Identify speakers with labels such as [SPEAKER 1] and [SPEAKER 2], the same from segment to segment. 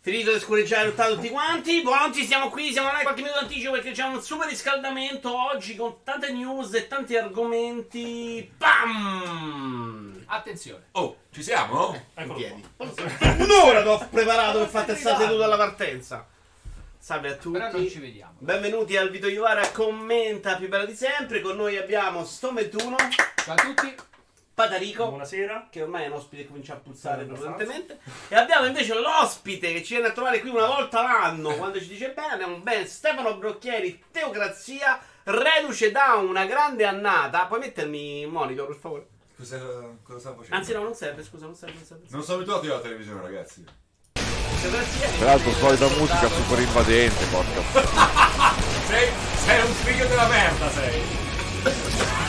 [SPEAKER 1] Finito di scureggiare tutta tutti quanti. Pronti, siamo qui, siamo là in qualche minuto d'anticipo perché c'è un super riscaldamento oggi con tante news e tanti argomenti. Pam!
[SPEAKER 2] Attenzione.
[SPEAKER 3] Oh, ci siamo?
[SPEAKER 1] Eh.
[SPEAKER 4] Eccolo qua.
[SPEAKER 1] Un'ora che ho preparato per far testare seduto alla partenza. Salve a
[SPEAKER 2] Però non ci
[SPEAKER 1] tutti.
[SPEAKER 2] vediamo.
[SPEAKER 1] Benvenuti al Vito Iovara commenta più bella di sempre. Con noi abbiamo Stometuno,
[SPEAKER 2] Ciao a tutti.
[SPEAKER 1] Patarico,
[SPEAKER 4] Buonasera.
[SPEAKER 1] che ormai è un ospite che comincia a puzzare
[SPEAKER 4] Sì,
[SPEAKER 1] prepotentemente. E abbiamo invece l'ospite che ci viene a trovare qui una volta l'anno quando ci dice bene, un ben Stefano Brocchieri, Teocrazia, reduce da una grande annata. Puoi mettermi il monitor, per favore?
[SPEAKER 3] Cosa, cosa sta facendo?
[SPEAKER 1] Anzi no, non serve, scusa, non serve, non serve.
[SPEAKER 3] Non sono abituati alla televisione, ragazzi.
[SPEAKER 1] Teocrazia
[SPEAKER 5] Tra l'altro solita musica super invadente, porca f-
[SPEAKER 3] Sei, sei un figlio della merda, sei.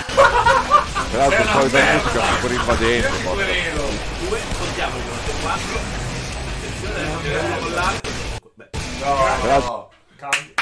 [SPEAKER 5] Tra l'altro
[SPEAKER 3] Sei una
[SPEAKER 5] solita
[SPEAKER 3] merda.
[SPEAKER 5] musica super invadente, porca f-
[SPEAKER 3] Poverino.
[SPEAKER 1] 2, contiamo 4.
[SPEAKER 3] No, no.
[SPEAKER 4] Cambio.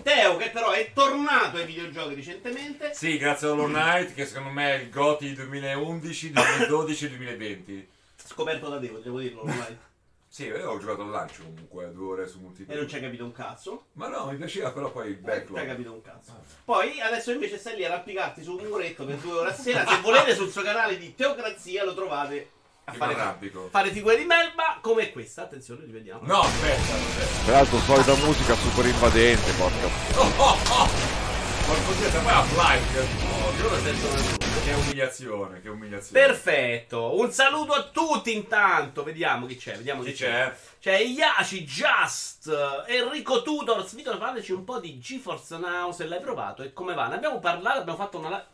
[SPEAKER 1] Teo che però è tornato ai videogiochi recentemente.
[SPEAKER 3] Sì, grazie all'All Night, che secondo me è il GOTY 2011, 2012, 2020.
[SPEAKER 1] Scoperto da Devo, devo dirlo ormai.
[SPEAKER 3] Sì, io ho giocato al lancio comunque, due ore
[SPEAKER 1] e
[SPEAKER 3] su
[SPEAKER 1] non
[SPEAKER 3] multiplayer.
[SPEAKER 1] ci hai capito un cazzo.
[SPEAKER 3] Ma no, mi piaceva però poi il
[SPEAKER 1] Non ci hai
[SPEAKER 3] backlog.
[SPEAKER 1] capito un cazzo. Poi adesso invece stai lì ad arrampicarti su un muretto per due ore a sera. Se volete sul suo canale di Teocrazia lo trovate a
[SPEAKER 3] Mi
[SPEAKER 1] fare,
[SPEAKER 3] arrampico.
[SPEAKER 1] fare figure di melba come questa. Attenzione, li vediamo.
[SPEAKER 3] No, aspetta, aspetta.
[SPEAKER 5] Tra l'altro solita musica super invadente, porca f-
[SPEAKER 3] Oh, oh, oh. Qualcosa, poi a like. Oh, che ora sei- Che umiliazione, che umiliazione.
[SPEAKER 1] Perfetto, un saluto a tutti intanto, vediamo chi c'è, vediamo chi,
[SPEAKER 3] Chi c'è?
[SPEAKER 1] C'è Iaci, Just, Enrico Tutor, Vito, parlateci un po' di GeForce Now, se l'hai provato e come va. Ne abbiamo parlato, abbiamo fatto una... la-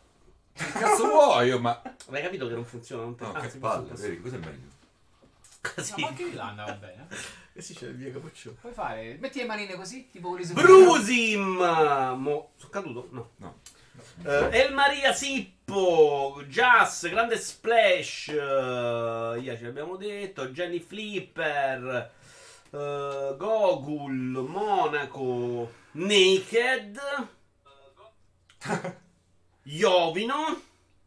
[SPEAKER 3] Che cazzo vuoi io, ma...
[SPEAKER 1] Hai capito che non funziona? Non te-
[SPEAKER 3] No, che
[SPEAKER 1] anzi,
[SPEAKER 3] palle,
[SPEAKER 1] funziona.
[SPEAKER 3] vedi, questo è meglio.
[SPEAKER 1] Così.
[SPEAKER 2] No, ma anche di là andava bene.
[SPEAKER 1] Eh sì, c'è il mio capoccione.
[SPEAKER 2] Puoi fare. Metti le manine così, tipo quelli su-
[SPEAKER 1] Brusim, mo... sono caduto? No.
[SPEAKER 3] No.
[SPEAKER 1] Eh, El Maria Sippo, Jazz, Grande Splash, eh, Ia ce l'abbiamo detto, Jenny Flipper, eh, Gogul, Monaco, Naked, Iovino.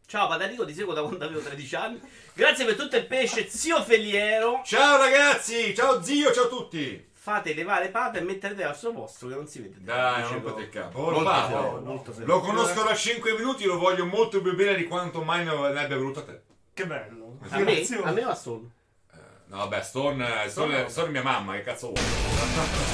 [SPEAKER 1] Ciao Patarico, ti seguo da quando avevo 13 anni. Grazie per tutto il pesce, zio Feliero.
[SPEAKER 3] Ciao ragazzi, ciao zio, ciao a tutti.
[SPEAKER 1] Fate levare pata e metterete al suo posto che non si vede.
[SPEAKER 3] Dai,
[SPEAKER 1] Dice
[SPEAKER 3] non rompete
[SPEAKER 1] Gogul.
[SPEAKER 3] il capo.
[SPEAKER 1] Molto
[SPEAKER 3] Paolo,
[SPEAKER 1] severo, molto severo.
[SPEAKER 3] lo conosco da 5 minuti, lo voglio molto più bene di quanto mai ne ne abbia voluto a te.
[SPEAKER 4] Che bello.
[SPEAKER 1] A me,
[SPEAKER 4] Grazie.
[SPEAKER 1] a me va solo.
[SPEAKER 3] No, vabbè, Stone, eh, Stone, Stone è mia mamma, che cazzo vuoi?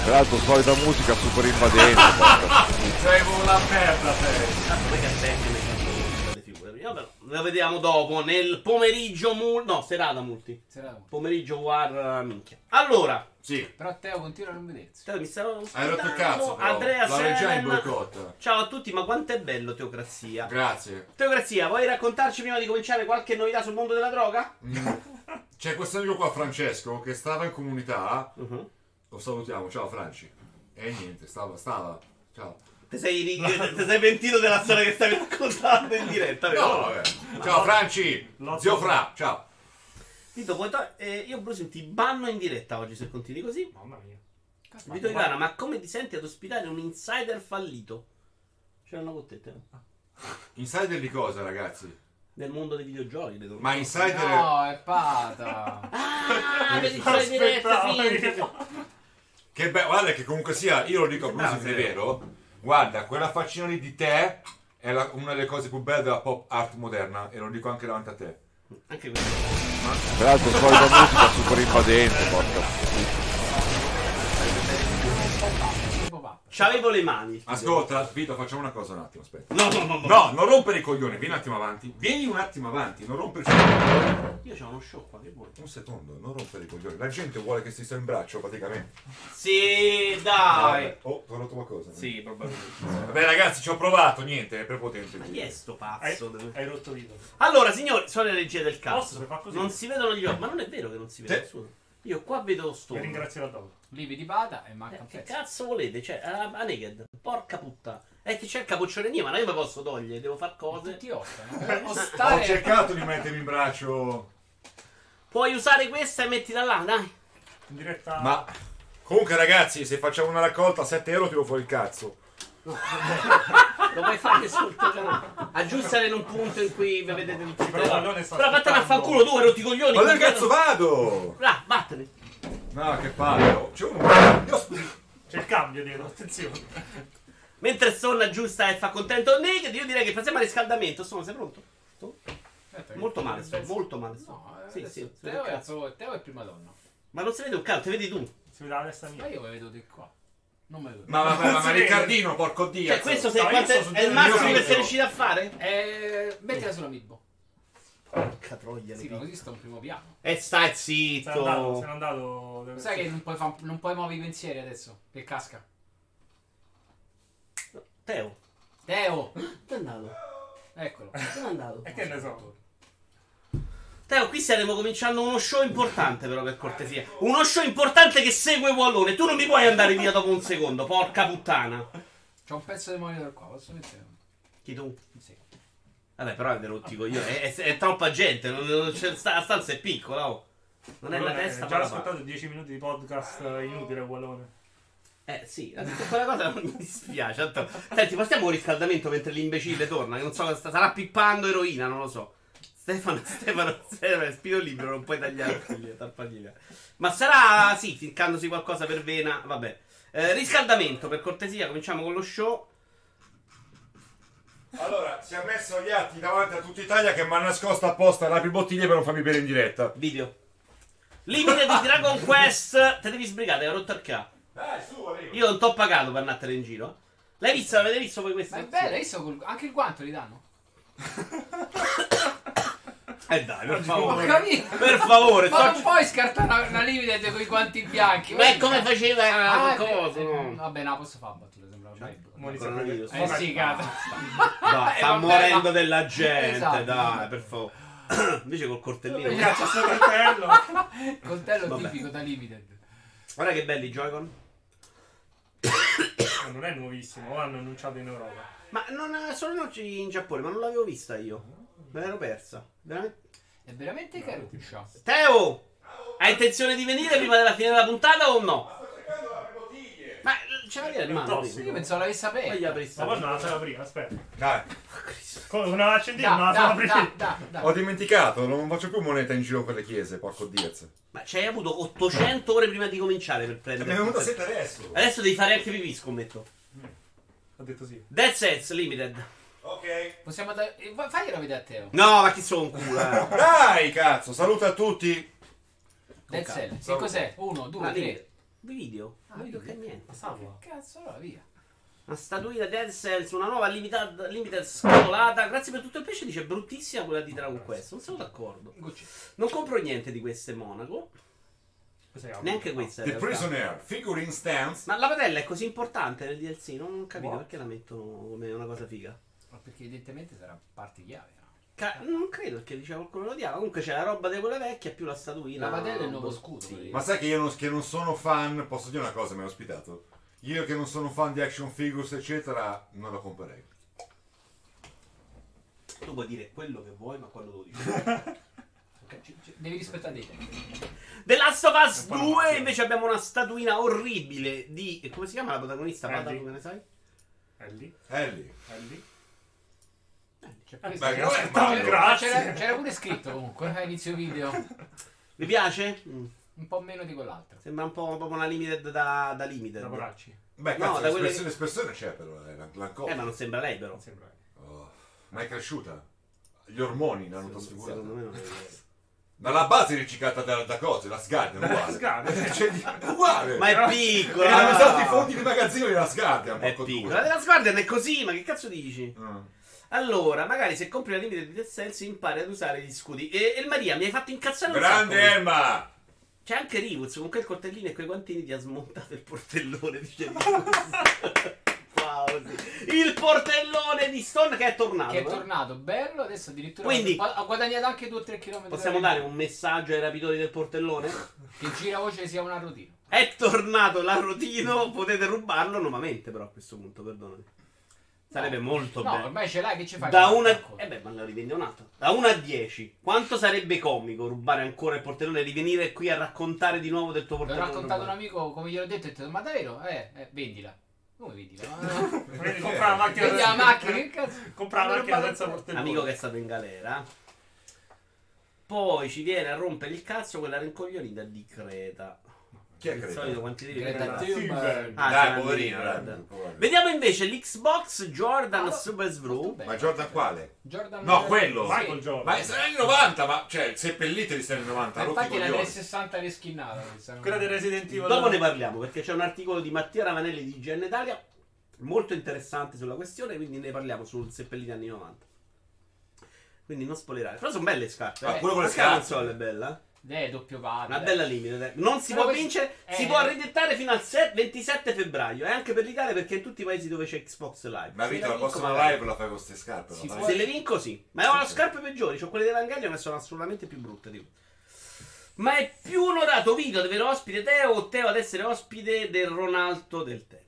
[SPEAKER 5] Tra l'altro solita musica super invadente, porca f-
[SPEAKER 3] Sei una merda, te.
[SPEAKER 1] Tanto poi che attenti nel fatto delle figure. Prima, però, la vediamo dopo nel pomeriggio mul- no, serata multi.
[SPEAKER 2] Serata un po'.
[SPEAKER 1] Pomeriggio war eh, minchia. Allora,
[SPEAKER 3] Sì,
[SPEAKER 2] Però Teo continua a non vedersi.
[SPEAKER 1] te- mi stavo
[SPEAKER 3] hai rotto il
[SPEAKER 1] ascoltando,
[SPEAKER 3] cazzo, però.
[SPEAKER 1] Andrea
[SPEAKER 3] L'avrai già in
[SPEAKER 1] Seren.
[SPEAKER 3] boicott.
[SPEAKER 1] Ciao a tutti, ma quanto è bello Teocrazia.
[SPEAKER 3] Grazie.
[SPEAKER 1] Teocrazia, vuoi raccontarci prima di cominciare qualche novità sul mondo della droga?
[SPEAKER 3] Mm. C'è questo amico qua, Francesco, che stava in comunità. Lo salutiamo, ciao Franci. E niente, stava, stava. Ciao.
[SPEAKER 1] Te sei, ri- te sei pentito della storia che stavi raccontando in diretta, vero?
[SPEAKER 3] Eh, No, vabbè. Ciao Franci,
[SPEAKER 4] L'ho-
[SPEAKER 3] zio Fra, ciao.
[SPEAKER 1] Vito, puoi to- eh, io Bruce ti banno in diretta oggi se continui così.
[SPEAKER 4] Mamma mia.
[SPEAKER 2] Caspita.
[SPEAKER 1] Vito Ivana, ma come ti senti ad ospitare un insider fallito? C'erano con te, te.
[SPEAKER 3] Insider di cosa, ragazzi?
[SPEAKER 1] eh? Nel mondo dei videogiochi, credo.
[SPEAKER 3] Ma insider...
[SPEAKER 2] No, è pata.
[SPEAKER 1] Ah, vedi,
[SPEAKER 4] Aspettavo
[SPEAKER 1] c'è diretta,
[SPEAKER 4] che-
[SPEAKER 1] finta.
[SPEAKER 3] Che bello, guarda che comunque sia, io lo dico a Bruce,
[SPEAKER 1] Bravo,
[SPEAKER 3] è vero. Guarda, quella faccina lì di te è la- una delle cose più belle della pop art moderna e lo dico anche davanti a te.
[SPEAKER 1] Anche questo.
[SPEAKER 5] Tra l'altro solita musica super invadente, porca f-
[SPEAKER 2] Tipo papa.
[SPEAKER 1] C'avevo le mani.
[SPEAKER 3] Ascolta, Vito, facciamo una cosa un attimo, aspetta.
[SPEAKER 1] Ah, No, no, no, no.
[SPEAKER 3] No, non rompere i coglioni, vieni un attimo avanti. Vieni un attimo avanti, non rompere i coglioni.
[SPEAKER 1] Io c'ho uno show qua, che vuoi?
[SPEAKER 3] Un secondo, non rompere i coglioni. La gente vuole che si sia in braccio praticamente.
[SPEAKER 1] Sì, dai.
[SPEAKER 3] Oh, ti ho rotto qualcosa.
[SPEAKER 1] Ah, Sì, probabilmente.
[SPEAKER 3] Vabbè ragazzi, ci ho provato, niente, è prepotente.
[SPEAKER 1] Ma chi è sto
[SPEAKER 4] Hai,
[SPEAKER 1] pazzo? Deve-
[SPEAKER 4] hai rotto dito.
[SPEAKER 1] Allora, signori, sono le regie del
[SPEAKER 4] Posso,
[SPEAKER 1] cazzo.
[SPEAKER 4] se fa così?
[SPEAKER 1] Non si vedono gli occhi. Ma non è vero che non si vede
[SPEAKER 3] Sì.
[SPEAKER 1] nessuno. Io qua vedo sto.
[SPEAKER 4] Mi ringrazierà dopo.
[SPEAKER 2] Livi di pata e manca
[SPEAKER 1] Eh,
[SPEAKER 2] un
[SPEAKER 1] che
[SPEAKER 2] pezzo.
[SPEAKER 1] cazzo volete? Cioè, a, a Naked, porca puttana. E che c'è il capoccione mio, ma non io me posso togliere, devo far cose.
[SPEAKER 2] Tutti Eh, ostano.
[SPEAKER 3] Ho
[SPEAKER 2] Ostare.
[SPEAKER 3] cercato di mettermi in braccio...
[SPEAKER 1] Puoi usare questa e mettila là, dai.
[SPEAKER 4] In diretta.
[SPEAKER 3] Ma comunque, ragazzi, se facciamo una raccolta a 7 euro, tiro fuori il cazzo.
[SPEAKER 1] Lo puoi fare sul tuo canale. Aggiustare in un punto in cui vi vedete tutti.
[SPEAKER 4] Però
[SPEAKER 1] Però,
[SPEAKER 4] non è stato
[SPEAKER 1] però vattene a
[SPEAKER 4] tanto.
[SPEAKER 1] fanculo tu, ero ti coglioni.
[SPEAKER 3] Ma dove
[SPEAKER 1] perché-
[SPEAKER 3] cazzo vado?
[SPEAKER 1] Là, vattene.
[SPEAKER 6] No, che palle. oh, C'è uno. Io sp-
[SPEAKER 4] C'è il cambio dietro, attenzione.
[SPEAKER 1] Mentre Sonna giusta e fa contento Naked, io direi che passiamo al riscaldamento. Sono, sei pronto? Tu?
[SPEAKER 2] Aspetta,
[SPEAKER 1] Molto
[SPEAKER 2] che-
[SPEAKER 1] male, sto, molto male. sto.
[SPEAKER 2] No, eh,
[SPEAKER 1] Sì,
[SPEAKER 2] adesso
[SPEAKER 1] sì, si vede
[SPEAKER 2] Teo,
[SPEAKER 1] il
[SPEAKER 2] è,
[SPEAKER 1] cazzo.
[SPEAKER 2] solo- Teo è il prima donna.
[SPEAKER 1] Ma non si vede un cazzo, te vedi tu. Cioè,
[SPEAKER 4] Si vede la testa
[SPEAKER 2] Ma
[SPEAKER 4] mia.
[SPEAKER 2] io lo vedo di qua. Non me lo vedo.
[SPEAKER 6] Ma ma, ma, ma,
[SPEAKER 4] Si vede.
[SPEAKER 6] Riccardino, porco dio.
[SPEAKER 1] Cioè, questo sei-
[SPEAKER 4] No, io
[SPEAKER 1] quanto
[SPEAKER 4] sto sul
[SPEAKER 1] è il
[SPEAKER 4] giro,
[SPEAKER 1] massimo
[SPEAKER 4] io
[SPEAKER 1] che
[SPEAKER 4] sto-
[SPEAKER 1] sei riuscito a fare?
[SPEAKER 2] Eh, mettila sulla midbo.
[SPEAKER 1] Porca troia.
[SPEAKER 2] Sì, ma così sta un primo piano.
[SPEAKER 1] E stai
[SPEAKER 4] Se n'è andato, se n'è
[SPEAKER 1] zitto.
[SPEAKER 4] andato.
[SPEAKER 2] Lo sai che non puoi, fa- non puoi muovere i pensieri adesso, che casca.
[SPEAKER 1] Teo,
[SPEAKER 2] Teo!
[SPEAKER 1] dove è andato?
[SPEAKER 2] Eccolo.
[SPEAKER 1] Dove è andato?
[SPEAKER 4] E che ne so.
[SPEAKER 1] Teo, qui staremo cominciando uno show importante, però, per cortesia. Uno show importante che segue Wallone. Tu non mi puoi andare via dopo un secondo, porca puttana.
[SPEAKER 2] C'ho un pezzo di monitor qua, posso metterlo?
[SPEAKER 1] Chi tu?
[SPEAKER 2] Sì.
[SPEAKER 1] Vabbè, però è rotti io. È, è- è troppa gente. Non, non c'è- sta- la stanza è piccola, oh. Non è la
[SPEAKER 4] Wallone,
[SPEAKER 1] testa,
[SPEAKER 4] eh, Già
[SPEAKER 1] ma la Ah.
[SPEAKER 4] ascoltato 10 minuti di podcast eh, inutile, Wallone.
[SPEAKER 1] Eh sì, ha detto quella cosa non mi dispiace. tanto- Senti, passiamo un riscaldamento mentre l'imbecille torna. Che non so, cosa sta- sarà pippando eroina, non lo so. Stefano, Stefano, Stefano, spiro libero, non puoi tagliare la tarpanina. Ma sarà, sì, ficcandosi qualcosa per vena, vabbè. Eh, riscaldamento, per cortesia, cominciamo con lo show.
[SPEAKER 6] Allora, si è messo gli atti davanti a tutta Italia che mi ha nascosto apposta la bottiglie per non farmi bere in diretta.
[SPEAKER 1] Video. Limite di Dragon Quest. Te devi sbrigare, hai rotto il ca.
[SPEAKER 6] Dai, su, arrivo.
[SPEAKER 1] Io non t'ho pagato per andartene in giro. L'hai visto? L'avete visto voi questo?
[SPEAKER 2] Ma è bello, hai visto col- anche il guanto li danno?
[SPEAKER 1] Eh dai, per
[SPEAKER 2] Ho
[SPEAKER 1] favore.
[SPEAKER 2] capito!
[SPEAKER 1] Per favore,
[SPEAKER 2] Ma
[SPEAKER 1] sto-
[SPEAKER 2] non puoi scartare una, una limited con i guanti bianchi.
[SPEAKER 1] Ma è
[SPEAKER 2] guarda.
[SPEAKER 1] come faceva
[SPEAKER 2] Ah,
[SPEAKER 1] il coso,
[SPEAKER 2] eh,
[SPEAKER 1] no?
[SPEAKER 2] Vabbè, no, posso fare battuta, sembra
[SPEAKER 1] Cioè,
[SPEAKER 2] ormai.
[SPEAKER 4] Mori
[SPEAKER 1] Ancora
[SPEAKER 4] sempre-
[SPEAKER 1] io.
[SPEAKER 2] Eh sì,
[SPEAKER 1] Vabbè,
[SPEAKER 2] cazzo.
[SPEAKER 1] Va,
[SPEAKER 2] Eh,
[SPEAKER 1] sta
[SPEAKER 2] vabbè,
[SPEAKER 1] morendo
[SPEAKER 2] ma-
[SPEAKER 1] della gente,
[SPEAKER 2] Esatto.
[SPEAKER 1] dai, per favore. Invece col
[SPEAKER 4] Mi
[SPEAKER 1] cortellino.
[SPEAKER 4] piace sto cartello.
[SPEAKER 2] Coltello
[SPEAKER 1] Vabbè.
[SPEAKER 2] tipico da limited.
[SPEAKER 1] Guarda che belli i Joy-Con.
[SPEAKER 4] Ma Non è nuovissimo, l'hanno annunciato in Europa.
[SPEAKER 1] Ma non solo oggi in Giappone, ma non l'avevo vista io. Me l'ero persa. Veramente.
[SPEAKER 2] È veramente caruccia.
[SPEAKER 1] Teo! Hai intenzione di venire prima della fine della puntata o no?
[SPEAKER 6] Sto cercando la bottiglie.
[SPEAKER 1] Ma c'è la via in mano.
[SPEAKER 4] Tossico.
[SPEAKER 1] prima.
[SPEAKER 2] Io pensavo l'avessi
[SPEAKER 1] Voglio
[SPEAKER 2] aperto.
[SPEAKER 1] aprire
[SPEAKER 4] Ma
[SPEAKER 1] sta-
[SPEAKER 4] poi non la sala prima, aspetta.
[SPEAKER 6] Dai,
[SPEAKER 4] Con una accendina,
[SPEAKER 2] Da,
[SPEAKER 4] ma la
[SPEAKER 2] da,
[SPEAKER 4] sala
[SPEAKER 2] da,
[SPEAKER 4] prima.
[SPEAKER 2] da,
[SPEAKER 6] ho
[SPEAKER 2] da.
[SPEAKER 6] dimenticato, non faccio più moneta in giro per le chiese, porco diez.
[SPEAKER 1] Ma c'hai avuto 800 ore prima di cominciare per prendere.
[SPEAKER 6] sette adesso.
[SPEAKER 1] Adesso devi fare anche pipì, scommetto.
[SPEAKER 4] Ho detto sì.
[SPEAKER 1] Dead Sets Limited.
[SPEAKER 6] Ok.
[SPEAKER 2] Possiamo dare... eh, va- Faglielo vedere a Teo.
[SPEAKER 1] No, ma chi sono un culo, eh.
[SPEAKER 6] Dai, cazzo, saluta a tutti.
[SPEAKER 2] Dead
[SPEAKER 1] calma.
[SPEAKER 2] Cell. Che
[SPEAKER 6] Salute.
[SPEAKER 2] cos'è? Uno,
[SPEAKER 1] Ma
[SPEAKER 2] due,
[SPEAKER 1] limited.
[SPEAKER 2] tre.
[SPEAKER 1] Video?
[SPEAKER 2] Ah,
[SPEAKER 1] non vedo che
[SPEAKER 2] video.
[SPEAKER 1] niente.
[SPEAKER 4] Salva.
[SPEAKER 2] Cazzo, allora via.
[SPEAKER 1] Una statuina Dead Cells, una nuova limited, limited scatolata. Grazie per tutto il pesce, dice bruttissima quella di Dragon Quest. Non sono d'accordo.
[SPEAKER 2] Gucci.
[SPEAKER 1] Non compro niente di queste Monaco.
[SPEAKER 4] Cos'è?
[SPEAKER 1] Neanche questa. in
[SPEAKER 6] The
[SPEAKER 1] realtà.
[SPEAKER 6] Prisoner, figurine stands.
[SPEAKER 1] Ma la padella è così importante nel DLC, non capito
[SPEAKER 4] What?
[SPEAKER 1] perché la mettono come una cosa figa.
[SPEAKER 2] Ma perché evidentemente sarà parte chiave, no?
[SPEAKER 1] Ca- non credo perché diceva qualcuno lo odiava. Comunque c'è la roba di quella vecchia più la statuina.
[SPEAKER 2] La padella è il nuovo scudo,
[SPEAKER 1] Sì.
[SPEAKER 2] quello lì.
[SPEAKER 6] Ma sai che io non, che non sono fan, posso dire una cosa, mi hai ospitato. Io che non sono fan di action figures, eccetera, non la comprerei.
[SPEAKER 1] Tu puoi dire quello che vuoi, ma quando lo dici.
[SPEAKER 2] Ok, ci- ci- Devi rispettare dei tempi.
[SPEAKER 1] The Last of Us
[SPEAKER 4] E poi
[SPEAKER 1] 2
[SPEAKER 4] non-
[SPEAKER 1] invece abbiamo una statuina orribile di. come si chiama la protagonista?
[SPEAKER 4] Ellie.
[SPEAKER 1] Padano, che ne sai?
[SPEAKER 4] È lì,
[SPEAKER 6] Ellie.
[SPEAKER 4] è lì.
[SPEAKER 2] C'è pure
[SPEAKER 6] beh,
[SPEAKER 2] scritto-
[SPEAKER 6] grazie,
[SPEAKER 2] c'era-
[SPEAKER 4] grazie.
[SPEAKER 2] c'era- C'era pure scritto comunque a inizio video.
[SPEAKER 1] Vi piace? Mm.
[SPEAKER 2] Un po' meno di quell'altro.
[SPEAKER 1] Sembra un po' proprio una limited da, da limited.
[SPEAKER 4] Da poracci.
[SPEAKER 6] Beh,
[SPEAKER 1] No,
[SPEAKER 6] cazzo,
[SPEAKER 1] da quelle-
[SPEAKER 6] l'espressione, l'espressione c'è però, eh, la- l'ancora.
[SPEAKER 1] Eh, ma non sembra lei, però.
[SPEAKER 4] Non sembra.
[SPEAKER 6] Oh, ma è cresciuta. Gli ormoni l'hanno trasfigurata.
[SPEAKER 1] Secondo me non è
[SPEAKER 6] Ma la base è riciclata da, da cose, la Sgardian, uguale.
[SPEAKER 4] Sgardian.
[SPEAKER 6] Cioè, di- uguale.
[SPEAKER 1] Ma è
[SPEAKER 6] E hanno usato i fondi
[SPEAKER 1] piccola!
[SPEAKER 6] di magazzino della Sgardian,
[SPEAKER 1] È Eh,
[SPEAKER 6] porco
[SPEAKER 1] piccola.
[SPEAKER 6] Ah, due.
[SPEAKER 1] La Sguardian è così, ma che cazzo dici?
[SPEAKER 6] Mm.
[SPEAKER 1] Allora, magari se compri la limited di Dead Cells impari ad usare gli scudi. E, e Maria mi hai fatto incazzare un
[SPEAKER 6] Grande
[SPEAKER 1] sacco.
[SPEAKER 6] Emma!
[SPEAKER 1] C'è anche Rivuz con quel coltellino e quei guantini ti ha smontato il portellone, dice Rivuz. Wow, sì. Il portellone di Stone che è tornato.
[SPEAKER 2] Che è
[SPEAKER 1] eh?
[SPEAKER 2] tornato bello, adesso addirittura
[SPEAKER 1] Quindi-
[SPEAKER 2] ha ha guadagnato anche 2-3 km.
[SPEAKER 1] Possiamo dare un messaggio ai rapitori del portellone?
[SPEAKER 2] Che giravoce sia una routine.
[SPEAKER 1] È tornato l'arrotino, potete rubarlo nuovamente però a questo punto, perdonami. Sarebbe molto
[SPEAKER 2] No,
[SPEAKER 1] bello.
[SPEAKER 2] ormai ce l'hai, che ci fai?
[SPEAKER 1] Da
[SPEAKER 2] con
[SPEAKER 1] una...
[SPEAKER 2] qualcosa?
[SPEAKER 1] Eh beh, ma la rivende un'altra. Da 1 a 10, quanto sarebbe comico rubare ancora il portellone e rivenire qui a raccontare di nuovo del tuo
[SPEAKER 2] L'ho
[SPEAKER 1] portellone?
[SPEAKER 2] raccontato a un
[SPEAKER 1] rubato?
[SPEAKER 2] amico, come gliel'ho detto, ho detto, ma davvero? Eh, eh, vendila. Come vendila? Ma-
[SPEAKER 4] Prendi, compra la macchina.
[SPEAKER 2] Vendi la macchina, che cazzo?
[SPEAKER 4] Compra la
[SPEAKER 2] Non
[SPEAKER 4] macchina
[SPEAKER 2] rubato
[SPEAKER 4] senza
[SPEAKER 2] il
[SPEAKER 4] portellone.
[SPEAKER 1] Amico che è stato in galera. Poi ci viene a rompere il cazzo quella rincoglionita di Creta.
[SPEAKER 3] Chi è
[SPEAKER 1] Il
[SPEAKER 3] Greta?
[SPEAKER 1] solito quanti devi
[SPEAKER 2] Greta
[SPEAKER 1] prendere?
[SPEAKER 2] Thunberg.
[SPEAKER 1] Ah, c'è
[SPEAKER 3] Dai,
[SPEAKER 1] la
[SPEAKER 3] poverina,
[SPEAKER 1] Greta.
[SPEAKER 3] dai, poverina.
[SPEAKER 1] Vediamo invece l'Xbox Jordan Super Svru.
[SPEAKER 3] Ma Jordan quale?
[SPEAKER 2] Jordan
[SPEAKER 3] No, quello.
[SPEAKER 2] Sì.
[SPEAKER 4] Michael Jordan.
[SPEAKER 3] Ma sono anni 90, ma cioè, seppellite gli anni 90,
[SPEAKER 2] Ma
[SPEAKER 3] rotti i
[SPEAKER 2] infatti la
[SPEAKER 3] coglioni.
[SPEAKER 2] 360 rischinnata questa.
[SPEAKER 4] Quella del Resident Evil.
[SPEAKER 1] Dopo ne parliamo perché c'è un articolo di Mattia Ravanelli di IGN Italia molto interessante sulla questione, quindi ne parliamo sul seppelliti anni 90. Quindi non spoilerare. Però sono belle le scarpe.
[SPEAKER 3] Ah,
[SPEAKER 1] eh.
[SPEAKER 3] pure con le
[SPEAKER 1] Anche
[SPEAKER 3] scarpe.
[SPEAKER 1] La console è bella. eh.
[SPEAKER 2] Eh, doppio padre.
[SPEAKER 1] Una bella limite. dai. Non si
[SPEAKER 2] Però
[SPEAKER 1] può
[SPEAKER 2] questo-
[SPEAKER 1] vincere,
[SPEAKER 2] eh.
[SPEAKER 1] si può ridettare fino al se- 27 febbraio. E anche per l'Italia perché in tutti i paesi dove c'è Xbox Live.
[SPEAKER 3] Ma
[SPEAKER 1] Se
[SPEAKER 3] Vito,
[SPEAKER 1] la
[SPEAKER 3] la
[SPEAKER 1] vinco,
[SPEAKER 3] prossima
[SPEAKER 1] magari.
[SPEAKER 3] live la fai con queste scarpe,
[SPEAKER 2] Si
[SPEAKER 3] la
[SPEAKER 2] può-
[SPEAKER 1] Se
[SPEAKER 3] fai?
[SPEAKER 1] le vinco sì, ma ho le
[SPEAKER 3] Sì, sì.
[SPEAKER 1] scarpe peggiori, ho quelle dell'Evangelion che sono assolutamente più brutte. tipo. Ma è più onorato Vito ad avere ospite Teo o Teo ad essere ospite del Ronaldo del tennis.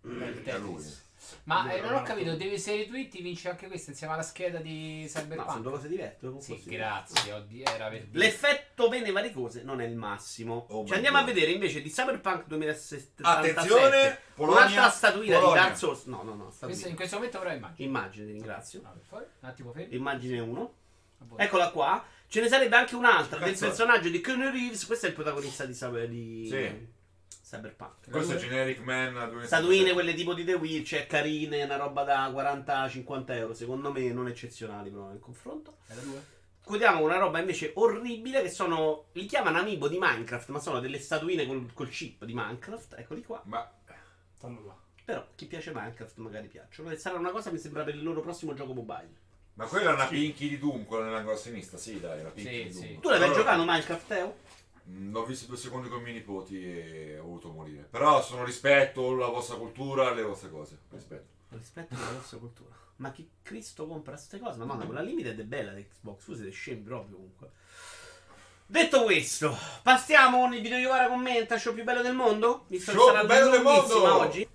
[SPEAKER 2] Del
[SPEAKER 3] Da
[SPEAKER 2] tennis.
[SPEAKER 3] lui.
[SPEAKER 2] Ma eh, non ho capito, devi se retweeti vinci anche questa insieme alla scheda di
[SPEAKER 1] No, sono
[SPEAKER 2] Cyberpunk.
[SPEAKER 1] due cose diverse. non
[SPEAKER 2] sì,
[SPEAKER 1] posso dire.
[SPEAKER 2] grazie, oddio, era per dire.
[SPEAKER 1] L'effetto pene varicose non è il massimo.
[SPEAKER 3] Oh my
[SPEAKER 1] Ci andiamo a
[SPEAKER 3] God.
[SPEAKER 1] vedere invece di Cyberpunk 2077.
[SPEAKER 3] Attenzione, Polonia,
[SPEAKER 1] Un'altra statuina
[SPEAKER 3] Polonia.
[SPEAKER 1] di Dark Souls. No, no, no,
[SPEAKER 2] Questo-
[SPEAKER 1] statuina.
[SPEAKER 2] in questo momento però immagino.
[SPEAKER 1] Immagine, ti ringrazio.
[SPEAKER 2] No, per favore, un attimo fermi.
[SPEAKER 1] Immagine 1.
[SPEAKER 2] A voi.
[SPEAKER 1] Eccola qua. Ce ne sarebbe anche un'altra del
[SPEAKER 3] Cazzo è?
[SPEAKER 1] personaggio di Keanu Reeves. Questo è il protagonista di, Cyber- di
[SPEAKER 3] Sì.
[SPEAKER 1] Cyberpunk.
[SPEAKER 3] Questo è Generic Man. due-
[SPEAKER 1] Statuine, quelle tipo di The Witcher, carine, una roba da 40-50 euro. Secondo me non eccezionali, però nel confronto.
[SPEAKER 2] Era due.
[SPEAKER 1] Chiudiamo con una roba invece orribile che sono. Li chiamano amiibo di Minecraft, ma sono delle statuine col, col chip di Minecraft. Eccoli qua.
[SPEAKER 3] Ma
[SPEAKER 4] Stanno là.
[SPEAKER 1] Però chi piace Minecraft magari piacciono. E sarà una cosa mi sembra per il loro prossimo gioco mobile.
[SPEAKER 3] Ma quella è una pinky di Doom, quella nell'angolo a sinistra, sì dai, la
[SPEAKER 2] Sì,
[SPEAKER 3] pinky
[SPEAKER 2] sì.
[SPEAKER 3] di Doom.
[SPEAKER 1] Tu l'hai mai
[SPEAKER 3] Però-
[SPEAKER 1] giocato Minecraft, Teo?
[SPEAKER 3] Mm, L'ho visto due secondi con i miei nipoti e ho voluto morire. Però sono rispetto alla vostra cultura, alle vostre cose. Rispetto.
[SPEAKER 1] Rispetto alla nostra cultura. Ma chi Cristo compra queste cose? Madonna, quella limited è bella di Xbox. Voi siete scemi proprio comunque. Detto questo, passiamo con il videogiocare commenta, show più bello del mondo? Visto che
[SPEAKER 3] Show
[SPEAKER 1] sarà
[SPEAKER 3] più bello del mondo!
[SPEAKER 1] lunghissima oggi.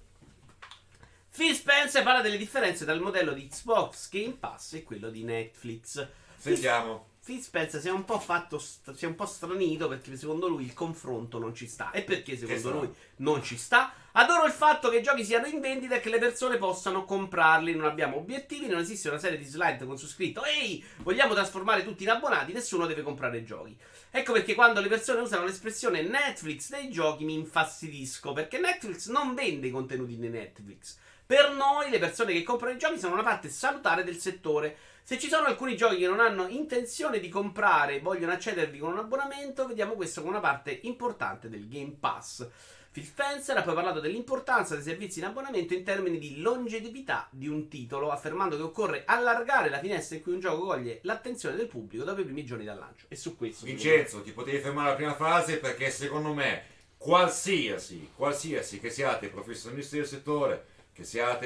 [SPEAKER 1] Phil Spencer parla delle differenze tra il modello di Xbox Game Pass e quello di Netflix.
[SPEAKER 3] Sentiamo.
[SPEAKER 1] Phil Spencer si è un po' fatto st- si è un po' stranito perché secondo lui il confronto non ci sta. E perché secondo
[SPEAKER 3] strano.
[SPEAKER 1] lui non ci sta? Adoro il fatto che i giochi siano in vendita e che le persone possano comprarli. Non abbiamo obiettivi, non esiste una serie di slide con su scritto Ehi, vogliamo trasformare tutti in abbonati, nessuno deve comprare i giochi. Ecco perché quando le persone usano l'espressione Netflix dei giochi mi infastidisco, perché Netflix non vende i contenuti di Netflix. Per noi le persone che comprano i giochi sono una parte salutare del settore. Se ci sono alcuni giochi che non hanno intenzione di comprare e vogliono accedervi con un abbonamento, vediamo questo come una parte importante del Game Pass. Phil Spencer ha poi parlato dell'importanza dei servizi in abbonamento in termini di longevità di un titolo, affermando che occorre allargare la finestra in cui un gioco coglie l'attenzione del pubblico dopo i primi giorni dal lancio. E su questo...
[SPEAKER 3] Vincenzo, ti potevi fermare la prima frase perché secondo me qualsiasi, qualsiasi che siate professionisti del settore, che siate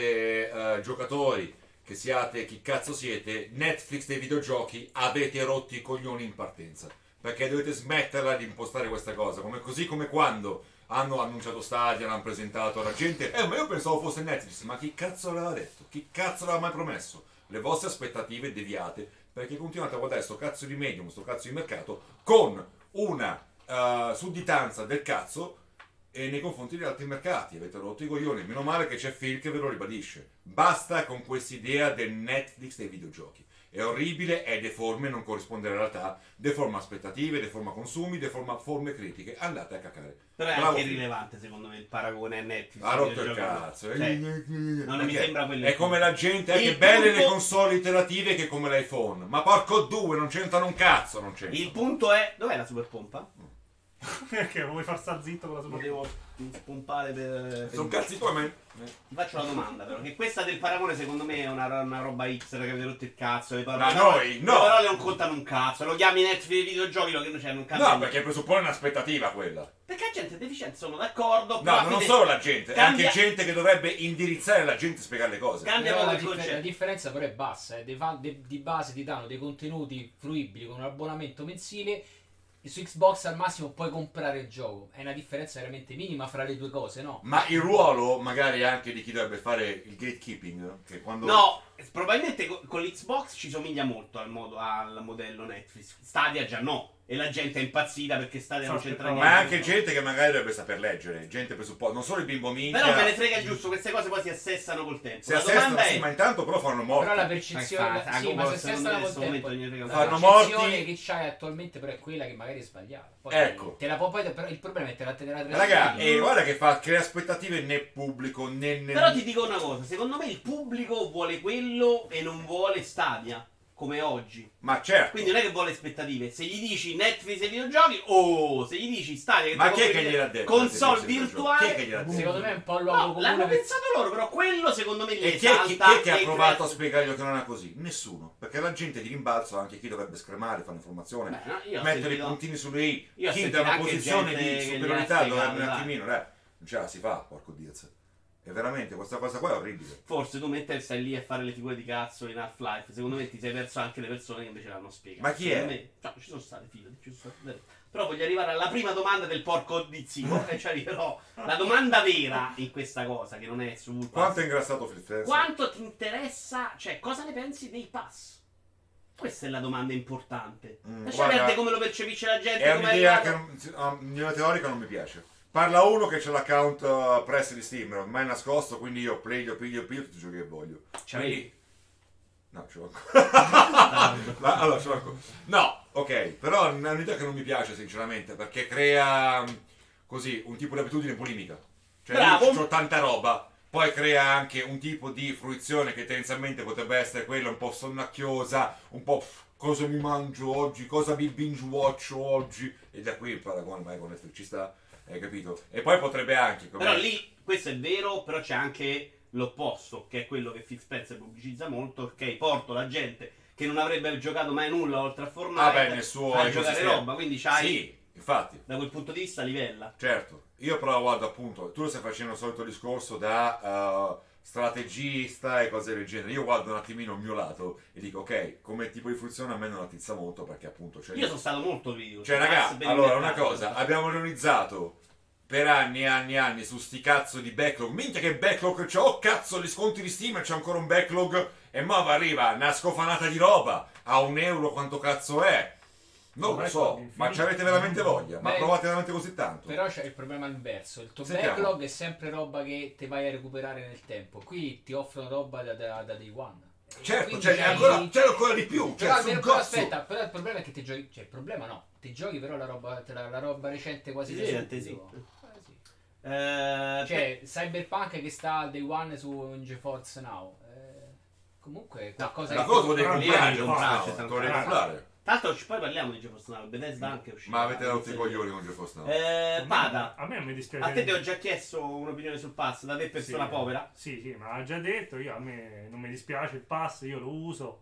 [SPEAKER 3] eh, giocatori, che siate chi cazzo siete, Netflix dei videogiochi avete rotti i coglioni in partenza. Perché dovete smetterla di impostare questa cosa, come, così come quando hanno annunciato Stadia, l'hanno presentato alla gente, eh ma io pensavo fosse Netflix, ma chi cazzo l'aveva detto? Chi cazzo l'aveva mai promesso? Le vostre aspettative deviate perché continuate a guardare sto cazzo di medium, sto cazzo di mercato con una eh, sudditanza del cazzo e nei confronti di altri mercati. Avete rotto i coglioni, meno male che c'è Phil che ve lo ribadisce. Basta con quest'idea del Netflix dei videogiochi. È orribile, è deforme, non corrisponde alla realtà, deforma aspettative, deforma consumi, deforma forme critiche. Andate a cacare.
[SPEAKER 1] Però è
[SPEAKER 3] Bravo,
[SPEAKER 1] anche
[SPEAKER 3] Phil.
[SPEAKER 1] irrilevante secondo me il paragone a Netflix.
[SPEAKER 3] Ha rotto il
[SPEAKER 1] Videogiochi.
[SPEAKER 3] cazzo. eh.
[SPEAKER 1] Cioè,
[SPEAKER 3] non
[SPEAKER 1] mi sembra quello il
[SPEAKER 3] È come la gente, eh,
[SPEAKER 1] Il
[SPEAKER 3] che belle le
[SPEAKER 1] punto-
[SPEAKER 3] console iterative che come l'iPhone. Ma porco due, non c'entrano un cazzo, non c'entrano.
[SPEAKER 1] il punto è... Dov'è la super pompa?
[SPEAKER 4] Perché vuoi far star zitto con la
[SPEAKER 1] Lo
[SPEAKER 4] sua
[SPEAKER 1] devo spompare per...
[SPEAKER 3] Sono cazzi tuoi, ma...
[SPEAKER 1] Ti faccio una domanda però, che questa del paragone secondo me è una, una roba hipster che avete rotto il cazzo, le parole,
[SPEAKER 3] Ma noi, no!
[SPEAKER 1] le parole non contano un cazzo, lo chiami Netflix dei videogiochi, lo che non c'è, non cambia
[SPEAKER 3] No,
[SPEAKER 1] niente.
[SPEAKER 3] perché presuppone un'aspettativa quella.
[SPEAKER 1] Perché la gente è deficiente, sono d'accordo, però
[SPEAKER 3] No,
[SPEAKER 1] alla
[SPEAKER 3] ma non
[SPEAKER 1] fine
[SPEAKER 3] solo la gente, è
[SPEAKER 1] cambia-
[SPEAKER 3] anche gente che dovrebbe indirizzare la gente e spiegare le cose.
[SPEAKER 1] Cambia
[SPEAKER 2] Però la,
[SPEAKER 1] proprio il
[SPEAKER 2] differ- la
[SPEAKER 1] concetto.
[SPEAKER 2] differenza però è bassa, eh. Dei fan- de- di base ti danno dei contenuti fruibili con un abbonamento mensile e su Xbox al massimo puoi comprare il gioco, è una differenza veramente minima fra le due cose, no?
[SPEAKER 3] Ma il ruolo magari anche di chi dovrebbe fare il gatekeeping, che quando
[SPEAKER 1] No, probabilmente co- con l'Xbox ci somiglia molto al, modo- al modello Netflix. Stadia già no. E la gente è impazzita perché Stadia non
[SPEAKER 4] Sì,
[SPEAKER 1] c'entra
[SPEAKER 4] però-
[SPEAKER 1] niente.
[SPEAKER 3] Ma è anche gente che magari dovrebbe saper leggere, gente presupposta, non solo il bimbo minchia.
[SPEAKER 1] Però me ne frega giusto, queste cose poi si assestano col tempo.
[SPEAKER 3] Se
[SPEAKER 1] la
[SPEAKER 3] assestano,
[SPEAKER 1] domanda
[SPEAKER 3] sì,
[SPEAKER 1] è...
[SPEAKER 3] ma intanto però fanno morti.
[SPEAKER 2] Però la
[SPEAKER 1] Ma
[SPEAKER 2] percezione,
[SPEAKER 1] infatti,
[SPEAKER 2] sì, ma
[SPEAKER 1] Agobol,
[SPEAKER 2] se sei
[SPEAKER 1] secondo me, in
[SPEAKER 2] stata col
[SPEAKER 1] questo
[SPEAKER 2] tempo,
[SPEAKER 1] momento non gliene frega
[SPEAKER 2] la
[SPEAKER 1] un
[SPEAKER 3] Fanno
[SPEAKER 2] percezione
[SPEAKER 3] morti.
[SPEAKER 2] che c'hai attualmente però è quella che magari è sbagliata. Poi
[SPEAKER 3] Ecco.
[SPEAKER 2] Te la può poi, però il problema è che te la te la
[SPEAKER 3] Raga, eh,
[SPEAKER 2] trasmette.
[SPEAKER 3] e guarda che fa, crea aspettative né pubblico né... né-
[SPEAKER 1] Però ti dico una cosa, secondo me il pubblico vuole quello e non vuole Stadia, come oggi.
[SPEAKER 3] Ma certo.
[SPEAKER 1] Quindi non è che vuole aspettative. Se gli dici Netflix e videogiochi, o se gli dici Stadia che
[SPEAKER 3] Ma
[SPEAKER 1] ti
[SPEAKER 3] chi è
[SPEAKER 1] può
[SPEAKER 3] che
[SPEAKER 1] offrire
[SPEAKER 3] gliel'ha detto?
[SPEAKER 1] Console
[SPEAKER 3] Chi è che
[SPEAKER 1] virtuale.
[SPEAKER 3] gliel'ha detto?
[SPEAKER 2] Secondo me è un po' il luogo
[SPEAKER 1] No, l'hanno
[SPEAKER 2] comune. per-
[SPEAKER 1] pensato loro, però quello secondo me gli
[SPEAKER 3] E chi è, chi- chi
[SPEAKER 1] esalta
[SPEAKER 3] è che ha
[SPEAKER 1] e
[SPEAKER 3] provato
[SPEAKER 1] crea-
[SPEAKER 3] a spiegargli che non è così? Nessuno. Perché la gente di rimbalzo, anche chi dovrebbe scremare, fare informazione,
[SPEAKER 1] Beh, no, io ho
[SPEAKER 3] mettere i
[SPEAKER 1] sentito-
[SPEAKER 3] puntini sulle i,
[SPEAKER 1] io ho
[SPEAKER 3] chi
[SPEAKER 1] sentito
[SPEAKER 3] da una
[SPEAKER 1] anche
[SPEAKER 3] posizione
[SPEAKER 1] gente
[SPEAKER 3] di
[SPEAKER 1] che gli ha
[SPEAKER 3] superiorità
[SPEAKER 1] spiegato,
[SPEAKER 3] dovrebbe un
[SPEAKER 1] dai.
[SPEAKER 3] attimino, eh, non ce la si fa, porco Diaz. E veramente questa cosa qua è orribile.
[SPEAKER 1] Forse tu mentre stai lì a fare le figure di cazzo in Half-Life, secondo me ti sei perso anche le persone che invece l'hanno spiegato.
[SPEAKER 3] Ma chi
[SPEAKER 1] Secondo
[SPEAKER 3] è?
[SPEAKER 1] me- Cioè, ci sono state, fidati, ci sono state. Però voglio arrivare alla prima domanda del porco di zio, e ci arriverò. La domanda vera in questa cosa, che non è sul
[SPEAKER 3] Quanto è ingrassato Phil Spencer?
[SPEAKER 1] Quanto ti interessa, cioè, cosa ne pensi dei pass? Questa è la domanda importante.
[SPEAKER 3] Mm,
[SPEAKER 1] Lascia
[SPEAKER 3] guarda,
[SPEAKER 1] perdere come lo percepisce la gente,
[SPEAKER 3] È
[SPEAKER 1] come
[SPEAKER 3] un'idea che
[SPEAKER 1] arrivato.
[SPEAKER 3] non, ah, un'idea teorica non mi piace. Parla uno che c'è l'account eh, press di Steam, ormai è nascosto, quindi io piglio, piglio, piglio tutti i giochi che voglio.
[SPEAKER 1] Cioè, vedi?
[SPEAKER 3] No, ce l'ho ancora. Ma- allora, ce l'ho ancora. No, ok, però è un'idea che non mi piace, sinceramente, perché crea mm, così un tipo di abitudine polemica. Cioè,
[SPEAKER 1] Bravo.
[SPEAKER 3] io c'ho tanta roba, poi crea anche un tipo di fruizione che tendenzialmente potrebbe essere quella un po' sonnacchiosa, un po' "Pff, cosa mi mangio oggi, cosa mi binge watcho oggi, e da qui il paragone mai con Netflix ci sta, hai capito? E poi potrebbe anche, come
[SPEAKER 1] Però lì, questo è vero, però c'è anche l'opposto, che è quello che Phil Spencer pubblicizza molto, ok, porto la gente che non avrebbe giocato mai nulla oltre a
[SPEAKER 3] ah
[SPEAKER 1] Fortnite
[SPEAKER 3] beh, nel suo
[SPEAKER 1] a giocare
[SPEAKER 3] ecosistema.
[SPEAKER 1] roba, quindi c'hai,
[SPEAKER 3] Sì, infatti.
[SPEAKER 1] da quel punto di vista, livella.
[SPEAKER 3] Certo, io però guardo appunto, tu lo stai facendo il solito discorso da eh, strategista e cose del genere, io guardo un attimino il mio lato e dico ok, come tipo di funzione a me non attizza molto perché appunto c'è...
[SPEAKER 1] Io sono stato molto video.
[SPEAKER 3] Cioè raga, allora una cosa, abbiamo ironizzato per anni e anni e anni su sti cazzo di backlog, minchia che backlog c'ho, oh cazzo gli sconti di Steam c'è ancora un backlog e mo arriva una scofanata di roba a un euro quanto cazzo è? Non lo so, ma ci avete veramente voglia? Ma
[SPEAKER 2] Beh,
[SPEAKER 3] provate veramente così tanto?
[SPEAKER 2] Però c'è il problema inverso, il tuo
[SPEAKER 3] Sentiamo.
[SPEAKER 2] backlog è sempre roba che ti vai a recuperare nel tempo, qui ti offrono roba da, da, da day one.
[SPEAKER 3] Certo,
[SPEAKER 2] Quindi
[SPEAKER 3] c'è
[SPEAKER 2] c'hai-
[SPEAKER 3] ancora, c'è ancora di più. Cioè,
[SPEAKER 2] Però,
[SPEAKER 3] sul
[SPEAKER 2] però
[SPEAKER 3] cazzo.
[SPEAKER 2] aspetta, però il problema è che ti giochi, cioè il problema no, ti giochi però la roba, te la, la roba recente quasi
[SPEAKER 1] Sì,
[SPEAKER 2] da
[SPEAKER 1] sì,
[SPEAKER 2] subito.
[SPEAKER 1] te sì.
[SPEAKER 2] Eh, sì.
[SPEAKER 1] Eh,
[SPEAKER 2] Cioè Cyberpunk che sta al day one su GeForce Now, eh, comunque qualcosa
[SPEAKER 3] La
[SPEAKER 2] che-
[SPEAKER 3] cosa devi
[SPEAKER 4] Però
[SPEAKER 3] comprare,
[SPEAKER 4] lì è
[SPEAKER 3] non
[SPEAKER 4] il
[SPEAKER 3] so,
[SPEAKER 1] forse,
[SPEAKER 3] lo devi
[SPEAKER 1] tanto.
[SPEAKER 3] comprare.
[SPEAKER 1] Tanto ci poi parliamo di GeForce Now, Bethesda anche è uscita.
[SPEAKER 3] Ma avete rotto i
[SPEAKER 1] Eh,
[SPEAKER 3] coglioni con GeForce Now.
[SPEAKER 1] Eh, Pada,
[SPEAKER 4] A me non mi dispiace.
[SPEAKER 1] a te ti ho
[SPEAKER 4] niente.
[SPEAKER 1] già chiesto un'opinione sul pass, da te persona
[SPEAKER 4] Sì.
[SPEAKER 1] povera.
[SPEAKER 4] Sì, sì, ma l'ha già detto, io a me non mi dispiace il pass, io lo uso.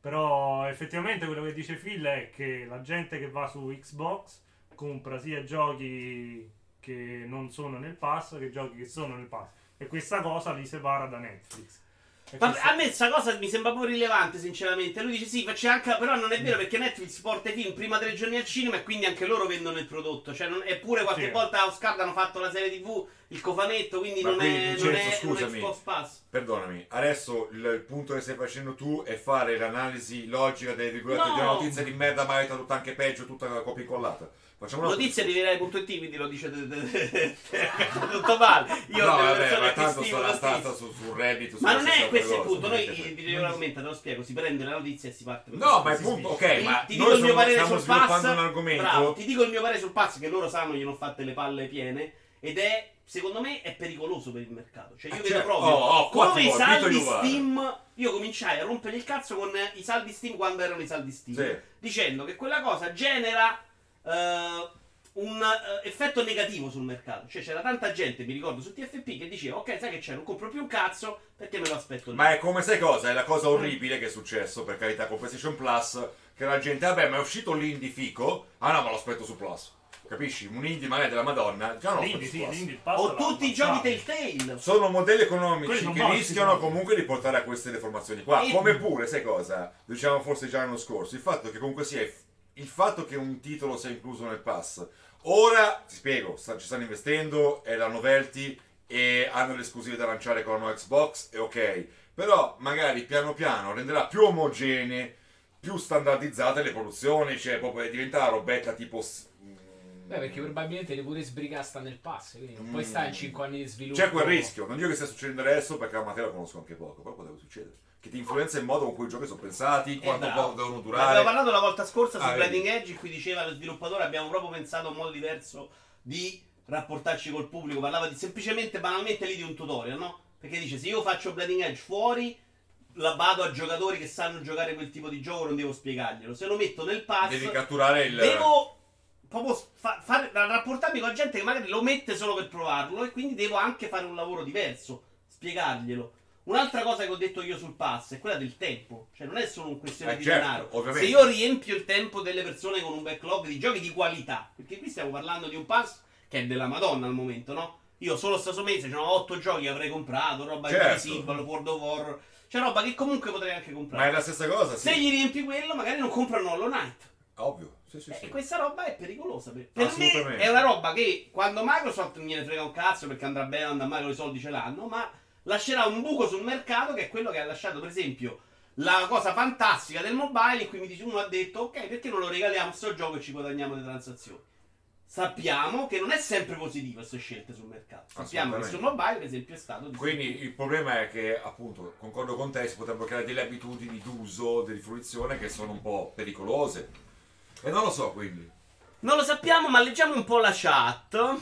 [SPEAKER 4] Però effettivamente quello che dice Phil è che la gente che va su Xbox compra sia giochi che non sono nel pass che giochi che sono nel pass. E questa cosa li separa da Netflix. E
[SPEAKER 1] Ma
[SPEAKER 4] questa-
[SPEAKER 1] a me sta cosa mi sembra proprio rilevante, sinceramente. Lui dice: Sì, faccia anche. Però non è vero perché Netflix porta i film prima tre giorni al cinema e quindi anche loro vendono il prodotto. Cioè, non- eppure qualche
[SPEAKER 4] Sì.
[SPEAKER 1] volta a Oscar hanno fatto la serie TV, il cofanetto, quindi
[SPEAKER 3] Ma
[SPEAKER 1] non,
[SPEAKER 3] quindi,
[SPEAKER 1] è,
[SPEAKER 3] Vincenzo,
[SPEAKER 1] non, è, non è
[SPEAKER 3] scusami.
[SPEAKER 1] Xbox Pass.
[SPEAKER 3] Perdonami, adesso il, il punto che stai facendo tu è fare l'analisi logica delle virgolette
[SPEAKER 1] No.
[SPEAKER 3] di una notizia di merda mai tradotta anche peggio, tutta la copia incollata. Facciamo una
[SPEAKER 1] Notizie di Rai.it, quindi lo dice tutto male. Io
[SPEAKER 3] no,
[SPEAKER 1] ho delle
[SPEAKER 3] vabbè,
[SPEAKER 1] persone
[SPEAKER 3] ma
[SPEAKER 1] che
[SPEAKER 3] tanto
[SPEAKER 1] stimano
[SPEAKER 3] sarà
[SPEAKER 1] tantissimo.
[SPEAKER 3] stata su, su Reddit.
[SPEAKER 1] Ma
[SPEAKER 3] sulla
[SPEAKER 1] non
[SPEAKER 3] stessa
[SPEAKER 1] è questo il
[SPEAKER 3] cosa,
[SPEAKER 1] punto. Noi
[SPEAKER 3] non è che-
[SPEAKER 1] di aumenta, te lo spiego. Si prende la notizia e si parte per
[SPEAKER 3] No, ma il
[SPEAKER 4] si
[SPEAKER 3] punto,
[SPEAKER 4] spisce.
[SPEAKER 3] ok, ma
[SPEAKER 1] ti dico
[SPEAKER 3] noi
[SPEAKER 1] il mio
[SPEAKER 3] stiamo
[SPEAKER 1] parere
[SPEAKER 3] stiamo
[SPEAKER 1] sul pass.
[SPEAKER 3] sviluppando un argomento.
[SPEAKER 1] Bravo, ti dico il mio parere sul pass che loro sanno gli hanno fatte le palle piene ed è secondo me è pericoloso per il mercato. Cioè io
[SPEAKER 3] Eh,
[SPEAKER 1] vedo
[SPEAKER 3] certo.
[SPEAKER 1] proprio
[SPEAKER 3] Oh, oh, qua
[SPEAKER 1] come
[SPEAKER 3] ti
[SPEAKER 1] i
[SPEAKER 3] vuoi,
[SPEAKER 1] saldi
[SPEAKER 3] Vito Iovara.
[SPEAKER 1] Steam io cominciai a rompere il cazzo con i saldi Steam quando erano i saldi Steam
[SPEAKER 3] Sì.
[SPEAKER 1] dicendo che quella cosa genera eh, un eh, effetto negativo sul mercato. Cioè c'era tanta gente, mi ricordo su TFP che diceva "Ok, sai che c'è, non compro più un cazzo perché me lo aspetto lì".
[SPEAKER 3] Ma è come sai cosa? È la cosa
[SPEAKER 1] Mm.
[SPEAKER 3] orribile che è successo, per carità, con PlayStation Plus, che la gente, vabbè, ma è uscito l'indie fico, ah no, ma lo aspetto su Plus. Capisci? Un indie magari della Madonna, già non lo aspetto
[SPEAKER 4] L'indie,
[SPEAKER 3] su
[SPEAKER 4] sì,
[SPEAKER 3] Plus.
[SPEAKER 4] l'indie, il pass
[SPEAKER 1] Ho
[SPEAKER 4] l'ha
[SPEAKER 1] tutti i giochi
[SPEAKER 4] ammazzato.
[SPEAKER 1] Telltale.
[SPEAKER 3] Sono modelli economici
[SPEAKER 4] Quelli non
[SPEAKER 3] che
[SPEAKER 4] basti,
[SPEAKER 3] rischiano
[SPEAKER 4] no.
[SPEAKER 3] comunque di portare a queste deformazioni qua.
[SPEAKER 1] E-
[SPEAKER 3] Come pure, sai cosa? Diciamo forse già l'anno scorso, il fatto che comunque sia il fatto che un titolo sia incluso nel pass. Ora, ti spiego, sta- ci stanno investendo, è la novelty e hanno l'esclusiva da lanciare con Xbox, è ok. Però magari piano piano renderà più omogenee, più standardizzate le produzioni, cioè proprio diventa robetta tipo... s-
[SPEAKER 2] Beh, perché probabilmente le pure sbrigare sta nel pass, quindi non puoi
[SPEAKER 3] Mm.
[SPEAKER 2] stare in 5 anni di sviluppo. Cioè,
[SPEAKER 3] C'è quel rischio, non dico che stia succedendo adesso perché la materia la conosco anche poco, però potrebbe succedere. Che ti influenza il modo con cui i giochi sono pensati, quanto
[SPEAKER 1] bravo.
[SPEAKER 3] po- devono
[SPEAKER 1] Eh, Abbiamo
[SPEAKER 3] durare.
[SPEAKER 1] parlato la volta scorsa su
[SPEAKER 3] Ah, vedi.
[SPEAKER 1] Blinding Edge, in cui diceva lo sviluppatore abbiamo proprio pensato a un modo diverso di rapportarci col pubblico, parlava di semplicemente banalmente lì di un tutorial, no? Perché dice se io faccio Blinding Edge fuori la vado a giocatori che sanno giocare quel tipo di gioco, non devo spiegarglielo. Se lo metto nel pass
[SPEAKER 3] Devi catturare il...
[SPEAKER 1] devo proprio fa- fare- rapportarmi con la gente che magari lo mette solo per provarlo e quindi devo anche fare un lavoro diverso, spiegarglielo. Un'altra cosa che ho detto io sul pass è quella del tempo, cioè non è solo un questione
[SPEAKER 3] Eh,
[SPEAKER 1] di
[SPEAKER 3] certo,
[SPEAKER 1] denaro.
[SPEAKER 3] ovviamente.
[SPEAKER 1] Se io riempio il tempo delle persone con un backlog di giochi di qualità, perché qui stiamo parlando di un pass che è della Madonna al momento, no? Io solo stasso mese cioè, c'erano 8 gogiochi che avrei comprato, roba
[SPEAKER 3] Certo.
[SPEAKER 1] invisibile, World of War, c'è roba che comunque potrei anche
[SPEAKER 3] Ma è
[SPEAKER 1] comprare.
[SPEAKER 3] la stessa cosa, sì.
[SPEAKER 1] Se gli riempi quello, magari non comprano Hollow Knight.
[SPEAKER 3] Ovvio, sì, sì,
[SPEAKER 1] Eh,
[SPEAKER 3] sì.
[SPEAKER 1] questa roba è pericolosa. Per, per me
[SPEAKER 3] Assolutamente.
[SPEAKER 1] è una roba che quando Microsoft non gliene frega un cazzo perché andrà bene, andrà male, i soldi ce l'hanno, ma lascerà un buco sul mercato che è quello che ha lasciato, per esempio, la cosa fantastica del mobile in cui mi dice uno ha detto ok, perché non lo regaliamo sto gioco e ci guadagniamo le transazioni? Sappiamo che non è sempre positivo queste scelte sul mercato. Sappiamo che
[SPEAKER 3] Assolutamente.
[SPEAKER 1] sul mobile, per esempio, è stato di-
[SPEAKER 3] Quindi il problema è che, appunto, concordo con te, si potrebbero creare delle abitudini d'uso, di fruizione che sono un po' pericolose. E non lo so, quindi.
[SPEAKER 1] Non lo sappiamo, ma leggiamo un po' la chat.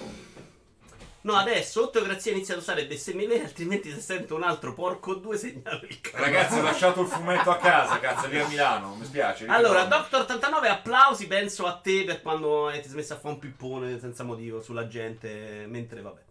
[SPEAKER 1] No, adesso Otto Grazia inizia ad usare bestemmie vere, altrimenti se sento un altro porco due segnalo il cazzo.
[SPEAKER 3] Ragazzi, ho lasciato il fumetto a casa, cazzo, lì a Milano, mi spiace.
[SPEAKER 1] Allora, Doctor 89, applausi penso a te per quando eh, ti sei messo a fare un pippone senza motivo sulla gente, mentre vabbè.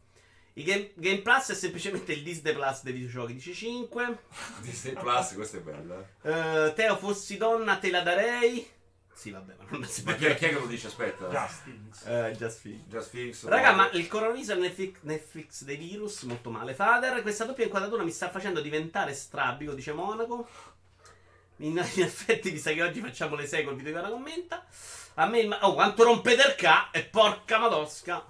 [SPEAKER 1] I Game, Game Plus è semplicemente il Disney Plus dei videogiochi, dice 5.
[SPEAKER 3] Disney Plus, questa è bella. eh.
[SPEAKER 1] Eh, Teo, fossi donna, te la darei. Sì, vabbè, ma non si
[SPEAKER 3] Ma chi è, chi è che lo dice? Aspetta.
[SPEAKER 4] Justin.
[SPEAKER 1] Eh, just fine.
[SPEAKER 3] Just Fix.
[SPEAKER 1] Raga, ma il coronavirus è il Netflix, Netflix dei virus, molto male. Father, questa doppia inquadratura mi sta facendo diventare strabico, dice Monaco. In, in effetti, mi sa che oggi facciamo le 6 col video che ora commenta. A me, il ma- oh, quanto rompete il ca! E porca madosca!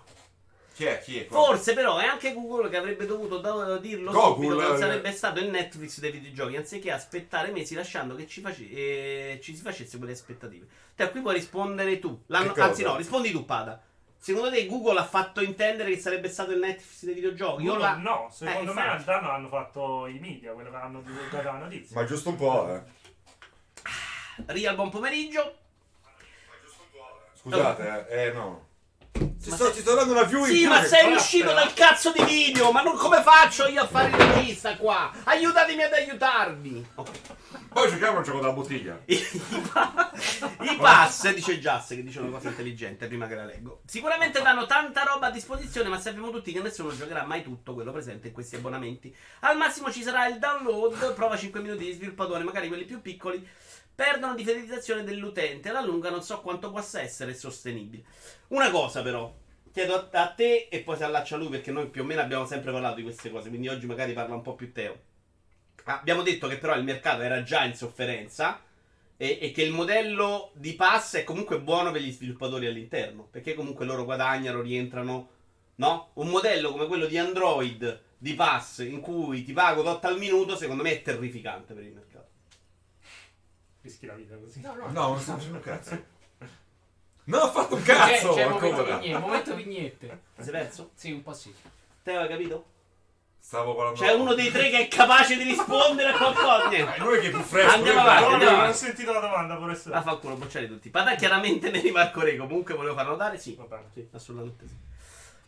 [SPEAKER 3] Chi è? Chi è? qua?
[SPEAKER 1] Forse, però, è anche Google che avrebbe dovuto da- dirlo
[SPEAKER 3] Google,
[SPEAKER 1] subito che non
[SPEAKER 3] eh.
[SPEAKER 1] sarebbe stato il Netflix dei videogiochi, anziché aspettare mesi lasciando che ci, face- eh, ci si facesse quelle aspettative. Te, qui puoi rispondere tu. L'hanno-
[SPEAKER 3] Che cosa?
[SPEAKER 1] Anzi, no, rispondi tu, Pada. Secondo te Google ha fatto intendere che sarebbe stato il Netflix dei videogiochi? Io la-
[SPEAKER 4] No, secondo
[SPEAKER 1] Eh,
[SPEAKER 4] me
[SPEAKER 1] infatti.
[SPEAKER 4] al danno hanno fatto i media, quello che hanno divulgato la notizia.
[SPEAKER 3] Ma giusto un po', eh.
[SPEAKER 1] Ria, buon pomeriggio.
[SPEAKER 3] Scusate, eh, eh, no. Ci
[SPEAKER 1] Ma
[SPEAKER 3] sto,
[SPEAKER 1] se-
[SPEAKER 3] ci sto dando una view in
[SPEAKER 1] Sì,
[SPEAKER 3] più
[SPEAKER 1] ma
[SPEAKER 3] che-
[SPEAKER 1] sei
[SPEAKER 4] basta.
[SPEAKER 1] uscito dal cazzo di video! Ma non come faccio io a fare il regista qua? Aiutatemi ad aiutarvi! Ok.
[SPEAKER 3] Poi giochiamo a un gioco della bottiglia.
[SPEAKER 1] I pa- i pass, dice Jazz, che dice una cosa intelligente prima che la leggo. Sicuramente danno tanta roba a disposizione, ma sappiamo tutti che nessuno giocherà mai tutto quello presente in questi abbonamenti. Al massimo ci sarà il download, prova 5 minuti di sviluppatore, magari quelli più piccoli. Perdono di fidelizzazione dell'utente, alla lunga non so quanto possa essere sostenibile. Una cosa però, chiedo a- a te e poi si allaccia lui perché noi più o meno abbiamo sempre parlato di queste cose, quindi oggi magari parla un po' più Teo. Abbiamo detto che però il mercato era già in sofferenza e, e che il modello di pass è comunque buono per gli sviluppatori all'interno, perché comunque loro guadagnano, rientrano, no? Un modello come quello di Android di pass in cui ti pago tot al minuto, secondo me è terrificante per il mercato.
[SPEAKER 4] Rischi la vita così.
[SPEAKER 2] No, no,
[SPEAKER 3] No, non sto facendo un cazzo. Non ho fatto un cazzo!
[SPEAKER 2] C'è, c'è il momento
[SPEAKER 3] ancora.
[SPEAKER 2] vignette, momento vignette.
[SPEAKER 1] Ti sei perso?
[SPEAKER 2] Sì, un po' sì.
[SPEAKER 1] Teo, hai capito?
[SPEAKER 3] Stavo guardando.
[SPEAKER 1] C'è uno dei tre che è capace di rispondere a qualcosa.
[SPEAKER 3] È
[SPEAKER 1] Niente.
[SPEAKER 3] lui che è più fresco.
[SPEAKER 1] Andiamo
[SPEAKER 3] lui è più-
[SPEAKER 1] avanti.
[SPEAKER 4] No, no,
[SPEAKER 1] no.
[SPEAKER 4] non ho sentito la domanda, professore.
[SPEAKER 1] La fa culo, bocciare Ah, tutti. Padà chiaramente ne rimarco re, comunque volevo far notare, sì.
[SPEAKER 4] Va bene.
[SPEAKER 1] Sì, assolutamente sì.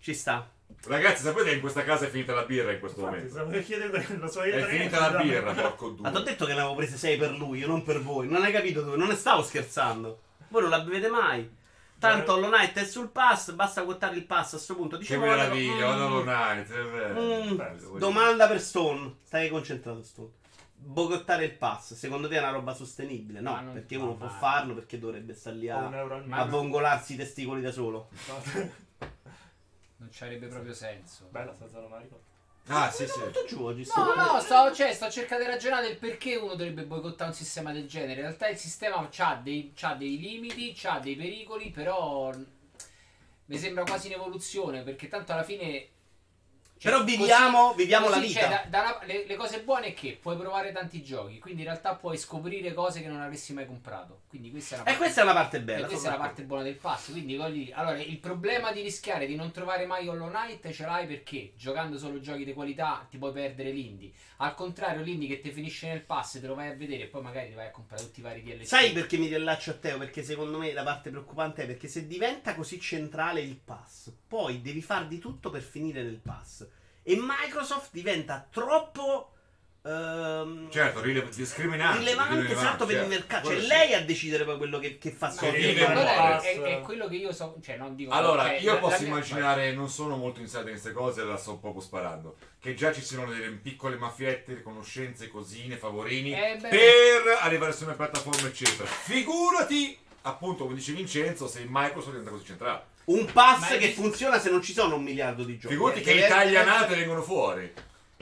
[SPEAKER 1] Ci sta.
[SPEAKER 3] Ragazzi, sapete che in questa casa è finita la birra in questo
[SPEAKER 4] Infatti,
[SPEAKER 3] momento.
[SPEAKER 4] stavo per chiedere quello, so io
[SPEAKER 3] È
[SPEAKER 4] tre,
[SPEAKER 3] finita la
[SPEAKER 4] scusate.
[SPEAKER 3] birra, porco
[SPEAKER 1] Ma ti ho
[SPEAKER 3] due.
[SPEAKER 1] detto che ne avevo prese 6 per lui, io non per voi. Non hai capito tu, non ne stavo scherzando. Voi non la bevete mai. Tanto Hollow Knight è sul pass, basta quotare il pass a sto punto.
[SPEAKER 3] Che
[SPEAKER 1] Dicevo,
[SPEAKER 3] meraviglia, vado
[SPEAKER 1] mm,
[SPEAKER 3] Night. è vero.
[SPEAKER 1] mm,
[SPEAKER 3] Bello, voglio
[SPEAKER 1] domanda per Stone. Stai concentrato Stone. Bogottare il pass, secondo te è una roba sostenibile? No,
[SPEAKER 2] Ma non-
[SPEAKER 1] perché
[SPEAKER 2] ma
[SPEAKER 1] uno può
[SPEAKER 2] mai.
[SPEAKER 1] farlo, perché dovrebbe stare lì
[SPEAKER 4] Con un
[SPEAKER 1] a,
[SPEAKER 4] euro al
[SPEAKER 2] Ma-
[SPEAKER 1] a
[SPEAKER 4] mese.
[SPEAKER 1] vongolarsi i testicoli da solo.
[SPEAKER 2] Non ci avrebbe proprio senso.
[SPEAKER 4] Bella sta zona Marico.
[SPEAKER 3] dire. Ah, sì,
[SPEAKER 1] Sono
[SPEAKER 3] sì.
[SPEAKER 1] molto giù oggi,
[SPEAKER 2] No,
[SPEAKER 1] Stone.
[SPEAKER 2] no, sto, cioè, sto cercando di ragionare del perché uno dovrebbe boicottare un sistema del genere. In realtà il sistema ha dei, c'ha dei limiti, ha dei pericoli, però mh, mi sembra quasi in evoluzione, perché tanto alla fine Cioè,
[SPEAKER 1] Però viviamo- viviamo la
[SPEAKER 2] cioè,
[SPEAKER 1] vita.
[SPEAKER 2] da- da una- le, le cose buone è che puoi provare tanti giochi, quindi in realtà puoi scoprire cose che non avresti mai comprato. Quindi questa è una
[SPEAKER 1] E
[SPEAKER 2] parte-
[SPEAKER 1] questa è una parte
[SPEAKER 2] e
[SPEAKER 1] bella.
[SPEAKER 2] questa è la parte buona del pass. Quindi voglio dire, allora, il problema di rischiare di non trovare mai Hollow Knight ce l'hai perché giocando solo giochi di qualità ti puoi perdere l'indie. Al contrario, l'indie che ti finisce nel pass te lo vai a vedere e poi magari ti vai a comprare tutti i vari DLC.
[SPEAKER 1] Sai perché mi riallaccio a Teo? Perché secondo me la parte preoccupante è perché se diventa così centrale il pass, poi devi far di tutto per finire nel pass. E Microsoft diventa troppo. ehm,
[SPEAKER 3] Certo, rile- discriminante.
[SPEAKER 1] rilevante esatto per il
[SPEAKER 3] certo.
[SPEAKER 1] mercato. Cioè,
[SPEAKER 3] Quello sì.
[SPEAKER 1] lei a decidere poi quello che, che fa
[SPEAKER 2] Ma
[SPEAKER 1] soldi.
[SPEAKER 3] vive
[SPEAKER 2] perché
[SPEAKER 3] e
[SPEAKER 1] Allora-
[SPEAKER 3] muore.
[SPEAKER 2] allora
[SPEAKER 4] pass.
[SPEAKER 2] è, è quello che io so, cioè non dico
[SPEAKER 3] Allora,
[SPEAKER 2] cioè,
[SPEAKER 3] io
[SPEAKER 2] la-
[SPEAKER 3] posso
[SPEAKER 2] la-
[SPEAKER 3] immaginare, non sono molto insider in queste cose, la sto proprio sparando, che già ci siano delle piccole mafiette, conoscenze, cosine, favorini,
[SPEAKER 2] Eh, beh.
[SPEAKER 3] per arrivare su una piattaforma, eccetera. Figurati, appunto, come dice Vincenzo, se Microsoft diventa così centrale.
[SPEAKER 1] Un
[SPEAKER 2] Ma
[SPEAKER 1] pass
[SPEAKER 2] è
[SPEAKER 1] che
[SPEAKER 2] giusto-
[SPEAKER 1] funziona se non ci sono un miliardo di giochi.
[SPEAKER 3] Figurati
[SPEAKER 1] Eh,
[SPEAKER 3] che
[SPEAKER 1] deve-
[SPEAKER 3] italianate vengono fuori.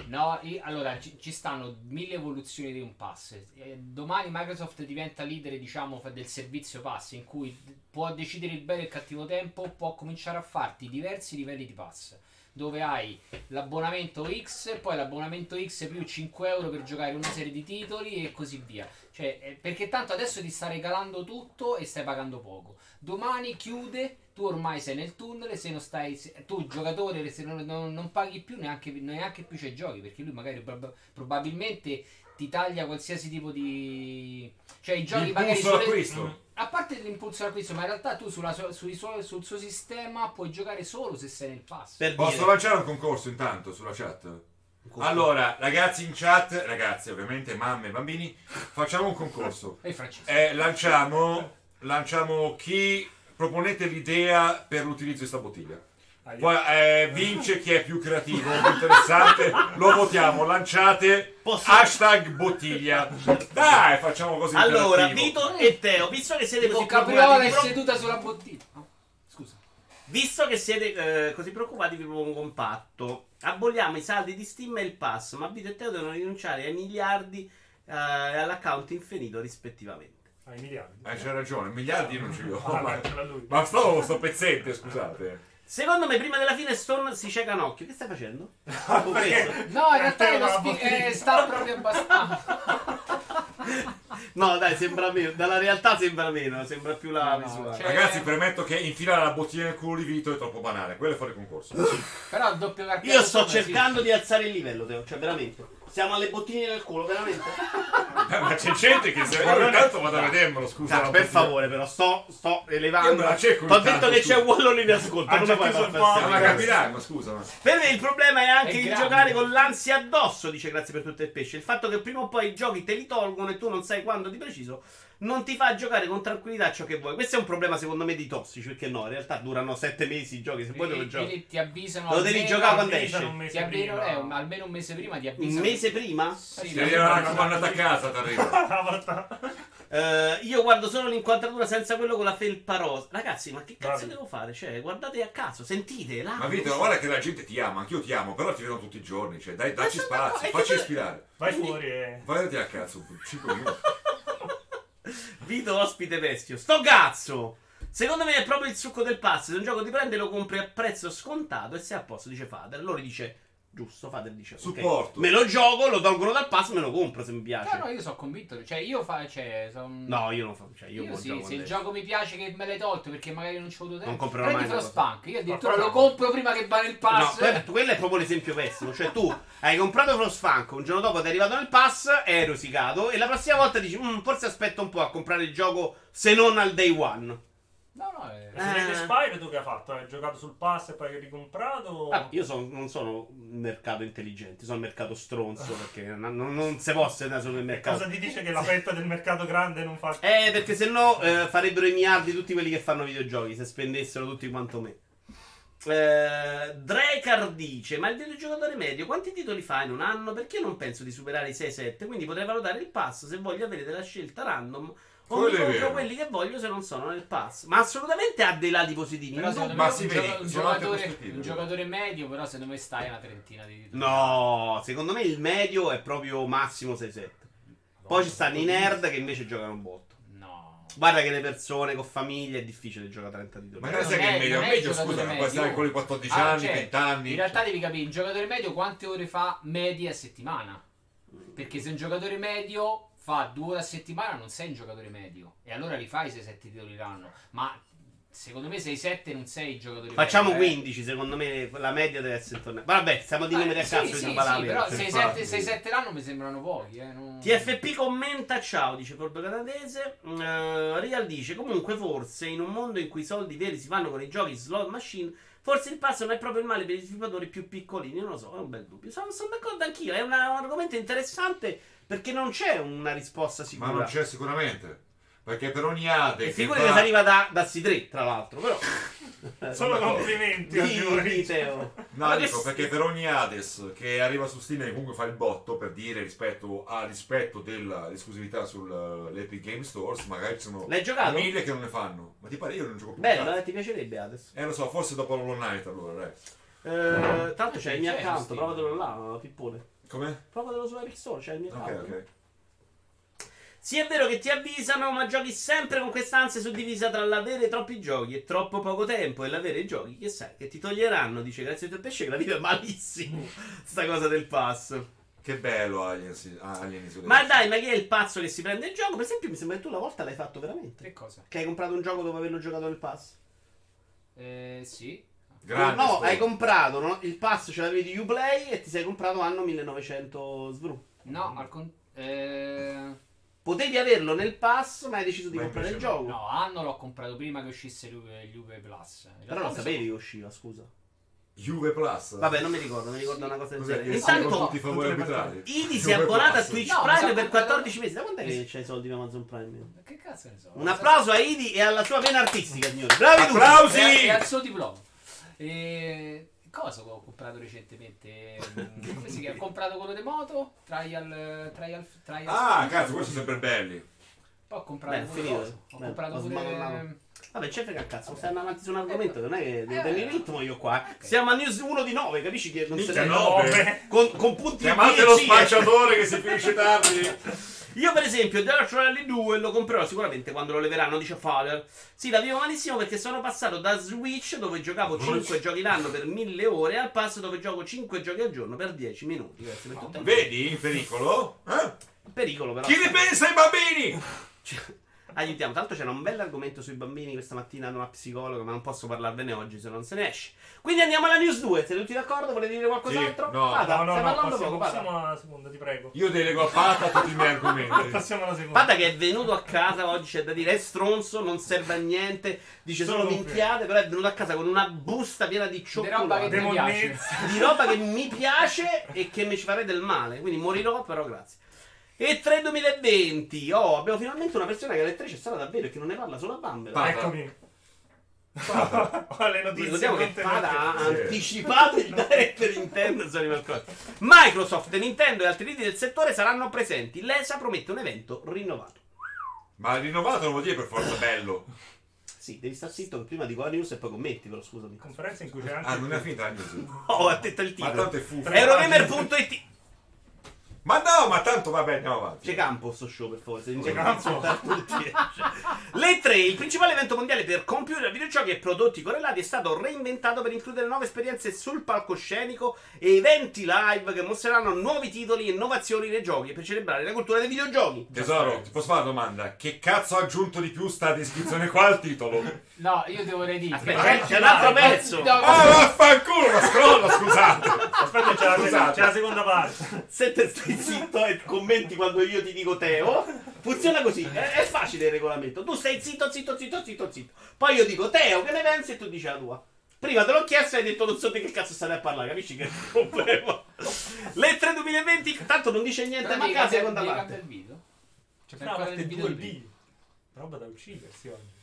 [SPEAKER 2] No, i- allora ci, ci stanno mille evoluzioni di un pass. Eh, domani Microsoft diventa leader, diciamo, fa- del servizio pass in cui può decidere il bene e il cattivo tempo, può cominciare a farti diversi livelli di pass. Dove hai l'abbonamento X, poi l'abbonamento X più 5 euro per giocare una serie di titoli e così via. Cioè, eh, perché tanto adesso ti sta regalando tutto e stai pagando poco. Domani chiude, tu ormai sei nel tunnel, se non stai, se- tu giocatore, se non, non- non paghi più neanche, neanche più c'è giochi, perché lui magari prob- probabilmente ti taglia qualsiasi tipo di... cioè i giochi magari...
[SPEAKER 3] Impulso
[SPEAKER 2] sulle-
[SPEAKER 3] all'acquisto.
[SPEAKER 4] Mm.
[SPEAKER 2] A parte l'impulso all'acquisto, ma in realtà tu sulla sua- sui suoi- sul suo sistema puoi giocare solo se sei nel pass.
[SPEAKER 1] Per
[SPEAKER 3] Posso
[SPEAKER 1] dire-
[SPEAKER 3] lanciare un concorso intanto sulla chat? Allora, ragazzi in chat, ragazzi ovviamente, mamme e bambini, facciamo un concorso.
[SPEAKER 2] E Francesco.
[SPEAKER 3] Eh, lanciamo, lanciamo chi proponete l'idea per l'utilizzo di sta bottiglia. Poi eh, vince chi è più creativo, più interessante, lo votiamo, lanciate
[SPEAKER 1] Posso-
[SPEAKER 3] hashtag bottiglia. Dai, facciamo così.
[SPEAKER 1] Allora,
[SPEAKER 3] interattivo.
[SPEAKER 1] Vito e Teo, visto che siete
[SPEAKER 2] Tipo
[SPEAKER 1] così
[SPEAKER 2] Capriola
[SPEAKER 1] preoccupati,
[SPEAKER 2] è
[SPEAKER 1] vi pro-
[SPEAKER 2] seduta sulla bottiglia. No, Scusa.
[SPEAKER 1] visto che siete eh, così preoccupati, vi propongo un patto. Aboliamo i saldi di Steam e il pass, ma Vito e Teo devono rinunciare ai miliardi eh, e all'account infinito rispettivamente.
[SPEAKER 4] Ai miliardi.
[SPEAKER 3] Eh, c'hai ragione, miliardi non ce li ho.
[SPEAKER 4] Ah,
[SPEAKER 3] ma-
[SPEAKER 4] no, c'era lui.
[SPEAKER 3] Ma sto, sto pezzente, scusate.
[SPEAKER 1] Secondo me, prima della fine, Stone si cieca un occhio. Che stai facendo? Con questo?
[SPEAKER 2] No, in realtà
[SPEAKER 4] Eh,
[SPEAKER 2] è uno
[SPEAKER 4] la
[SPEAKER 2] spi-
[SPEAKER 4] bottiglia.
[SPEAKER 2] eh, sta proprio abbastanza.
[SPEAKER 1] No, dai, sembra meno. Dalla realtà sembra meno, sembra più la
[SPEAKER 2] No, no,
[SPEAKER 1] visuale.
[SPEAKER 2] cioè-
[SPEAKER 3] Ragazzi, premetto che infilare la bottiglia nel culo di Vito è troppo banale. Quello è fuori concorso.
[SPEAKER 2] Però il doppio cartello.
[SPEAKER 1] Io sto
[SPEAKER 2] sopra, sì.
[SPEAKER 1] cercando di alzare il livello, Teo. Cioè, veramente. Siamo alle bottiglie del culo, veramente.
[SPEAKER 3] Eh, ma c'è gente che se vuole intanto vado a vedermelo, scusa.
[SPEAKER 1] Dai,
[SPEAKER 3] la
[SPEAKER 1] per
[SPEAKER 3] bottiglia.
[SPEAKER 1] favore, però, sto, sto
[SPEAKER 3] Io me
[SPEAKER 1] elevando.
[SPEAKER 3] la cerco
[SPEAKER 1] T'ho
[SPEAKER 3] intanto,
[SPEAKER 1] detto che
[SPEAKER 3] scusa.
[SPEAKER 1] c'è un wallone in ascolto.
[SPEAKER 4] Ha
[SPEAKER 1] non
[SPEAKER 4] già
[SPEAKER 1] mi puoi
[SPEAKER 4] chiuso
[SPEAKER 1] far
[SPEAKER 4] il
[SPEAKER 1] passare.
[SPEAKER 3] Ah, ma capirai, ma scusa. Ma...
[SPEAKER 1] Per me il problema è anche
[SPEAKER 2] È
[SPEAKER 1] il
[SPEAKER 2] grande.
[SPEAKER 1] giocare con l'ansia addosso, dice grazie per tutto il pesce. Il fatto che prima o poi i giochi te li tolgono e tu non sai quando di preciso, non ti fa giocare con tranquillità ciò che vuoi. Questo è un problema secondo me di tossici, perché no, in realtà durano sette mesi i giochi, se vuoi te lo
[SPEAKER 2] Quindi-
[SPEAKER 1] giochi.
[SPEAKER 2] quindi ti avvisano.
[SPEAKER 1] Lo devi
[SPEAKER 2] almeno-
[SPEAKER 1] giocare quando
[SPEAKER 4] Avvisano
[SPEAKER 1] esce.
[SPEAKER 4] un
[SPEAKER 2] Ti
[SPEAKER 4] mese
[SPEAKER 2] avvisano, eh, un-
[SPEAKER 4] prima.
[SPEAKER 2] almeno un mese prima ti
[SPEAKER 1] Un
[SPEAKER 2] avvisano.
[SPEAKER 1] mese prima?
[SPEAKER 2] Sì,
[SPEAKER 3] Ti arriva una raccomandata a casa, ti arriva.
[SPEAKER 4] La volta-
[SPEAKER 1] Eh, io guardo solo l'inquadratura senza quello con la felpa rosa. Ragazzi, ma che cazzo
[SPEAKER 4] Bravi.
[SPEAKER 1] devo fare? Cioè, guardate a caso, sentite là.
[SPEAKER 3] Ma Vito, guarda che la gente ti ama, anch'io ti amo, però ti vedono tutti i giorni, cioè dai, dacci
[SPEAKER 1] Ma sono d'accordo,
[SPEAKER 3] spazio,
[SPEAKER 1] e
[SPEAKER 3] facci
[SPEAKER 1] tu-
[SPEAKER 3] ispirare.
[SPEAKER 4] Vai fuori e...
[SPEAKER 3] Vai a cazzo, 5 minuti.
[SPEAKER 1] Vito ospite pestio. Sto cazzo! Secondo me è proprio il succo del pass. Se un gioco ti prende, lo compri a prezzo scontato e sei a posto, dice Fader. Allora dice. Giusto, Fader dice. ok.
[SPEAKER 3] Supporto.
[SPEAKER 1] Me lo gioco, lo tolgono dal pass, me lo compro se mi piace.
[SPEAKER 2] No, no, io sono convinto. Cioè, io fa. Cioè, son-
[SPEAKER 1] No, io non faccio. Cioè, io,
[SPEAKER 2] Io,
[SPEAKER 1] lo
[SPEAKER 2] sì,
[SPEAKER 1] gioco
[SPEAKER 2] se il
[SPEAKER 1] adesso.
[SPEAKER 2] gioco mi piace che me l'hai tolto perché magari non ci ho avuto tempo.
[SPEAKER 1] Non comprerò
[SPEAKER 2] Prendi
[SPEAKER 1] mai una
[SPEAKER 2] Frostpunk, io addirittura
[SPEAKER 4] Ma
[SPEAKER 2] lo
[SPEAKER 4] guarda-
[SPEAKER 2] compro prima che va nel
[SPEAKER 1] No,
[SPEAKER 2] pass.
[SPEAKER 1] que- quello è proprio l'esempio pessimo. Cioè, tu hai comprato Frostfunk, un giorno dopo ti è arrivato nel pass, è rosicato. E la prossima volta dici, "Mm, forse aspetto un po' a comprare il gioco se non al day one.
[SPEAKER 2] No, no, eh.
[SPEAKER 1] Eh.
[SPEAKER 4] Se vede Spyro tu che hai fatto? Hai giocato sul pass e poi hai ricomprato?
[SPEAKER 1] Ah, io son- non sono un mercato intelligente, sono un mercato stronzo perché non, non- non si può sedere solo nel mercato.
[SPEAKER 4] Cosa ti dice che la fetta del mercato grande non fa...
[SPEAKER 1] Eh, perché sennò eh, farebbero i miliardi tutti quelli che fanno videogiochi se spendessero tutti quanto me. Eh, Dracar dice: Ma il videogiocatore medio quanti titoli fa in un anno? Perché non penso di superare i 6-7? Quindi potrei valutare il pass se voglio avere della scelta random. O
[SPEAKER 3] Quello
[SPEAKER 1] mi
[SPEAKER 3] è
[SPEAKER 1] compro
[SPEAKER 3] vero.
[SPEAKER 1] quelli che voglio se non sono nel pass. Ma assolutamente ha dei lati positivi.
[SPEAKER 2] Però
[SPEAKER 1] non
[SPEAKER 2] secondo
[SPEAKER 1] dubbi.
[SPEAKER 2] me
[SPEAKER 3] Ma
[SPEAKER 2] un,
[SPEAKER 3] si
[SPEAKER 2] gioca-
[SPEAKER 3] vede,
[SPEAKER 2] un
[SPEAKER 3] sono altre
[SPEAKER 2] giocatore,
[SPEAKER 3] prospettive.
[SPEAKER 2] un giocatore medio, però secondo me stai una trentina di titoli.
[SPEAKER 1] No, secondo me il medio è proprio massimo 6-7. Poi ci stanno i nerd che invece giocano un botto.
[SPEAKER 2] No.
[SPEAKER 1] Guarda che le persone con famiglia è difficile giocare a 30 titoli.
[SPEAKER 3] Magari
[SPEAKER 2] Non
[SPEAKER 3] sai che
[SPEAKER 2] è-
[SPEAKER 3] il medio
[SPEAKER 2] non è
[SPEAKER 3] medio,
[SPEAKER 2] il giocatore
[SPEAKER 3] scusa, può
[SPEAKER 2] medio.
[SPEAKER 3] essere quello di 14
[SPEAKER 2] Ah,
[SPEAKER 3] anni,
[SPEAKER 2] cioè,
[SPEAKER 3] 20 anni.
[SPEAKER 2] In realtà devi capire, il giocatore medio quante ore fa medie a settimana? Perché se un giocatore medio fa due ore a settimana non sei un giocatore medio. E allora rifai se sette titoli l'anno. Ma secondo me sei sette non sei il giocatore
[SPEAKER 1] Facciamo
[SPEAKER 2] medio. eh.
[SPEAKER 1] 15, secondo me la media deve essere intorno. a- Vabbè, stiamo di numeri
[SPEAKER 2] Eh,
[SPEAKER 1] a
[SPEAKER 2] sì,
[SPEAKER 1] cazzo,
[SPEAKER 2] sì,
[SPEAKER 1] bisogna
[SPEAKER 2] sì,
[SPEAKER 1] parlare.
[SPEAKER 2] però
[SPEAKER 1] per
[SPEAKER 2] 6-7
[SPEAKER 1] farli.
[SPEAKER 2] 6-7 l'anno mi sembrano pochi. Eh, non-
[SPEAKER 1] TFP commenta ciao, dice proprio canadese. Eh, Real dice comunque forse in un mondo in cui i soldi veri si fanno con i giochi slot machine, forse il passo non è proprio il male per i sviluppatori più piccolini, non lo so, è un bel dubbio. Sono, sono d'accordo anch'io, è una- un argomento interessante perché non c'è una risposta
[SPEAKER 3] Ma
[SPEAKER 1] sicura.
[SPEAKER 3] non c'è sicuramente. Perché per ogni ade
[SPEAKER 1] e
[SPEAKER 3] che
[SPEAKER 1] figurati
[SPEAKER 3] va-
[SPEAKER 1] che si arriva da, da C3, tra l'altro, però...
[SPEAKER 4] Solo
[SPEAKER 1] Vabbè.
[SPEAKER 4] complimenti a
[SPEAKER 1] Di, di
[SPEAKER 4] Giorgio.
[SPEAKER 1] Teo.
[SPEAKER 3] No,
[SPEAKER 1] Ma che
[SPEAKER 3] dico
[SPEAKER 1] s-
[SPEAKER 3] perché per ogni Hades che arriva su Steam e comunque fa il botto per dire rispetto a rispetto dell'esclusività sull'Epic Game eh, Stores, magari ci sono
[SPEAKER 1] L'hai giocato?
[SPEAKER 3] mille che non ne fanno. Ma ti pare io non gioco più.
[SPEAKER 1] Bello,
[SPEAKER 3] cazzo.
[SPEAKER 1] eh, ti piacerebbe adesso.
[SPEAKER 3] Eh lo so, forse dopo Hollow Knight allora, dai.
[SPEAKER 1] Eh, tanto c'è il mio
[SPEAKER 2] C'è
[SPEAKER 1] account,
[SPEAKER 2] Steam.
[SPEAKER 1] provatelo là, Pippone.
[SPEAKER 3] Com'è?
[SPEAKER 1] Provatelo su Epic Store, c'è il mio
[SPEAKER 3] Ok,
[SPEAKER 1] account.
[SPEAKER 3] ok.
[SPEAKER 1] Sì, è vero che ti avvisano, ma giochi sempre con quest'ansia suddivisa tra l'avere troppi giochi e troppo poco tempo e l'avere giochi che sai che ti toglieranno. Dice grazie al tuo pesce che la vita è malissimo. Sta cosa del pass.
[SPEAKER 3] Che bello Aliens, ah, Alien Isolation.
[SPEAKER 1] Ma dai, ma chi è il pazzo che si prende il gioco? Per esempio, mi sembra che tu una volta l'hai fatto veramente.
[SPEAKER 2] Che cosa?
[SPEAKER 1] Che hai comprato un gioco dopo averlo giocato nel pass.
[SPEAKER 2] Eh, sì.
[SPEAKER 3] Grande
[SPEAKER 1] no,
[SPEAKER 3] storia.
[SPEAKER 1] hai comprato no? il pass, ce l'avevi di Uplay e ti sei comprato anno 1900 Svru.
[SPEAKER 2] No, al con- eh,
[SPEAKER 1] Potevi averlo nel pass, ma hai deciso di
[SPEAKER 3] Ma
[SPEAKER 1] comprare il
[SPEAKER 3] invece
[SPEAKER 1] gioco.
[SPEAKER 2] no, anno l'ho comprato prima che uscisse l'Uve, l'Uve Plus. In
[SPEAKER 1] Però
[SPEAKER 2] realtà
[SPEAKER 1] non
[SPEAKER 2] mi
[SPEAKER 1] sapevi
[SPEAKER 2] sono-
[SPEAKER 1] che usciva, scusa.
[SPEAKER 3] Juve Plus.
[SPEAKER 1] Vabbè, non mi ricordo, mi ricordo una cosa del
[SPEAKER 3] Cos'è
[SPEAKER 1] genere.
[SPEAKER 3] che
[SPEAKER 2] Intanto-
[SPEAKER 3] sono
[SPEAKER 1] Intanto,
[SPEAKER 3] tutti i favori
[SPEAKER 4] Tutte le
[SPEAKER 3] arbitrari?
[SPEAKER 1] Idi si
[SPEAKER 3] Juve
[SPEAKER 1] è abbonata a
[SPEAKER 3] Plus.
[SPEAKER 1] Twitch
[SPEAKER 2] No,
[SPEAKER 1] Prime
[SPEAKER 2] mi sa
[SPEAKER 1] per
[SPEAKER 2] che-
[SPEAKER 1] 14 mesi. Da quando è che
[SPEAKER 2] Esatto.
[SPEAKER 1] c'hai i soldi per Amazon Prime?
[SPEAKER 2] Che cazzo ne so?
[SPEAKER 1] Un applauso a Idi e alla sua vena artistica, signori. Bravi tutti!
[SPEAKER 3] Applausi!
[SPEAKER 2] E,
[SPEAKER 1] Eh,
[SPEAKER 2] e al eh, suo diploma. E... Cosa ho comprato recentemente? Mm, Come si chiama? Ho comprato quello di moto, trial, trial, trial.
[SPEAKER 3] Ah, cazzo, questi sono sempre belli.
[SPEAKER 2] Poi ho comprato
[SPEAKER 1] Beh,
[SPEAKER 2] pure
[SPEAKER 1] finito.
[SPEAKER 2] coso. Ho
[SPEAKER 1] Beh,
[SPEAKER 2] comprato
[SPEAKER 1] ho
[SPEAKER 2] pure...
[SPEAKER 1] smanellato. Vabbè, c'è frega il cazzo, stai andando avanti su un argomento che non è che devi
[SPEAKER 2] Eh.
[SPEAKER 1] prendere il ritmo io qua. eh.
[SPEAKER 2] Ok.
[SPEAKER 1] Siamo a news 1 di 9, capisci che non se
[SPEAKER 3] Minchia,
[SPEAKER 1] ne
[SPEAKER 3] no,
[SPEAKER 4] Nove.
[SPEAKER 1] con, con punti
[SPEAKER 3] Chiamate lo
[SPEAKER 1] 10, eh.
[SPEAKER 3] spacciatore che si finisce tardi.
[SPEAKER 1] Io per esempio The Last Rally 2 lo comprerò sicuramente quando lo leveranno, dice Father. Sì, la vivo malissimo perché sono passato da Switch dove giocavo
[SPEAKER 3] Switch.
[SPEAKER 1] 5 giochi l'anno per 1000 ore al pass dove gioco 5 giochi al giorno per 10 minuti. Grazie per tutto il
[SPEAKER 3] Ah, Vedi, in pericolo? Eh?
[SPEAKER 1] pericolo però.
[SPEAKER 3] Chi ne pensa ai bambini?
[SPEAKER 1] Cioè, Aiutiamo, tanto c'era un bel argomento sui bambini questa mattina hanno una psicologa, ma non posso parlarvene oggi se non se ne esce. Quindi andiamo alla news 2, siete tutti d'accordo? Volete dire qualcos'altro?
[SPEAKER 3] Sì, no.
[SPEAKER 1] Vada,
[SPEAKER 4] No, no,
[SPEAKER 1] stai
[SPEAKER 4] no,
[SPEAKER 1] parlando
[SPEAKER 4] passiamo,
[SPEAKER 1] poco, vada.
[SPEAKER 4] passiamo alla seconda, ti prego.
[SPEAKER 3] Io delego a Pata tutti i miei argomenti.
[SPEAKER 4] Passiamo alla seconda.
[SPEAKER 1] Fata che è venuto a casa oggi, c'è da dire, è stronzo, non serve a niente, dice solo
[SPEAKER 4] Solo
[SPEAKER 1] minchiate, però è venuto a casa con una busta piena di
[SPEAKER 2] Di roba che
[SPEAKER 1] cioccolato,
[SPEAKER 2] mi piace.
[SPEAKER 4] Demonnezza.
[SPEAKER 1] di roba che mi piace e che mi ci farei del male, quindi morirò, però grazie. E 3 2020, oh, abbiamo finalmente una persona che alle 3 c'è stata davvero e che non ne parla solo a Ecco, bambera.
[SPEAKER 3] Pa-
[SPEAKER 4] Eccomi. Ho le
[SPEAKER 1] Quindi
[SPEAKER 4] notizie.
[SPEAKER 1] Ricordiamo che
[SPEAKER 4] contenute.
[SPEAKER 1] Fada ha
[SPEAKER 3] Sì.
[SPEAKER 1] anticipato il direct di Nintendo su Animal Crossing. Microsoft, Nintendo e altri leader del settore saranno presenti. L'ESA promette un evento rinnovato.
[SPEAKER 3] Ma rinnovato non vuol dire per forza bello.
[SPEAKER 1] Sì, devi star zitto che prima dico la news e poi commenti, però scusami.
[SPEAKER 4] Conferenza in cui c'è anche...
[SPEAKER 3] Ah, non è finita la news.
[SPEAKER 1] Oh, attento al
[SPEAKER 3] Ma
[SPEAKER 1] titolo.
[SPEAKER 3] tanto è fuffa.
[SPEAKER 4] Eh,
[SPEAKER 1] Eurogamer.it
[SPEAKER 3] Ma no, ma tanto vabbè, andiamo
[SPEAKER 1] C'è
[SPEAKER 3] avanti.
[SPEAKER 1] campo sto show per forza.
[SPEAKER 4] C'è campo.
[SPEAKER 1] Le 3, il principale evento mondiale per computer, videogiochi e prodotti correlati, è stato reinventato per includere nuove esperienze sul palcoscenico e eventi live che mostreranno nuovi titoli e innovazioni nei giochi per celebrare la cultura dei videogiochi.
[SPEAKER 3] Tesoro, ti posso fare una domanda? Che cazzo ha aggiunto di più sta descrizione qua al titolo?
[SPEAKER 2] No, io devo dire...
[SPEAKER 1] Aspetta,
[SPEAKER 2] che-
[SPEAKER 1] c'è- c'è un altro pezzo.
[SPEAKER 2] No,
[SPEAKER 3] Ah, vaffanculo, ma scrolla, scusate.
[SPEAKER 4] Aspetta, c'è la, sec-
[SPEAKER 3] Scusate.
[SPEAKER 4] c'è la seconda parte.
[SPEAKER 1] Se te stai zitto e commenti quando io ti dico Teo, funziona così. È, è facile il regolamento. Tu stai zitto, zitto, zitto, zitto, zitto. Poi io dico Teo, che ne pensi? E tu dici la tua. Prima te l'ho chiesto e hai detto non so di che cazzo state a parlare, capisci che è un problema. Lettere 2020, tanto non dice niente, ma la seconda parte.
[SPEAKER 2] il video.
[SPEAKER 4] C'è
[SPEAKER 2] C'è
[SPEAKER 4] una
[SPEAKER 2] ancora
[SPEAKER 4] parte
[SPEAKER 2] il video
[SPEAKER 4] 2D. Roba da uccidersi oggi.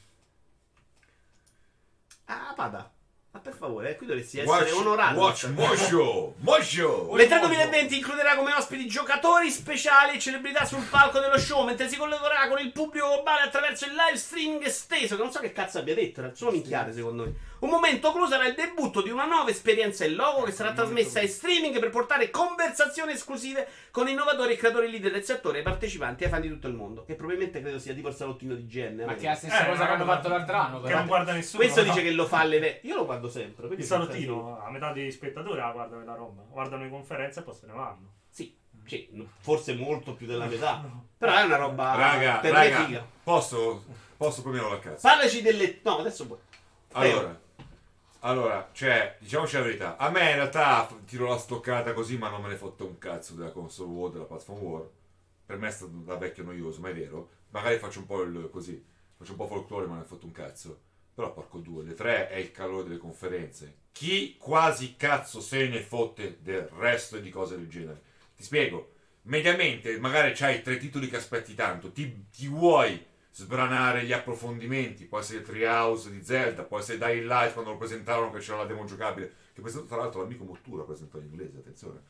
[SPEAKER 1] Ah, Pada, ma per favore, eh, qui dovresti essere
[SPEAKER 3] Watch,
[SPEAKER 1] onorato.
[SPEAKER 3] watch Mosho, Mosho.
[SPEAKER 1] L'E3 2020 includerà come ospiti giocatori speciali e celebrità sul palco dello show, mentre si collegherà con il pubblico globale attraverso il live streaming esteso, che non so che cazzo abbia detto, era solo minchiate secondo me. Un momento close sarà il debutto di una nuova esperienza in logo
[SPEAKER 4] Eh,
[SPEAKER 1] che sarà trasmessa in streaming per portare conversazioni esclusive con innovatori e creatori leader del settore, ai partecipanti e ai fan di tutto il mondo. Che probabilmente credo sia tipo il salottino di Gen.
[SPEAKER 2] Ma
[SPEAKER 1] vero?
[SPEAKER 2] che è la stessa cosa che hanno fatto l'altro anno,
[SPEAKER 4] Eh, Che
[SPEAKER 2] però.
[SPEAKER 4] non guarda nessuno.
[SPEAKER 1] Questo
[SPEAKER 4] no?
[SPEAKER 1] dice che lo fa alle Io lo guardo sempre.
[SPEAKER 4] Il
[SPEAKER 1] quindi sono
[SPEAKER 4] salottino, a metà degli spettatori la guardano la roba. Guardano le conferenze e poi se ne vanno.
[SPEAKER 1] Sì, sì, forse molto più della metà. Però è una roba
[SPEAKER 3] Raga,
[SPEAKER 1] per me
[SPEAKER 3] raga,
[SPEAKER 1] figa.
[SPEAKER 3] posso, posso prenderlo al cazzo?
[SPEAKER 1] Parlaci delle. No, adesso vuoi.
[SPEAKER 3] Allora, allora, cioè, diciamoci la verità. A me in realtà f- tiro la stoccata così, ma non me ne fotte un cazzo della console war, della platform war. Per me è stato da vecchio noioso, ma è vero. Magari faccio un po' il così, faccio un po' folklore, ma non ne fotte un cazzo. Però porco due, le tre è il calore delle conferenze. Chi quasi cazzo se ne fotte del resto e di cose del genere? Ti spiego. Mediamente, magari c'hai tre titoli che aspetti tanto, ti, ti vuoi sbranare gli approfondimenti, può essere Treehouse di Zelda, può essere Dying Light quando lo presentarono che c'era la demo giocabile, che questo tra l'altro l'amico Mottura presentò in inglese, attenzione.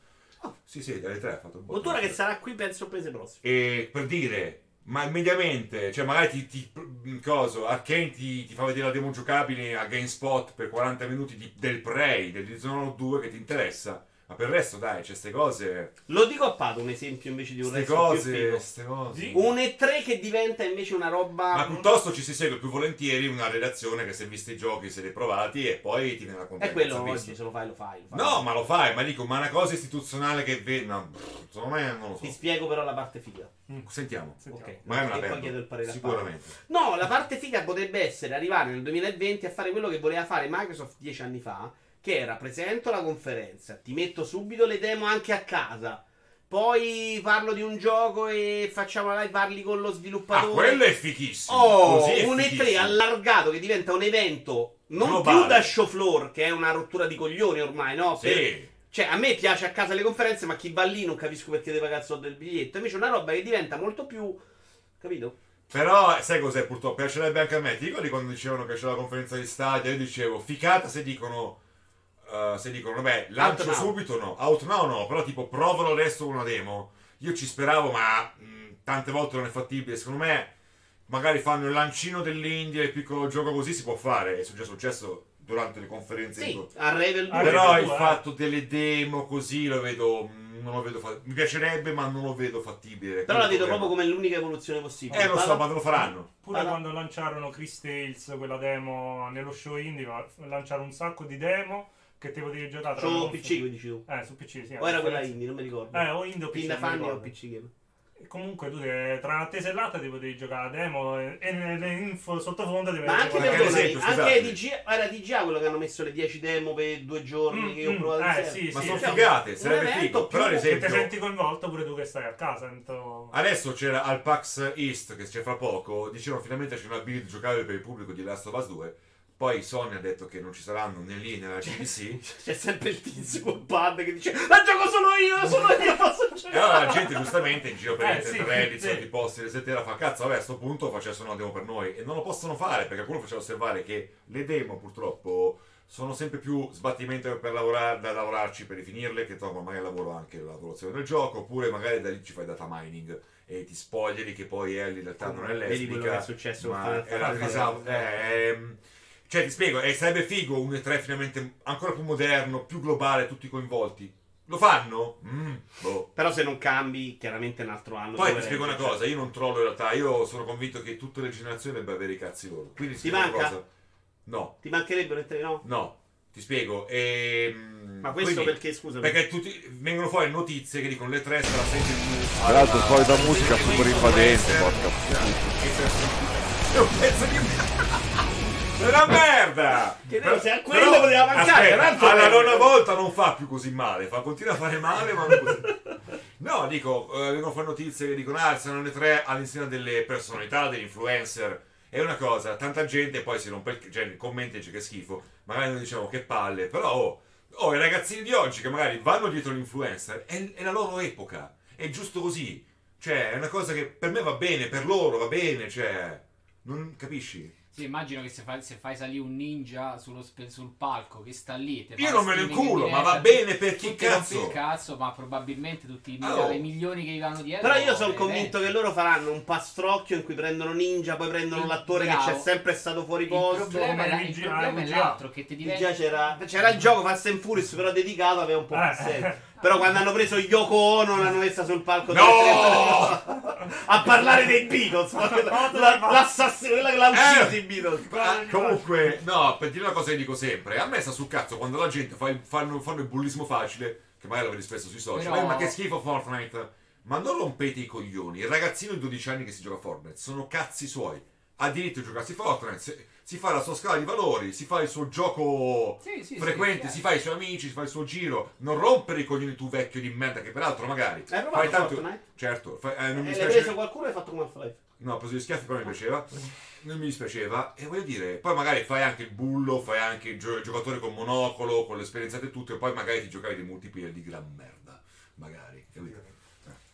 [SPEAKER 3] Sì, sì, dalle tre ha fatto un po'.
[SPEAKER 1] Ah. Mottura che sarà qui penso prese prossimo.
[SPEAKER 3] E per dire, ma mediamente, cioè magari ti, ti mh, coso, Arkane ti, ti fa vedere la demo giocabile a GameSpot per 40 minuti di- del Prey, del Dishonored 2 che ti interessa, ma per il resto dai, c'è ste cose,
[SPEAKER 1] Lo dico a Pato un esempio invece di un
[SPEAKER 3] ste
[SPEAKER 1] resto più
[SPEAKER 3] cose,
[SPEAKER 1] figo.
[SPEAKER 3] ste cose.
[SPEAKER 4] Sì.
[SPEAKER 1] Un E3 che diventa invece una roba. Mm.
[SPEAKER 3] Ma piuttosto ci si segue più volentieri una redazione che se visti i giochi, se li hai provati e poi ti viene la
[SPEAKER 1] è
[SPEAKER 3] contenta.
[SPEAKER 1] quello
[SPEAKER 3] se hai
[SPEAKER 1] oggi,
[SPEAKER 3] visto.
[SPEAKER 1] se lo fai, lo fai. lo fai.
[SPEAKER 3] No, ma lo fai, ma dico, ma una cosa istituzionale che vede. No, pff, secondo me non lo
[SPEAKER 1] Ti
[SPEAKER 3] so.
[SPEAKER 1] spiego però la parte figa.
[SPEAKER 3] Sentiamo.
[SPEAKER 4] Sentiamo.
[SPEAKER 1] Ok.
[SPEAKER 3] Magari me
[SPEAKER 1] E
[SPEAKER 3] la
[SPEAKER 1] poi chiedo il
[SPEAKER 3] perdo.
[SPEAKER 1] parere a
[SPEAKER 3] Sicuramente.
[SPEAKER 1] No, la parte figa potrebbe essere arrivare nel 2020 a fare quello che voleva fare Microsoft dieci anni fa, che era presento la conferenza, ti metto subito le demo anche a casa, poi parlo di un gioco e facciamo la live, parli con lo
[SPEAKER 3] Ah,
[SPEAKER 1] sviluppatore.
[SPEAKER 3] quello è fichissimo.
[SPEAKER 1] Oh,
[SPEAKER 3] Così è
[SPEAKER 1] un E3
[SPEAKER 3] fighissimo.
[SPEAKER 1] allargato che diventa un evento non
[SPEAKER 3] Globale.
[SPEAKER 1] più da show floor, che è una rottura di coglioni ormai, no? Per-
[SPEAKER 3] Sì.
[SPEAKER 1] cioè, a me piace a casa le conferenze, ma chi va lì non capisco perché deve pagare il soldo del biglietto. Invece è una roba che diventa molto più... Capito?
[SPEAKER 3] Però sai cos'è purtroppo? Piacerebbe anche a me. Ti ricordi quando dicevano che c'era la conferenza di stadio? Io dicevo, ficata se dicono. eh, se dicono, vabbè, lancio
[SPEAKER 1] Out now.
[SPEAKER 3] subito no. Out now no, però tipo provalo adesso una demo. Io ci speravo, ma mh, tante volte non è fattibile. Secondo me, magari fanno il lancino dell'India, il piccolo gioco così si può fare. È già successo durante le conferenze.
[SPEAKER 1] Sì,
[SPEAKER 3] in-
[SPEAKER 1] a Revel 2.
[SPEAKER 4] Ah,
[SPEAKER 3] Però
[SPEAKER 4] tu,
[SPEAKER 3] il
[SPEAKER 4] eh.
[SPEAKER 3] fatto delle demo così lo vedo. mh, Non lo vedo fa- Mi piacerebbe, ma non lo vedo fattibile.
[SPEAKER 1] Però la vedo
[SPEAKER 3] Quello
[SPEAKER 1] proprio
[SPEAKER 3] è il
[SPEAKER 1] come l'unica evoluzione possibile.
[SPEAKER 3] problema. Eh, lo so,
[SPEAKER 1] Parla-
[SPEAKER 3] ma non lo faranno.
[SPEAKER 4] Pure
[SPEAKER 1] Parla-
[SPEAKER 4] quando lanciarono Chris Tales, quella demo nello show indie, va- lanciarono un sacco di demo che te potevi giocare. tra
[SPEAKER 1] Sono
[SPEAKER 4] le
[SPEAKER 1] PC
[SPEAKER 4] confer-
[SPEAKER 1] che dici tu.
[SPEAKER 4] Eh, su PC, sì.
[SPEAKER 1] O era
[SPEAKER 4] la
[SPEAKER 1] quella
[SPEAKER 4] conferenza.
[SPEAKER 1] indie, non mi ricordo.
[SPEAKER 4] Eh, o indie o PC.
[SPEAKER 1] Pinda
[SPEAKER 4] non mi
[SPEAKER 1] Fanny o
[SPEAKER 4] ricordo.
[SPEAKER 1] PC Game.
[SPEAKER 4] E Comunque tu te- tra un'attesa e l'altra ti potevi giocare la demo e, e nelle info sottofondo ti
[SPEAKER 1] Ma
[SPEAKER 4] potevi
[SPEAKER 1] anche,
[SPEAKER 3] Perché
[SPEAKER 4] giocare.
[SPEAKER 3] per
[SPEAKER 1] perdonami,
[SPEAKER 3] esempio,
[SPEAKER 1] anche
[SPEAKER 3] scusate.
[SPEAKER 1] DG, era DGA quello che hanno messo le 10 demo per due giorni
[SPEAKER 4] Mm,
[SPEAKER 1] che io ho
[SPEAKER 4] mm,
[SPEAKER 1] provato
[SPEAKER 4] eh,
[SPEAKER 1] insieme.
[SPEAKER 4] sì,
[SPEAKER 3] Ma
[SPEAKER 4] sì,
[SPEAKER 3] sono
[SPEAKER 4] cioè,
[SPEAKER 3] figate, sarebbe
[SPEAKER 1] evento
[SPEAKER 3] figo.
[SPEAKER 1] più
[SPEAKER 3] Però ad
[SPEAKER 1] che
[SPEAKER 4] Che ti
[SPEAKER 3] esempio,
[SPEAKER 4] senti coinvolto pure tu che stai a casa. sento-
[SPEAKER 3] adesso c'era al PAX East che c'è fra poco, dicevano finalmente c'è una build giocabile per il pubblico di Last of Us 2. Poi Sony ha detto che non ci saranno né lì né alla GDC.
[SPEAKER 1] C'è sempre il tizio col pad che dice La gioco solo io, solo io posso
[SPEAKER 3] E
[SPEAKER 1] giocare
[SPEAKER 3] allora la gente giustamente in giro per
[SPEAKER 4] Eh,
[SPEAKER 3] internet,
[SPEAKER 4] sì,
[SPEAKER 3] Reddit,
[SPEAKER 4] sì.
[SPEAKER 3] soliti posti, eccetera, fa cazzo, vabbè a sto punto facessero una demo per noi. E non lo possono fare perché qualcuno faceva osservare che le demo purtroppo sono sempre più sbattimento per lavorare, da lavorarci per rifinirle, che trovano magari al lavoro anche la lavorazione del gioco, oppure magari da lì ci fai data mining e ti spoglieri che poi è in realtà Cioè, non è lesbica.
[SPEAKER 1] Vedi quello che è successo con
[SPEAKER 3] Ma
[SPEAKER 1] Final
[SPEAKER 3] era
[SPEAKER 1] Fantasy.
[SPEAKER 3] esatto, eh, ehm, cioè, ti spiego, eh, sarebbe figo un E3 finalmente ancora più moderno, più globale, tutti coinvolti. Lo fanno? Mm, boh.
[SPEAKER 1] Però se non cambi, chiaramente è un altro anno
[SPEAKER 3] Poi ti
[SPEAKER 1] dove
[SPEAKER 3] spiego
[SPEAKER 1] era-
[SPEAKER 3] una cosa, io non trollo in realtà, io sono convinto che tutte le generazioni debbano avere i cazzi loro. Quindi ti
[SPEAKER 1] Ti
[SPEAKER 3] spiego una
[SPEAKER 1] manca?
[SPEAKER 3] cosa. No,
[SPEAKER 1] Ti mancherebbero le tre, no?
[SPEAKER 3] no, ti spiego. ehm,
[SPEAKER 1] Ma questo
[SPEAKER 3] quindi-
[SPEAKER 1] perché, scusa
[SPEAKER 3] Perché tutti vengono fuori notizie che dicono le tre sarà sempre più...
[SPEAKER 5] Tra l'altro,
[SPEAKER 3] alla-
[SPEAKER 5] solita musica
[SPEAKER 3] sempre
[SPEAKER 5] super
[SPEAKER 3] più
[SPEAKER 5] invadente,
[SPEAKER 3] influencer.
[SPEAKER 5] porca
[SPEAKER 3] È un pezzo di... È una merda!
[SPEAKER 1] Che
[SPEAKER 3] Però-
[SPEAKER 1] no, se a quello
[SPEAKER 3] però-
[SPEAKER 1] poteva mancare,
[SPEAKER 3] aspetta,
[SPEAKER 1] l'altro
[SPEAKER 3] alla
[SPEAKER 1] pezzo.
[SPEAKER 3] nona volta non fa più così male, fa, continua a fare male, ma non così. No, dico, eh, vengono fuori notizie che dicono, ah, saranno le tre all'insieme delle personalità, degli influencer. È una cosa, tanta gente poi si rompe il cioè, commenta e dice che schifo, magari noi diciamo che palle, però oh, oh, i ragazzini di oggi che magari vanno dietro l'influencer, è, è la loro epoca, è giusto così. Cioè, è una cosa che per me va bene, per loro va bene, cioè... Non capisci?
[SPEAKER 2] Sì, immagino che se fai, se fai salire un ninja sullo spe- sul palco che sta lì. te fa
[SPEAKER 3] Io non me lo
[SPEAKER 2] streaming in
[SPEAKER 3] inculo, ma
[SPEAKER 2] diretta,
[SPEAKER 3] va bene per
[SPEAKER 2] eh, tutti
[SPEAKER 3] chi
[SPEAKER 2] rompi il
[SPEAKER 3] cazzo.
[SPEAKER 2] cazzo, ma probabilmente tutti i
[SPEAKER 3] Oh.
[SPEAKER 2] miliardi- i milioni che gli vanno dietro.
[SPEAKER 1] Però io sono
[SPEAKER 2] eh,
[SPEAKER 1] convinto che loro faranno un pastrocchio in cui prendono Ninja, poi prendono
[SPEAKER 2] Il-
[SPEAKER 1] l'attore che
[SPEAKER 2] bravo.
[SPEAKER 1] c'è sempre stato fuori
[SPEAKER 2] Il
[SPEAKER 1] posto.
[SPEAKER 2] problema, è, la- il
[SPEAKER 4] Luigi-
[SPEAKER 2] problema è
[SPEAKER 4] Luigi-
[SPEAKER 2] l'altro che ti diventi.
[SPEAKER 1] Già c'era, c'era il gioco Fast and Furious, però dedicato aveva un po' più
[SPEAKER 4] Eh.
[SPEAKER 1] senso. Però quando hanno preso Yoko Ono l'hanno messa sul palco
[SPEAKER 3] No!
[SPEAKER 1] della- a parlare dei Beatles, la- l'assassino, quella che l'ha ucciso
[SPEAKER 3] Eh.
[SPEAKER 1] i Beatles.
[SPEAKER 3] Ah, comunque, no, per dire una cosa che dico sempre, a me sta sul cazzo quando la gente fa il, fanno, fanno il bullismo facile, che magari lo vedi spesso sui social,
[SPEAKER 2] Però-
[SPEAKER 3] "Eh, ma che schifo Fortnite. Ma non rompete i coglioni, il ragazzino di 12 anni che si gioca a Fortnite, sono cazzi suoi. Ha diritto a giocarsi Fortnite, se- si fa la sua scala di valori, si fa il suo gioco
[SPEAKER 2] Sì, sì, sì,
[SPEAKER 3] frequente,
[SPEAKER 2] chiaro.
[SPEAKER 3] si fa i suoi amici, si fa il suo giro. Non rompere i coglioni tu vecchio di merda, che peraltro magari...
[SPEAKER 1] Hai provato
[SPEAKER 3] fai tanto-
[SPEAKER 1] Fortnite?
[SPEAKER 3] Certo, fai- eh, non mi
[SPEAKER 1] E l'hai
[SPEAKER 3] dispiace-
[SPEAKER 1] preso qualcuno e hai fatto un Half-Life.
[SPEAKER 3] No, ho preso gli schiaffi,
[SPEAKER 1] Ah.
[SPEAKER 3] però mi piaceva. Non mi dispiaceva. E voglio dire, poi magari fai anche il bullo, fai anche il gio- giocatore con monocolo, con l'esperienza e tutto, e poi magari ti giocavi dei multiplayer di gran merda. Magari, capito?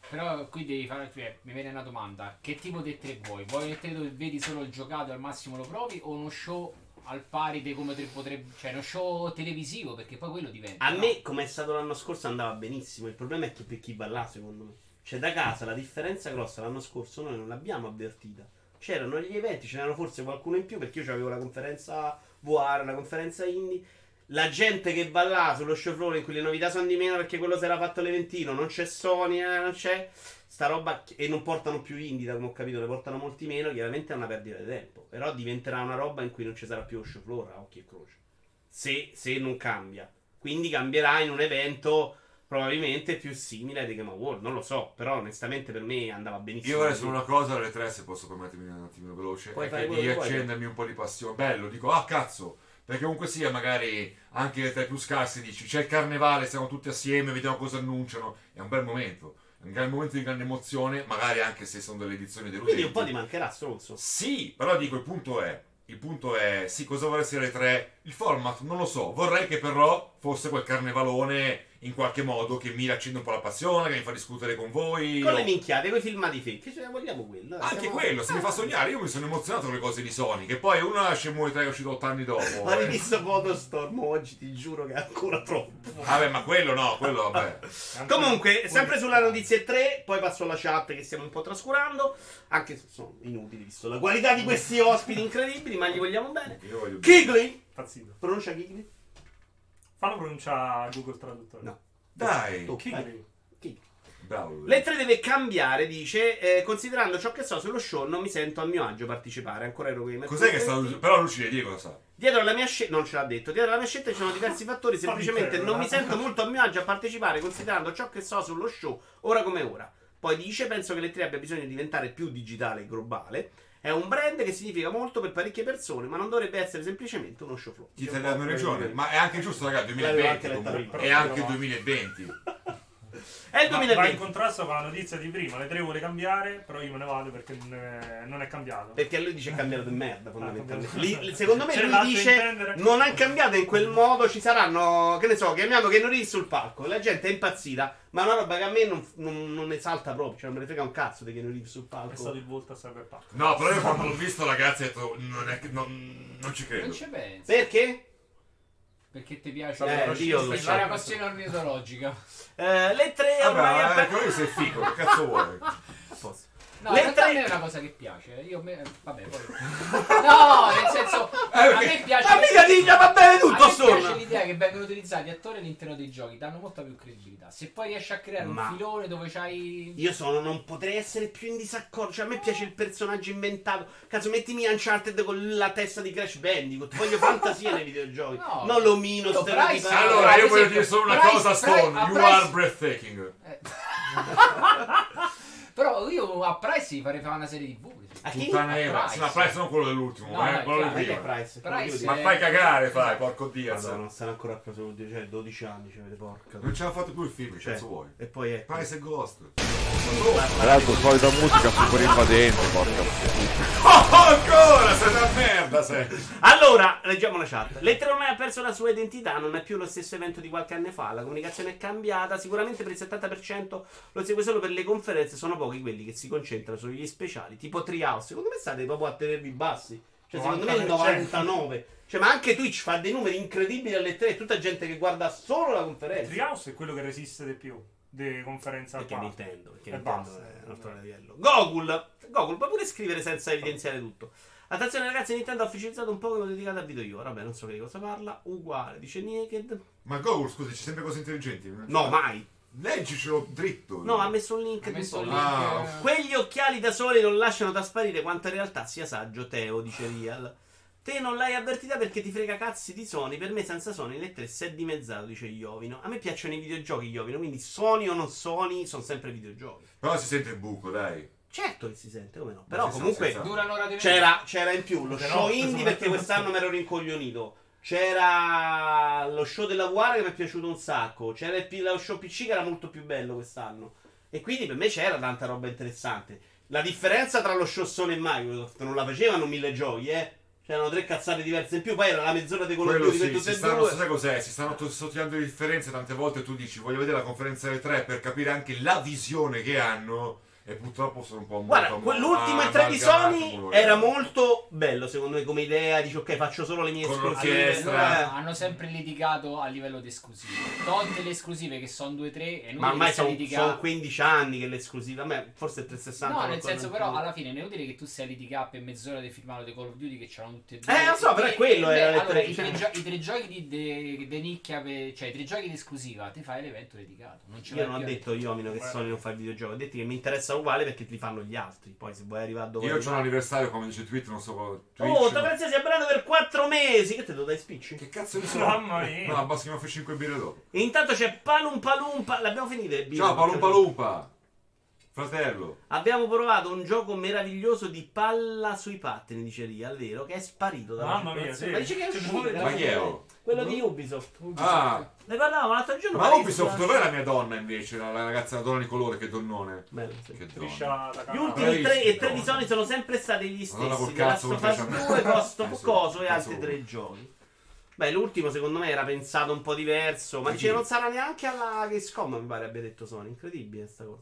[SPEAKER 2] Però qui devi fare. cioè, mi viene una domanda: che tipo di tre vuoi? Vuoi un tre dove vedi solo il giocato e al massimo lo provi? O uno show al pari di come te potrebbe. cioè uno show televisivo? Perché poi quello diventa.
[SPEAKER 1] A
[SPEAKER 2] no?
[SPEAKER 1] me, come è stato l'anno scorso, andava benissimo. Il problema è che per chi va là, secondo me. Cioè, da casa la differenza grossa l'anno scorso noi non l'abbiamo avvertita. C'erano gli eventi, ce n'erano forse qualcuno in più perché io avevo la conferenza VR, una conferenza indie. La gente che va là sullo showroom in cui le novità sono di meno perché quello se l'ha fatto l'eventino, non c'è Sony, eh, non c'è sta roba che- e non portano più indie, da come ho capito, ne portano molti meno, chiaramente è una perdita di tempo. Però diventerà una roba in cui non ci sarà più lo show floor a occhi e croce. Se, se non cambia. Quindi cambierà in un evento probabilmente più simile ai The Game Award, non lo so, però onestamente per me andava benissimo.
[SPEAKER 3] Io vorrei solo una cosa alle tre, se posso permettermi un attimino veloce,
[SPEAKER 1] Puoi
[SPEAKER 3] è
[SPEAKER 1] fare
[SPEAKER 3] che
[SPEAKER 1] quello
[SPEAKER 3] di
[SPEAKER 1] che vuoi.
[SPEAKER 3] accendermi un po' di passione. Bello, dico, ah cazzo! Perché comunque sia, magari anche tra i più scarsi dici, c'è il carnevale, siamo tutti assieme, vediamo cosa annunciano. È un bel momento, è un gran momento di grande emozione, magari anche se sono delle edizioni deludenti.
[SPEAKER 1] Quindi un po' ti mancherà stronzo.
[SPEAKER 3] Sì, però dico, il punto è, il punto è, sì, cosa vorrei essere tre? Il format, non lo so, vorrei che però fosse quel carnevalone in qualche modo che mi accende un po' la passione, che mi fa discutere con voi.
[SPEAKER 1] Con le
[SPEAKER 3] o-
[SPEAKER 1] minchiate, con i filmati fake, cioè vogliamo quello.
[SPEAKER 3] Anche
[SPEAKER 1] siamo- Ah,
[SPEAKER 3] quello, se mi fa sognare, io mi sono emozionato con le cose di Sony, che poi uno nasce e muore tre è uscito otto anni dopo.
[SPEAKER 1] Ho
[SPEAKER 3] eh.
[SPEAKER 1] rivisto Photostorm oggi, ti giuro che è ancora troppo.
[SPEAKER 3] Vabbè, ma quello no, quello vabbè.
[SPEAKER 1] Ah. Comunque, sempre sulla notizia 3, poi passo alla chat che stiamo un po' trascurando, anche se sono inutili visto la qualità di questi ospiti incredibili, ma gli vogliamo bene.
[SPEAKER 3] Io voglio...
[SPEAKER 1] Kigley,
[SPEAKER 4] Impazzito.
[SPEAKER 1] pronuncia Kigley?
[SPEAKER 4] Fallo pronunciare Google Traduttore.
[SPEAKER 1] No.
[SPEAKER 3] Dai,
[SPEAKER 1] Tu, eh?
[SPEAKER 4] Kigley.
[SPEAKER 1] Kigley.
[SPEAKER 3] bravo.
[SPEAKER 1] L'E3 deve cambiare, dice, eh, considerando ciò che so sullo show non mi sento a mio agio partecipare, ancora ero gamer.
[SPEAKER 3] Cos'è che sta... Però Lucile, Diego lo sa.
[SPEAKER 1] Dietro alla mia scelta, non ce l'ha detto, dietro alla mia scelta ci sono diversi fattori, semplicemente non mi sento molto a mio agio a partecipare considerando ciò che so sullo show, ora come ora. Poi dice, penso che le tre abbia bisogno di diventare più digitale e globale. È un brand che significa molto per parecchie persone, ma non dovrebbe essere semplicemente uno show flow.
[SPEAKER 3] Ti tagliano regione, ma è anche giusto, ragazzi,
[SPEAKER 1] L'avevo anche
[SPEAKER 3] 2020
[SPEAKER 1] letta
[SPEAKER 3] comunque.
[SPEAKER 1] prima.
[SPEAKER 3] È anche 2020.
[SPEAKER 1] È il
[SPEAKER 4] Ma Va in
[SPEAKER 1] 2020,
[SPEAKER 4] contrasto con la notizia di prima. Le tre vuole cambiare, però io me ne vado perché non è, non è cambiato.
[SPEAKER 1] perché lui dice cambiato di merda fondamentalmente.
[SPEAKER 4] Ah, cambiato.
[SPEAKER 1] Lì- secondo me
[SPEAKER 4] C'è
[SPEAKER 1] lui
[SPEAKER 4] l'altro
[SPEAKER 1] dice
[SPEAKER 4] intendere.
[SPEAKER 1] non è cambiato in quel modo, ci saranno, che ne so, chiamiamo che non ridi sul palco, la gente è impazzita, ma è una roba che a me non, non, non esalta proprio, cioè non me ne frega un cazzo di che non ridi sul
[SPEAKER 4] È stato
[SPEAKER 1] palco.
[SPEAKER 4] il volto a Cyberpunk.
[SPEAKER 3] No, però io quando l'ho visto, ragazzi, ho detto, non, è che- non- non ci
[SPEAKER 2] Non
[SPEAKER 3] credo.
[SPEAKER 2] ci pensi.
[SPEAKER 1] Perché?
[SPEAKER 2] Perché ti piace.
[SPEAKER 1] Eh, io lo so.
[SPEAKER 2] È una passione ornitologica.
[SPEAKER 1] Eh, le tre
[SPEAKER 3] Ah,
[SPEAKER 1] ormai
[SPEAKER 3] bravo,
[SPEAKER 1] appa-
[SPEAKER 3] ecco, lui sei figo, che cazzo vuoi?
[SPEAKER 2] No,
[SPEAKER 1] Le
[SPEAKER 2] in realtà a
[SPEAKER 1] tre-
[SPEAKER 2] me è una cosa che piace. Io me... Vabbè, poi. No, nel senso. A me piace.
[SPEAKER 1] Eh, Ma mica dica, va bene tutto
[SPEAKER 2] a me piace
[SPEAKER 1] solo.
[SPEAKER 2] l'idea che vengono utilizzati attori all'interno dei giochi, danno molta più credibilità. Se poi riesci a creare
[SPEAKER 1] Ma-
[SPEAKER 2] un filone dove c'hai.
[SPEAKER 1] Io sono, non potrei essere più in disaccordo. Cioè, a me piace il personaggio inventato. Cazzo, mettimi Uncharted con la testa di Crash Bandicoot. Voglio fantasia nei videogiochi.
[SPEAKER 2] No.
[SPEAKER 1] non l'omino
[SPEAKER 2] No,
[SPEAKER 1] stereotipato.
[SPEAKER 2] Bryce-
[SPEAKER 3] Allora,
[SPEAKER 2] ad
[SPEAKER 3] io voglio
[SPEAKER 2] esempio,
[SPEAKER 3] dire solo una
[SPEAKER 2] Price-
[SPEAKER 3] cosa, Stone.
[SPEAKER 2] Price-
[SPEAKER 3] You
[SPEAKER 2] Price-
[SPEAKER 3] are breathtaking.
[SPEAKER 2] Eh. Però io a Price gli farei fare una serie di buchi.
[SPEAKER 1] A chi?
[SPEAKER 3] Puttana Eva.
[SPEAKER 2] Price.
[SPEAKER 3] Sì, ma Price non quello dell'ultimo,
[SPEAKER 2] No,
[SPEAKER 3] eh,
[SPEAKER 2] no,
[SPEAKER 3] quello
[SPEAKER 2] chiaro,
[SPEAKER 1] Ma
[SPEAKER 3] di
[SPEAKER 1] chi è
[SPEAKER 3] prima.
[SPEAKER 1] Price?
[SPEAKER 2] Price
[SPEAKER 3] Ma
[SPEAKER 2] è-
[SPEAKER 3] fai cagare, fai, porco Dio.
[SPEAKER 1] Cazzo, non stanno ancora a preso cioè, 12 anni, ci avete porca.
[SPEAKER 3] Non ce l'ha fatto più il film, che
[SPEAKER 1] Cioè,
[SPEAKER 3] cazzo vuoi?
[SPEAKER 1] E poi è.
[SPEAKER 3] Price e Ghost.
[SPEAKER 5] Tra l'altro solita musica super invadente, porca puttana.
[SPEAKER 3] Oh, ancora, sei una merda, sei.
[SPEAKER 1] Allora, leggiamo la chat. L'E3 ormai ha perso la sua identità, non è più lo stesso evento di qualche anno fa, la comunicazione è cambiata, sicuramente per il 70% lo segue solo per le conferenze, sono pochi quelli che si concentrano sugli speciali, tipo Treehouse. Secondo me state proprio a tenervi bassi. Cioè, secondo me il
[SPEAKER 4] 90%.
[SPEAKER 1] 99. Cioè, ma anche Twitch fa dei numeri incredibili alle 3. È tutta gente che guarda solo la conferenza.
[SPEAKER 4] Treehouse è quello che resiste di più di conferenza a
[SPEAKER 1] Perché
[SPEAKER 4] parte.
[SPEAKER 1] Nintendo, perché
[SPEAKER 4] E
[SPEAKER 1] Nintendo
[SPEAKER 4] basta.
[SPEAKER 1] è un altro livello. Gogul, Gogul, puoi pure scrivere senza evidenziare tutto. Attenzione ragazzi, Nintendo ha ufficializzato un Pokémon dedicato a video Vabbè, non so che di cosa parla. Uguale, dice Naked.
[SPEAKER 3] Ma Google, scusi, c'è sempre cose intelligenti.
[SPEAKER 1] No, mai.
[SPEAKER 3] Leggicelo dritto.
[SPEAKER 1] No, ha messo un link.
[SPEAKER 2] Ha
[SPEAKER 1] di
[SPEAKER 2] messo
[SPEAKER 1] un
[SPEAKER 2] il
[SPEAKER 1] po'.
[SPEAKER 2] link.
[SPEAKER 3] Ah.
[SPEAKER 2] eh,
[SPEAKER 1] Quegli occhiali da sole non lasciano da sparire quanto in realtà sia saggio Teo, dice Real. Te non l'hai avvertita perché ti frega cazzi di Sony. Per me senza Sony le tre si è dimezzato, dice Iovino. A me piacciono i videogiochi, Iovino, quindi Sony o non Sony sono sempre videogiochi.
[SPEAKER 3] Però si sente il buco, dai.
[SPEAKER 1] Certo che si sente, come no. Però
[SPEAKER 3] si sa, si sa.
[SPEAKER 1] comunque
[SPEAKER 2] Dura un'ora di
[SPEAKER 1] c'era, c'era in più lo
[SPEAKER 4] Notte,
[SPEAKER 1] show
[SPEAKER 4] notte,
[SPEAKER 1] indie
[SPEAKER 4] sono
[SPEAKER 1] perché
[SPEAKER 4] notte,
[SPEAKER 1] quest'anno
[SPEAKER 4] notte.
[SPEAKER 1] mi ero rincoglionito. C'era lo show della VR che mi è piaciuto un sacco. C'era il P- lo show PC che era molto più bello quest'anno. E quindi per me c'era tanta roba interessante. La differenza tra lo show Sony e Microsoft non la facevano mille giochi, eh. C'erano tre cazzate diverse in più. Poi era la mezz'ora dei colori
[SPEAKER 3] Quello
[SPEAKER 1] di
[SPEAKER 3] sì,
[SPEAKER 1] tutte
[SPEAKER 3] si
[SPEAKER 1] e
[SPEAKER 3] stanno,
[SPEAKER 1] due.
[SPEAKER 3] sai cos'è? Si stanno to- sottolineando le differenze. Tante volte tu dici, voglio vedere la conferenza delle tre per capire anche la visione che hanno. E purtroppo sono un po' molto
[SPEAKER 1] Guarda, quell'ultimo
[SPEAKER 3] Ah,
[SPEAKER 1] e tre di Sony era molto bello, secondo me, come idea. Dici, ok, faccio solo le mie
[SPEAKER 3] Con
[SPEAKER 1] esclusive.
[SPEAKER 3] l'orchestra.
[SPEAKER 1] Eh.
[SPEAKER 2] Allora, hanno sempre litigato a livello di esclusive. Tolte le esclusive che sono 2-3 e non
[SPEAKER 1] Ma ormai
[SPEAKER 2] che stai
[SPEAKER 1] sono,
[SPEAKER 2] litigando.
[SPEAKER 1] sono 15 anni che l'esclusiva, a me forse il 360.
[SPEAKER 2] No,
[SPEAKER 1] non
[SPEAKER 2] nel
[SPEAKER 1] torna
[SPEAKER 2] senso
[SPEAKER 1] in
[SPEAKER 2] però
[SPEAKER 1] più.
[SPEAKER 2] alla fine è inutile che tu stia a litigare per mezz'ora del filmato di Call of Duty che c'erano tutti e due.
[SPEAKER 1] Eh, lo so, però
[SPEAKER 2] E-
[SPEAKER 1] è quello,
[SPEAKER 2] e-
[SPEAKER 1] era
[SPEAKER 2] beh,
[SPEAKER 1] le
[SPEAKER 2] allora,
[SPEAKER 1] tre-
[SPEAKER 2] i,
[SPEAKER 1] cioè-
[SPEAKER 2] tre gio- i tre giochi di de, de nicchia, per- cioè i tre giochi di esclusiva, ti fai l'evento dedicato. Non ce
[SPEAKER 1] Io
[SPEAKER 2] l'hai
[SPEAKER 1] non ho
[SPEAKER 2] più.
[SPEAKER 1] detto io, Omino, che
[SPEAKER 4] Guarda.
[SPEAKER 1] Sony non fa il videogioco, ho detto che mi interessa uguale perché li fanno gli altri. Poi se vuoi arrivare dove...
[SPEAKER 3] Io ho un
[SPEAKER 1] arrivare-
[SPEAKER 3] anniversario, come dice Twitch, non so. cosa-
[SPEAKER 1] Oh,
[SPEAKER 3] Twitch,
[SPEAKER 1] ti
[SPEAKER 3] ma-
[SPEAKER 1] pensi si abbonando per 4 mesi? Che te lo dai spicci?
[SPEAKER 3] Che cazzo di sono?
[SPEAKER 4] Mamma mia.
[SPEAKER 3] No, basta che mi fa 5 birre dopo.
[SPEAKER 1] E intanto c'è Palumpa Lumpa. L'abbiamo finito eh, il
[SPEAKER 3] Ciao, Palumpa
[SPEAKER 1] certo.
[SPEAKER 3] Lumpa. Fratello.
[SPEAKER 1] Abbiamo provato un gioco meraviglioso di palla sui pattini, dice Real, vero? Che è sparito dalla
[SPEAKER 4] Mamma mia,
[SPEAKER 1] circolazione.
[SPEAKER 4] sì.
[SPEAKER 1] Ma dice che è uscito.
[SPEAKER 4] Ma
[SPEAKER 1] era
[SPEAKER 3] chi è, oh?
[SPEAKER 1] Quello di Ubisoft.
[SPEAKER 3] Ah,
[SPEAKER 1] Ne parlavamo l'altro giorno.
[SPEAKER 3] ma
[SPEAKER 1] pare che
[SPEAKER 3] Ubisoft,
[SPEAKER 1] sia-
[SPEAKER 3] dov'è la mia donna invece? La, la ragazza, la donna di colore, che donnone.
[SPEAKER 1] Bello, sì.
[SPEAKER 3] Che donna.
[SPEAKER 4] Striscia la
[SPEAKER 1] Gli
[SPEAKER 4] canna.
[SPEAKER 1] ultimi
[SPEAKER 3] Bravissimo,
[SPEAKER 1] tre, e tre di
[SPEAKER 3] Madonna.
[SPEAKER 1] Sony sono sempre stati gli stessi:
[SPEAKER 3] Madonna, col
[SPEAKER 1] The Last
[SPEAKER 3] cazzo
[SPEAKER 1] of
[SPEAKER 3] come
[SPEAKER 1] Us
[SPEAKER 3] facciamo.
[SPEAKER 1] 2, Ghost of
[SPEAKER 3] Eh sì,
[SPEAKER 1] Coso e
[SPEAKER 3] cazzo
[SPEAKER 1] altri
[SPEAKER 3] vuoi.
[SPEAKER 1] tre giochi. Beh, l'ultimo secondo me era pensato un po' diverso, ma
[SPEAKER 3] Sì.
[SPEAKER 1] dice che non sarà neanche alla Gamescom, mi pare abbia detto Sony. Incredibile sta cosa.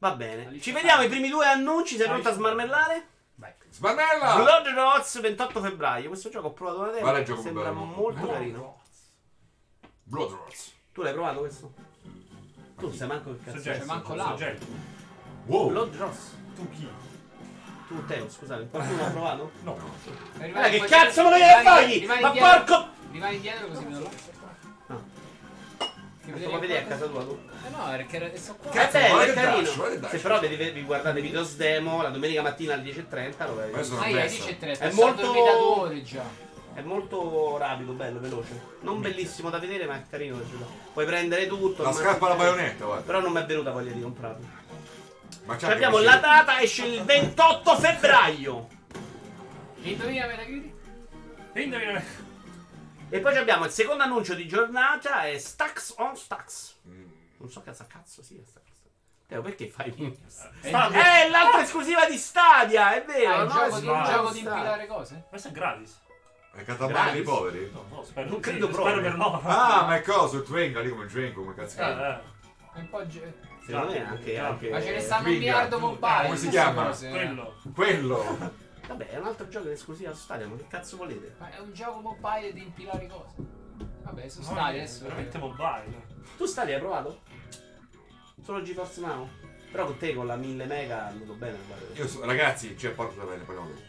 [SPEAKER 1] Va bene.
[SPEAKER 2] Alice
[SPEAKER 1] Ci vediamo
[SPEAKER 2] Park.
[SPEAKER 1] i primi due annunci, sei pronto a
[SPEAKER 4] Alice Park.
[SPEAKER 1] smarmellare?
[SPEAKER 2] Vai.
[SPEAKER 3] Sbarnella!
[SPEAKER 1] Blood Rots 28 febbraio. Questo gioco ho provato una
[SPEAKER 3] Ah. Guarda
[SPEAKER 1] tempo,
[SPEAKER 3] il gioco
[SPEAKER 1] sembra
[SPEAKER 3] bello.
[SPEAKER 1] molto
[SPEAKER 3] Bello.
[SPEAKER 1] carino.
[SPEAKER 3] Bloodrots.
[SPEAKER 1] Tu l'hai provato questo? Tu sai cioè, manco che cazzo.
[SPEAKER 4] Soggetto,
[SPEAKER 2] C'è manco
[SPEAKER 1] è.
[SPEAKER 2] l'audio.
[SPEAKER 4] soggetto.
[SPEAKER 3] Wow.
[SPEAKER 1] Blood Rots.
[SPEAKER 4] Tu chi?
[SPEAKER 1] Tu Teo, scusate, qualcuno l'ha provato?
[SPEAKER 4] No.
[SPEAKER 1] Guarda
[SPEAKER 2] Rimani
[SPEAKER 1] che
[SPEAKER 2] poi-
[SPEAKER 1] cazzo me lo devi
[SPEAKER 2] rimani-
[SPEAKER 1] fare?
[SPEAKER 2] rimani
[SPEAKER 1] Ma
[SPEAKER 2] indietro-
[SPEAKER 1] porco
[SPEAKER 2] Rimani indietro così vedo là. Che
[SPEAKER 1] Ma Come vedi a casa tua tu?
[SPEAKER 2] Eh no, era che era- sono qua.
[SPEAKER 3] Cazzo,
[SPEAKER 1] Eh,
[SPEAKER 3] guarda
[SPEAKER 1] è
[SPEAKER 3] che
[SPEAKER 1] carino.
[SPEAKER 3] dash, guarda che dash.
[SPEAKER 1] Se però vi, vi guardate Videos Demo la domenica mattina alle 10.30 lo vedi.
[SPEAKER 3] Ma adesso-
[SPEAKER 2] Ah,
[SPEAKER 3] sono
[SPEAKER 2] io alle
[SPEAKER 3] presso.
[SPEAKER 2] 10.30,
[SPEAKER 1] È
[SPEAKER 2] è molto...
[SPEAKER 1] molto-
[SPEAKER 2] dormita due ore già.
[SPEAKER 1] È molto rapido, bello, veloce. Non bellissimo da vedere, ma è carino da giocare. Puoi prendere tutto.
[SPEAKER 3] La
[SPEAKER 1] ma-
[SPEAKER 3] scarpa alla baionetta, guarda.
[SPEAKER 1] Però non mi è venuta voglia di comprarlo.
[SPEAKER 3] Ma c'è
[SPEAKER 1] Ci
[SPEAKER 3] anche
[SPEAKER 1] abbiamo
[SPEAKER 3] questo.
[SPEAKER 1] la data, esce il 28 febbraio.
[SPEAKER 2] Indovina Metacritic?
[SPEAKER 4] E
[SPEAKER 1] Eh,
[SPEAKER 4] indovina.
[SPEAKER 1] E poi ci abbiamo il secondo annuncio di giornata, è Stacks on Stacks.
[SPEAKER 3] Mm.
[SPEAKER 1] Non so cazzo cazzo sia Stacks. Teo, perché fai
[SPEAKER 2] Eh.
[SPEAKER 1] un...
[SPEAKER 2] È il-
[SPEAKER 1] Eh, l'altra esclusiva di Stadia, è
[SPEAKER 2] ah,
[SPEAKER 3] Eh,
[SPEAKER 1] vero,
[SPEAKER 2] il
[SPEAKER 1] no?
[SPEAKER 2] gioco, di, il
[SPEAKER 1] Stadia.
[SPEAKER 2] gioco di impilare cose?
[SPEAKER 4] Questo è gratis.
[SPEAKER 3] È catamarano
[SPEAKER 1] Grazie.
[SPEAKER 3] dei poveri?
[SPEAKER 4] No, no, spero.
[SPEAKER 1] Non
[SPEAKER 4] sì,
[SPEAKER 1] credo
[SPEAKER 4] Spero
[SPEAKER 1] proprio.
[SPEAKER 4] per loro.
[SPEAKER 3] Ah, ma è cosa? Il Twenga lì come Drengo, come cazzo.
[SPEAKER 1] Ah.
[SPEAKER 3] chiama?
[SPEAKER 4] Eh,
[SPEAKER 2] È un po' ge-
[SPEAKER 1] Secondo me anche, anche-
[SPEAKER 2] Ma ce ne stanno un
[SPEAKER 3] Minchia,
[SPEAKER 2] miliardo
[SPEAKER 4] tu,
[SPEAKER 2] mobile.
[SPEAKER 3] Eh, come si
[SPEAKER 2] queste
[SPEAKER 3] chiama?
[SPEAKER 2] cose.
[SPEAKER 4] eh, Quello.
[SPEAKER 3] Quello!
[SPEAKER 1] Vabbè, è un altro gioco in esclusiva su Stadia, ma che cazzo volete?
[SPEAKER 2] Ma è un gioco mobile di impilare cose. Vabbè, sono
[SPEAKER 4] No,
[SPEAKER 2] stati
[SPEAKER 4] è
[SPEAKER 2] adesso.
[SPEAKER 4] Veramente mobile.
[SPEAKER 1] Tu Stadia hai provato? Solo GeForce Now? Però con te con la 1000 mega è andato bene. guarda.
[SPEAKER 3] Io so- ragazzi, cioè, c'è porta da bene, parliamo di-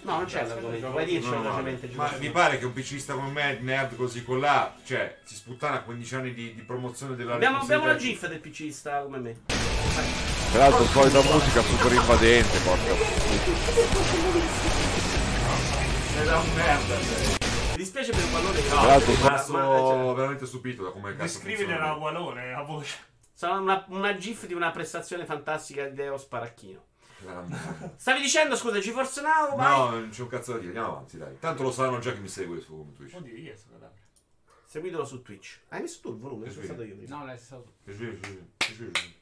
[SPEAKER 1] No, non c'è
[SPEAKER 4] Aspetta,
[SPEAKER 1] l'argomento,
[SPEAKER 4] gioco-
[SPEAKER 1] puoi dirci
[SPEAKER 3] No, no,
[SPEAKER 1] velocemente
[SPEAKER 3] ma
[SPEAKER 1] GeForce
[SPEAKER 3] vi
[SPEAKER 1] Now.
[SPEAKER 3] pare che un pcista come me, nerd così con là, cioè, si sputtana a 15 anni di, di promozione della
[SPEAKER 1] Abbiamo, abbiamo la
[SPEAKER 3] responsabilità?
[SPEAKER 1] GIF del PCista come me.
[SPEAKER 5] Peraltro solita musica super invadente, porca puttana.
[SPEAKER 3] Sei da un merda, cioè, sei.
[SPEAKER 1] Mi dispiace per il pallone che
[SPEAKER 5] Peraltro
[SPEAKER 1] Ma-
[SPEAKER 3] Sono
[SPEAKER 1] ma- cioè,
[SPEAKER 3] veramente stupito da come cazzo
[SPEAKER 4] Descrivile
[SPEAKER 3] funziona.
[SPEAKER 4] la Walone a voce.
[SPEAKER 1] Sarà una, una GIF di una prestazione fantastica di Deo Sparacchino.
[SPEAKER 3] Era una merda.
[SPEAKER 1] Stavi dicendo, scusa, GeForce Now? Vai.
[SPEAKER 3] No, non c'è un cazzo da dire, andiamo avanti, dai. Tanto lo sanno già che mi segue su Twitch.
[SPEAKER 4] Oddio, io sono da.
[SPEAKER 1] Seguitelo su Twitch. Hai messo tu il volume?
[SPEAKER 3] Sì,
[SPEAKER 1] Sono
[SPEAKER 3] sì.
[SPEAKER 1] stato io prima.
[SPEAKER 2] No, l'hai stato.
[SPEAKER 3] Sì, sì, sì, sì, sì.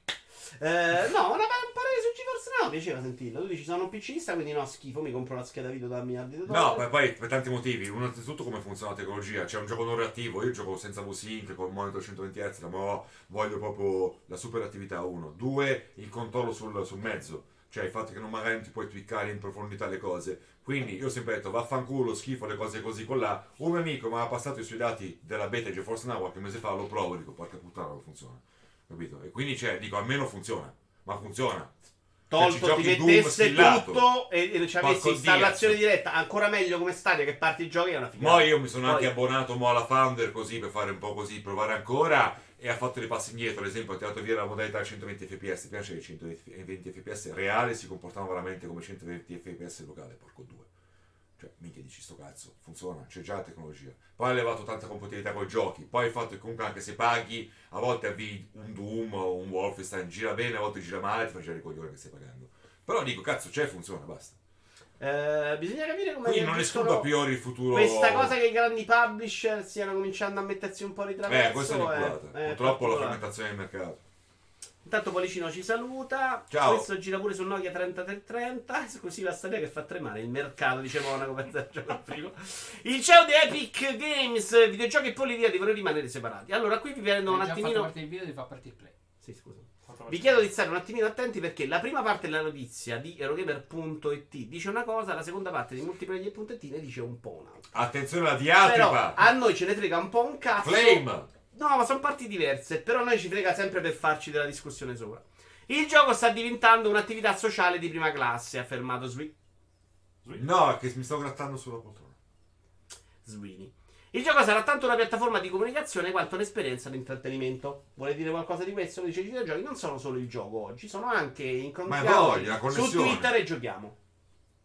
[SPEAKER 1] Eh, no, una pa- un parere su GeForce Now piaceva sentirla. Tu dici sono un PCista, quindi no, schifo, mi compro la scheda video da miliardi di
[SPEAKER 3] No,
[SPEAKER 1] dollari.
[SPEAKER 3] ma poi per tanti motivi. Uno, Innanzitutto come funziona la tecnologia. C'è un gioco non reattivo, io gioco senza VSync, con monitor 120 Hz, ma voglio proprio la super attività 1. 2, il controllo sul, sul mezzo. Cioè il fatto che non magari non ti puoi twiccare in profondità le cose. Quindi io ho sempre detto vaffanculo, schifo le cose così con là. Un mio amico mi aveva passato i suoi dati della beta di GeForce Now qualche mese fa, lo provo e dico porca puttana non funziona. Capito? E quindi cioè, dico almeno funziona, ma funziona. Cioè, ci
[SPEAKER 1] Tolto, ti
[SPEAKER 3] giochi Doom
[SPEAKER 1] mettesse
[SPEAKER 3] stillato.
[SPEAKER 1] tutto e, e non ci
[SPEAKER 3] Porco
[SPEAKER 1] avessi
[SPEAKER 3] Dio.
[SPEAKER 1] installazione diretta, ancora meglio come Stadia che parti i giochi è una figata.
[SPEAKER 3] Mo io mi sono
[SPEAKER 1] Poi-
[SPEAKER 3] anche abbonato mo alla Founder così per fare un po' così, provare ancora e ha fatto dei passi indietro, ad esempio ha tirato via la modalità 120 fps, piace che 120 fps reale si comportavano veramente come 120 fps locale, porco due. Cioè, minchia dici sto cazzo, funziona, c'è già la tecnologia. Poi ha levato tanta compatibilità con i giochi, poi il fatto che comunque anche se paghi, a volte avvii un Doom o un Wolfenstein, gira bene, a volte gira male, ti fa girare i coglioni che stai pagando. Però dico, cazzo, c'è, funziona, basta.
[SPEAKER 1] Eh, bisogna capire come
[SPEAKER 3] Quindi non
[SPEAKER 1] reagiscono
[SPEAKER 3] escludo a priori il futuro.
[SPEAKER 1] Questa cosa che i grandi publisher stiano cominciando a mettersi un po' di traverso
[SPEAKER 3] Eh, questa è
[SPEAKER 1] eh,
[SPEAKER 3] un'inculata.
[SPEAKER 1] eh,
[SPEAKER 3] Purtroppo la
[SPEAKER 1] particolare.
[SPEAKER 3] frammentazione del mercato.
[SPEAKER 1] Intanto Policino ci saluta.
[SPEAKER 3] Ciao.
[SPEAKER 1] Questo gira pure su Nokia 3330. Esclusiva stadia che fa tremare il mercato, dice Monaco per il gioco al frigo. Il CEO di Epic Games, videogiochi e politica devono rimanere separati. Allora, qui vi prendo un
[SPEAKER 2] Hai già fatto
[SPEAKER 1] attimino.
[SPEAKER 2] parte del video devi far partire il play.
[SPEAKER 1] Sì, scusa. Vi chiedo di stare un attimino attenti perché la prima parte della notizia di erogamer.it dice una cosa, la seconda parte di multiplayer.it ne dice un po' un'altra.
[SPEAKER 3] Attenzione alla
[SPEAKER 1] Però
[SPEAKER 3] diatriba.
[SPEAKER 1] a noi ce ne frega un po' un cazzo.
[SPEAKER 3] Ah, Flame.
[SPEAKER 1] No, ma sono parti diverse, però noi ci frega sempre per farci della discussione sopra. Il gioco sta diventando un'attività sociale di prima classe, ha affermato Swi-
[SPEAKER 3] No, è che mi sto grattando sulla poltrona.
[SPEAKER 1] Sweeney. Il gioco sarà tanto una piattaforma di comunicazione quanto un'esperienza di intrattenimento. Vuole dire qualcosa di questo? Dice i videogiochi non sono solo il gioco oggi, sono anche
[SPEAKER 3] voglia, la
[SPEAKER 1] incontriamo su
[SPEAKER 3] connessione.
[SPEAKER 1] Twitter e giochiamo.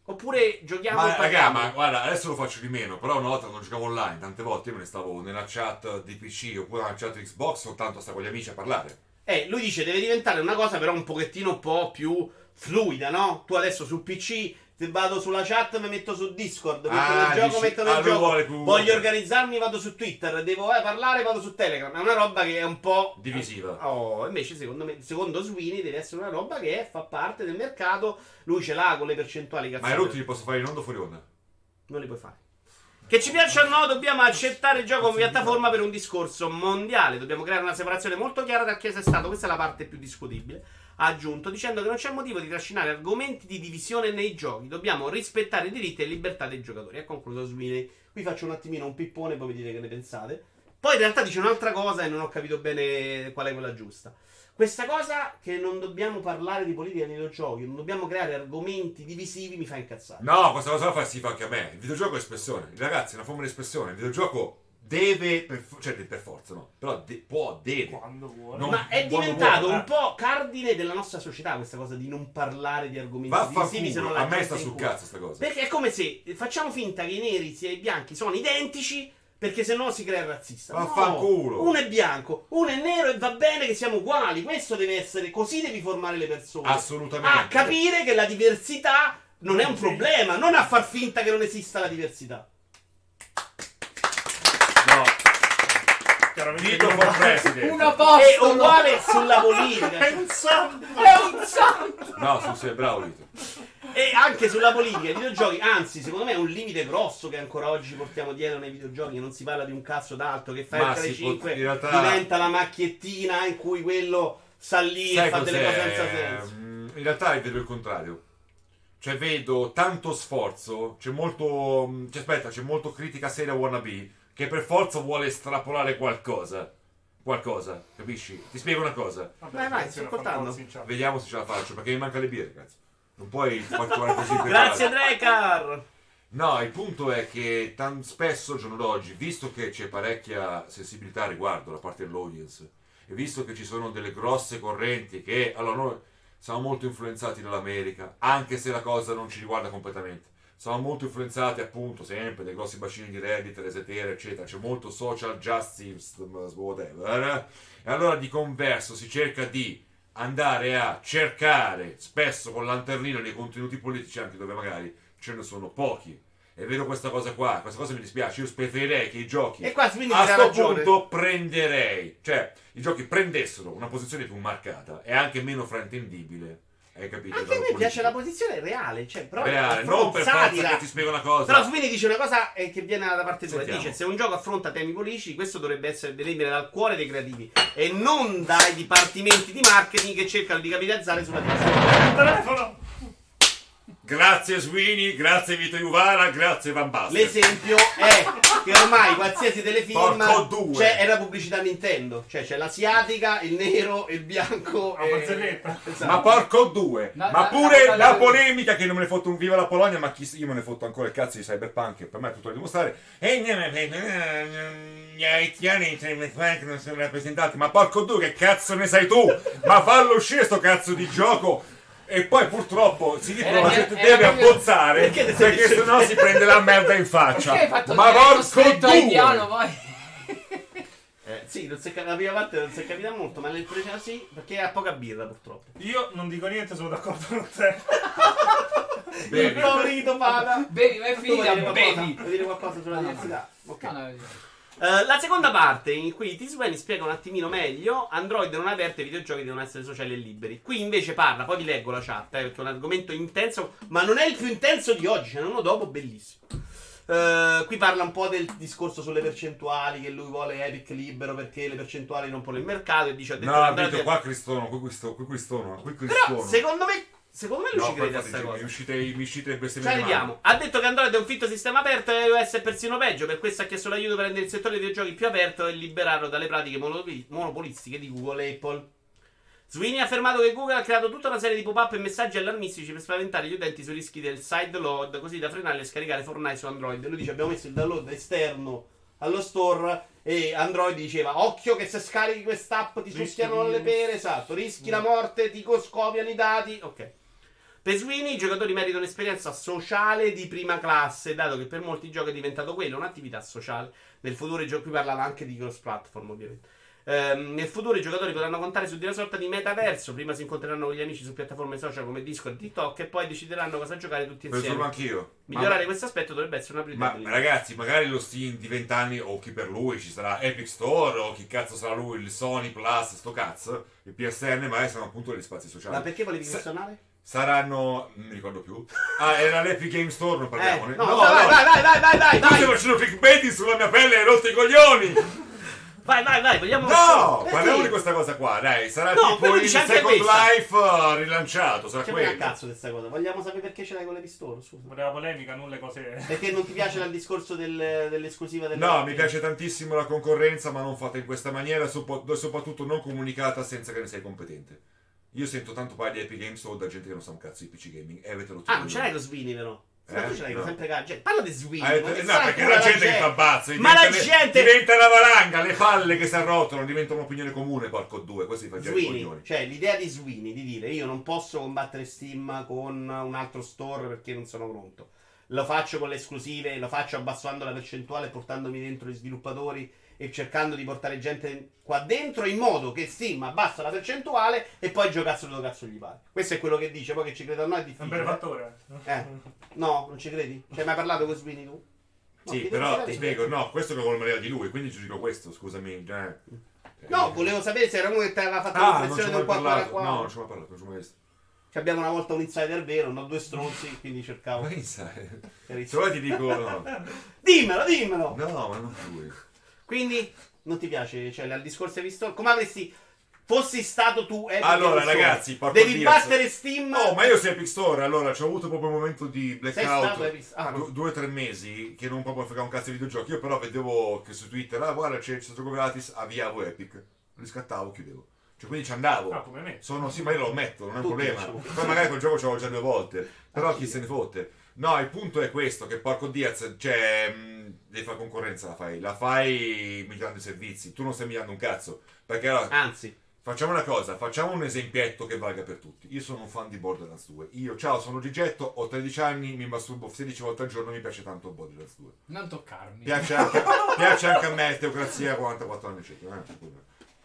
[SPEAKER 1] Oppure giochiamo e
[SPEAKER 3] Ma raga,
[SPEAKER 1] parliamo.
[SPEAKER 3] ma guarda, adesso lo faccio di meno, però una volta non giocavo online, tante volte io me ne stavo nella chat di PC oppure nella chat Xbox soltanto stavo con gli amici a parlare.
[SPEAKER 1] Eh, lui dice deve diventare una cosa però un pochettino un po' più fluida, no? Tu adesso su PC se vado sulla chat, mi metto su Discord, metto
[SPEAKER 3] Ah,
[SPEAKER 1] nel gioco,
[SPEAKER 3] dici-
[SPEAKER 1] metto
[SPEAKER 3] ah,
[SPEAKER 1] nel
[SPEAKER 3] lui
[SPEAKER 1] gioco.
[SPEAKER 3] vuole più-
[SPEAKER 1] Voglio organizzarmi, vado su Twitter, devo eh, parlare, vado su Telegram. È una roba che è un po'
[SPEAKER 3] Divisiva.
[SPEAKER 1] Oh, invece secondo me, secondo Sweeney deve essere una roba che fa parte del mercato, lui ce l'ha con le percentuali
[SPEAKER 3] Ma i
[SPEAKER 1] cazzate.
[SPEAKER 3] rotti li posso fare in onda o fuori onda?
[SPEAKER 1] Non li puoi fare. Che ci piaccia o no, dobbiamo accettare il gioco come piattaforma per un discorso mondiale. Dobbiamo creare una separazione molto chiara da chi è stato. Questa è la parte più discutibile. Ha aggiunto dicendo che non c'è motivo di trascinare argomenti di divisione nei giochi. Dobbiamo rispettare i diritti e libertà dei giocatori. Ha concluso Sweeney. Qui faccio un attimino un pippone e poi mi dite che ne pensate. Poi in realtà dice un'altra cosa e non ho capito bene qual è quella giusta. Questa cosa che non dobbiamo parlare di politica nei videogiochi, non dobbiamo creare argomenti divisivi, mi fa incazzare.
[SPEAKER 3] No, questa cosa la fa sì fa anche a me. Il videogioco è espressione. Ragazzi, è una forma di espressione. Il videogioco deve, per fo- cioè per forza no, però de- può, deve.
[SPEAKER 4] Quando vuole.
[SPEAKER 3] No.
[SPEAKER 1] Ma è
[SPEAKER 3] Buono,
[SPEAKER 1] diventato
[SPEAKER 4] buono,
[SPEAKER 1] un
[SPEAKER 4] eh.
[SPEAKER 1] po' cardine della nostra società questa cosa di non parlare di argomenti divisivi se non
[SPEAKER 3] Vaffanculo,
[SPEAKER 1] la
[SPEAKER 3] a me
[SPEAKER 1] gente
[SPEAKER 3] sta
[SPEAKER 1] in
[SPEAKER 3] sul
[SPEAKER 1] culo.
[SPEAKER 3] cazzo sta cosa.
[SPEAKER 1] Perché è come se facciamo finta che i neri e i bianchi sono identici perché sennò si crea il razzista.
[SPEAKER 3] Vaffanculo.
[SPEAKER 1] No, uno è bianco, uno è nero e va bene che siamo uguali. Questo deve essere, così devi formare le persone.
[SPEAKER 3] Assolutamente.
[SPEAKER 1] A capire che la diversità non è un problema, non a far finta che non esista la diversità.
[SPEAKER 3] No.
[SPEAKER 4] Chiaramente
[SPEAKER 3] Dito
[SPEAKER 4] non-
[SPEAKER 3] for president.
[SPEAKER 2] Una
[SPEAKER 1] È
[SPEAKER 2] posta!
[SPEAKER 1] uguale sulla politica.
[SPEAKER 4] È un santo.
[SPEAKER 2] È un santo!
[SPEAKER 3] No, su, sei bravo Dito.
[SPEAKER 1] E anche sulla politica, i videogiochi, anzi, secondo me è un limite grosso che ancora oggi portiamo dietro nei videogiochi. Non si parla di un cazzo d'altro che fa
[SPEAKER 3] Ma
[SPEAKER 1] il
[SPEAKER 3] si
[SPEAKER 1] 5
[SPEAKER 3] pot- in realtà-
[SPEAKER 1] diventa la macchiettina in cui quello sta lì e
[SPEAKER 3] Sai
[SPEAKER 1] fa delle cose
[SPEAKER 3] cos'è?
[SPEAKER 1] senza senso.
[SPEAKER 3] Mm, In realtà vedo il contrario. Cioè vedo tanto sforzo, c'è molto... mm, Cioè aspetta, c'è molto critica seria wannabe che per forza vuole estrapolare qualcosa. Qualcosa, capisci? Ti spiego una cosa.
[SPEAKER 1] Vai,
[SPEAKER 4] Vabbè,
[SPEAKER 1] vai, sto
[SPEAKER 4] attenzione,
[SPEAKER 1] ascoltando.
[SPEAKER 4] Fanforzi in chat.
[SPEAKER 3] Vediamo se ce la faccio, perché mi mancano le birre, cazzo. Non puoi fatturare così per
[SPEAKER 1] Grazie, Drecar.
[SPEAKER 3] No, il punto è che tan spesso al giorno d'oggi, visto che c'è parecchia sensibilità riguardo da parte dell'audience, e visto che ci sono delle grosse correnti che allora noi siamo molto influenzati dall'America, anche se la cosa non ci riguarda completamente. Siamo molto influenzati appunto sempre dai grossi bacini di Reddit, Resetera, eccetera, c'è molto social justice, whatever. E allora di converso si cerca di andare a cercare spesso con lanternina dei contenuti politici anche dove magari ce ne sono pochi. È vero questa cosa qua, questa cosa mi dispiace, io preferirei che i giochi
[SPEAKER 1] E qua quindi
[SPEAKER 3] a
[SPEAKER 1] c'ha
[SPEAKER 3] sto
[SPEAKER 1] ragione.
[SPEAKER 3] punto prenderei, cioè i giochi prendessero una posizione più marcata e anche meno fraintendibile. Hai capito?
[SPEAKER 1] Anche a me
[SPEAKER 3] Dalla
[SPEAKER 1] piace
[SPEAKER 3] politica.
[SPEAKER 1] la posizione reale, cioè, però
[SPEAKER 3] Reale,
[SPEAKER 1] affronta-
[SPEAKER 3] non per
[SPEAKER 1] satira.
[SPEAKER 3] forza che ti spiego una cosa.
[SPEAKER 1] Però Sweeney dice una cosa eh, che viene dalla parte tua.
[SPEAKER 3] Sentiamo.
[SPEAKER 1] Dice: Se un gioco affronta temi politici, questo dovrebbe essere venire dal cuore dei creativi e non dai dipartimenti di marketing che cercano di capitalizzare sulla testa.
[SPEAKER 4] Telefono.
[SPEAKER 3] Grazie Sweeney, grazie Vito Iuvara, grazie Van Basten.
[SPEAKER 1] L'esempio è che ormai qualsiasi telefilm
[SPEAKER 3] Porco due.
[SPEAKER 1] c'è, è la pubblicità Nintendo. Cioè c'è l'asiatica, il nero, il bianco.
[SPEAKER 4] La barzelletta.
[SPEAKER 1] Esatto.
[SPEAKER 3] Ma porco due!
[SPEAKER 2] No,
[SPEAKER 3] ma
[SPEAKER 2] no,
[SPEAKER 3] pure
[SPEAKER 2] no, no,
[SPEAKER 3] la
[SPEAKER 2] no.
[SPEAKER 3] polemica che non me ne fotto un viva la Polonia, ma chi, io me ne fotto ancora il cazzo di Cyberpunk, che per me è tutto da dimostrare. E gli haitiani in Cyberpunk non sono rappresentati. Ma porco due, che cazzo ne sai tu? Ma fallo uscire sto cazzo di gioco! E poi purtroppo
[SPEAKER 1] Eh,
[SPEAKER 3] si dicono
[SPEAKER 2] Era
[SPEAKER 3] la
[SPEAKER 2] mia-
[SPEAKER 3] gente
[SPEAKER 2] era
[SPEAKER 3] deve
[SPEAKER 2] mia-
[SPEAKER 3] abbozzare
[SPEAKER 1] Perché
[SPEAKER 3] perché,
[SPEAKER 1] te sei dicendo-
[SPEAKER 3] sennò si prende la merda in faccia.
[SPEAKER 2] Perché hai fatto
[SPEAKER 3] Ma
[SPEAKER 2] vedere lo
[SPEAKER 3] porco
[SPEAKER 2] stretto indiano
[SPEAKER 3] due!
[SPEAKER 2] poi?
[SPEAKER 1] Eh, sì, non si è cap- la prima parte non si è capita molto, ma nel precedente sì, perché ha poca birra purtroppo.
[SPEAKER 4] Io non dico niente, sono d'accordo con te.
[SPEAKER 1] Il favorito vada.
[SPEAKER 2] Bevi, ma è
[SPEAKER 1] Tu vuoi
[SPEAKER 2] finita,
[SPEAKER 1] dire qualcosa?
[SPEAKER 2] bevi.
[SPEAKER 1] Vuoi dire qualcosa sulla
[SPEAKER 2] No, no.
[SPEAKER 1] diversità? Ok.
[SPEAKER 2] No, no,
[SPEAKER 1] Eh, la seconda parte in cui Tiswen spiega un attimino meglio Android non aperte, i videogiochi devono essere sociali e liberi. Qui invece parla, poi vi leggo la chat, eh, perché è un argomento intenso, ma non è il più intenso di oggi, ce n'è uno dopo, bellissimo. Eh, qui parla un po' del discorso sulle percentuali, che lui vuole Epic libero perché le percentuali rompono il mercato e dice... ha detto che
[SPEAKER 3] No,
[SPEAKER 1] Android-
[SPEAKER 3] Vito, qua Cristono, qui Cristono, qui Cristono, qui Cristono.
[SPEAKER 1] Però secondo me, secondo me lui ci
[SPEAKER 3] No, poi
[SPEAKER 1] crede a
[SPEAKER 3] infatti,
[SPEAKER 1] questa
[SPEAKER 3] dicevo,
[SPEAKER 1] cosa.
[SPEAKER 3] mi uscite, mi uscite in queste
[SPEAKER 1] Ci
[SPEAKER 3] mie mani.
[SPEAKER 1] arriviamo. Ha detto che Android è un fitto sistema aperto e iOS è persino peggio. Per questo ha chiesto l'aiuto per rendere il settore dei videogiochi più aperto e liberarlo dalle pratiche monopoli- monopolistiche di Google e Apple. Sweeney ha affermato che Google ha creato tutta una serie di pop-up e messaggi allarmistici per spaventare gli utenti sui rischi del sideload, così da frenarli e scaricare Fortnite su Android. Lui dice: Abbiamo messo il download esterno allo store. E Android diceva: Occhio che se scarichi quest'app ti
[SPEAKER 4] Rischi
[SPEAKER 1] succhiano
[SPEAKER 4] di-
[SPEAKER 1] le pere. Esatto, rischi la morte, ti scopiano i dati. Ok. Per Sweeney i giocatori meritano un'esperienza sociale di prima classe, dato che per molti giochi è diventato quello, un'attività sociale. Nel futuro i giochi, qui parlava anche di cross platform ovviamente. Ehm, nel futuro i giocatori potranno contare su di una sorta di metaverso, prima si incontreranno con gli amici su piattaforme social come Discord e TikTok e poi decideranno cosa giocare tutti
[SPEAKER 3] Penso
[SPEAKER 1] insieme.
[SPEAKER 3] anch'io.
[SPEAKER 1] Migliorare
[SPEAKER 3] Ma-
[SPEAKER 1] questo aspetto dovrebbe essere una priorità.
[SPEAKER 3] Ma
[SPEAKER 1] per l'Italia.
[SPEAKER 3] ragazzi, magari lo Steam di vent'anni o chi per lui ci sarà Epic Store o chi cazzo sarà lui, il Sony Plus, sto cazzo, il PSN, magari sono appunto degli spazi sociali.
[SPEAKER 1] Ma perché volevi
[SPEAKER 3] Sa-
[SPEAKER 1] menzionare?
[SPEAKER 3] Saranno, non mi ricordo più. Ah, era l'Epic Game Store, non
[SPEAKER 1] Eh,
[SPEAKER 3] parliamone.
[SPEAKER 1] no, vai, vai, vai, vai, vai, vai,
[SPEAKER 3] Tu stai
[SPEAKER 1] vai,
[SPEAKER 3] facendo clickbaiting sulla mia pelle, hai rotto i coglioni!
[SPEAKER 1] vai, vai, vai, vogliamo
[SPEAKER 3] No!
[SPEAKER 1] Eh,
[SPEAKER 3] Parliamo
[SPEAKER 1] sì.
[SPEAKER 3] di questa cosa qua, dai, sarà
[SPEAKER 1] No,
[SPEAKER 3] tipo
[SPEAKER 1] quello
[SPEAKER 3] il
[SPEAKER 1] dice anche
[SPEAKER 3] Second
[SPEAKER 1] questa. Cioè,
[SPEAKER 3] Life eh, rilanciato, sarà
[SPEAKER 1] Che me ne
[SPEAKER 3] quello.
[SPEAKER 1] cazzo di sta cosa? Vogliamo sapere perché ce l'hai con le pistole? Scusa.
[SPEAKER 4] Pure la polemica, non le cose.
[SPEAKER 1] Perché non ti piace il discorso del- dell'esclusiva del
[SPEAKER 3] No, mi piace tantissimo la concorrenza, ma non fatta in questa maniera, soppo- soprattutto non comunicata senza che ne sei competente. Io sento tanto parlare di Epic Games o da gente che non sa un cazzo di PC gaming, e avete rotto
[SPEAKER 1] Ah,
[SPEAKER 3] i
[SPEAKER 1] non ce l'hai
[SPEAKER 3] coglioni.
[SPEAKER 1] lo Sweeney, però. Ma
[SPEAKER 3] Eh,
[SPEAKER 1] tu ce l'hai
[SPEAKER 3] no.
[SPEAKER 1] sempre con la gente. Parla di Sweeney.
[SPEAKER 3] Ah, eh,
[SPEAKER 1] ma che
[SPEAKER 3] no,
[SPEAKER 1] sarà
[SPEAKER 3] perché
[SPEAKER 1] ancora
[SPEAKER 3] la gente che fa bazza
[SPEAKER 1] Ma la
[SPEAKER 3] diventa-
[SPEAKER 1] gente.
[SPEAKER 3] diventa la valanga, le palle che si arrotolano diventa un'opinione comune, porco due, questo ti fa girare i
[SPEAKER 1] Sweeney,
[SPEAKER 3] coglioni.
[SPEAKER 1] cioè l'idea di Sweeney di dire io non posso combattere Steam con un altro store perché non sono pronto. Lo faccio con le esclusive, lo faccio abbassando la percentuale, portandomi dentro gli sviluppatori e cercando di portare gente qua dentro in modo che Steam abbassa la percentuale e poi gioca dove cazzo gli pare. Questo è quello che dice, poi che ci credono noi è
[SPEAKER 4] È un
[SPEAKER 1] difficile.
[SPEAKER 4] bel fattore.
[SPEAKER 1] Eh, no, non ci credi? Ci hai mai parlato con Sweeney tu? No,
[SPEAKER 3] Sì,
[SPEAKER 1] chi
[SPEAKER 3] però
[SPEAKER 1] te
[SPEAKER 3] ti
[SPEAKER 1] ne frega?
[SPEAKER 3] spiego, no, questo che vuole Maria di lui, quindi giudico questo, scusami. eh.
[SPEAKER 1] No, volevo sapere se era uno che ti aveva fatto
[SPEAKER 3] Ah, non ci ho
[SPEAKER 1] l'impressione
[SPEAKER 3] mai
[SPEAKER 1] del 4
[SPEAKER 3] parlato,
[SPEAKER 1] qua.
[SPEAKER 3] no, non ci ho mai parlato, non ci ho mai visto.
[SPEAKER 1] Ci abbiamo una volta un insider vero, no? Due stronzi, quindi cercavo.
[SPEAKER 3] Ma che sai?
[SPEAKER 1] Carizzo.
[SPEAKER 3] Se vuoi ti dico no.
[SPEAKER 1] Dimmelo, dimmelo!
[SPEAKER 3] No, ma non lui.
[SPEAKER 1] Quindi, non ti piace, cioè, al discorso hai visto? Come avresti... Fossi stato tu, eh,
[SPEAKER 3] Allora,
[SPEAKER 1] perché non so.
[SPEAKER 3] ragazzi, porco
[SPEAKER 1] Devi
[SPEAKER 3] Dio,
[SPEAKER 1] battere
[SPEAKER 3] se-
[SPEAKER 1] Steam...
[SPEAKER 3] No, ma io sei Epic Store, allora c'ho avuto proprio un momento di
[SPEAKER 1] Sei stato...
[SPEAKER 3] blackout.
[SPEAKER 1] Epic- Ah, no.
[SPEAKER 3] du- due o tre mesi che non proprio frega un cazzo di videogiochi. Io però vedevo che su Twitter, ah guarda c'è questo gioco gratis, avviavo Epic. Riscattavo, chiudevo. Cioè quindi ci andavo.
[SPEAKER 4] No, Ah, come me.
[SPEAKER 3] Sono sì, ma io lo ammetto, non è un
[SPEAKER 1] Ah. Tutti
[SPEAKER 3] problema.
[SPEAKER 1] diciamo.
[SPEAKER 3] Poi magari quel gioco ce l'avevo già due volte. Però
[SPEAKER 1] Anch'io.
[SPEAKER 3] chi se ne fotte. No, il punto è questo: che porco Diaz, cioè, mh, devi fare concorrenza, la fai. La fai migliorando i servizi. Tu non stai migliorando un cazzo. Perché allora,
[SPEAKER 1] Anzi,
[SPEAKER 3] Facciamo una cosa, facciamo un esempietto che valga per tutti. Io sono un fan di Borderlands 2. Io, ciao, sono Gigetto, ho 13 anni, mi masturbo 16 volte al giorno, mi piace tanto Borderlands 2.
[SPEAKER 2] Non toccarmi.
[SPEAKER 3] Piace anche, piace anche a me, Teocrazia, 44 anni, eccetera. Eh, scusa.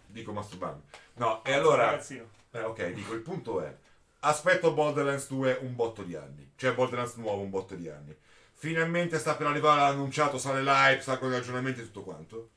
[SPEAKER 3] Dico masturbarmi. No, e allora...
[SPEAKER 4] Ragazzino.
[SPEAKER 3] eh, ok, dico, il punto è... Aspetto Borderlands 2 un botto di anni. Cioè Borderlands nuovo un botto di anni. Finalmente sta per arrivare l'annunciato, sale live, sacco di aggiornamenti e tutto quanto.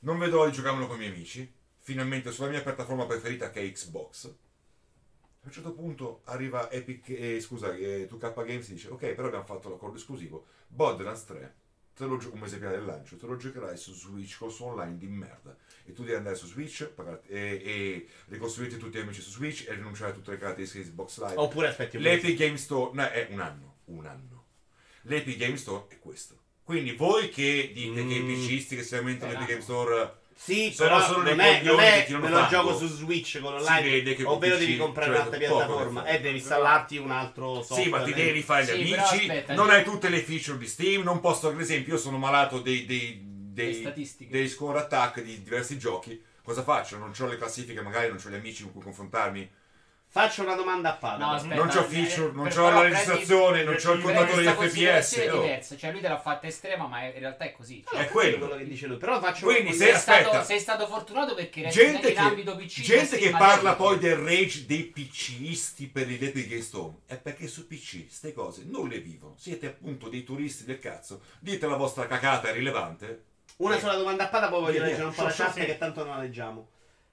[SPEAKER 3] Non vedo l'ora di giocarmelo con i miei amici. Finalmente sulla mia piattaforma preferita che è Xbox. A un certo punto arriva Epic, eh, scusa, eh, 2K Games e dice ok, però abbiamo fatto l'accordo esclusivo. Borderlands 3 te lo gio- un mese prima del lancio, te lo giocherai su Switch col suo online di merda. E tu devi andare su Switch pagarti- e, e ricostruirti tutti gli amici su Switch e rinunciare a tutte le caratteristiche di Xbox Live.
[SPEAKER 1] Oppure aspetti un mese.
[SPEAKER 3] L'Epic Game Store no, è un anno, un anno. L'Epic Game Store è questo. Quindi voi che dite che i
[SPEAKER 1] Mm.
[SPEAKER 3] PCisti che si lamentano
[SPEAKER 2] Eh,
[SPEAKER 3] dell'Epic
[SPEAKER 2] no.
[SPEAKER 3] Game Store
[SPEAKER 1] Sì,
[SPEAKER 3] Sono
[SPEAKER 1] però
[SPEAKER 3] solo dei
[SPEAKER 1] non è,
[SPEAKER 3] coglioni
[SPEAKER 1] non è
[SPEAKER 3] che tirano
[SPEAKER 1] me lo
[SPEAKER 3] fango.
[SPEAKER 1] gioco su Switch con
[SPEAKER 3] Si
[SPEAKER 1] online,
[SPEAKER 3] vede che con
[SPEAKER 1] ovvero
[SPEAKER 3] PC,
[SPEAKER 1] devi comprare
[SPEAKER 3] cioè,
[SPEAKER 1] un'altra
[SPEAKER 3] poco ne
[SPEAKER 1] piattaforma
[SPEAKER 3] frega.
[SPEAKER 1] e devi installarti un altro software.
[SPEAKER 3] Sì, ma ti devi rifare gli
[SPEAKER 2] Sì, però
[SPEAKER 3] amici.
[SPEAKER 2] aspetta,
[SPEAKER 3] non
[SPEAKER 2] sì.
[SPEAKER 3] hai tutte le feature di Steam. Non posso, ad esempio, io sono malato dei, dei,
[SPEAKER 2] Le
[SPEAKER 3] dei,
[SPEAKER 2] statistiche.
[SPEAKER 3] dei score attack di diversi giochi. Cosa faccio? Non ho le classifiche, magari non ho gli amici con cui confrontarmi.
[SPEAKER 1] Faccio una domanda a
[SPEAKER 2] No,
[SPEAKER 1] Paolo.
[SPEAKER 2] aspetta,
[SPEAKER 3] non c'ho
[SPEAKER 2] eh,
[SPEAKER 3] feature, non
[SPEAKER 2] per-
[SPEAKER 3] c'ho la
[SPEAKER 2] però prendi-
[SPEAKER 3] registrazione, non c'ho il
[SPEAKER 4] prendi
[SPEAKER 3] contatore di
[SPEAKER 2] Questa considerazione
[SPEAKER 3] FPS.
[SPEAKER 2] è
[SPEAKER 3] oh.
[SPEAKER 2] diversa, cioè lui te l'ha fatta estrema, ma in realtà è così. Cioè,
[SPEAKER 3] è quello.
[SPEAKER 1] che dice lui. Però faccio
[SPEAKER 3] Quindi se-
[SPEAKER 2] sei, stato,
[SPEAKER 3] aspetta.
[SPEAKER 2] sei stato fortunato perché resti
[SPEAKER 3] Gente
[SPEAKER 2] in ambito
[SPEAKER 3] che,
[SPEAKER 2] PC.
[SPEAKER 3] gente
[SPEAKER 2] resti
[SPEAKER 3] che
[SPEAKER 2] in
[SPEAKER 3] parla
[SPEAKER 2] ambito-
[SPEAKER 3] poi del rage dei PCisti per i Dead Game Storm è perché su PC ste cose non le vivono. Siete appunto dei turisti del cazzo. Dite la vostra cacata rilevante.
[SPEAKER 1] una sola domanda a Paolo, poi voglio
[SPEAKER 3] Via,
[SPEAKER 1] leggere un po' la
[SPEAKER 4] Sì,
[SPEAKER 1] chat
[SPEAKER 4] sì.
[SPEAKER 1] che tanto non la leggiamo.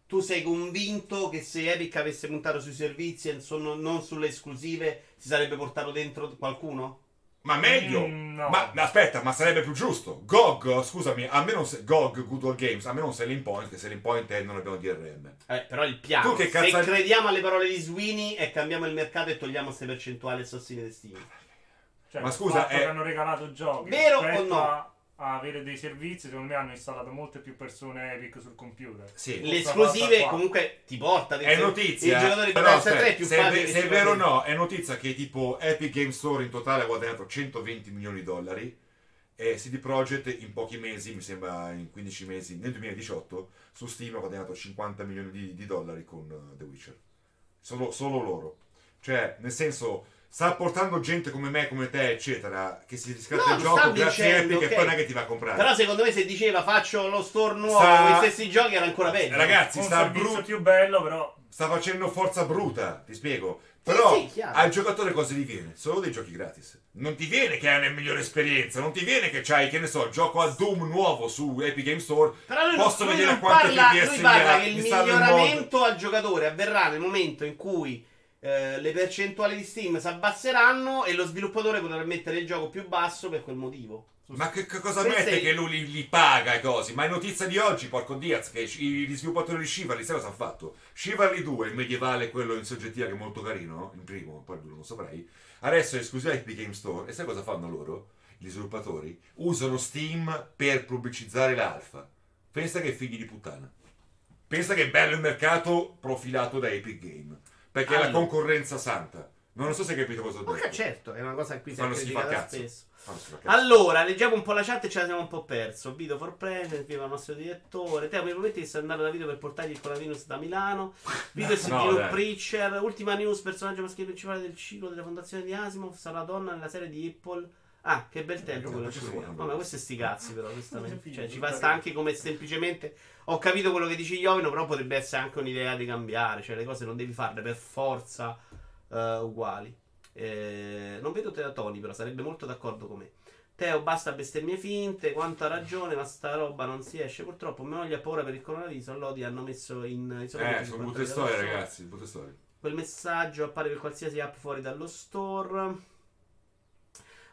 [SPEAKER 1] Tu sei convinto che se Epic avesse puntato sui servizi e sono- non sulle esclusive si sarebbe portato dentro qualcuno?
[SPEAKER 3] Ma meglio!
[SPEAKER 4] Mm, no.
[SPEAKER 3] Ma aspetta, ma sarebbe più giusto. GOG, scusami, a me non se, GOG, Good Old Games, a me non Selling Point, che Selling Point è non abbiamo DRM.
[SPEAKER 1] Eh, però il piano.
[SPEAKER 3] Tu che
[SPEAKER 1] Se
[SPEAKER 3] cazzo-
[SPEAKER 1] crediamo alle parole di Sweeney e cambiamo il mercato e togliamo queste percentuali assassine di Steam.
[SPEAKER 4] Cioè,
[SPEAKER 3] Ma
[SPEAKER 4] il
[SPEAKER 3] scusa,
[SPEAKER 4] fatto
[SPEAKER 3] è-
[SPEAKER 4] che hanno regalato giochi
[SPEAKER 1] Vero o
[SPEAKER 4] rispetto
[SPEAKER 1] no?
[SPEAKER 4] a, a avere dei servizi, secondo me hanno installato molte più persone Epic sul computer.
[SPEAKER 3] Sì.
[SPEAKER 1] Le esclusive
[SPEAKER 4] Qua.
[SPEAKER 1] comunque ti porta dei
[SPEAKER 3] È
[SPEAKER 1] se-
[SPEAKER 3] notizia. eh.
[SPEAKER 1] I giocatori per
[SPEAKER 3] però
[SPEAKER 1] PS3 è
[SPEAKER 3] aspetta,
[SPEAKER 1] più
[SPEAKER 3] se, è
[SPEAKER 1] facile.
[SPEAKER 3] ve-
[SPEAKER 1] che
[SPEAKER 3] se è
[SPEAKER 1] ci
[SPEAKER 3] vero o
[SPEAKER 1] guadagni.
[SPEAKER 3] no, è notizia che tipo Epic Game Store in totale ha guadagnato 120 milioni di dollari e CD Projekt in pochi mesi, mi sembra in 15 mesi, nel 2018, su Steam ha guadagnato 50 milioni di, di dollari con eh, The Witcher. Solo, solo loro. Cioè, nel senso, sta portando gente come me, come te, eccetera, che si riscatta
[SPEAKER 1] No,
[SPEAKER 3] il
[SPEAKER 1] non sta
[SPEAKER 3] gioco grazie a
[SPEAKER 1] dicendo,
[SPEAKER 3] Epic
[SPEAKER 1] ok.
[SPEAKER 3] e poi non è che ti va a comprare.
[SPEAKER 1] Però secondo me se diceva faccio lo store nuovo
[SPEAKER 3] Sta-
[SPEAKER 1] con i stessi giochi era ancora peggio.
[SPEAKER 3] Ragazzi,
[SPEAKER 4] Un
[SPEAKER 3] sta
[SPEAKER 4] servizio
[SPEAKER 3] brutto.
[SPEAKER 4] più bello, però
[SPEAKER 3] sta facendo forza bruta, ti spiego. Però
[SPEAKER 1] sì, chiaro.
[SPEAKER 3] al giocatore cosa gli viene? Solo dei giochi gratis. Non ti viene che hai una migliore esperienza, non ti viene che c'hai, che ne so, gioco a Doom nuovo su Epic Game Store.
[SPEAKER 1] Però lui,
[SPEAKER 3] Posso
[SPEAKER 1] lui
[SPEAKER 3] vedere
[SPEAKER 1] non
[SPEAKER 3] quanti
[SPEAKER 1] parla,
[SPEAKER 3] FPS
[SPEAKER 1] lui parla
[SPEAKER 3] mi ha-
[SPEAKER 1] che il
[SPEAKER 3] mi stanno in
[SPEAKER 1] miglioramento al giocatore avverrà nel momento in cui eh, le percentuali di Steam si abbasseranno e lo sviluppatore potrà mettere il gioco più basso per quel motivo.
[SPEAKER 3] Ma che, che cosa
[SPEAKER 1] Se
[SPEAKER 3] mette
[SPEAKER 1] sei-
[SPEAKER 3] che lui li, li paga e cose? Ma è notizia di oggi, porco Diaz, che i- gli sviluppatori di Chivalry, sai cosa hanno fatto? Chivalry 2, il medievale, quello in soggettiva che è molto carino, il primo, poi non lo saprei. Adesso è esclusiva di Game Store e sai cosa fanno loro? Gli sviluppatori usano Steam per pubblicizzare l'alfa. Pensa che figli di puttana. Pensa che è bello il mercato profilato da Epic Game. Perché è la
[SPEAKER 2] Allora.
[SPEAKER 3] concorrenza santa. Non so se hai capito cosa ho detto. Ah,
[SPEAKER 1] Ok, certo, è una cosa che qui si è
[SPEAKER 3] Fanno schifo a
[SPEAKER 1] criticata
[SPEAKER 3] cazzo.
[SPEAKER 1] spesso.
[SPEAKER 3] Fanno schifo a cazzo.
[SPEAKER 1] Allora, leggiamo un po' la chat e ce la siamo un po' perso. Vito for President, viva il nostro direttore. Teo, mi prometti di andare da Vito per portargli il coronavirus da Milano. Vito e Silvino
[SPEAKER 3] dai.
[SPEAKER 1] Preacher. Ultima news, personaggio maschile principale del ciclo della fondazione di Asimov. Sarà donna nella serie di Apple. Ah, che bel tempo
[SPEAKER 3] Eh,
[SPEAKER 1] quello
[SPEAKER 3] non
[SPEAKER 1] che
[SPEAKER 3] ci
[SPEAKER 1] c'era.
[SPEAKER 3] sono.
[SPEAKER 1] No, ma questo è sti cazzi però, onestamente.
[SPEAKER 4] Sì,
[SPEAKER 1] Cioè, ci
[SPEAKER 4] non
[SPEAKER 1] basta
[SPEAKER 4] parlo.
[SPEAKER 1] anche come semplicemente... Ho capito quello che dice Iovino, però potrebbe essere anche un'idea di cambiare. Cioè, le cose non devi farle per forza eh, uguali. Eh, non vedo te da Tony, però sarebbe molto d'accordo con me. Teo, basta bestemmie finte, quanto ha ragione, ma sta roba non si esce. Purtroppo mia moglie ha paura per il coronavirus, all'Odi hanno messo in isolamento
[SPEAKER 3] Eh, sono
[SPEAKER 1] 50.000
[SPEAKER 3] brutte storie,
[SPEAKER 1] persone.
[SPEAKER 3] ragazzi, brutte storie.
[SPEAKER 1] Quel messaggio appare per qualsiasi app fuori dallo store.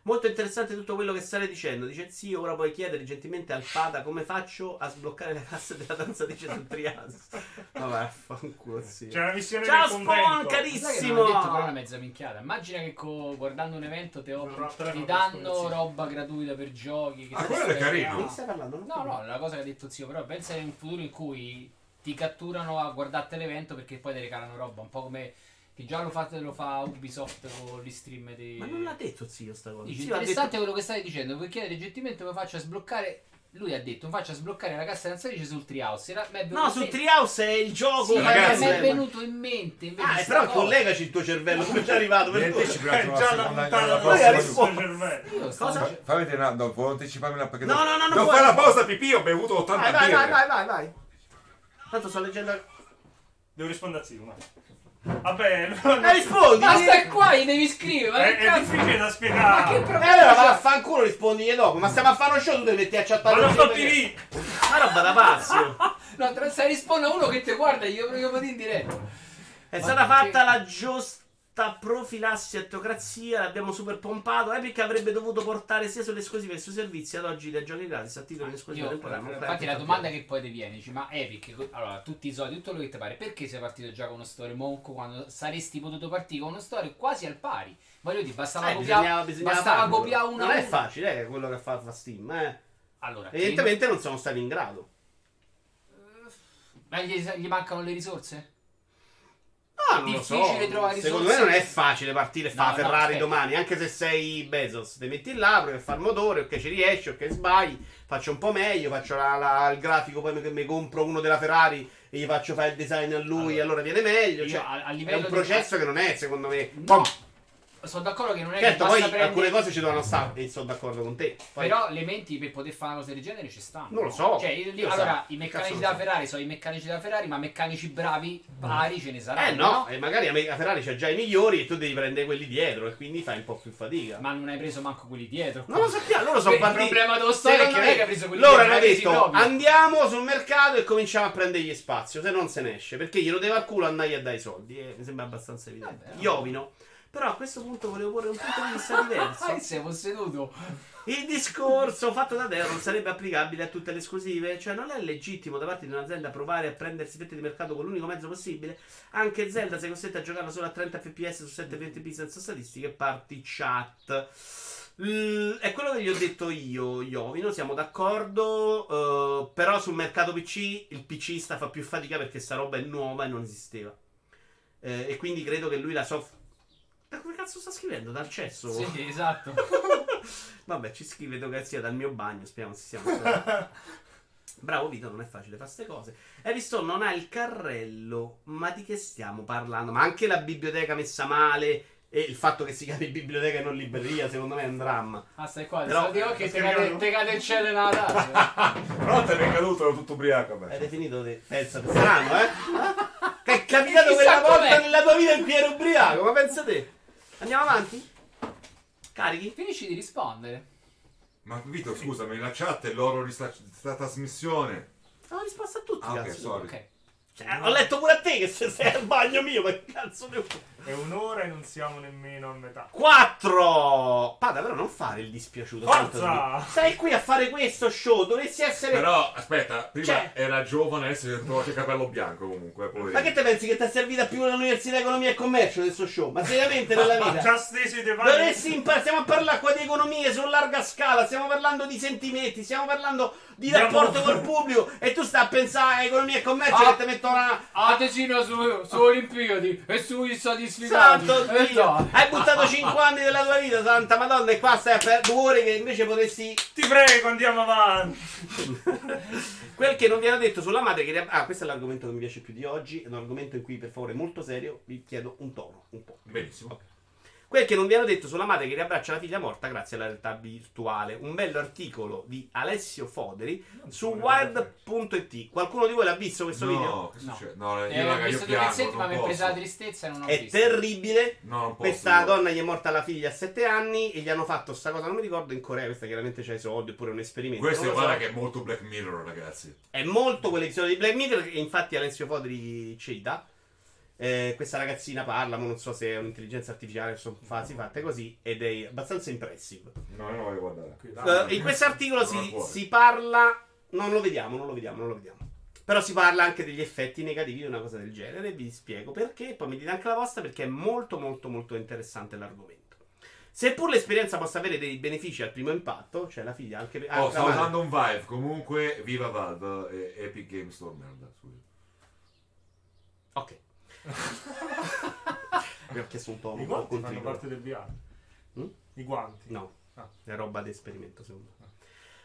[SPEAKER 1] Molto interessante tutto quello che stai dicendo. Dice sì, ora puoi chiedere gentilmente al Pada come faccio a sbloccare la cassa della danzatrice sul Trias. Vabbè, fanculo sì.
[SPEAKER 4] c'è una missione
[SPEAKER 1] Ciao
[SPEAKER 4] del convento.
[SPEAKER 1] Spawn,
[SPEAKER 2] Sai che non ho
[SPEAKER 1] carissimo!
[SPEAKER 2] detto però una mezza minchiata. Immagina che co- guardando un evento te offri-
[SPEAKER 4] No, no, però
[SPEAKER 2] ti
[SPEAKER 4] non
[SPEAKER 2] danno
[SPEAKER 4] posso
[SPEAKER 2] roba gratuita per giochi. Che
[SPEAKER 3] Ah,
[SPEAKER 2] ti
[SPEAKER 3] quello è
[SPEAKER 2] serve
[SPEAKER 3] carino.
[SPEAKER 2] a-
[SPEAKER 1] Di che stai parlando? Non ho
[SPEAKER 2] No,
[SPEAKER 1] capito.
[SPEAKER 2] no, la cosa che ha detto zio, però pensa in un futuro in cui ti catturano a guardare l'evento perché poi ti regalano roba, un po' come che già lo fa, lo fa Ubisoft con gli stream di...
[SPEAKER 1] Ma non l'ha detto zio sta cosa.
[SPEAKER 2] Dice,
[SPEAKER 1] Zio ha
[SPEAKER 2] interessante
[SPEAKER 1] detto-
[SPEAKER 2] quello che stai dicendo, vuoi chiedere gentilmente come faccio a sbloccare... Lui ha detto, come faccio a sbloccare la cassa danzatrice sul Treehouse. Era- mi è venuto
[SPEAKER 1] No,
[SPEAKER 2] in
[SPEAKER 1] su
[SPEAKER 2] mente-
[SPEAKER 1] Treehouse è il gioco.
[SPEAKER 2] Sì,
[SPEAKER 1] ma
[SPEAKER 3] ragazzi,
[SPEAKER 2] mi
[SPEAKER 1] è
[SPEAKER 2] è venuto in mente invece
[SPEAKER 1] Ah, eh,
[SPEAKER 2] sta
[SPEAKER 1] però
[SPEAKER 2] cosa.
[SPEAKER 1] collegaci il tuo cervello, come è arrivato? Per
[SPEAKER 5] Niente, ci
[SPEAKER 1] favore.
[SPEAKER 5] proviamo
[SPEAKER 4] È già la
[SPEAKER 5] seconda-
[SPEAKER 4] puntata della
[SPEAKER 5] alla
[SPEAKER 1] Lui
[SPEAKER 5] prossima.
[SPEAKER 1] ha
[SPEAKER 4] del
[SPEAKER 1] risposto.
[SPEAKER 4] cervello.
[SPEAKER 2] Io stavo
[SPEAKER 1] Cosa?
[SPEAKER 2] dic-
[SPEAKER 5] Fammi vedere, no, può anticiparmi una perché...
[SPEAKER 1] No, no, no, no.
[SPEAKER 3] Non
[SPEAKER 1] puoi-
[SPEAKER 3] fai la pausa pipì, ho bevuto 80
[SPEAKER 1] Vai, vai,
[SPEAKER 3] birre.
[SPEAKER 1] vai, vai, vai, vai. Tanto sto leggendo. Eh,
[SPEAKER 4] Devo rispondere a Zio, ma- Vabbè, non-
[SPEAKER 1] rispondi!
[SPEAKER 2] Ma
[SPEAKER 1] Eh,
[SPEAKER 2] stai qua, gli devi scrivere, ma
[SPEAKER 4] è,
[SPEAKER 2] che
[SPEAKER 4] è
[SPEAKER 2] cazzo?
[SPEAKER 4] difficile da
[SPEAKER 2] Ma che
[SPEAKER 4] spiegare.
[SPEAKER 2] problema
[SPEAKER 1] allora
[SPEAKER 2] c'è?
[SPEAKER 1] vaffanculo, rispondigli dopo. Ma stiamo a fare uno show, tu devi metti a chattare.
[SPEAKER 4] Ma non
[SPEAKER 1] con
[SPEAKER 4] sto
[SPEAKER 1] te, perché-
[SPEAKER 4] TV.
[SPEAKER 1] Ma roba da pazzo.
[SPEAKER 2] No, tra- se risponde a uno che ti guarda, io proprio vado in diretta.
[SPEAKER 1] È
[SPEAKER 2] Ma
[SPEAKER 1] stata
[SPEAKER 2] che-
[SPEAKER 1] fatta la giusta Tutta profilassi e teocrazia l'abbiamo super pompato. Epic avrebbe dovuto portare sia sulle esclusive che sui servizi ad oggi dai giochi gratis a titolo in esclusiva
[SPEAKER 2] Ah, Io- eh,
[SPEAKER 1] temporanea. non
[SPEAKER 2] infatti
[SPEAKER 1] credo
[SPEAKER 2] la
[SPEAKER 1] che
[SPEAKER 2] domanda che poi deviene dici, ma Epic co- allora tutti i soldi tutto quello che ti pare perché sei partito già con uno story monco quando saresti potuto partire con uno story quasi al pari voglio dire bastava
[SPEAKER 1] Eh,
[SPEAKER 2] copiare
[SPEAKER 1] bisognava, bisognava
[SPEAKER 2] bastava
[SPEAKER 1] farlo.
[SPEAKER 2] copiare una
[SPEAKER 1] Non è
[SPEAKER 2] una.
[SPEAKER 1] facile eh, quello che fa, fa Steam, eh.
[SPEAKER 2] allora
[SPEAKER 1] Evidentemente non sono stati in grado.
[SPEAKER 2] chi- ma gli, gli mancano le risorse
[SPEAKER 1] Ah, non lo
[SPEAKER 2] Difficile
[SPEAKER 1] so.
[SPEAKER 2] trovare
[SPEAKER 1] Secondo me
[SPEAKER 2] risorse.
[SPEAKER 1] non è facile partire e
[SPEAKER 2] No,
[SPEAKER 1] fa
[SPEAKER 2] no,
[SPEAKER 1] Ferrari
[SPEAKER 2] aspetta.
[SPEAKER 1] domani, anche se sei Bezos. Ti metti là, provi a far motore, ok ci riesci, ok sbagli, faccio un po' meglio, faccio la- la- il grafico, poi mi, mi compro uno della Ferrari e gli faccio fare il design a lui, allora,
[SPEAKER 2] Allora,
[SPEAKER 1] viene meglio.
[SPEAKER 2] io
[SPEAKER 1] Cioè,
[SPEAKER 2] a- a
[SPEAKER 1] è
[SPEAKER 2] livello
[SPEAKER 1] un
[SPEAKER 2] di-
[SPEAKER 1] processo che non è, secondo me...
[SPEAKER 2] No, sono d'accordo che non è
[SPEAKER 1] Certo,
[SPEAKER 2] che
[SPEAKER 1] poi
[SPEAKER 2] basta prendere-
[SPEAKER 1] alcune cose ci devono stare, e sono d'accordo con te. Poi-
[SPEAKER 2] Però le menti per poter fare una cosa del genere ci stanno.
[SPEAKER 1] Non lo so.
[SPEAKER 2] Cioè, io-
[SPEAKER 1] Io
[SPEAKER 2] allora,
[SPEAKER 1] so.
[SPEAKER 2] i
[SPEAKER 1] Cazzo
[SPEAKER 2] meccanici
[SPEAKER 1] lo
[SPEAKER 2] da
[SPEAKER 1] so.
[SPEAKER 2] Ferrari sono i meccanici da Ferrari, ma meccanici bravi, pari ce ne saranno.
[SPEAKER 1] Eh no, e magari la Ferrari c'ha già i migliori e tu devi prendere quelli dietro e quindi fai un po' più fatica.
[SPEAKER 2] Ma non hai preso manco quelli dietro.
[SPEAKER 1] Non lo sappiamo, loro sono
[SPEAKER 2] Il
[SPEAKER 1] partiti.
[SPEAKER 2] problema dello storia è che
[SPEAKER 1] Secondo
[SPEAKER 2] non è
[SPEAKER 1] me,
[SPEAKER 2] che ha preso quelli
[SPEAKER 1] Loro
[SPEAKER 2] dietro,
[SPEAKER 1] hanno
[SPEAKER 2] li ha presi
[SPEAKER 1] detto
[SPEAKER 2] proprio.
[SPEAKER 1] andiamo sul mercato e cominciamo a prendergli spazio, se non se ne esce, perché glielo deve al culo andai a dai i soldi, eh, mi sembra abbastanza evidente.
[SPEAKER 2] Vabbè.
[SPEAKER 1] Iovino. Però a questo punto volevo porre un punto di vista
[SPEAKER 2] Ah,
[SPEAKER 1] diverso.
[SPEAKER 2] sei posseduto.
[SPEAKER 1] Il discorso fatto da Deo non sarebbe applicabile a tutte le esclusive, cioè non è legittimo da parte di un'azienda provare a prendersi fette di mercato con l'unico mezzo possibile. Anche Zelda sei costretta a giocarla solo a 30 fps su 720p senza statistiche e parti chat. L- è quello che gli ho detto io, Iovino, siamo d'accordo, eh, però sul mercato PC il PCista fa più fatica perché sta roba è nuova e non esisteva. Eh, e quindi credo che lui la soff... Da come cazzo sta scrivendo? Dal cesso?
[SPEAKER 2] Sì, esatto.
[SPEAKER 1] Vabbè, ci scrive Togazia dal mio bagno. Speriamo si sia messo. Bravo Vito, non è facile fare queste cose. Hai visto? Non ha il carrello. Ma di che stiamo parlando? Ma anche la biblioteca messa male. E il fatto che si chiami biblioteca e non libreria, secondo me è un dramma.
[SPEAKER 2] Ah, stai qua.
[SPEAKER 1] Però- eh,
[SPEAKER 2] Però, che te
[SPEAKER 3] scriviamo-
[SPEAKER 2] cade, te cade il cielo nella tazza.
[SPEAKER 3] Però te ne è caduto, ero tutto ubriaco.
[SPEAKER 1] Hai
[SPEAKER 3] beh.
[SPEAKER 1] definito te. Pensa, te. strano, eh? Che è capitato quella
[SPEAKER 2] Chissà
[SPEAKER 1] volta
[SPEAKER 2] com'è.
[SPEAKER 1] nella tua vita in cui eri ubriaco, ma pensa te. Andiamo avanti? Carichi?
[SPEAKER 2] Finisci di rispondere.
[SPEAKER 3] Ma Vito, scusami, la chat è l'oro di sta, sta trasmissione.
[SPEAKER 1] Ho risposto a tutti,
[SPEAKER 3] Ah, ok,
[SPEAKER 1] cazzo.
[SPEAKER 3] sorry.
[SPEAKER 2] Ok.
[SPEAKER 1] Cioè, ho letto pure a te che se sei al bagno mio, ma che cazzo ne vuoi?
[SPEAKER 4] È un'ora e non siamo nemmeno a metà.
[SPEAKER 1] 4 Pada però non fare il dispiaciuto
[SPEAKER 4] Forza!
[SPEAKER 1] santo Dio. Stai qui a fare questo show Dovresti essere
[SPEAKER 3] Però aspetta, prima
[SPEAKER 1] Eh, Cioè-
[SPEAKER 3] era giovane, adesso è tornato il capello bianco comunque. poverino.
[SPEAKER 1] Ma che te pensi che ti è servita più l'università di economia e commercio del suo show? Ma seriamente nella
[SPEAKER 4] Già
[SPEAKER 1] vita
[SPEAKER 4] stesi dei vari-
[SPEAKER 1] Dovresti imparare Stiamo a parlare qua di economie su larga scala Stiamo parlando di sentimenti Stiamo parlando di
[SPEAKER 4] Bravo.
[SPEAKER 1] rapporto col pubblico E tu stai a pensare a economia e commercio
[SPEAKER 2] Ah.
[SPEAKER 1] Che ti metto una
[SPEAKER 2] Atesino su, su Olimpiadi e sugli soddisfacenti.
[SPEAKER 1] Santo Dio Hai buttato 5 anni della tua vita Santa Madonna E qua stai a per due ore Che invece potresti
[SPEAKER 4] Ti prego, andiamo avanti.
[SPEAKER 1] Quel che non vi hanno detto sulla madre, che ri- ah, questo è l'argomento che mi piace più di oggi, è un argomento in cui per favore molto serio vi chiedo un tono, un po'.
[SPEAKER 3] Benissimo.
[SPEAKER 1] Quel che non vi hanno detto sulla madre che riabbraccia la figlia morta grazie alla realtà virtuale, un bello articolo di Alessio Foderi su wild.it. Qualcuno di voi l'ha visto questo
[SPEAKER 3] no,
[SPEAKER 1] video?
[SPEAKER 3] che
[SPEAKER 2] No.
[SPEAKER 3] succede? No,
[SPEAKER 2] Eh,
[SPEAKER 3] io
[SPEAKER 2] ho
[SPEAKER 3] raga, io
[SPEAKER 2] visto due pezzetti,
[SPEAKER 3] piango,
[SPEAKER 2] ma
[SPEAKER 3] non
[SPEAKER 2] mi è presa la
[SPEAKER 3] posso.
[SPEAKER 2] tristezza e non ho
[SPEAKER 1] È
[SPEAKER 2] visto.
[SPEAKER 1] terribile.
[SPEAKER 3] No, non posso.
[SPEAKER 1] Questa
[SPEAKER 3] io.
[SPEAKER 1] donna gli è morta la figlia a 7 anni e gli hanno fatto sta cosa, non mi ricordo in Corea, questa chiaramente c'è i soldi oppure è un esperimento.
[SPEAKER 3] Questo
[SPEAKER 1] non lo
[SPEAKER 3] guarda
[SPEAKER 1] so.
[SPEAKER 3] che è molto Black Mirror, ragazzi.
[SPEAKER 1] È molto quell'episodio di Black Mirror e infatti Alessio Fodri cita. Eh, questa ragazzina parla, ma non so se è un'intelligenza artificiale, sono fasi fatte così, ed è abbastanza impressive.
[SPEAKER 3] No, io non voglio guardare.
[SPEAKER 1] Eh, in questo articolo
[SPEAKER 3] Non ho il
[SPEAKER 1] si,
[SPEAKER 3] cuore.
[SPEAKER 1] si parla, non lo vediamo, non lo vediamo, non lo vediamo. Però si parla anche degli effetti negativi di una cosa del genere, vi spiego perché, poi mi dite anche la vostra perché è molto molto molto interessante l'argomento. Seppur l'esperienza possa avere dei benefici al primo impatto, cioè la figlia anche per...
[SPEAKER 3] Oh, stavo usando un Vive. Comunque, viva Valve e Epic Game Store. Merda, scusa.
[SPEAKER 1] Ok. Mi ho chiesto un po'.
[SPEAKER 4] I
[SPEAKER 1] Un po'
[SPEAKER 4] guanti fanno
[SPEAKER 1] continuo.
[SPEAKER 4] parte del VR.
[SPEAKER 1] Mm?
[SPEAKER 4] I guanti.
[SPEAKER 1] No,
[SPEAKER 4] Ah.
[SPEAKER 1] è roba di esperimento, secondo me.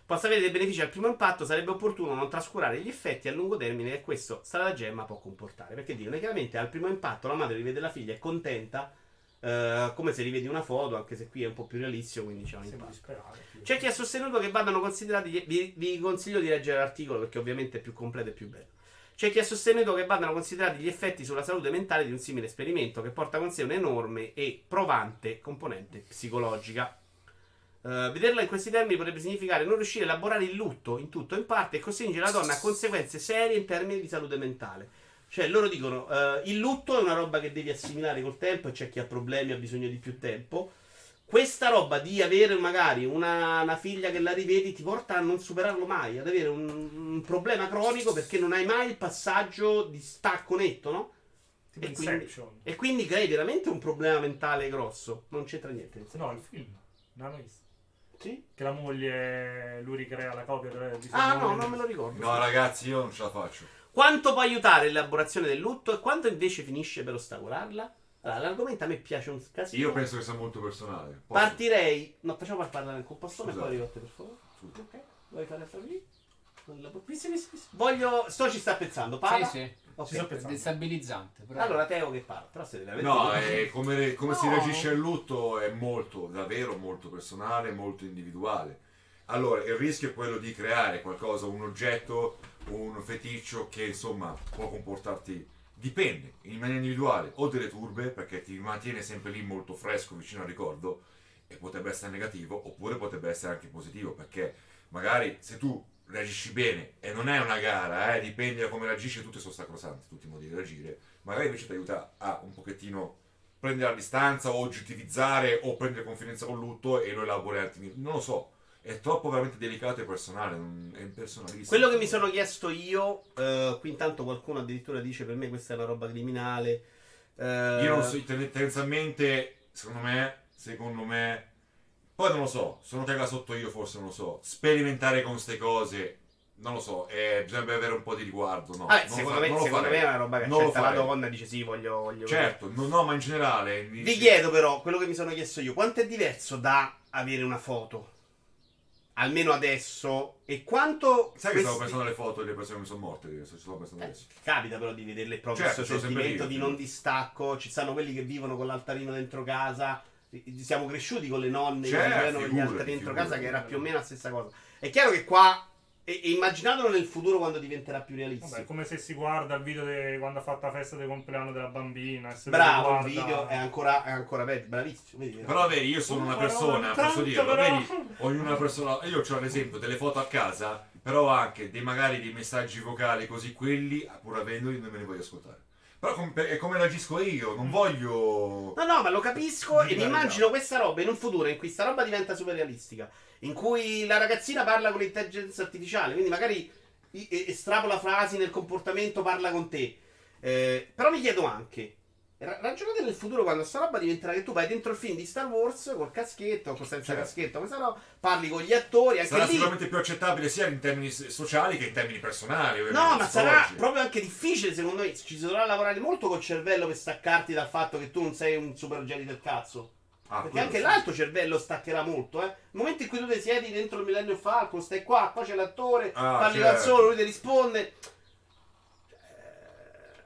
[SPEAKER 1] Possa avere dei benefici al primo impatto, sarebbe opportuno non trascurare gli effetti a lungo termine che questo stratagemma può comportare. Perché dicono chiaramente al primo impatto la madre rivede la figlia e è contenta, eh, come se rivedi una foto, anche se qui è un po' più realistico, quindi c'è un
[SPEAKER 4] Sembra
[SPEAKER 1] impatto.
[SPEAKER 4] disperato.
[SPEAKER 1] C'è Cioè, chi ha sostenuto che vadano considerati. gli- Vi, vi consiglio di leggere l'articolo perché, ovviamente, è più completo e più bello. C'è chi ha sostenuto che vadano considerati gli effetti sulla salute mentale di un simile esperimento che porta con sé un'enorme e provante componente psicologica. Eh, vederla in questi termini potrebbe significare non riuscire a elaborare il lutto in tutto o in parte e costringere la donna a conseguenze serie in termini di salute mentale. Cioè, loro dicono: eh, il lutto è una roba che devi assimilare col tempo e c'è chi ha problemi, ha bisogno di più tempo. Questa roba di avere magari una, una figlia che la rivedi ti porta a non superarlo mai, ad avere un, un problema cronico perché non hai mai il passaggio di stacco netto, no?
[SPEAKER 4] Tipo
[SPEAKER 1] E quindi-
[SPEAKER 4] Inception.
[SPEAKER 1] E quindi crei veramente un problema mentale grosso. Non c'entra niente.
[SPEAKER 4] No, il film. Non l'hai visto.
[SPEAKER 1] Sì?
[SPEAKER 4] Che la moglie, lui ricrea la copia del- di sua
[SPEAKER 1] Ah, no,
[SPEAKER 4] moglie.
[SPEAKER 1] non me lo ricordo.
[SPEAKER 3] No, ragazzi, io non ce la faccio.
[SPEAKER 1] Quanto può aiutare l'elaborazione del lutto e quanto invece finisce per ostacolarla? Allora, l'argomento a me piace un casino.
[SPEAKER 3] Io penso che sia molto personale. Posso?
[SPEAKER 1] Partirei. No, facciamo par- parlare con Passone e poi
[SPEAKER 3] Scusate.
[SPEAKER 1] arrivo a te, per favore.
[SPEAKER 3] Scusa.
[SPEAKER 1] Ok. Vuoi fare altro lì? Con la bo- Sì, sì, sì, sì. Voglio. Sto ci sta pensando. Parla.
[SPEAKER 2] Sì, sì.
[SPEAKER 1] Ok.
[SPEAKER 4] Ci sto
[SPEAKER 2] È
[SPEAKER 4] pensando.
[SPEAKER 2] destabilizzante. Però.
[SPEAKER 1] Allora, Teo che parla. Però se deve avere-
[SPEAKER 3] No, è come, come si
[SPEAKER 2] No.
[SPEAKER 3] reagisce al lutto è molto, davvero molto personale, molto individuale. Allora, il rischio è quello di creare qualcosa, un oggetto, un feticcio che insomma può comportarti, dipende, in maniera individuale, o delle turbe, perché ti mantiene sempre lì molto fresco, vicino al ricordo, e potrebbe essere negativo, oppure potrebbe essere anche positivo, perché magari se tu reagisci bene, e non è una gara, eh, dipende da come reagisci, tutti sono sacrosanti, tutti i modi di reagire, magari invece ti aiuta a un pochettino prendere la distanza o oggettivizzare o prendere confidenza con lutto e lo elabori un attimino. Non lo so, è troppo veramente delicato e personale, non- è impersonalissimo.
[SPEAKER 1] Quello che mi sono chiesto io, eh, qui intanto qualcuno addirittura dice per me questa è una roba criminale. eh,
[SPEAKER 3] Io non so, ten- tendenzialmente, secondo me, secondo me, poi non lo so, sono tega sotto io forse, non lo so, sperimentare con queste cose, non lo so, eh, bisognerebbe avere un po' di riguardo, no?
[SPEAKER 1] Ah,
[SPEAKER 3] non
[SPEAKER 1] secondo,
[SPEAKER 3] lo fa-
[SPEAKER 1] me,
[SPEAKER 3] non lo
[SPEAKER 1] secondo me
[SPEAKER 3] farei.
[SPEAKER 1] è una roba che
[SPEAKER 3] Non lo
[SPEAKER 1] accetta la
[SPEAKER 3] farei.
[SPEAKER 1] donna e dice sì, voglio... voglio
[SPEAKER 3] Certo, no, no, ma in generale...
[SPEAKER 1] Vi chiedo però, quello che mi sono chiesto io, quanto è diverso da avere una foto? Almeno adesso. E quanto...
[SPEAKER 3] Sai che
[SPEAKER 1] questi-
[SPEAKER 3] stavo
[SPEAKER 1] Eh,
[SPEAKER 3] pensando alle foto delle persone che sono morte, adesso ci stavo pensando adesso.
[SPEAKER 1] Capita però di vederle proprio
[SPEAKER 3] Certo,
[SPEAKER 1] questo
[SPEAKER 3] sono sempre
[SPEAKER 1] sentimento di
[SPEAKER 3] io, sì.
[SPEAKER 1] non distacco. Ci stanno quelli che vivono con l'altarino dentro casa. Siamo cresciuti con le nonne
[SPEAKER 3] Certo,
[SPEAKER 1] che vivevano con gli
[SPEAKER 3] figurati,
[SPEAKER 1] altari dentro
[SPEAKER 3] figurati.
[SPEAKER 1] casa, che era più o meno la stessa cosa. È chiaro che qua. E, e immaginatelo nel futuro quando diventerà più realistico.
[SPEAKER 4] Vabbè, è come se si guarda il video de- quando ha fatto la festa del compleanno della bambina. e se lo
[SPEAKER 1] Bravo, il
[SPEAKER 4] guarda-
[SPEAKER 1] video è ancora, è ancora peggio, bravissimo. vedi?
[SPEAKER 3] Però vedi, io sono una persona,
[SPEAKER 4] Tanto
[SPEAKER 3] posso dirlo,
[SPEAKER 4] però.
[SPEAKER 3] vedi, ognuna persona, io ho ad esempio delle foto a casa, però anche dei magari dei messaggi vocali così, quelli, pur avendoli, non me li voglio ascoltare. Però com- è come reagisco io, non voglio...
[SPEAKER 1] No, no, Mm. ma lo capisco e mi
[SPEAKER 3] Verità,
[SPEAKER 1] immagino questa roba in un futuro in cui sta roba diventa super realistica, in cui la ragazzina parla con l'intelligenza artificiale, quindi magari i- e- estrapola frasi nel comportamento, parla con te. Eh, però mi chiedo anche, ra- ragionate nel futuro quando sta roba diventerà che tu vai dentro il film di Star Wars col caschetto, con senza
[SPEAKER 3] Certo.
[SPEAKER 1] caschetto, questa roba, parli con gli attori, anche
[SPEAKER 3] Sarà
[SPEAKER 1] lì...
[SPEAKER 3] sicuramente più accettabile sia in termini s- sociali che in termini personali.
[SPEAKER 1] No, ma sarà
[SPEAKER 3] psicologici.
[SPEAKER 1] proprio anche difficile, secondo me. Ci si dovrà lavorare molto col cervello per staccarti dal fatto che tu non sei un super geni del cazzo.
[SPEAKER 3] Ah,
[SPEAKER 1] Perché
[SPEAKER 3] quello
[SPEAKER 1] anche
[SPEAKER 3] sì.
[SPEAKER 1] l'altro cervello staccherà molto, eh. Nel momento in cui tu ti siedi dentro il Millennium Falcon, stai qua, qua c'è l'attore,
[SPEAKER 3] Ah,
[SPEAKER 1] parli
[SPEAKER 3] certo.
[SPEAKER 1] da solo, lui ti risponde.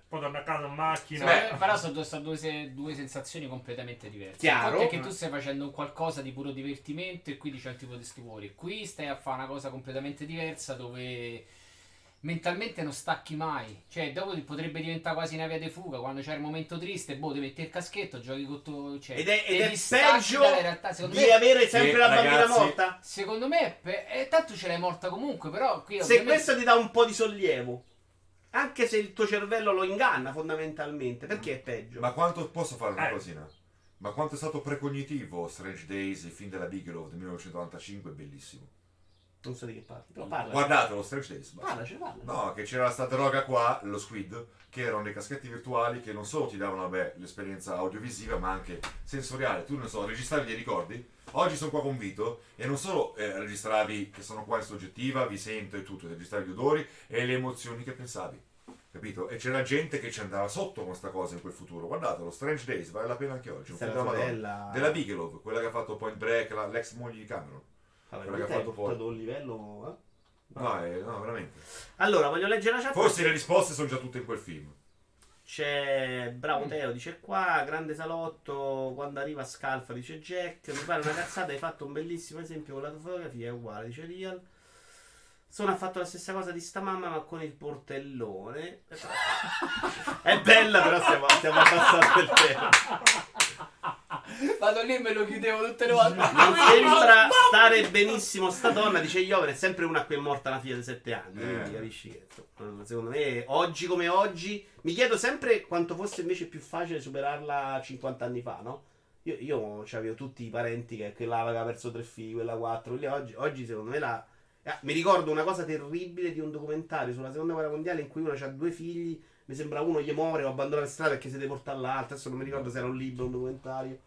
[SPEAKER 4] Poi torna a casa in macchina.
[SPEAKER 2] Secondo me, però sono due, sono due se- due sensazioni completamente diverse.
[SPEAKER 1] Chiaro.
[SPEAKER 2] Il fatto è che tu stai facendo un qualcosa di puro divertimento e quindi c'è un tipo di stupore. Qui stai a fare una cosa completamente diversa dove mentalmente non stacchi mai. Cioè, dopo ti- potrebbe diventare quasi una via di fuga. Quando c'è il momento triste, boh, ti metti il caschetto, giochi con tuo. Cioè,
[SPEAKER 1] Ed è,
[SPEAKER 2] te
[SPEAKER 1] ed è
[SPEAKER 2] distacchi
[SPEAKER 1] peggio
[SPEAKER 2] dalla realtà. Secondo
[SPEAKER 1] di
[SPEAKER 2] me,
[SPEAKER 1] avere sempre
[SPEAKER 3] Sì,
[SPEAKER 1] la bambina
[SPEAKER 3] Eh, ragazzi.
[SPEAKER 1] morta.
[SPEAKER 2] secondo me è pe- eh, tanto ce l'hai morta comunque. Però qui
[SPEAKER 1] Se
[SPEAKER 2] ovviamente-
[SPEAKER 1] questo ti dà un po' di sollievo, anche se il tuo cervello lo inganna fondamentalmente, perché è peggio?
[SPEAKER 3] Ma quanto posso fare una
[SPEAKER 4] Eh.
[SPEAKER 3] cosina? Ma quanto è stato precognitivo Strange Days, il film della Bigelow del 1995, è bellissimo.
[SPEAKER 1] Non so di che parli, però parla.
[SPEAKER 3] Guardatelo, Strange Days. basta.
[SPEAKER 1] Parlaci, parla.
[SPEAKER 3] No, che c'era stata roga qua, lo squid, che erano dei caschetti virtuali che non solo ti davano vabbè, l'esperienza audiovisiva, ma anche sensoriale. Tu non so, registravi dei ricordi. Oggi sono qua con Vito e non solo eh, registravi che sono qua in soggettiva, vi sento e tutto, registravi gli odori e le emozioni che pensavi. Capito? E c'era gente che ci andava sotto con questa cosa in quel futuro. Guardatelo, Strange Days, vale la pena anche oggi. Un
[SPEAKER 1] Questa è
[SPEAKER 3] film
[SPEAKER 1] la
[SPEAKER 3] della Madonna.
[SPEAKER 1] sorella.
[SPEAKER 3] Della Bigelow, quella che ha fatto Point Break, la- l'ex moglie di Cameron.
[SPEAKER 1] Ah,
[SPEAKER 3] Quella che ha
[SPEAKER 1] veramente hai
[SPEAKER 3] fatto
[SPEAKER 1] portato un livello. eh?
[SPEAKER 3] No, eh, no, veramente.
[SPEAKER 1] Allora, voglio leggere la chat.
[SPEAKER 3] Forse le risposte sono già tutte in quel film.
[SPEAKER 1] C'è Bravo Teo, dice qua, grande salotto, quando arriva Scalfa, dice Jack, mi pare una cazzata, hai fatto un bellissimo esempio con la tua fotografia, è uguale, dice Real. Sono ha fatto la stessa cosa di sta mamma ma con il portellone. È bella però stiamo, stiamo abbassando il tempo.
[SPEAKER 2] Vado lì e me lo chiudevo tutte le volte.
[SPEAKER 1] Non sembra stare benissimo sta donna, dice Ioven, è sempre una a cui è morta la figlia di 7 anni.
[SPEAKER 3] Eh.
[SPEAKER 1] Quindi capisci che insomma, secondo me oggi come oggi mi chiedo sempre quanto fosse invece più facile superarla 50 anni fa, no? Io, io cioè, avevo tutti i parenti che quella aveva perso tre figli, quella quattro, quella oggi, oggi secondo me la... eh, mi ricordo una cosa terribile di un documentario sulla seconda guerra mondiale in cui uno ha due figli, mi sembra uno gli muore o abbandona per strada perché si deve portare l'altro, adesso non mi ricordo se era un libro o un documentario.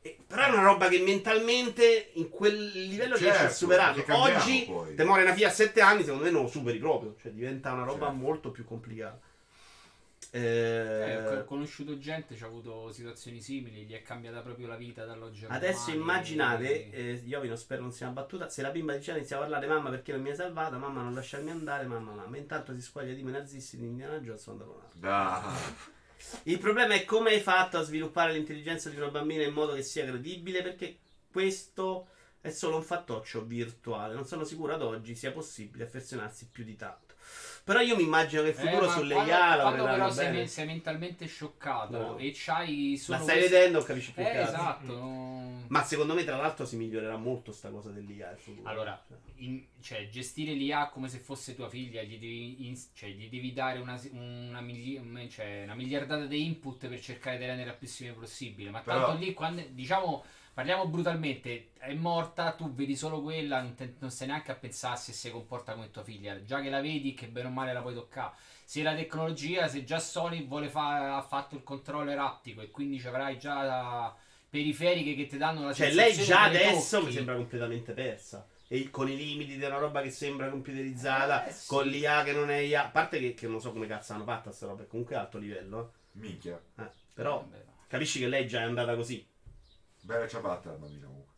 [SPEAKER 1] E- però è una roba che mentalmente in quel livello riesci a
[SPEAKER 3] Certo,
[SPEAKER 1] superarlo.
[SPEAKER 3] perché cambiamo
[SPEAKER 1] Oggi
[SPEAKER 3] poi.
[SPEAKER 1] te muore una figlia a 7 anni, secondo me non lo superi proprio, cioè diventa una roba
[SPEAKER 3] Certo.
[SPEAKER 1] molto più complicata.
[SPEAKER 2] Eh,
[SPEAKER 1] Eh,
[SPEAKER 2] ho conosciuto gente, ci ha avuto situazioni simili, gli è cambiata proprio la vita dall'oggi al
[SPEAKER 1] Adesso
[SPEAKER 2] domani.
[SPEAKER 1] immaginate, eh, Iovino spero non sia una battuta, se la bimba di Gianni inizia a parlare mamma perché non mi hai salvata, mamma non lasciarmi andare, mamma mamma, intanto si squaglia di me nazisti di Indiana Jones quando non altro.
[SPEAKER 3] Da.
[SPEAKER 1] Il problema è come hai fatto a sviluppare l'intelligenza di una bambina in modo che sia credibile, perché questo è solo un fattoccio virtuale. Non sono sicuro ad oggi sia possibile affezionarsi più di tanto. Però io mi immagino che il
[SPEAKER 2] Eh,
[SPEAKER 1] futuro
[SPEAKER 2] ma
[SPEAKER 1] sulle
[SPEAKER 2] quando-
[SPEAKER 1] IA
[SPEAKER 2] Quando però
[SPEAKER 1] lavoreranno
[SPEAKER 2] sei,
[SPEAKER 1] bene.
[SPEAKER 2] men- sei mentalmente scioccato
[SPEAKER 1] Bravo.
[SPEAKER 2] e c'hai solo
[SPEAKER 1] La stai
[SPEAKER 2] questo-
[SPEAKER 1] vedendo, capisci più
[SPEAKER 2] Eh,
[SPEAKER 1] che altro.
[SPEAKER 2] esatto. non-
[SPEAKER 1] Ma secondo me, tra l'altro, si migliorerà molto sta cosa dell'IA. il futuro.
[SPEAKER 2] Allora, in- cioè, gestire l'IA come se fosse tua figlia, gli devi, in- cioè, gli devi dare una, una migli- un- cioè, una miliardata di input per cercare di rendere il più simile possibile. Ma
[SPEAKER 3] Però-
[SPEAKER 2] tanto lì, quando, diciamo, parliamo brutalmente, è morta, tu vedi solo quella, non, te- non stai neanche a pensare se si comporta come tua figlia. Già che la vedi, che bene o male la puoi toccare. Se la tecnologia, se già Sony vuole fa- ha fatto il controller attico e quindi ci avrai già periferiche che ti danno la
[SPEAKER 1] cioè,
[SPEAKER 2] sensazione
[SPEAKER 1] lei già
[SPEAKER 2] che le
[SPEAKER 1] adesso mi
[SPEAKER 2] tocchi.
[SPEAKER 1] sembra completamente persa. E con i limiti di una roba che sembra computerizzata,
[SPEAKER 2] Eh, sì.
[SPEAKER 1] con l'IA che non è IA. A parte che, che non so come cazzo hanno fatta sta roba, è comunque alto livello.
[SPEAKER 3] Minchia.
[SPEAKER 1] eh. Eh, però
[SPEAKER 2] Vabbè, no.
[SPEAKER 1] Capisci che lei già è andata così.
[SPEAKER 3] Bella ciabatta la bambina comunque.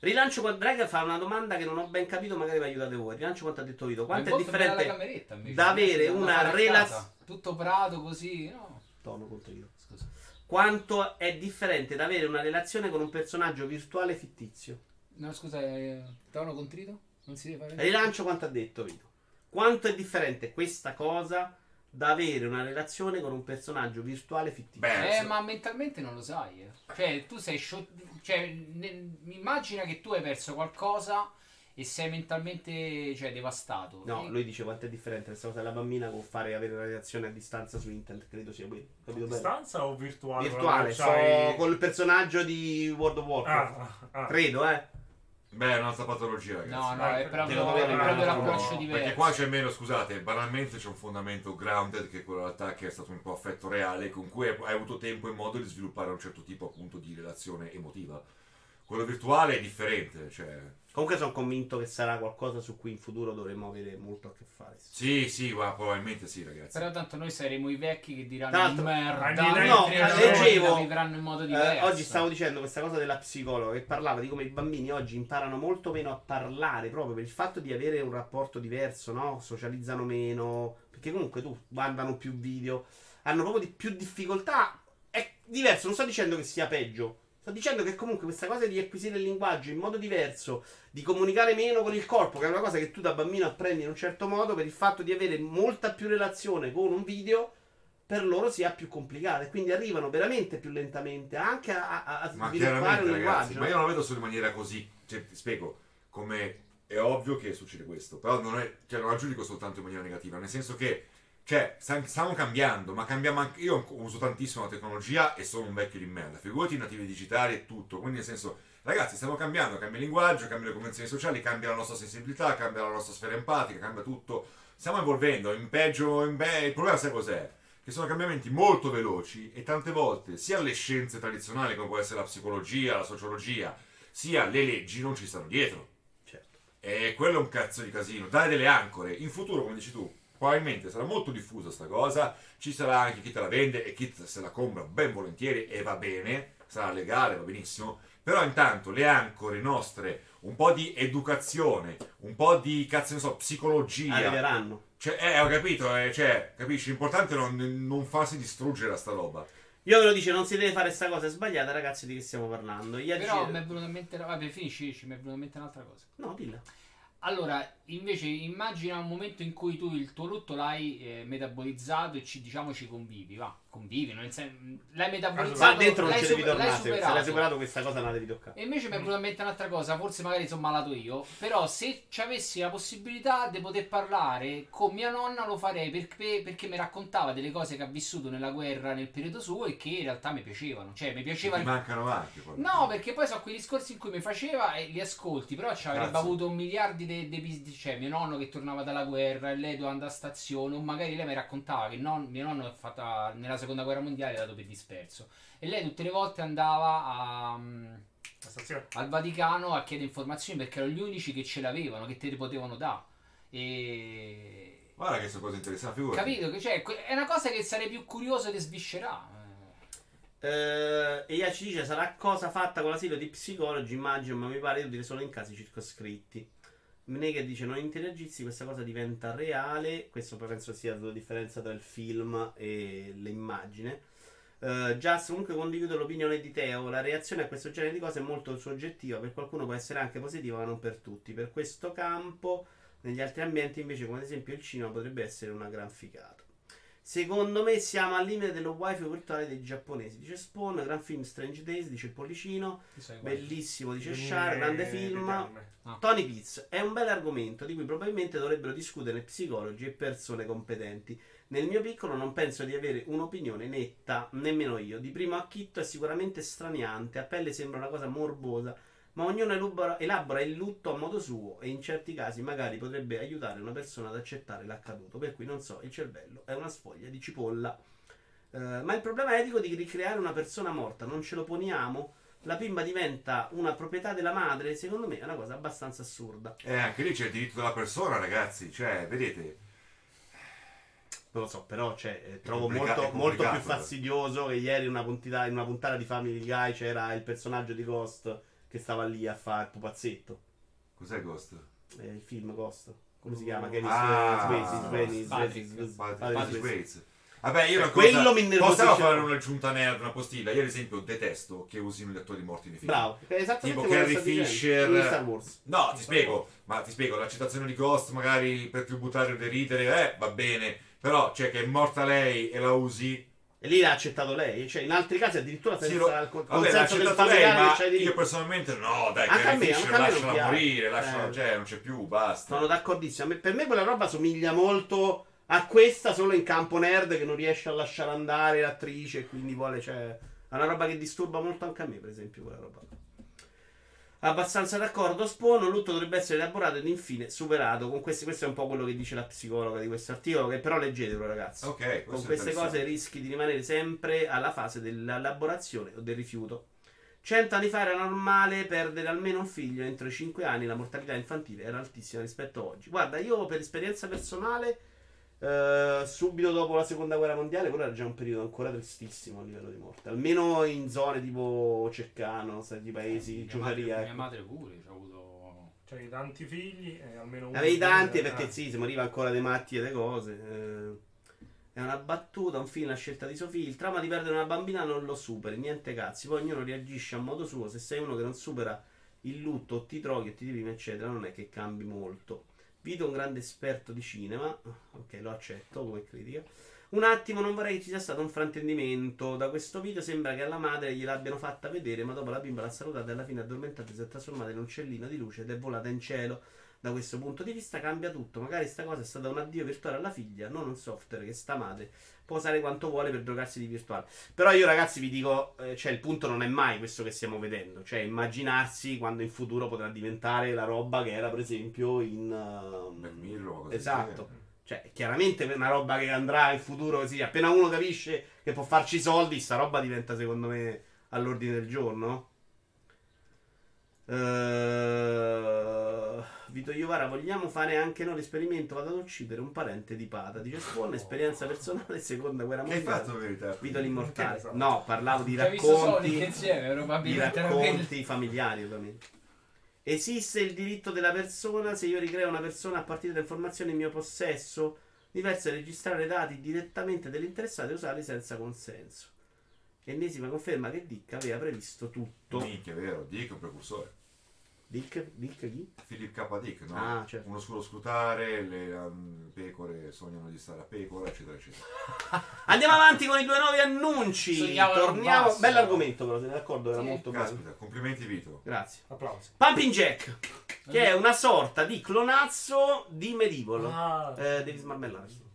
[SPEAKER 1] Rilancio qua- Drag fa una domanda che non ho ben capito, magari vi aiutate voi. Rilancio quanto ha detto Vito. Quanto è
[SPEAKER 2] Mi porto bene alla
[SPEAKER 1] differente
[SPEAKER 2] cameretta, invece.
[SPEAKER 1] da avere
[SPEAKER 2] Andiamo a
[SPEAKER 1] una
[SPEAKER 2] fare a
[SPEAKER 1] relazione-
[SPEAKER 2] casa. tutto prato così, no?
[SPEAKER 1] Tono contro io.
[SPEAKER 2] Scusa.
[SPEAKER 1] Quanto è differente da avere una relazione con un personaggio virtuale fittizio?
[SPEAKER 2] No, scusa, eh, tono contrito? Non si deve fare.
[SPEAKER 1] Rilancio quanto ha detto Vito. Quanto è differente questa cosa da avere una relazione con un personaggio virtuale fittizio?
[SPEAKER 3] Beh.
[SPEAKER 2] Eh,
[SPEAKER 3] Penso.
[SPEAKER 2] ma mentalmente non lo sai. eh. Cioè, tu sei scio- cioè, ne- immagina che tu hai perso qualcosa e sei mentalmente, cioè, devastato.
[SPEAKER 1] No,
[SPEAKER 2] E-
[SPEAKER 1] lui dice quanto è differente questa cosa della bambina con fare avere una relazione a distanza su internet, credo sia quello. Capito bene?
[SPEAKER 4] Distanza o virtuale?
[SPEAKER 1] Virtuale,
[SPEAKER 4] Quando c'hai-
[SPEAKER 1] so col personaggio di World of Warcraft.
[SPEAKER 4] Ah, ah, ah.
[SPEAKER 1] Credo, eh.
[SPEAKER 3] Beh, è un'altra patologia, ragazzi.
[SPEAKER 2] No, no,
[SPEAKER 4] dai,
[SPEAKER 2] è proprio,
[SPEAKER 1] devo
[SPEAKER 2] è
[SPEAKER 1] capire,
[SPEAKER 2] proprio
[SPEAKER 1] no,
[SPEAKER 2] l'approccio
[SPEAKER 1] no,
[SPEAKER 2] diverso.
[SPEAKER 3] Perché qua c'è meno, scusate, banalmente c'è un fondamento grounded che è quello dell'attacco che è stato un po' affetto reale, con cui hai hai avuto tempo e modo di sviluppare un certo tipo appunto di relazione emotiva. Quello virtuale è differente, cioè.
[SPEAKER 1] Comunque sono convinto che sarà qualcosa su cui in futuro dovremo avere molto a che fare.
[SPEAKER 3] Sì, sì, ma probabilmente sì, ragazzi.
[SPEAKER 2] Però tanto noi saremo i vecchi che diranno
[SPEAKER 1] Tanto-
[SPEAKER 2] merda,
[SPEAKER 4] Anni
[SPEAKER 2] mentre
[SPEAKER 4] venti,
[SPEAKER 2] i
[SPEAKER 4] no,
[SPEAKER 2] giovani
[SPEAKER 1] leggevo,
[SPEAKER 2] la vivranno in modo
[SPEAKER 1] Eh,
[SPEAKER 2] diverso.
[SPEAKER 1] oggi stavo dicendo questa cosa della psicologa che parlava di come i bambini oggi imparano molto meno a parlare proprio per il fatto di avere un rapporto diverso, no? Socializzano meno, perché comunque tu guardano più video, hanno proprio di più difficoltà. È diverso, non sto dicendo che sia peggio. Sto dicendo che comunque questa cosa di acquisire il linguaggio in modo diverso, di comunicare meno con il corpo, che è una cosa che tu da bambino apprendi in un certo modo, per il fatto di avere molta più relazione con un video, per loro sia più complicata. E quindi arrivano veramente più lentamente anche a, a, a
[SPEAKER 3] Ma
[SPEAKER 1] sviluppare un
[SPEAKER 3] chiaramente, ragazzi,
[SPEAKER 1] linguaggio.
[SPEAKER 3] ma io non la vedo solo in maniera così. Cioè, ti spiego come è ovvio che succede questo, però non, è, cioè, non la giudico soltanto in maniera negativa, nel senso che cioè, sta- stiamo cambiando, ma cambiamo anche. Io uso tantissimo la tecnologia e sono un vecchio di merda. Figurati i nativi digitali e tutto. Quindi, nel senso, ragazzi, stiamo cambiando, cambia il linguaggio, cambia le convenzioni sociali, cambia la nostra sensibilità, cambia la nostra sfera empatica, cambia tutto. Stiamo evolvendo, in peggio, in be- Il problema sai cos'è? che sono cambiamenti molto veloci e tante volte sia le scienze tradizionali come può essere la psicologia, la sociologia, sia le leggi non ci stanno dietro.
[SPEAKER 1] Certo.
[SPEAKER 3] E quello è un cazzo di casino. Dai delle ancore. In futuro, come dici tu, probabilmente sarà molto diffusa sta cosa. Ci sarà anche chi te la vende e chi se la compra ben volentieri e va bene. Sarà legale, va benissimo. Però intanto le ancore nostre, un po' di educazione, un po' di cazzo ne so,
[SPEAKER 1] Ah,
[SPEAKER 3] psicologia.
[SPEAKER 1] Arriveranno.
[SPEAKER 3] Cioè, eh, ho capito, eh, cioè, capisci? L'importante è non, non farsi distruggere a sta roba.
[SPEAKER 1] Io ve lo dice, non si deve fare sta cosa, è sbagliata, ragazzi, di che stiamo parlando. Gli
[SPEAKER 2] Però
[SPEAKER 1] agire-
[SPEAKER 2] mi è venuta in mente. Vabbè, finisci, dici, mi è venuta in mente un'altra cosa.
[SPEAKER 1] No, dilla.
[SPEAKER 2] Allora, invece immagina un momento in cui tu il tuo lutto l'hai eh, metabolizzato e ci, diciamo ci convivi, va, convivi, non sen- l'hai metabolizzato,
[SPEAKER 1] Ma dentro non
[SPEAKER 2] l'hai
[SPEAKER 1] ci devi
[SPEAKER 2] super- l'hai
[SPEAKER 1] tornare. Se se l'hai
[SPEAKER 2] superato.
[SPEAKER 1] superato questa cosa non la devi toccare.
[SPEAKER 2] E invece mi è venuta in mente un'altra cosa, forse magari sono malato io, però se ci avessi la possibilità di poter parlare con mia nonna lo farei perché, perché mi raccontava delle cose che ha vissuto nella guerra nel periodo suo e che in realtà mi piacevano, cioè mi piaceva
[SPEAKER 3] Ti
[SPEAKER 2] il
[SPEAKER 3] mancano anche. poi.
[SPEAKER 2] No, perché poi sono quei discorsi in cui mi faceva e li ascolti, però ci avrebbe
[SPEAKER 3] Grazie.
[SPEAKER 2] avuto un miliardi di episodi. Cioè, mio nonno che tornava dalla guerra e lei doveva andare a stazione, o magari lei mi raccontava che non- mio nonno è fatta, nella seconda guerra mondiale è dato per disperso. E lei tutte le volte andava a, mm,
[SPEAKER 4] La stazione.
[SPEAKER 2] al Vaticano a chiedere informazioni perché erano gli unici che ce l'avevano, che te le potevano dare. E...
[SPEAKER 3] Guarda che sono cose interessanti. Figurati.
[SPEAKER 2] Capito? Che, cioè, que- è una cosa che sarei più curioso di sviscerà.
[SPEAKER 1] Eh, e Ia ci dice: sarà cosa fatta con l'asilo di psicologi? Immagino, ma mi pare utile solo in casi circoscritti. Mnega dice: Non interagissi, questa cosa diventa reale. Questo poi penso sia la differenza tra il film e l'immagine. Eh, Just comunque condivido l'opinione di Teo. La reazione a questo genere di cose è molto soggettiva. Per qualcuno può essere anche positiva, ma non per tutti. Per questo campo, negli altri ambienti, invece, come ad esempio il cinema, potrebbe essere una gran figata. Secondo me siamo al limite dello wifi virtuale dei giapponesi. Dice Spawn, gran film Strange Days, dice Pollicino,
[SPEAKER 2] Eh,
[SPEAKER 1] bellissimo, dice Shar, grande film. Tony Pizz è un bel argomento di cui probabilmente dovrebbero discutere psicologi e persone competenti. Nel mio piccolo non penso di avere un'opinione netta, nemmeno io. Di primo acchitto è sicuramente straniante, a pelle sembra una cosa morbosa, ma ognuno elabora, elabora il lutto a modo suo e in certi casi magari potrebbe aiutare una persona ad accettare l'accaduto. Per cui non so, il cervello è una sfoglia di cipolla. Eh, ma il problema etico di ricreare una persona morta non ce lo poniamo? La pimba diventa una proprietà della madre? Secondo me è una cosa abbastanza assurda.
[SPEAKER 3] Eh, anche lì c'è il diritto della persona, ragazzi. Cioè, vedete,
[SPEAKER 1] Non lo so, però cioè, eh, trovo
[SPEAKER 3] complica-
[SPEAKER 1] molto,
[SPEAKER 3] è
[SPEAKER 1] molto più
[SPEAKER 3] complicato, eh.
[SPEAKER 1] fastidioso che ieri una puntita- in una puntata di Family Guy c'era il personaggio di Ghost che stava lì a fare il pupazzetto.
[SPEAKER 3] cos'è Ghost?
[SPEAKER 1] Eh, il film Ghost. Come si chiama?
[SPEAKER 4] Ah,
[SPEAKER 1] Kenny
[SPEAKER 3] no,
[SPEAKER 1] Swayze, Swayze,
[SPEAKER 2] Patrick.
[SPEAKER 1] Swayze,
[SPEAKER 3] Padre-
[SPEAKER 1] Patrick
[SPEAKER 3] Padre
[SPEAKER 1] Swayze.
[SPEAKER 3] Swayze. Vabbè, io
[SPEAKER 1] Cioè,
[SPEAKER 3] una
[SPEAKER 1] quello
[SPEAKER 3] cosa-
[SPEAKER 1] mi innervosisce.
[SPEAKER 3] Possiamo fare un'aggiunta nerd, una postilla. Io, ad esempio, detesto che usino gli attori morti nei film.
[SPEAKER 1] Bravo, è esattamente
[SPEAKER 3] Tipo
[SPEAKER 1] quello
[SPEAKER 3] Carrie
[SPEAKER 1] che sto
[SPEAKER 3] Fisher.
[SPEAKER 1] dicendo. In Star Wars.
[SPEAKER 3] No, ti spiego, ma ti spiego, la citazione di Ghost magari per tributare o deridere, eh, va bene, però cioè che è morta lei e la usi,
[SPEAKER 1] E lì l'ha accettato lei, cioè in altri casi addirittura
[SPEAKER 3] Sì,
[SPEAKER 1] senza
[SPEAKER 3] lo-
[SPEAKER 1] il con-
[SPEAKER 3] vabbè, l'ha
[SPEAKER 1] consenso del
[SPEAKER 3] accettata lei,
[SPEAKER 1] familiare
[SPEAKER 3] ma
[SPEAKER 1] c'hai
[SPEAKER 3] io
[SPEAKER 1] diritto.
[SPEAKER 3] personalmente no, dai,
[SPEAKER 1] Anche a
[SPEAKER 3] Carrie
[SPEAKER 1] me,
[SPEAKER 3] Fisher
[SPEAKER 1] anche a me non
[SPEAKER 3] lasciala
[SPEAKER 1] piace.
[SPEAKER 3] morire, lasciala,
[SPEAKER 1] Eh.
[SPEAKER 3] cioè non c'è più, basta.
[SPEAKER 1] Sono d'accordissimo. Me- Per me quella roba somiglia molto a questa, solo in campo nerd che non riesce a lasciare andare l'attrice e quindi vuole, cioè, è una roba che disturba molto anche a me, per esempio, quella roba. Abbastanza d'accordo, Spono, il lutto dovrebbe essere elaborato ed infine superato. Con questi, questo è un po' quello che dice la psicologa di questo articolo, che però leggetelo ragazzi.
[SPEAKER 3] Ok,
[SPEAKER 1] Con
[SPEAKER 3] questo è
[SPEAKER 1] queste
[SPEAKER 3] interessante.
[SPEAKER 1] cose rischi di rimanere sempre alla fase dell'elaborazione o del rifiuto. Cent'anni fa era normale perdere almeno un figlio entro i 5 anni, la mortalità infantile era altissima rispetto a oggi. Guarda, io per esperienza personale, eh, subito dopo la seconda guerra mondiale, quello era già un periodo ancora tristissimo a livello di morte, almeno in zone tipo Ceccano, di paesi,
[SPEAKER 2] mia,
[SPEAKER 1] Giugaria.
[SPEAKER 2] mia
[SPEAKER 1] ecco.
[SPEAKER 2] madre pure, ci ha avuto...
[SPEAKER 4] Cioè, tanti figli e almeno uno.
[SPEAKER 1] Ne avevi tanti
[SPEAKER 4] Eh,
[SPEAKER 1] perché sì, si moriva ancora dei matti e delle cose. eh. È una battuta, un film, la scelta di Sofì. Il trauma di perdere una bambina non lo superi, niente cazzi. Poi ognuno reagisce a modo suo. Se sei uno che non supera il lutto, o ti droghi, o ti deprimi, eccetera, non è che cambi molto. Vito è un grande esperto di cinema. Ok, lo accetto come critica. Un attimo, non vorrei che ci sia stato un fraintendimento. Da questo video sembra che alla madre gliel'abbiano fatta vedere, ma dopo la bimba l'ha salutata e alla fine addormentata si è trasformata in un uccellino di luce ed è volata in cielo. Da questo punto di vista cambia tutto. Magari sta cosa è stata un addio virtuale alla figlia, non un software che sta madre può usare quanto vuole per drogarsi di virtuale. Però io ragazzi vi dico, eh, cioè il punto non è mai questo che stiamo vedendo, cioè immaginarsi quando in futuro potrà diventare la roba che era per esempio in ehm,
[SPEAKER 3] Black Mirror, qualcosa del
[SPEAKER 1] Esatto.
[SPEAKER 3] genere.
[SPEAKER 1] Cioè, chiaramente per una roba che andrà in futuro così, appena uno capisce che può farci i soldi, sta roba diventa secondo me all'ordine del giorno. Eh, Vito Iovara, vogliamo fare anche noi l'esperimento? Vado ad uccidere un parente di Pata. Dice Spawn, esperienza personale, seconda guerra
[SPEAKER 3] Che hai
[SPEAKER 1] mondiale.
[SPEAKER 3] fatto in verità?
[SPEAKER 1] Vito l'immortale.
[SPEAKER 4] Che ne so.
[SPEAKER 1] No, parlavo di
[SPEAKER 2] Ci ha Cioè, visto
[SPEAKER 1] racconti.
[SPEAKER 2] Sonic insieme, Cioè,
[SPEAKER 1] I
[SPEAKER 2] probabilmente. era quello.
[SPEAKER 1] racconti familiari, ovviamente. Esiste il diritto della persona se io ricreo una persona a partire da informazioni in mio possesso? Diverso è registrare dati direttamente dell'interessato e usarli senza consenso. Ennesima conferma che Dick aveva previsto tutto.
[SPEAKER 3] Minchia, è vero, dico un precursore.
[SPEAKER 1] Dick, Dick chi?
[SPEAKER 3] Philip K. Dick, no?
[SPEAKER 1] Ah, certo.
[SPEAKER 3] Uno scuro scrutare, le um, pecore sognano di stare a pecora, eccetera, eccetera.
[SPEAKER 1] Andiamo avanti con i due nuovi annunci.
[SPEAKER 2] Sogniamo nel
[SPEAKER 1] Torniamo.
[SPEAKER 2] basso.
[SPEAKER 1] Bell'argomento, però, se ne d'accordo, era
[SPEAKER 2] Sì.
[SPEAKER 1] molto bello.
[SPEAKER 3] Caspita, complimenti Vito.
[SPEAKER 1] Grazie.
[SPEAKER 4] Applausi.
[SPEAKER 1] Pumping Jack, che è una sorta di clonazzo di Medieval.
[SPEAKER 4] Ah.
[SPEAKER 1] Eh, devi smarmellarlo.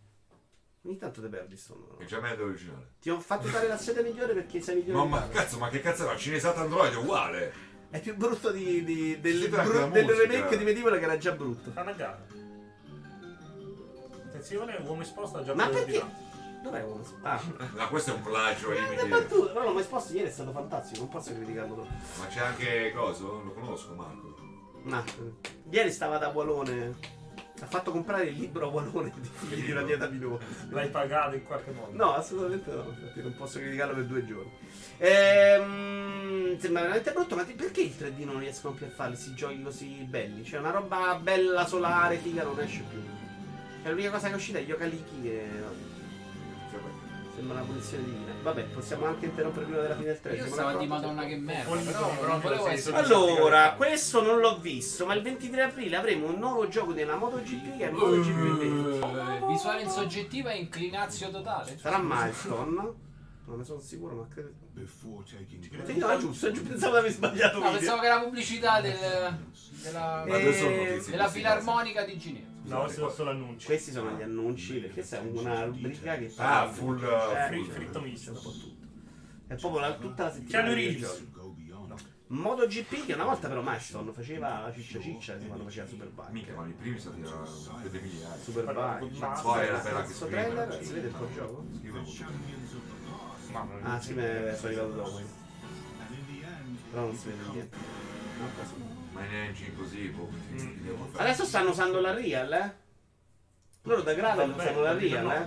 [SPEAKER 1] Ogni tanto te perdi sono.
[SPEAKER 3] È già meglio originale.
[SPEAKER 1] Ti ho fatto dare la sede migliore perché sei migliore. in
[SPEAKER 3] Mamma,
[SPEAKER 1] Italia.
[SPEAKER 3] cazzo, ma che cazzo era? Cinesata Android è uguale.
[SPEAKER 1] È più brutto di, di- del,
[SPEAKER 3] Sì, però anche
[SPEAKER 1] bru-
[SPEAKER 3] la
[SPEAKER 1] del
[SPEAKER 3] musica.
[SPEAKER 1] remake di Medieval che era già brutto.
[SPEAKER 4] Fa una gara. Attenzione, uomo esposto ha già
[SPEAKER 1] Ma
[SPEAKER 4] preso il
[SPEAKER 1] perché?
[SPEAKER 4] divano.
[SPEAKER 1] Dov'è uno? Ah,
[SPEAKER 3] Ma questo è un plagio ai
[SPEAKER 1] grande
[SPEAKER 3] limiti.
[SPEAKER 1] battuta. No, no, Eh, ma esposto ieri è stato fantastico, non posso criticarlo troppo.
[SPEAKER 3] Ma c'è anche coso? Lo conosco, Marco.
[SPEAKER 1] Ma eh, ieri stava da Walone. Ha fatto comprare il libro a Walone di figli di una dieta minore.
[SPEAKER 4] L'hai pagato in qualche modo.
[SPEAKER 1] No, assolutamente no, infatti non posso criticarlo per due giorni. Ehm, sembra veramente brutto, ma ti- perché il 3D non riescono più a farli si giochi così belli? Cioè una roba bella, solare, figa non esce più. È l'unica cosa che è uscita è Yokaliki che
[SPEAKER 3] Cioè, perché?
[SPEAKER 1] sembra una punizione divina. Vabbè, possiamo anche interrompere prima della fine del 3.
[SPEAKER 2] Io
[SPEAKER 1] Siamo
[SPEAKER 2] stavo di
[SPEAKER 1] d'accordo?
[SPEAKER 2] madonna che merda,
[SPEAKER 4] Ogni
[SPEAKER 2] però
[SPEAKER 4] giorno,
[SPEAKER 2] non volevo
[SPEAKER 4] sei
[SPEAKER 2] essere...
[SPEAKER 4] solo-
[SPEAKER 1] Allora, questo non l'ho visto, ma il 23 aprile avremo un nuovo gioco della MotoGP che è il MotoGP 20.
[SPEAKER 2] Eh, Visuale insoggettiva e inclinazio totale.
[SPEAKER 1] Sarà Milestone? Non ne sono sicuro, ma credo. Sì, no,
[SPEAKER 7] No,
[SPEAKER 1] è giusto, è giusto, pensavo di aver sbagliato
[SPEAKER 2] No,
[SPEAKER 1] video.
[SPEAKER 2] pensavo che era la pubblicità del- della,
[SPEAKER 3] Ma dove sono
[SPEAKER 1] Eh,
[SPEAKER 3] notizie?
[SPEAKER 2] della
[SPEAKER 3] questi
[SPEAKER 2] Filarmonica di Ginevra.
[SPEAKER 3] cazzi?
[SPEAKER 4] No,
[SPEAKER 3] Scusate,
[SPEAKER 4] questo è solo annunci.
[SPEAKER 1] Questi sono gli annunci, perché questa è una rubrica che
[SPEAKER 3] Ah, full, uh,
[SPEAKER 1] Eh,
[SPEAKER 4] Fri-
[SPEAKER 3] full-
[SPEAKER 4] fritto
[SPEAKER 1] c'è
[SPEAKER 4] misto.
[SPEAKER 1] un po' tutto. È proprio la- tutta la settimana.
[SPEAKER 4] Keanu
[SPEAKER 1] dei
[SPEAKER 4] Reeves.
[SPEAKER 1] giochi. MotoGP che una volta però Milestone faceva la ciccia ciccia quando faceva Superbike.
[SPEAKER 3] Minchia, ma i primi sono stati uh, dei migliaia.
[SPEAKER 1] Superbike.
[SPEAKER 4] Ma-
[SPEAKER 1] Poi
[SPEAKER 3] era bella anche
[SPEAKER 1] questo
[SPEAKER 3] prima,
[SPEAKER 1] trailer,
[SPEAKER 3] sì.
[SPEAKER 1] si vede il tuo gioco?
[SPEAKER 3] Io
[SPEAKER 4] Mamma mia.
[SPEAKER 1] Ah, sì, me sono arrivato dopo. io. Però non si vede niente. No, quasi no.
[SPEAKER 3] Ma in engine così, boh, che cazzo
[SPEAKER 1] Mm.
[SPEAKER 3] gli devo fare?
[SPEAKER 1] Adesso stanno usando la Real, eh? Loro da Gravel
[SPEAKER 4] Vabbè,
[SPEAKER 1] usano la Real,
[SPEAKER 4] no.
[SPEAKER 1] eh?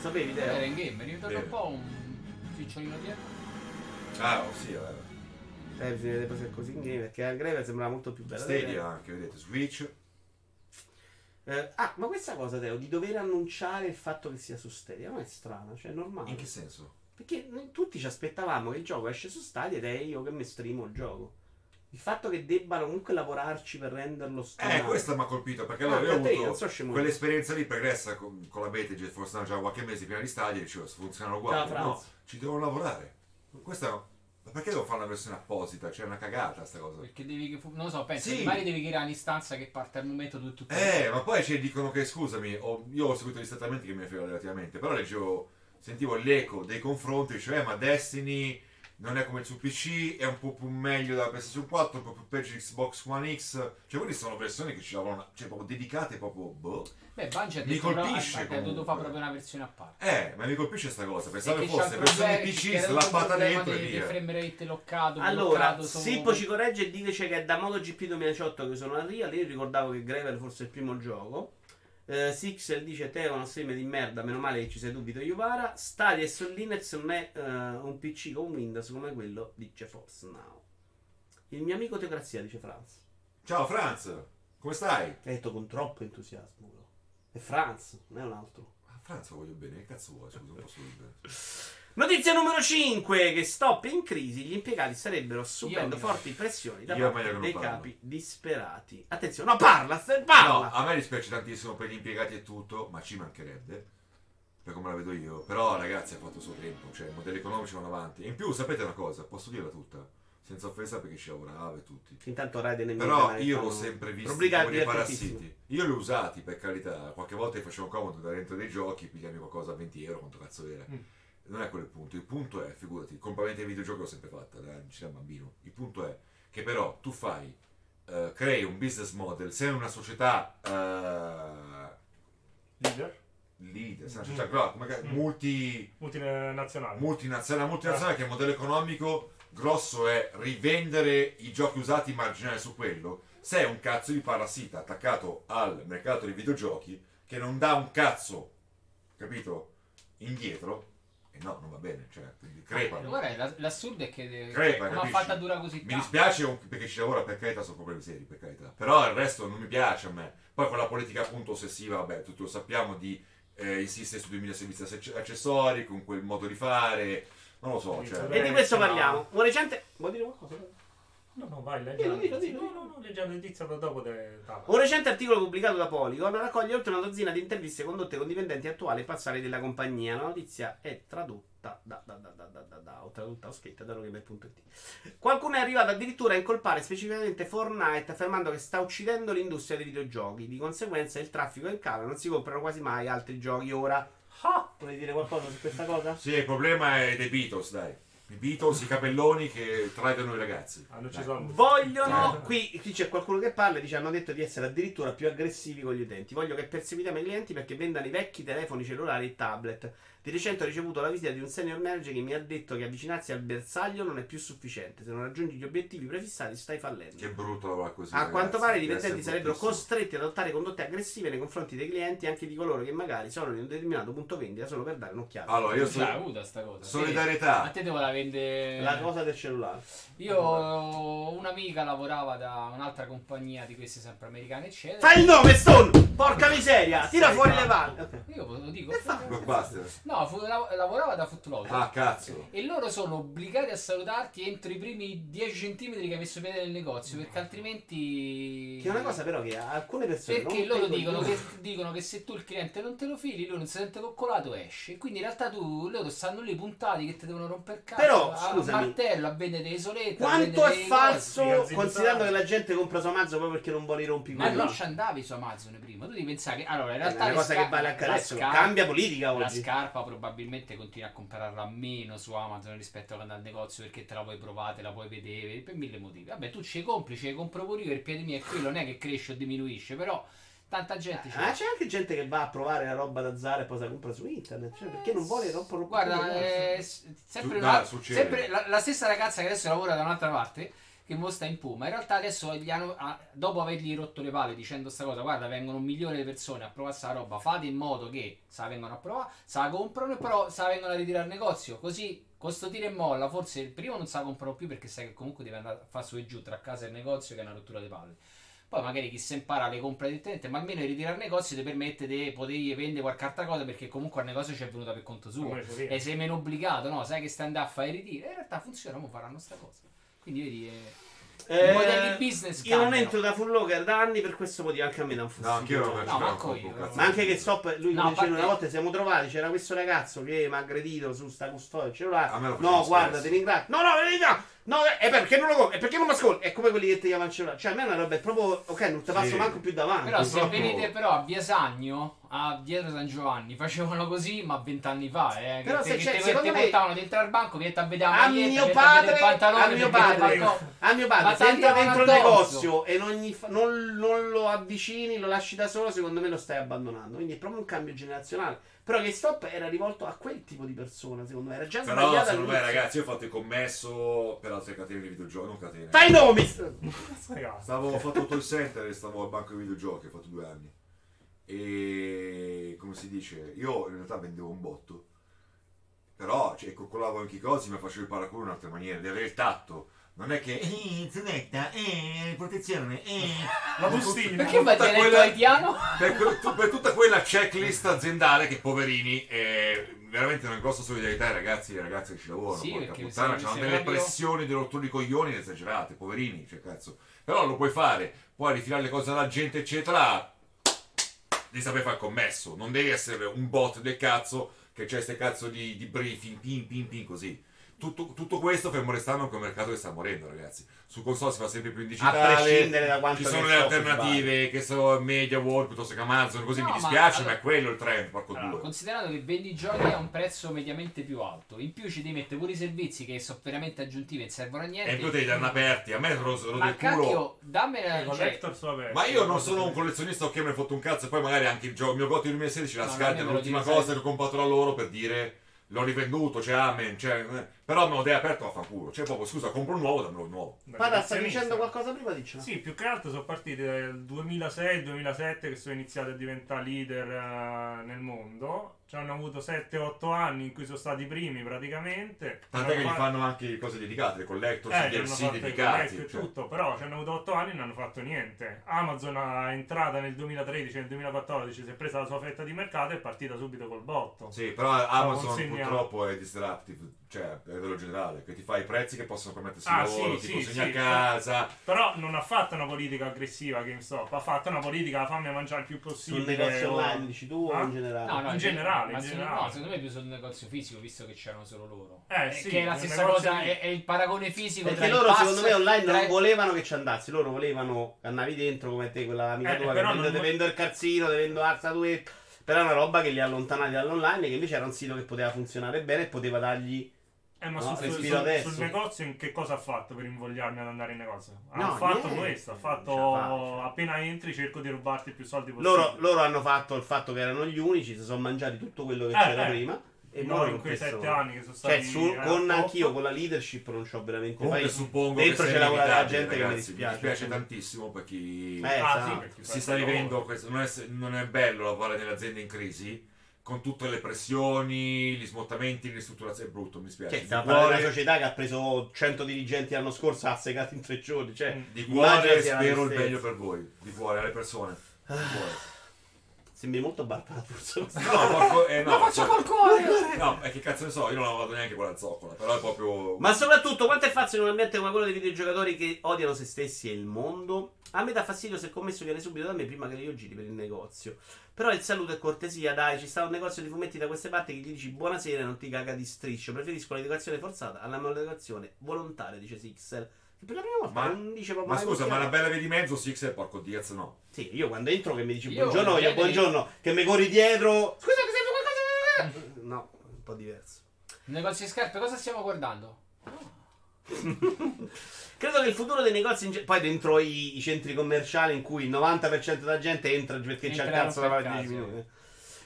[SPEAKER 1] Sapevi,
[SPEAKER 3] Eh.
[SPEAKER 2] Era
[SPEAKER 1] Teo?
[SPEAKER 2] in game, mi ritorna un
[SPEAKER 3] Bene.
[SPEAKER 2] po' un cicciolino dietro.
[SPEAKER 3] Ah, oh, sì, eh.
[SPEAKER 1] Eh, bisogna vedere se è così in game, perché la Gravel sembrava molto più bella.
[SPEAKER 3] Stadia anche, vedete, Switch.
[SPEAKER 1] Eh, ah, ma questa cosa, Teo, di dover annunciare il fatto che sia su Stadia, non è strana, cioè è normale.
[SPEAKER 3] In che senso?
[SPEAKER 1] Perché noi tutti ci aspettavamo che il gioco esce su Stadia ed è io che mi streamo il gioco. Il fatto che debbano comunque lavorarci per renderlo
[SPEAKER 3] Eh,
[SPEAKER 1] streamabile.
[SPEAKER 3] questa mi ha colpito perché
[SPEAKER 1] Ah,
[SPEAKER 3] allora io ho
[SPEAKER 1] per te, non
[SPEAKER 3] avuto
[SPEAKER 1] so scemo.
[SPEAKER 3] quell'esperienza lì pregressa con, con la Bete, forse già qualche mese prima di Stadia, e dicevo, se funzionano
[SPEAKER 1] Ciao,
[SPEAKER 3] uguali.
[SPEAKER 1] Franz.
[SPEAKER 3] No, ci devono lavorare. Questa, ma perché devo fare una versione apposita? C'è una cagata sta cosa.
[SPEAKER 2] Perché devi che fu- non lo so, penso
[SPEAKER 3] Sì.
[SPEAKER 2] che magari devi creare un'istanza che parte al momento tu tutto.
[SPEAKER 3] Eh, ma poi ci dicono che scusami, ho- io ho seguito gli Stati Uniti che mi frega relativamente, però leggevo, sentivo l'eco dei confronti, cioè eh, ma Destiny non è come su PC, è un po' più meglio della PS4, un po' più peggio di Xbox One X, cioè quindi sono persone che ci lavorano, cioè proprio dedicate proprio, boh.
[SPEAKER 2] Beh, Bungie ha
[SPEAKER 3] Mi
[SPEAKER 2] detto però,
[SPEAKER 3] colpisce
[SPEAKER 2] ha- ha dovuto
[SPEAKER 3] comunque.
[SPEAKER 2] fare proprio una versione a parte.
[SPEAKER 3] Eh, ma mi colpisce sta cosa, pensavo
[SPEAKER 2] E
[SPEAKER 3] che
[SPEAKER 2] che c'ha
[SPEAKER 3] fosse
[SPEAKER 2] il
[SPEAKER 3] versione
[SPEAKER 2] problema-
[SPEAKER 3] PC
[SPEAKER 2] che era tutto il
[SPEAKER 3] slappata
[SPEAKER 2] problema
[SPEAKER 3] dentro e
[SPEAKER 2] di- di
[SPEAKER 3] via.
[SPEAKER 2] frame rate loccato,
[SPEAKER 1] Allora,
[SPEAKER 2] bloccato, solo-
[SPEAKER 1] Sippo ci corregge e dice che è da MotoGP 2018 che sono a Real. Io ricordavo che Gravel fosse il primo gioco. Eh, Sixel dice: Te è uno stream di merda. Meno male che ci sei tu, Vito Iovara. Stadia è su Linux non è eh, un PC con Windows come quello di GeForce Now. Il mio amico Teocrazia dice Franz.
[SPEAKER 3] Ciao Franz, come stai?
[SPEAKER 1] Hai detto con troppo entusiasmo. però. È Franz, non è un altro.
[SPEAKER 3] Ah, Franz lo voglio bene, che cazzo vuoi? Scusa, non posso dire.
[SPEAKER 1] Notizia numero 5: che stop in crisi. Gli impiegati starebbero subendo
[SPEAKER 2] Io-
[SPEAKER 1] forti pressioni da
[SPEAKER 3] Io meglio
[SPEAKER 1] parte
[SPEAKER 3] che non
[SPEAKER 1] dei
[SPEAKER 3] parlo.
[SPEAKER 1] capi disperati. Attenzione, no, parla, se- parla.
[SPEAKER 3] No, a me dispiace tantissimo per gli impiegati e tutto, ma ci mancherebbe. Per come la vedo io. Però, ragazzi, ha fatto il suo tempo. Cioè, i modelli economici vanno avanti. E in più, sapete una cosa, posso dirla tutta. Senza offesa perché ci lavorava e tutti.
[SPEAKER 1] Intanto Raiden è
[SPEAKER 3] Però io l'ho sempre visto come dei parassiti. Io li ho usati, per carità. Qualche volta li facevo comodo da dentro dei giochi, pigliami qualcosa a 20 euro, quanto cazzo era.
[SPEAKER 4] Mm.
[SPEAKER 3] Non è quello il punto. Il punto è, figurati, compravente di videogiochi l'ho sempre fatta, da da bambino. Il punto è che però tu fai, eh, crei un business model, sei una società... eh,
[SPEAKER 4] Leader.
[SPEAKER 3] leader, se una
[SPEAKER 4] Mm.
[SPEAKER 3] società grossa, come che-
[SPEAKER 4] Mm.
[SPEAKER 3] multi,
[SPEAKER 4] Multinazionale.
[SPEAKER 3] multinazionale, una multinazionale che il modello economico grosso è rivendere i giochi usati marginale su quello, sei un cazzo di parassita attaccato al mercato dei videogiochi che non dà un cazzo, capito? Indietro. E no, non va bene, cioè, quindi crepano.
[SPEAKER 2] Guarda, la- l'assurdo è che
[SPEAKER 3] Crepa,
[SPEAKER 2] come ha
[SPEAKER 3] capisci?
[SPEAKER 2] fatta dura così
[SPEAKER 3] Mi
[SPEAKER 2] tanto.
[SPEAKER 3] dispiace un- perché ci lavora, per carità, sono problemi seri, per carità. Però il resto non mi piace a me. Poi con la politica appunto ossessiva, vabbè, tutti lo sappiamo, di eh, insistere su 2000 servizi ac- accessori, con quel modo di fare, non lo so, cioè...
[SPEAKER 1] E di
[SPEAKER 4] Eh,
[SPEAKER 1] questo
[SPEAKER 4] no.
[SPEAKER 1] parliamo. Un recente. Vuoi dire qualcosa?
[SPEAKER 4] No, no, vai, leggi.
[SPEAKER 1] Dillo,
[SPEAKER 4] la
[SPEAKER 1] dillo,
[SPEAKER 4] notizia.
[SPEAKER 1] dillo.
[SPEAKER 4] No, no, no, leggi la notizia da dopo. De...
[SPEAKER 3] Oh,
[SPEAKER 1] Un recente articolo pubblicato da Polygon raccoglie oltre una dozzina di interviste condotte con dipendenti attuali e passati della compagnia. La notizia è tradotta da, da, da, da, da, da, da- o tradotta o scritta da rogamer.it. Qualcuno è arrivato addirittura a incolpare specificamente Fortnite affermando che sta uccidendo l'industria dei videogiochi. Di conseguenza il traffico è in calo, non si comprano quasi mai altri giochi ora.
[SPEAKER 4] Ah!
[SPEAKER 1] Volete dire qualcosa su questa cosa?
[SPEAKER 3] Sì, il problema è dei Beatles, dai. I Beatles, i capelloni che tradono i ragazzi.
[SPEAKER 4] Hanno
[SPEAKER 3] Dai.
[SPEAKER 4] ucciso la-
[SPEAKER 1] Vogliono, qui, qui c'è qualcuno che parla e dice hanno detto di essere addirittura più aggressivi con gli utenti. Voglio che perseguitiamo i clienti perché vendano i vecchi telefoni cellulari e tablet. Di recente ho ricevuto la visita di un senior manager che mi ha detto che avvicinarsi al bersaglio non è più sufficiente. Se non raggiungi gli obiettivi prefissati stai fallendo.
[SPEAKER 3] Che brutto lavorare così.
[SPEAKER 1] A
[SPEAKER 3] ragazzi,
[SPEAKER 1] quanto pare i
[SPEAKER 3] deve
[SPEAKER 1] dipendenti
[SPEAKER 3] essere
[SPEAKER 1] sarebbero
[SPEAKER 3] bruttissimo.
[SPEAKER 1] costretti ad adottare condotte aggressive nei confronti dei clienti anche di coloro che magari sono in un determinato punto vendita solo per dare un'occhiata.
[SPEAKER 3] Allora, io
[SPEAKER 2] Io sono
[SPEAKER 3] sono...
[SPEAKER 2] avuta sta cosa.
[SPEAKER 3] Solidarietà.
[SPEAKER 2] Sì. A te devo la vendere.
[SPEAKER 1] La cosa del cellulare.
[SPEAKER 2] Io un'amica lavorava da un'altra compagnia di queste sempre americane, eccetera.
[SPEAKER 1] Fai il nome, Stone! Porca miseria! Tira
[SPEAKER 4] Stai
[SPEAKER 1] fuori
[SPEAKER 4] calmo.
[SPEAKER 1] le palle! Ok.
[SPEAKER 2] Io ve lo dico.
[SPEAKER 3] Blockbuster.
[SPEAKER 2] No, fu- lav- lavorava da Footlocker.
[SPEAKER 3] Ah, cazzo.
[SPEAKER 2] E loro sono obbligati a salutarti entro i primi 10 centimetri che hai messo piede nel negozio, perché altrimenti.
[SPEAKER 1] Che è una cosa però che a alcune persone
[SPEAKER 2] Perché
[SPEAKER 1] Cioè, non
[SPEAKER 2] loro
[SPEAKER 1] tengono
[SPEAKER 2] dicono
[SPEAKER 1] in
[SPEAKER 2] che,
[SPEAKER 1] conto.
[SPEAKER 2] dicono che se tu il cliente non te lo fili, lui non si sente coccolato, esce. Quindi in realtà tu loro stanno lì puntati che ti devono rompere cazzo
[SPEAKER 1] Però,
[SPEAKER 2] a, a
[SPEAKER 1] scusami,
[SPEAKER 2] martello, a vendere le isolette. a
[SPEAKER 1] quanto
[SPEAKER 2] vendere
[SPEAKER 1] è
[SPEAKER 2] le
[SPEAKER 1] falso
[SPEAKER 4] cose, ragazzi,
[SPEAKER 1] considerando
[SPEAKER 4] totale.
[SPEAKER 1] che la gente compra suo mazzo proprio perché non vuole i
[SPEAKER 2] cose.
[SPEAKER 1] rompi
[SPEAKER 2] Ma
[SPEAKER 1] quello.
[SPEAKER 2] non ci andavi su Amazon prima, tu devi pensare che allora in
[SPEAKER 1] È
[SPEAKER 2] realtà
[SPEAKER 1] una
[SPEAKER 2] le
[SPEAKER 1] Eh, cosa
[SPEAKER 2] scar-
[SPEAKER 1] che vale anche
[SPEAKER 2] la
[SPEAKER 1] adesso.
[SPEAKER 2] scar-
[SPEAKER 1] Cambia politica
[SPEAKER 2] La
[SPEAKER 1] oggi.
[SPEAKER 2] scarpa probabilmente continui a comprarla meno su Amazon rispetto ad andare al negozio perché te la puoi provare, te la puoi vedere per mille motivi. Vabbè, tu ce compri, ce compro pure io, il piede mio è quello, non è che cresce o diminuisce, però tanta gente ce
[SPEAKER 1] Ma Ah, c'è anche gente che va a provare la roba da Zara e poi se la compra su internet. Cioè, perché non vuole rompere un
[SPEAKER 2] Guarda, eh, s- sempre,
[SPEAKER 3] Su-
[SPEAKER 2] una-
[SPEAKER 3] dai, succede.
[SPEAKER 2] sempre la, la stessa ragazza che adesso lavora da un'altra parte, che mo sta in Puma, in realtà adesso gli hanno- ah, dopo avergli rotto le palle dicendo sta cosa, guarda, vengono un milione di persone a provare sta roba, fate in modo che se la vengono a provare, se la comprano e però se la vengono a ritirare al negozio, così con sto tira e molla, forse il primo non se la comprano più perché sai che comunque deve andare a fare su e giù tra casa e il negozio che è una rottura di palle. Poi magari chi se impara le compra direttamente, ma almeno il ritirare al negozio ti permette di potergli vendere qualche altra cosa perché comunque al negozio ci è venuta per conto suo.
[SPEAKER 4] Ormai c'è Eh, via.
[SPEAKER 2] E
[SPEAKER 1] Eh,
[SPEAKER 2] sei meno obbligato, no? Sai che stai andando a fare i ritiri. In realtà funziona, mo faranno sta cosa. Quindi vedi, eh, i modelli business
[SPEAKER 1] Io non
[SPEAKER 2] cambiano.
[SPEAKER 1] entro da full locker da anni per questo motivo. Anche a me da un
[SPEAKER 3] No, anch'io non
[SPEAKER 1] fastidio.
[SPEAKER 3] faccio
[SPEAKER 2] No,
[SPEAKER 3] un
[SPEAKER 2] manco
[SPEAKER 3] po'
[SPEAKER 2] io.
[SPEAKER 3] cazzo.
[SPEAKER 1] Ma anche che so, per- lui
[SPEAKER 2] No,
[SPEAKER 1] mi
[SPEAKER 2] a
[SPEAKER 1] diceva
[SPEAKER 2] parte-
[SPEAKER 1] una volta siamo trovati, c'era questo ragazzo che mi ha aggredito su sta custodia del
[SPEAKER 3] A me
[SPEAKER 1] cellulare.
[SPEAKER 3] lo faceva
[SPEAKER 1] No, guarda,
[SPEAKER 3] spesso.
[SPEAKER 1] ti ringrazio. No, no, vedi no, no, è perché non lo compri, è perché non mi ascolti. È come quelli che ti chiamano il cellulare. Cioè, a me è una roba, è proprio, ok, non ti passo
[SPEAKER 3] Sì.
[SPEAKER 1] manco più davanti.
[SPEAKER 2] Però se
[SPEAKER 3] purtroppo-
[SPEAKER 2] venite però a Via Sagno, a dietro San Giovanni, facevano così, ma vent'anni fa, eh.
[SPEAKER 1] Però
[SPEAKER 2] che
[SPEAKER 1] se
[SPEAKER 2] te,
[SPEAKER 1] c'è-
[SPEAKER 2] che te,
[SPEAKER 1] secondo
[SPEAKER 2] te
[SPEAKER 1] me-
[SPEAKER 2] portavano dentro al banco, vieni a vedere la
[SPEAKER 1] a
[SPEAKER 2] maglietta,
[SPEAKER 1] mio
[SPEAKER 2] vieni a vedere
[SPEAKER 1] padre,
[SPEAKER 2] il pantalone,
[SPEAKER 1] a mio
[SPEAKER 2] vieni vedere
[SPEAKER 1] padre,
[SPEAKER 2] il balcone.
[SPEAKER 1] a mio
[SPEAKER 2] Ma
[SPEAKER 1] padre, se
[SPEAKER 2] tanti
[SPEAKER 1] entra
[SPEAKER 2] erano
[SPEAKER 1] dentro il
[SPEAKER 2] addosso.
[SPEAKER 1] negozio e non, gli fa- non- non lo avvicini, lo lasci da solo, secondo me lo stai abbandonando. Quindi è proprio un cambio generazionale. Però che stop era rivolto a quel tipo di persona, secondo me. Era già
[SPEAKER 3] Però,
[SPEAKER 1] sbagliata
[SPEAKER 3] secondo me,
[SPEAKER 1] all'inizio.
[SPEAKER 3] ragazzi, io ho fatto il commesso per altre catene di videogiochi. Non catene.
[SPEAKER 1] Fai i nomi!
[SPEAKER 4] Ragazzi,
[SPEAKER 3] Stavo, ho fatto call center e stavo al banco dei videogiochi, ho fatto due anni. E come si dice, io in realtà vendevo un botto, però cioè, coccolavo anche i cosi, ma facevo il paraculo in un'altra maniera, ed era il tatto. Non è che, eh, zunetta, eh, protezione, eh.
[SPEAKER 4] La bustina.
[SPEAKER 2] Perché
[SPEAKER 3] Con
[SPEAKER 2] vai
[SPEAKER 3] tutta
[SPEAKER 2] diretto
[SPEAKER 3] quella-
[SPEAKER 2] haitiano?
[SPEAKER 3] Per, quel- tu- per tutta quella checklist aziendale che poverini, è veramente una grossa solidarietà ai ragazzi e alle ragazze che ci lavorano.
[SPEAKER 2] Sì,
[SPEAKER 3] porca
[SPEAKER 2] perché
[SPEAKER 3] puttana,
[SPEAKER 2] se-
[SPEAKER 3] c'hanno
[SPEAKER 2] se
[SPEAKER 3] delle
[SPEAKER 2] proprio-
[SPEAKER 3] pressioni, delle rotture di coglioni esagerate, poverini, cioè cazzo. Però lo puoi fare, puoi rifilare le cose alla gente, eccetera. Devi sapere fare il commesso, non devi essere un bot del cazzo che c'è ste cazzo di, di briefing, pin, pin, pin, così. Tutto, tutto questo fermo restando che è un mercato che sta morendo, ragazzi. Su console si fa sempre più in digitale.
[SPEAKER 1] A prescindere da quanto
[SPEAKER 3] Ci sono
[SPEAKER 1] ne
[SPEAKER 3] le
[SPEAKER 1] so,
[SPEAKER 3] alternative, che so, Media World piuttosto che Amazon, così
[SPEAKER 2] No,
[SPEAKER 3] mi
[SPEAKER 2] ma-
[SPEAKER 3] dispiace, ma,
[SPEAKER 2] allora-
[SPEAKER 3] è quello il trend, porco
[SPEAKER 4] Allora,
[SPEAKER 3] due.
[SPEAKER 2] Considerando che vendi i giochi a un prezzo mediamente più alto, in più ci devi mettere pure i servizi che sono veramente aggiuntivi e non servono a niente.
[SPEAKER 3] E in più te li danno aperti, a me sono sono
[SPEAKER 2] Ma
[SPEAKER 3] del culo.
[SPEAKER 2] cacchio, dammi
[SPEAKER 4] i
[SPEAKER 2] la cioè,
[SPEAKER 4] collector sono aperti.
[SPEAKER 3] Ma io non sono un collezionista che me ne fotto un cazzo e poi magari anche il, gioco, il mio GOTY 2016 la
[SPEAKER 2] No, non
[SPEAKER 3] scartano
[SPEAKER 2] me lo
[SPEAKER 3] l'ultima
[SPEAKER 2] dico,
[SPEAKER 3] cosa
[SPEAKER 2] sai.
[SPEAKER 3] che ho comprato da loro per dire l'ho rivenduto, cioè amen, cioè, eh, però me lo dai aperto a fa culo. Cioè proprio scusa, compro un nuovo, dammelo un nuovo.
[SPEAKER 1] Pada, stai
[SPEAKER 4] collezionista.
[SPEAKER 1] dicendo qualcosa prima? Diccelo.
[SPEAKER 4] Sì, più che altro sono partiti dal 2006-2007 che sono iniziati a diventare leader eh, nel mondo Ci hanno avuto 7-8 anni in cui sono stati i primi praticamente.
[SPEAKER 3] Tant'è che
[SPEAKER 4] Hanno
[SPEAKER 3] gli
[SPEAKER 4] fatto-
[SPEAKER 3] fanno anche cose dedicate, le collectors,
[SPEAKER 4] eh,
[SPEAKER 3] i
[SPEAKER 4] gli hanno
[SPEAKER 3] DLC
[SPEAKER 4] fatto i
[SPEAKER 3] dedicati.
[SPEAKER 4] collector e
[SPEAKER 3] cioè.
[SPEAKER 4] tutto, però ci hanno avuto 8 anni e non hanno fatto niente. Amazon è entrata nel 2013 nel 2014, si è presa la sua fetta di mercato e è partita subito col botto.
[SPEAKER 3] Sì, però Amazon
[SPEAKER 4] consegnato.
[SPEAKER 3] purtroppo è disruptive, cioè a livello generale, che ti fa i prezzi che possono permettersi
[SPEAKER 4] Ah,
[SPEAKER 3] il lavoro,
[SPEAKER 4] sì,
[SPEAKER 3] ti
[SPEAKER 4] sì,
[SPEAKER 3] consegna
[SPEAKER 4] sì,
[SPEAKER 3] a casa.
[SPEAKER 4] Però non ha fatto una politica aggressiva GameStop, ha fatto una politica fammi mangiare il più
[SPEAKER 1] Sul
[SPEAKER 4] possibile.
[SPEAKER 1] negozio
[SPEAKER 4] o-
[SPEAKER 1] online dici tu o
[SPEAKER 4] Ah?
[SPEAKER 1] in generale?
[SPEAKER 4] in generale,
[SPEAKER 2] ma
[SPEAKER 4] in
[SPEAKER 2] se-
[SPEAKER 4] generale.
[SPEAKER 2] no, secondo me è più sul negozio fisico, visto che c'erano solo loro.
[SPEAKER 4] Eh,
[SPEAKER 2] Eh,
[SPEAKER 4] sì,
[SPEAKER 2] che è la
[SPEAKER 4] nel
[SPEAKER 2] stessa
[SPEAKER 4] negozio
[SPEAKER 2] cosa,
[SPEAKER 4] lì.
[SPEAKER 2] è, è il paragone fisico tra
[SPEAKER 1] Perché
[SPEAKER 2] il
[SPEAKER 1] loro
[SPEAKER 2] pass-
[SPEAKER 1] secondo me online
[SPEAKER 2] tra-
[SPEAKER 1] non volevano che ci andassi, loro volevano che andavi dentro come te, quella amica
[SPEAKER 4] Eh,
[SPEAKER 1] tua che
[SPEAKER 4] però
[SPEAKER 1] vende,
[SPEAKER 4] non-
[SPEAKER 1] te vendo il calzino, te vendo la statuetta. Però è una roba che li ha allontanati dall'online, che invece era un sito che poteva funzionare bene e poteva dargli...
[SPEAKER 4] Eh, ma
[SPEAKER 1] No,
[SPEAKER 4] sul- sul,
[SPEAKER 1] respiro
[SPEAKER 4] sul-
[SPEAKER 1] adesso.
[SPEAKER 4] sul negozio in che cosa ha fatto per invogliarmi ad andare in negozio? Ha
[SPEAKER 1] No,
[SPEAKER 4] fatto
[SPEAKER 1] niente.
[SPEAKER 4] questo, ha fatto
[SPEAKER 1] Non ce la fa, cioè.
[SPEAKER 4] appena entri cerco di rubarti più soldi possibile.
[SPEAKER 1] Loro, loro hanno fatto il fatto che erano gli unici, si sono mangiati tutto quello che
[SPEAKER 4] Eh,
[SPEAKER 1] c'era
[SPEAKER 4] eh.
[SPEAKER 1] prima. E
[SPEAKER 4] Loro
[SPEAKER 1] loro
[SPEAKER 4] in quei
[SPEAKER 1] questo-
[SPEAKER 4] sette anni che sono stati...
[SPEAKER 1] Cioè, su-
[SPEAKER 4] alla
[SPEAKER 1] con
[SPEAKER 4] top,
[SPEAKER 1] anch'io, con la leadership non c'ho veramente...
[SPEAKER 3] Comunque
[SPEAKER 1] Poi,
[SPEAKER 3] suppongo
[SPEAKER 1] dentro
[SPEAKER 3] che
[SPEAKER 1] c'è
[SPEAKER 3] sia
[SPEAKER 1] lavorata
[SPEAKER 3] inevitabile,
[SPEAKER 1] gente che mi
[SPEAKER 3] ragazzi,
[SPEAKER 1] dispiace. cioè.
[SPEAKER 3] tantissimo per chi
[SPEAKER 1] Eh,
[SPEAKER 4] Ah,
[SPEAKER 1] esatto.
[SPEAKER 4] sì, perché
[SPEAKER 3] si sta
[SPEAKER 4] fai
[SPEAKER 3] vivendo
[SPEAKER 4] lavoro.
[SPEAKER 3] questo, non è, non è bello lavorare nelle aziende in crisi con tutte le pressioni, gli smottamenti, le ristrutturazioni, è brutto, mi spiace.
[SPEAKER 1] Cioè,
[SPEAKER 3] Di
[SPEAKER 1] stiamo parlando di una
[SPEAKER 3] cuore-
[SPEAKER 1] società che ha preso 100 dirigenti l'anno scorso, ha segato in tre giorni. Cioè,
[SPEAKER 4] Mm.
[SPEAKER 3] Di
[SPEAKER 1] immagina
[SPEAKER 3] cuore
[SPEAKER 1] se era
[SPEAKER 3] spero
[SPEAKER 1] lo
[SPEAKER 3] il
[SPEAKER 1] stesso.
[SPEAKER 3] meglio per voi, di cuore alle persone. Di cuore.
[SPEAKER 1] Sembri molto Barbara D'Urso.
[SPEAKER 3] No, porco- eh, no, porco-
[SPEAKER 2] cuore!
[SPEAKER 3] No, e che cazzo ne so, io non la vado neanche con la zoccola, però è proprio...
[SPEAKER 1] Ma soprattutto, quanto è facile in un ambiente come quello dei videogiocatori che odiano se stessi e il mondo? A me dà fastidio se il commesso viene subito da me prima che io giri per il negozio. Però il saluto è cortesia, dai, ci sta un negozio di fumetti da queste parti che gli dici buonasera e non ti caga di striscio. Preferisco l'educazione forzata alla maleducazione volontaria, dice Sixer. Che per la prima volta
[SPEAKER 3] Ma-
[SPEAKER 1] non dice proprio
[SPEAKER 3] Ma
[SPEAKER 1] mai
[SPEAKER 3] scusa,
[SPEAKER 1] così.
[SPEAKER 3] ma la bella via di mezzo, Six e porco Diaz, no.
[SPEAKER 1] Sì, io quando entro che mi dici
[SPEAKER 2] Io
[SPEAKER 1] buongiorno, voglio
[SPEAKER 2] chiedere-
[SPEAKER 1] buongiorno, che mi corri dietro. Scusa, che serve qualcosa? No, un po' diverso.
[SPEAKER 2] Negozio di scarpe, cosa stiamo guardando?
[SPEAKER 1] Credo che il futuro dei negozi, in ge- poi dentro i, i centri commerciali in cui il 90% della gente entra perché c'è il
[SPEAKER 2] Entrano
[SPEAKER 1] cazzo da
[SPEAKER 2] per
[SPEAKER 1] fare
[SPEAKER 2] caso.
[SPEAKER 1] 10 minuti.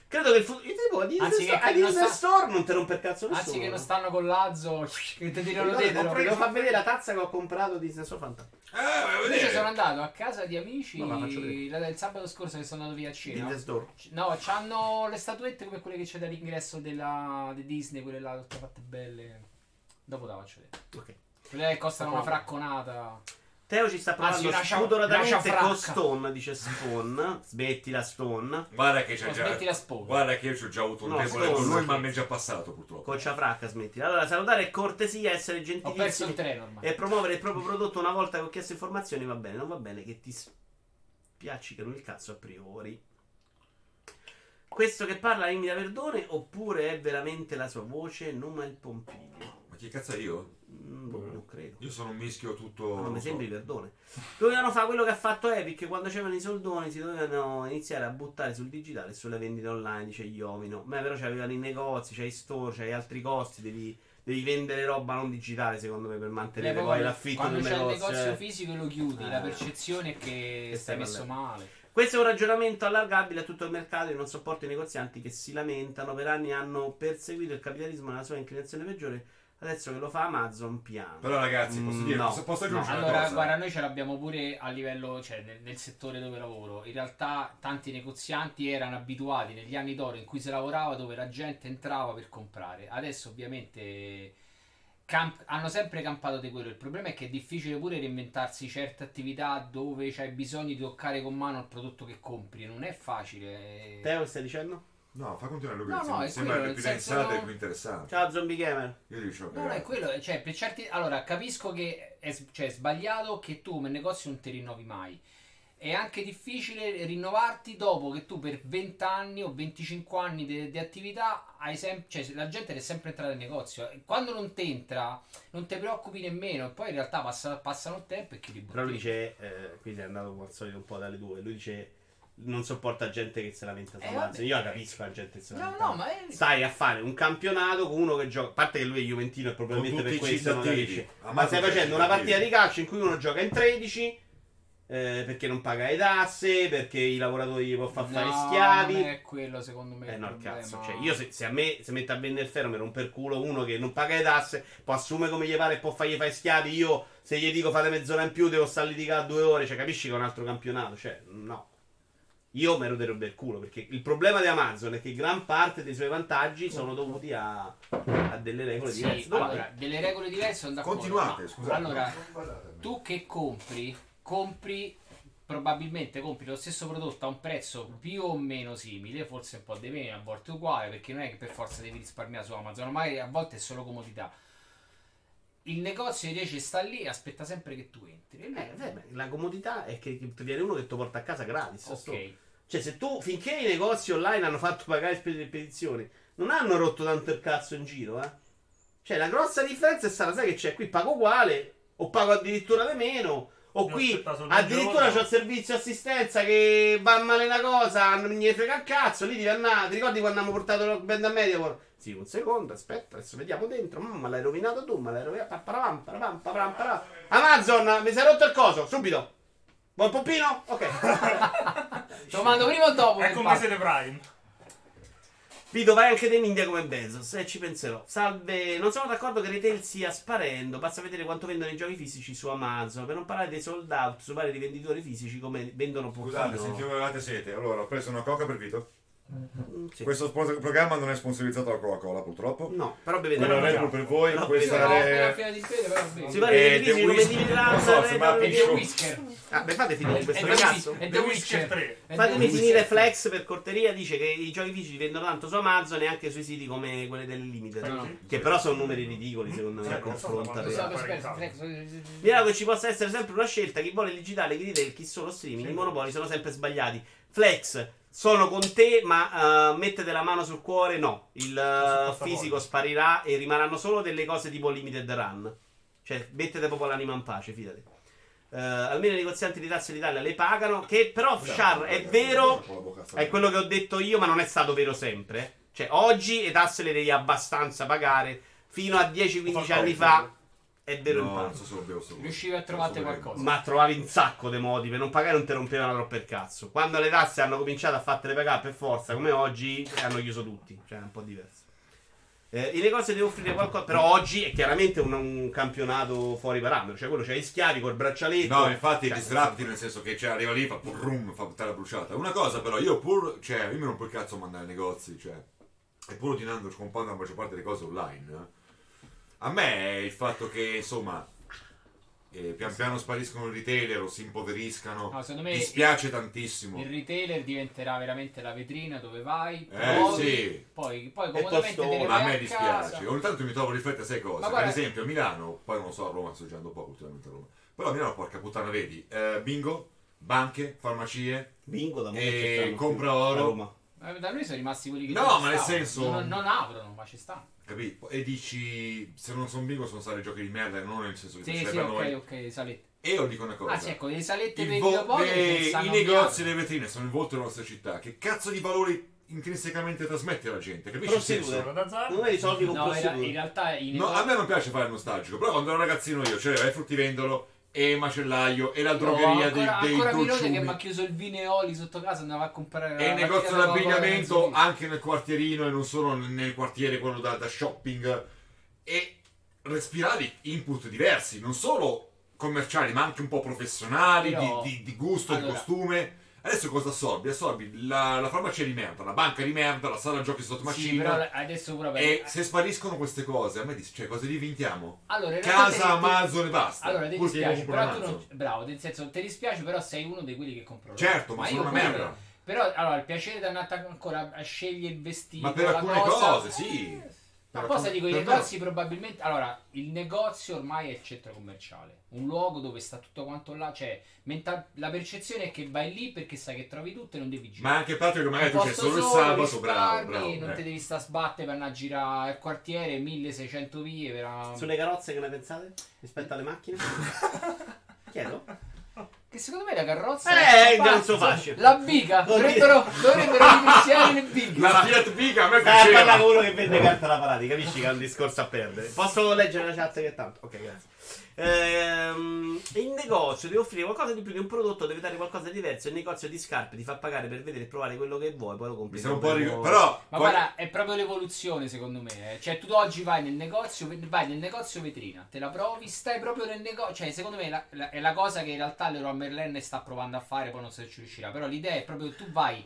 [SPEAKER 1] Credo che il futuro. Io ti dico, a Disney,
[SPEAKER 2] Anziché
[SPEAKER 1] Store,
[SPEAKER 2] che
[SPEAKER 1] a
[SPEAKER 2] non
[SPEAKER 1] Disney
[SPEAKER 2] sta-
[SPEAKER 1] Store non te romper cazzo nessuno.
[SPEAKER 2] Anzi che non stanno con l'azzo, che ti tirano
[SPEAKER 1] Guarda,
[SPEAKER 2] dentro.
[SPEAKER 1] Devo devo far vedere la tazza che ho comprato di Disney Store fantastica.
[SPEAKER 3] Eh, vai a
[SPEAKER 2] Invece
[SPEAKER 3] vedere.
[SPEAKER 2] sono andato a casa di amici
[SPEAKER 1] No, ma faccio vedere.
[SPEAKER 2] la- il sabato scorso che sono andato via a cena.
[SPEAKER 1] Disney Store.
[SPEAKER 2] C- No, c'hanno le statuette come quelle che c'è dall'ingresso della di Disney, quelle là tutte fatte belle. Dopo te la faccio vedere.
[SPEAKER 1] Ok.
[SPEAKER 2] Quelle che costano una
[SPEAKER 1] Oh.
[SPEAKER 2] fracconata.
[SPEAKER 1] Teo ci sta parlando
[SPEAKER 2] una scia- una
[SPEAKER 1] spudoratamente
[SPEAKER 2] sciafracca.
[SPEAKER 1] con Stone, dice Stone. Smettila Stone.
[SPEAKER 3] Guarda che c'è
[SPEAKER 2] Oh,
[SPEAKER 1] Cioè,
[SPEAKER 3] già...
[SPEAKER 2] smetti la spola.
[SPEAKER 3] Guarda che io ci ho già avuto un
[SPEAKER 1] No,
[SPEAKER 3] debole
[SPEAKER 1] scusa.
[SPEAKER 3] con lui, ma mi è già passato purtroppo.
[SPEAKER 1] Coccia fracca, smettila. Allora, salutare è cortesia, essere
[SPEAKER 2] Ho perso il
[SPEAKER 1] gentilissimi
[SPEAKER 2] treno ormai.
[SPEAKER 1] e promuovere il proprio prodotto una volta che ho chiesto informazioni va bene, non va bene che ti spiaccicano il cazzo a priori. Questo che parla imita Verdone oppure è veramente la sua voce, non ma il Pompiglio?
[SPEAKER 3] Ma chi cazzo è io?
[SPEAKER 1] Mm, boh, non credo.
[SPEAKER 3] Io sono un mischio tutto...
[SPEAKER 1] Ma non Ah, mi
[SPEAKER 3] non so.
[SPEAKER 1] sembri Verdone. Dovevano fare quello che ha fatto Epic quando c'erano i soldoni, si dovevano iniziare a buttare sul digitale e sulle vendite online, dice Iovino. Ma però c'avevano i negozi, c'hai i store, c'hai altri costi, devi, devi vendere roba non digitale, secondo me, per mantenere
[SPEAKER 2] Poi
[SPEAKER 1] poi l'affitto
[SPEAKER 2] quando
[SPEAKER 1] del
[SPEAKER 2] c'è il
[SPEAKER 1] negozio.
[SPEAKER 2] negozio
[SPEAKER 1] eh.
[SPEAKER 2] fisico lo chiudi,
[SPEAKER 1] Eh.
[SPEAKER 2] la percezione è che,
[SPEAKER 1] Che stai
[SPEAKER 2] stai messo male.
[SPEAKER 1] Questo è un ragionamento allargabile a tutto il mercato e non sopporto i negozianti che si lamentano. Per anni hanno perseguito il capitalismo nella sua inclinazione peggiore. Adesso che lo fa Amazon piano.
[SPEAKER 3] Però ragazzi, posso
[SPEAKER 1] Mm,
[SPEAKER 3] dire,
[SPEAKER 1] no.
[SPEAKER 3] posso, posso aggiungere una
[SPEAKER 2] Allora,
[SPEAKER 3] cosa?
[SPEAKER 2] guarda, noi ce l'abbiamo pure a livello, cioè nel, nel settore dove lavoro. In realtà tanti negozianti erano abituati negli anni d'oro in cui si lavorava dove la gente entrava per comprare. Adesso ovviamente camp- hanno sempre campato di quello. Il problema è che è difficile pure reinventarsi certe attività dove c'hai bisogno di toccare con mano il prodotto che compri. Non è facile. eh.
[SPEAKER 1] Teo, che stai dicendo?
[SPEAKER 3] No, fa continuare lui,
[SPEAKER 2] No,
[SPEAKER 3] che
[SPEAKER 2] no,
[SPEAKER 3] mi
[SPEAKER 2] è
[SPEAKER 3] sembra
[SPEAKER 2] quello,
[SPEAKER 3] che Cioè, più
[SPEAKER 2] nel senso-
[SPEAKER 3] pensate e più interessante.
[SPEAKER 1] Ciao, zombie gamer.
[SPEAKER 3] Io dicevo,
[SPEAKER 2] No, no, è quello, cioè, per certi... Allora, capisco che è, s- cioè, è sbagliato che tu come negozio non ti rinnovi mai. È anche difficile rinnovarti dopo che tu per 20 anni o 25 anni di di attività hai sempre... Cioè, la gente è sempre entrata nel negozio. Quando non ti entra, non ti preoccupi nemmeno. E poi in realtà passa- passano il tempo e chiudi
[SPEAKER 1] Però lui
[SPEAKER 2] bottiglia.
[SPEAKER 1] dice, eh, qui sei andato come al solito un po' dalle due, lui dice non sopporta gente che si lamenta su
[SPEAKER 2] Eh,
[SPEAKER 1] Amazon.
[SPEAKER 2] vabbè.
[SPEAKER 1] Io la capisco la gente che si
[SPEAKER 2] No,
[SPEAKER 1] lamenta.
[SPEAKER 2] no, ma è...
[SPEAKER 1] Stai a fare un campionato con uno che gioca, a parte che lui è Juventino e probabilmente
[SPEAKER 3] Con
[SPEAKER 1] per
[SPEAKER 3] tutti i
[SPEAKER 1] questo non
[SPEAKER 3] citativi.
[SPEAKER 1] capisce.
[SPEAKER 3] Amazon
[SPEAKER 1] Ma stai
[SPEAKER 3] con i
[SPEAKER 1] facendo una
[SPEAKER 3] citativi.
[SPEAKER 1] partita di calcio in cui uno gioca in 13 eh, perché non paga le tasse, perché i lavoratori gli può far fare
[SPEAKER 2] No,
[SPEAKER 1] schiavi.
[SPEAKER 2] non è quello, secondo me.
[SPEAKER 1] Eh
[SPEAKER 2] il
[SPEAKER 1] no, il
[SPEAKER 2] problema.
[SPEAKER 1] cazzo. Cioè, io se, se a me se mette a vendere il ferro mi rompe il culo uno che non paga le tasse, può assumere come gli pare e può fargli fare schiavi. Io se gli dico fate mezz'ora in più devo stare a litigare due ore. Cioè, capisci che è un altro campionato? Cioè, no. io me lo derubo il culo perché il problema di Amazon è che gran parte dei suoi vantaggi sono dovuti a, a delle regole
[SPEAKER 2] Sì,
[SPEAKER 1] diverse. Domani-
[SPEAKER 2] allora, delle regole diverse sono d'accordo.
[SPEAKER 8] Continuate,
[SPEAKER 2] ma-
[SPEAKER 8] scusate.
[SPEAKER 2] Allora,
[SPEAKER 8] non guardatemi.
[SPEAKER 2] tu che compri, compri probabilmente compri lo stesso prodotto a un prezzo più o meno simile, forse un po' di meno, a volte uguale, perché non è che per forza devi risparmiare su Amazon, ma a volte è solo comodità. Il negozio invece sta lì e aspetta sempre che tu entri. E
[SPEAKER 1] Eh,
[SPEAKER 2] lei-
[SPEAKER 1] vabbè, la comodità è che ti viene uno che ti porta a casa gratis. sto-
[SPEAKER 2] ok.
[SPEAKER 1] Cioè, se tu finché i negozi online hanno fatto pagare spese di spedizione, non hanno rotto tanto il cazzo in giro, eh. Cioè, la grossa differenza è stata, sai che c'è? Qui pago uguale, o pago addirittura di meno, o
[SPEAKER 4] Io ho
[SPEAKER 1] qui
[SPEAKER 4] aspettato solo un
[SPEAKER 1] addirittura
[SPEAKER 4] giorno.
[SPEAKER 1] c'ho il servizio assistenza che va male una cosa, non mi frega un cazzo, lì devi andare, ti ricordi quando abbiamo portato Rock Band a Mediaport? Sì, un secondo, aspetta, adesso vediamo dentro, mamma l'hai rovinato tu, ma l'hai rovinato, pa- paravam, paravam, paravam, paravam. Amazon, mi sei rotto il coso, subito. Buon pompino? Ok.
[SPEAKER 2] Te lo mando prima o dopo? che
[SPEAKER 4] È Ecco come
[SPEAKER 2] parlo?
[SPEAKER 4] siete Prime.
[SPEAKER 1] Vito, vai anche te in India come Bezos e ci penserò. Salve, non sono d'accordo che retail stia sparendo. Basta vedere quanto vendono i giochi fisici su Amazon. Per non parlare dei sold out su vari rivenditori fisici come vendono
[SPEAKER 3] Scusate,
[SPEAKER 1] pochino.
[SPEAKER 3] sentivo che avevate sete. Allora, ho preso una coca per Vito.
[SPEAKER 1] Mm, sì.
[SPEAKER 3] Questo sponsor- programma non è sponsorizzato da Coca-Cola, purtroppo.
[SPEAKER 1] No, però
[SPEAKER 3] Quella
[SPEAKER 1] bevete.
[SPEAKER 3] Red Bull per voi,
[SPEAKER 1] No,
[SPEAKER 3] questa
[SPEAKER 2] Io no, appena
[SPEAKER 3] è...
[SPEAKER 2] fino di bere, però bene.
[SPEAKER 1] Si parla di
[SPEAKER 3] Eh, The
[SPEAKER 1] crisi come
[SPEAKER 3] Whisky,
[SPEAKER 1] di
[SPEAKER 3] non so,
[SPEAKER 1] Miranda.
[SPEAKER 3] sembra
[SPEAKER 2] E
[SPEAKER 1] Red
[SPEAKER 2] The
[SPEAKER 1] Bull.
[SPEAKER 2] Whisker.
[SPEAKER 1] Ah, beh, fate
[SPEAKER 4] Eh,
[SPEAKER 1] finire questo
[SPEAKER 2] È The
[SPEAKER 1] ragazzo.
[SPEAKER 2] Whis- è The
[SPEAKER 4] The
[SPEAKER 2] Whisker
[SPEAKER 4] Whisker tre.
[SPEAKER 2] È The
[SPEAKER 1] Fatemi
[SPEAKER 2] Whisker
[SPEAKER 4] eh,
[SPEAKER 1] finire
[SPEAKER 2] tre.
[SPEAKER 1] Flex per corteria dice che i giochi fisici vendono tanto su Amazon e anche sui siti come quelli del Limited.
[SPEAKER 2] No, no.
[SPEAKER 1] Che però sono numeri ridicoli secondo me a
[SPEAKER 4] Eh, non so
[SPEAKER 1] confronto
[SPEAKER 4] quanto
[SPEAKER 1] a
[SPEAKER 2] Lo so,
[SPEAKER 1] reale.
[SPEAKER 2] lo so,
[SPEAKER 4] Parental.
[SPEAKER 2] lo so, lo so, lo so.
[SPEAKER 1] Speriamo che ci possa essere sempre una scelta. Chi vuole il digitale, chi retail, chi solo streaming.
[SPEAKER 4] Sì.
[SPEAKER 1] I monopoli sono sempre sbagliati. Flex, sono con te, ma eh, mettete la mano sul cuore. No, il eh,
[SPEAKER 4] portafoglio.
[SPEAKER 1] fisico sparirà e rimarranno solo delle cose tipo limited run. Cioè, mettete proprio l'anima in pace, fidate. Eh, almeno i negozianti di tasse d'Italia le pagano. Che però, Char, è vero. È quello che ho detto io, ma non è stato vero sempre. Cioè, oggi le tasse le devi abbastanza pagare. Fino a 10-15 anni fa è vero in
[SPEAKER 3] No, non
[SPEAKER 1] parte.
[SPEAKER 3] so se lo bevo solo.
[SPEAKER 2] Riuscivi a trovarti
[SPEAKER 3] Non so se
[SPEAKER 2] qualcosa.
[SPEAKER 1] Ma trovavi un sacco di modi per non pagare, non ti rompevano troppo il cazzo. Quando le tasse hanno cominciato a fartele pagare per forza, come oggi, hanno chiuso tutti. Cioè, è un po' diverso. Eh, I negozi devono offrire qualcosa, però oggi è chiaramente un, un campionato fuori parametro. Cioè, quello c'è gli schiavi col braccialetto.
[SPEAKER 3] No, infatti
[SPEAKER 1] Cioè,
[SPEAKER 3] disrupti nel senso che cioè, arriva lì, fa purrum, fa buttare la bruciata. Una cosa però, io pur, cioè, io mi rompo il cazzo a mandare ai negozi, cioè, e pur ordinando e comprando la maggior parte delle cose online, eh, a me il fatto che, insomma, eh, pian piano spariscono i retailer o si impoveriscano,
[SPEAKER 2] No, secondo me
[SPEAKER 3] dispiace tantissimo.
[SPEAKER 2] Il retailer diventerà veramente la vetrina dove vai,
[SPEAKER 3] Eh,
[SPEAKER 2] provi,
[SPEAKER 3] sì.
[SPEAKER 2] poi, poi
[SPEAKER 1] E
[SPEAKER 2] comodamente te
[SPEAKER 1] tostone.
[SPEAKER 2] ne
[SPEAKER 3] Oh, Ma
[SPEAKER 2] vai
[SPEAKER 3] a me
[SPEAKER 2] a casa.
[SPEAKER 3] dispiace, ogni tanto mi trovo di fretta a sei cose.
[SPEAKER 2] Ma
[SPEAKER 3] Per
[SPEAKER 2] guarda-
[SPEAKER 3] esempio a Milano, poi non lo so a Roma, sto girando poco ultimamente a Roma. Però a Milano, porca puttana, vedi, eh, bingo, banche, farmacie,
[SPEAKER 1] Bingo da mo'
[SPEAKER 3] E
[SPEAKER 1] che ci stanno
[SPEAKER 3] compra
[SPEAKER 1] più.
[SPEAKER 3] oro.
[SPEAKER 1] A Roma.
[SPEAKER 2] Ma Da noi sono rimasti quelli che
[SPEAKER 3] No,
[SPEAKER 2] non ci
[SPEAKER 3] ma nel
[SPEAKER 2] stavano.
[SPEAKER 3] senso-
[SPEAKER 2] non, non aprono, ma ci stanno.
[SPEAKER 3] Capito? E dici, se non sono bingo sono stati giochi di merda, non nel senso che
[SPEAKER 2] Sì,
[SPEAKER 3] ci
[SPEAKER 2] sì,
[SPEAKER 3] servono
[SPEAKER 2] ok,
[SPEAKER 3] noi.
[SPEAKER 2] ok, salette.
[SPEAKER 3] E io dico una cosa.
[SPEAKER 2] Ah, sì, ecco, le salette
[SPEAKER 3] Il
[SPEAKER 2] per i
[SPEAKER 3] vo-
[SPEAKER 2] videopoli
[SPEAKER 3] le-
[SPEAKER 2] che stanno
[SPEAKER 3] I negozi e le vetrine sono il volto della nostra città. Che cazzo di valore intrinsecamente trasmette alla gente? Capisci il
[SPEAKER 1] Prostitute.
[SPEAKER 3] senso?
[SPEAKER 4] Sono d'azzardo.
[SPEAKER 1] Non li risolvi con
[SPEAKER 2] No, in,
[SPEAKER 1] prostitute.
[SPEAKER 2] in realtà i
[SPEAKER 3] No,
[SPEAKER 2] negozi...
[SPEAKER 3] a me non piace fare il nostalgico, però quando ero ragazzino io c'era il fruttivendolo e il macellaio e la
[SPEAKER 2] Io
[SPEAKER 3] drogheria dei,
[SPEAKER 2] ancora,
[SPEAKER 3] dei
[SPEAKER 2] ancora Milone
[SPEAKER 3] dolciumi.
[SPEAKER 2] che mi ha chiuso il vineoli sotto casa andava a comprare
[SPEAKER 3] E il
[SPEAKER 2] Eh, la
[SPEAKER 3] negozio
[SPEAKER 2] mattina dopo la
[SPEAKER 3] d'abbigliamento
[SPEAKER 2] colazione.
[SPEAKER 3] anche nel quartierino e non solo nel quartiere quello da, da shopping. E respiravi input diversi, non solo commerciali, ma anche un po' professionali,
[SPEAKER 2] Però-
[SPEAKER 3] di, di- di gusto, di
[SPEAKER 2] allora-
[SPEAKER 3] costume. Adesso cosa assorbi? Assorbi la, la farmacia di merda, la banca di merda, la sala giochi sotto
[SPEAKER 2] Sì,
[SPEAKER 3] macchina.
[SPEAKER 2] però adesso pure per...
[SPEAKER 3] e se spariscono queste cose, a me dice, cioè, cosa diventiamo?
[SPEAKER 2] Allora, in realtà
[SPEAKER 3] Casa,
[SPEAKER 2] te- te-
[SPEAKER 3] Amazon e basta.
[SPEAKER 2] Allora, ti
[SPEAKER 3] Pur che io
[SPEAKER 2] dispiace,
[SPEAKER 3] compro
[SPEAKER 2] però tu non...
[SPEAKER 3] Amazon.
[SPEAKER 2] Bravo, nel senso, ti dispiace, però sei uno di quelli che comprano.
[SPEAKER 3] Certo, ma, sono una merda.
[SPEAKER 2] Però, allora, il piacere di andare ancora a scegliere il vestito...
[SPEAKER 3] Ma per
[SPEAKER 2] la
[SPEAKER 3] alcune
[SPEAKER 2] cosa- Eh,
[SPEAKER 3] cose, sì.
[SPEAKER 2] Ma
[SPEAKER 3] Per
[SPEAKER 2] poi
[SPEAKER 3] alcune-
[SPEAKER 2] se dico, i
[SPEAKER 3] per me-
[SPEAKER 2] negozi probabilmente... Allora, il negozio ormai è il centro commerciale. Un luogo dove sta tutto quanto là. Cioè, mental- la percezione è che vai lì perché sai che trovi tutto e non devi girare.
[SPEAKER 3] Ma anche il fatto che magari tu c'è
[SPEAKER 2] Posto
[SPEAKER 3] solo il
[SPEAKER 2] solo,
[SPEAKER 3] sabato,
[SPEAKER 2] risparmi,
[SPEAKER 3] bravo, bravo.
[SPEAKER 2] Non
[SPEAKER 3] eh.
[SPEAKER 2] ti devi sta a sbattere per andare a girare il quartiere, 1600 vie per... una-
[SPEAKER 1] Sulle carrozze che ne pensate? Rispetto alle macchine? Chiedo.
[SPEAKER 2] Che secondo me la carrozza
[SPEAKER 1] Eh,
[SPEAKER 2] è
[SPEAKER 1] il ganzo fascio.
[SPEAKER 2] La biga
[SPEAKER 1] Oddio.
[SPEAKER 2] dovrebbero, dovrebbero iniziare le bighe.
[SPEAKER 3] La Fiat Biga a me
[SPEAKER 1] Stai a parlare
[SPEAKER 3] piaceva.
[SPEAKER 1] con uno che vende carta alla parati, capisci che è un discorso a perdere. Posso leggere la chat che è tanto? Ok, grazie. Ehm, il negozio deve offrire qualcosa di più di un prodotto, deve dare qualcosa di diverso. Il negozio di scarpe ti fa pagare per vedere e provare quello che vuoi, poi lo compri.
[SPEAKER 3] Mi sembra un po'
[SPEAKER 1] quello che
[SPEAKER 3] ri-
[SPEAKER 1] vuoi.
[SPEAKER 3] Però
[SPEAKER 2] Ma
[SPEAKER 3] poi-
[SPEAKER 2] guarda, è proprio l'evoluzione secondo me. eh. Cioè, tu oggi vai nel negozio, vai nel negozio vetrina, te la provi, stai proprio nel negozio. Cioè, secondo me la- la- è la cosa che in realtà Leroy Merlin sta provando a fare, poi non so se ci riuscirà. Però l'idea è proprio che tu vai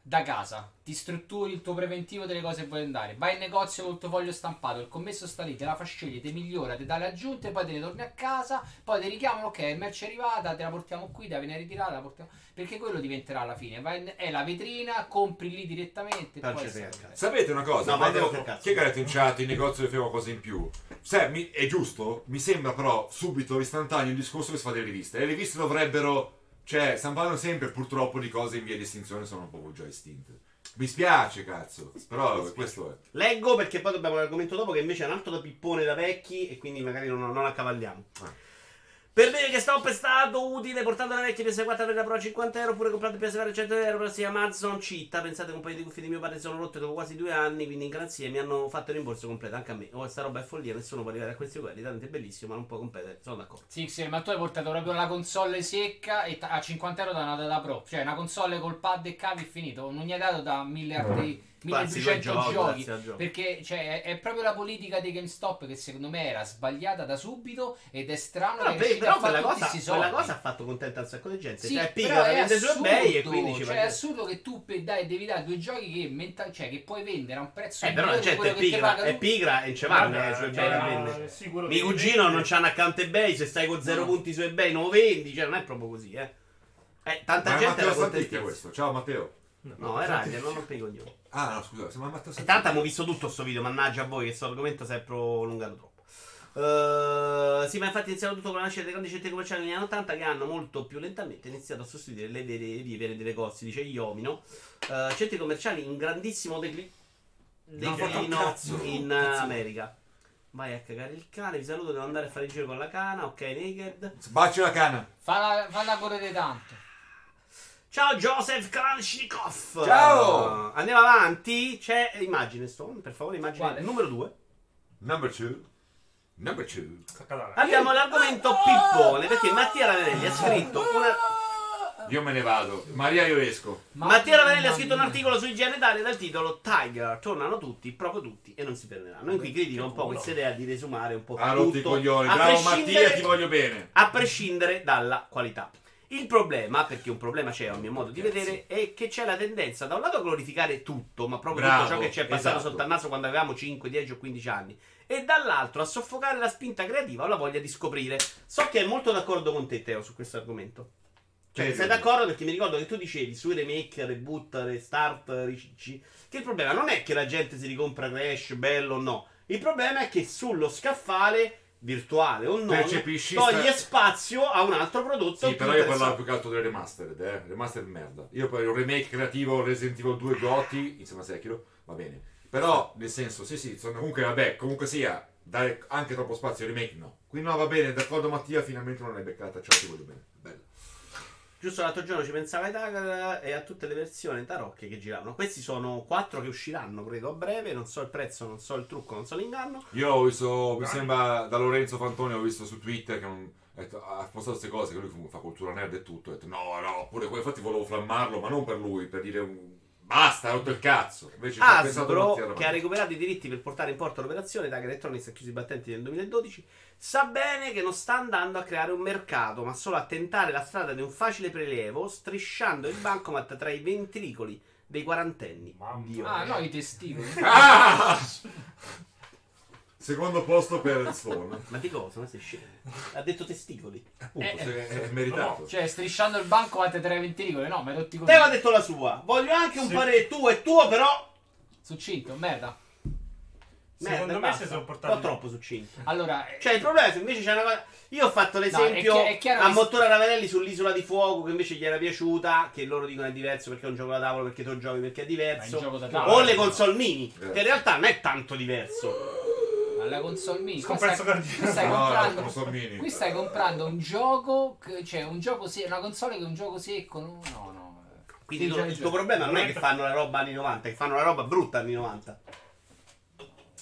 [SPEAKER 2] da casa, ti strutturi il tuo preventivo delle cose che vuoi andare, vai in negozio col tuo foglio stampato, il commesso sta lì, te la fa scegliere, ti migliora, ti dà le aggiunte, poi te ne torni a casa, poi ti richiamano, ok, merce è arrivata, te la portiamo qui, te la viene ritirata, la portiamo... Perché quello diventerà alla fine, vai in- è la vetrina, compri lì direttamente. e
[SPEAKER 1] Non
[SPEAKER 2] poi
[SPEAKER 1] ci
[SPEAKER 2] sta-
[SPEAKER 1] frega il cazzo.
[SPEAKER 3] Sapete una cosa?
[SPEAKER 1] No, ma
[SPEAKER 3] Quando-
[SPEAKER 1] andiamo per cazzo.
[SPEAKER 3] Chi è che ha detto in chat il negozio deve fare qualcosa in più? Se, mi- è giusto? Mi sembra però subito, istantaneo, il discorso che si fa delle riviste. Le riviste dovrebbero... Cioè, stampano sempre purtroppo di cose in via di estinzione, sono un po' già estinte. Mi spiace, cazzo. Però questo è.
[SPEAKER 1] Leggo perché poi dobbiamo l'argomento dopo che invece è un altro da pippone da vecchi e quindi magari non, non accavalliamo.
[SPEAKER 3] Ah.
[SPEAKER 1] Per dire che stop è stato utile portando la vecchia PS4 per la Pro a 50 euro oppure comprate PS4 a 100 euro per sì, Amazon città. Pensate che un paio di cuffie di mio padre sono rotte dopo quasi due anni, quindi in garanzia mi hanno fatto il rimborso completo anche a me. Oh, sta roba è follia, nessuno può arrivare a questi livelli, tanto è bellissimo, ma non può competere, sono d'accordo.
[SPEAKER 2] Sì, sì, ma tu hai portato proprio la console secca e t- a 50 euro da una data pro. Cioè, una console col pad e cavi è finito. Non gli hai dato da 1000 arti-
[SPEAKER 1] Grazie al
[SPEAKER 2] 1200
[SPEAKER 1] gioco,
[SPEAKER 2] giochi.
[SPEAKER 1] grazie al gioco.
[SPEAKER 2] Perché cioè, è, è proprio la politica di GameStop che secondo me era sbagliata da subito ed è strano
[SPEAKER 1] Però,
[SPEAKER 2] che è riuscita
[SPEAKER 1] però
[SPEAKER 2] a fare
[SPEAKER 1] quella,
[SPEAKER 2] tutti
[SPEAKER 1] cosa,
[SPEAKER 2] questi
[SPEAKER 1] quella
[SPEAKER 2] soldi.
[SPEAKER 1] cosa ha fatto contenta un sacco di gente.
[SPEAKER 2] Sì,
[SPEAKER 1] cioè,
[SPEAKER 2] però
[SPEAKER 1] Pigra la
[SPEAKER 2] è
[SPEAKER 1] vende su
[SPEAKER 2] assurdo,
[SPEAKER 1] eBay e quindi ci
[SPEAKER 2] cioè, è
[SPEAKER 1] va.
[SPEAKER 2] assurdo che tu pe- dai, devi dare due giochi che, menta- cioè, che puoi vendere a un prezzo
[SPEAKER 1] Eh, però la
[SPEAKER 2] migliore di
[SPEAKER 1] gente è
[SPEAKER 2] quello che ti
[SPEAKER 1] pigra,
[SPEAKER 2] paga
[SPEAKER 1] è
[SPEAKER 2] tu.
[SPEAKER 1] pigra e ce vanno eh,
[SPEAKER 4] cioè,
[SPEAKER 1] su eBay la
[SPEAKER 2] c'era-
[SPEAKER 1] vende.
[SPEAKER 4] sicuro
[SPEAKER 1] Mio
[SPEAKER 4] che-
[SPEAKER 1] cugino non c'ha un account eBay, se stai con zero
[SPEAKER 2] No.
[SPEAKER 1] punti su eBay non lo vendi, cioè non è proprio così, eh. Eh, tanta
[SPEAKER 3] Ma è
[SPEAKER 1] gente
[SPEAKER 3] Matteo
[SPEAKER 1] era
[SPEAKER 3] Santicchia
[SPEAKER 1] contentissima.
[SPEAKER 3] questo. Ciao Matteo.
[SPEAKER 1] No, era rabbia, non rompere i coglioni.
[SPEAKER 3] Ah, no, scusa, sembra Matteo
[SPEAKER 1] E
[SPEAKER 3] Santicchia.
[SPEAKER 1] tanto abbiamo visto tutto sto video, mannaggia a voi che sto argomento si è prolungato troppo. Eh, sì, ma infatti è iniziato tutto con la nascita dei grandi centri commerciali negli anni 80 che hanno molto più lentamente iniziato a sostituire le vere e vivere dei negozi, dice Iomino. Eh, centri commerciali in grandissimo decli-
[SPEAKER 3] No, fatto un
[SPEAKER 1] declino
[SPEAKER 3] cazzo,
[SPEAKER 1] in eh,
[SPEAKER 3] cazzo.
[SPEAKER 1] America. Vai a cagare il cane, vi saluto, devo andare a fare il giro con la cana, ok, naked.
[SPEAKER 3] Bacio la cana.
[SPEAKER 2] Falla, falla correre tanto.
[SPEAKER 1] Ciao Joseph Kalashnikov!
[SPEAKER 3] Ciao!
[SPEAKER 1] Eh, andiamo avanti, c'è immagine, Stone, per favore, immagine
[SPEAKER 2] Quale?
[SPEAKER 1] numero 2.
[SPEAKER 3] Number two. Number two.
[SPEAKER 4] Catalana.
[SPEAKER 1] Abbiamo l'argomento pippone perché Mattia Ravenelli ha scritto una...
[SPEAKER 3] Io me ne vado. Maria, io esco.
[SPEAKER 1] Mattia Ravenelli ha scritto un
[SPEAKER 2] mia.
[SPEAKER 1] articolo su Igiene Italia dal titolo Tiger, tornano tutti, proprio tutti e non si perderanno. Noi qui critico un po' questa idea di desumare un po'
[SPEAKER 3] Ha
[SPEAKER 1] tutto.
[SPEAKER 3] rotto Ah, i coglioni.
[SPEAKER 1] a
[SPEAKER 3] Bravo
[SPEAKER 1] prescindere-
[SPEAKER 3] Mattia, ti voglio bene.
[SPEAKER 1] A prescindere dalla qualità. Il problema, perché un problema c'è a mio modo di
[SPEAKER 3] Grazie.
[SPEAKER 1] vedere, è che c'è la tendenza da un lato a glorificare tutto, ma proprio
[SPEAKER 3] Bravo,
[SPEAKER 1] tutto ciò che ci è passato
[SPEAKER 3] esatto.
[SPEAKER 1] sotto al naso quando avevamo 5, 10 o 15 anni, e dall'altro a soffocare la spinta creativa o la voglia di scoprire. So che è molto d'accordo con te, Teo, su questo argomento. Cioè,
[SPEAKER 3] Sì,
[SPEAKER 1] sei
[SPEAKER 3] sì.
[SPEAKER 1] d'accordo perché mi ricordo che tu dicevi sui remake, reboot, restart, ricicci, che il problema non è che la gente si ricompra Crash, bello o no. Il problema è che sullo scaffale virtuale o no,
[SPEAKER 3] Percepisci
[SPEAKER 1] toglie
[SPEAKER 3] sta-
[SPEAKER 1] spazio a un altro prodotto.
[SPEAKER 3] Sì,
[SPEAKER 1] più
[SPEAKER 3] però io parlavo
[SPEAKER 1] interessante.
[SPEAKER 3] più che altro delle remastered, eh. Remastered merda. Io poi un remake creativo Resident Evil 2 Gotti, insieme a Sekiro, va bene. Però, nel senso, sì, sì, sono comunque, vabbè, comunque sia, dare anche troppo spazio ai remake no. Quindi no, va bene, d'accordo Mattia, finalmente non l'hai beccata, ciao, ti voglio bene. Bella.
[SPEAKER 1] Giusto l'altro giorno ci pensava ai Tiger e a tutte le versioni tarocche che giravano. Questi sono quattro che usciranno, credo, a breve. Non so il prezzo, non so il trucco, non so l'inganno.
[SPEAKER 3] Io ho visto, mi sembra, da Lorenzo Fantoni ho visto su Twitter che non- ha detto- ha postato queste cose, che lui comunque fa cultura nerd e tutto, ho detto no, no, pure que- infatti volevo flammarlo, ma non per lui, per dire un- basta, ha rotto il cazzo. Invece ci ha pensato Mattia
[SPEAKER 1] Hasbro,
[SPEAKER 3] Ravanelli.
[SPEAKER 1] che ha recuperato i diritti per portare in porto l'operazione, Tiger Electronics ha chiuso i battenti nel 2012, sa bene che non sta andando a creare un mercato, ma solo a tentare la strada di un facile prelievo, strisciando il bancomat tra i ventricoli dei quarantenni.
[SPEAKER 4] Mamma
[SPEAKER 2] Ah,
[SPEAKER 4] mia.
[SPEAKER 2] no,
[SPEAKER 3] Eh,
[SPEAKER 2] i testicoli.
[SPEAKER 3] Ah! Secondo posto per Stone.
[SPEAKER 1] Ma di cosa? Ma sei scemo? Ha detto testicoli.
[SPEAKER 3] Appunto,
[SPEAKER 2] Eh,
[SPEAKER 3] se- è meritato.
[SPEAKER 2] Cioè, strisciando il banco a te tra i ventricoli, no, mi hai rotti i
[SPEAKER 1] Te ha
[SPEAKER 2] coglioni.
[SPEAKER 1] detto la sua. Voglio anche un
[SPEAKER 4] Sì.
[SPEAKER 1] parere tuo e tuo, però.
[SPEAKER 2] Succinto, merda.
[SPEAKER 1] Merda,
[SPEAKER 4] Secondo me
[SPEAKER 1] basta.
[SPEAKER 4] si sono portati.
[SPEAKER 1] Un po' troppo succinto.
[SPEAKER 2] Allora, eh,
[SPEAKER 1] Cioè, il problema è che invece c'è una cosa. Io ho fatto l'esempio
[SPEAKER 2] No, è chi- è chiaro
[SPEAKER 1] a
[SPEAKER 2] che-
[SPEAKER 1] Mottura Ravanelli sull'isola di fuoco che invece gli era piaciuta. Che loro dicono è diverso perché è un gioco da tavolo, perché tu giochi perché è
[SPEAKER 2] ma il
[SPEAKER 1] diverso.
[SPEAKER 2] gioco da
[SPEAKER 1] O le
[SPEAKER 2] tavola.
[SPEAKER 1] console mini,
[SPEAKER 3] Eh.
[SPEAKER 1] che in realtà non è tanto diverso.
[SPEAKER 2] Alla console mini. Qua
[SPEAKER 4] Scompenso
[SPEAKER 2] stai,
[SPEAKER 4] cardiaco.
[SPEAKER 2] qui stai
[SPEAKER 3] No,
[SPEAKER 2] comprando.
[SPEAKER 3] non sono mini.
[SPEAKER 2] qui stai comprando un gioco. che- Cioè, un gioco se- una console che è un gioco secco. No, no. no. eh.
[SPEAKER 1] Quindi
[SPEAKER 2] Sì,
[SPEAKER 4] cioè,
[SPEAKER 1] tu-
[SPEAKER 2] già-
[SPEAKER 1] il
[SPEAKER 2] già.
[SPEAKER 1] tuo problema non è che fanno la roba anni 90, che fanno la roba brutta anni 90.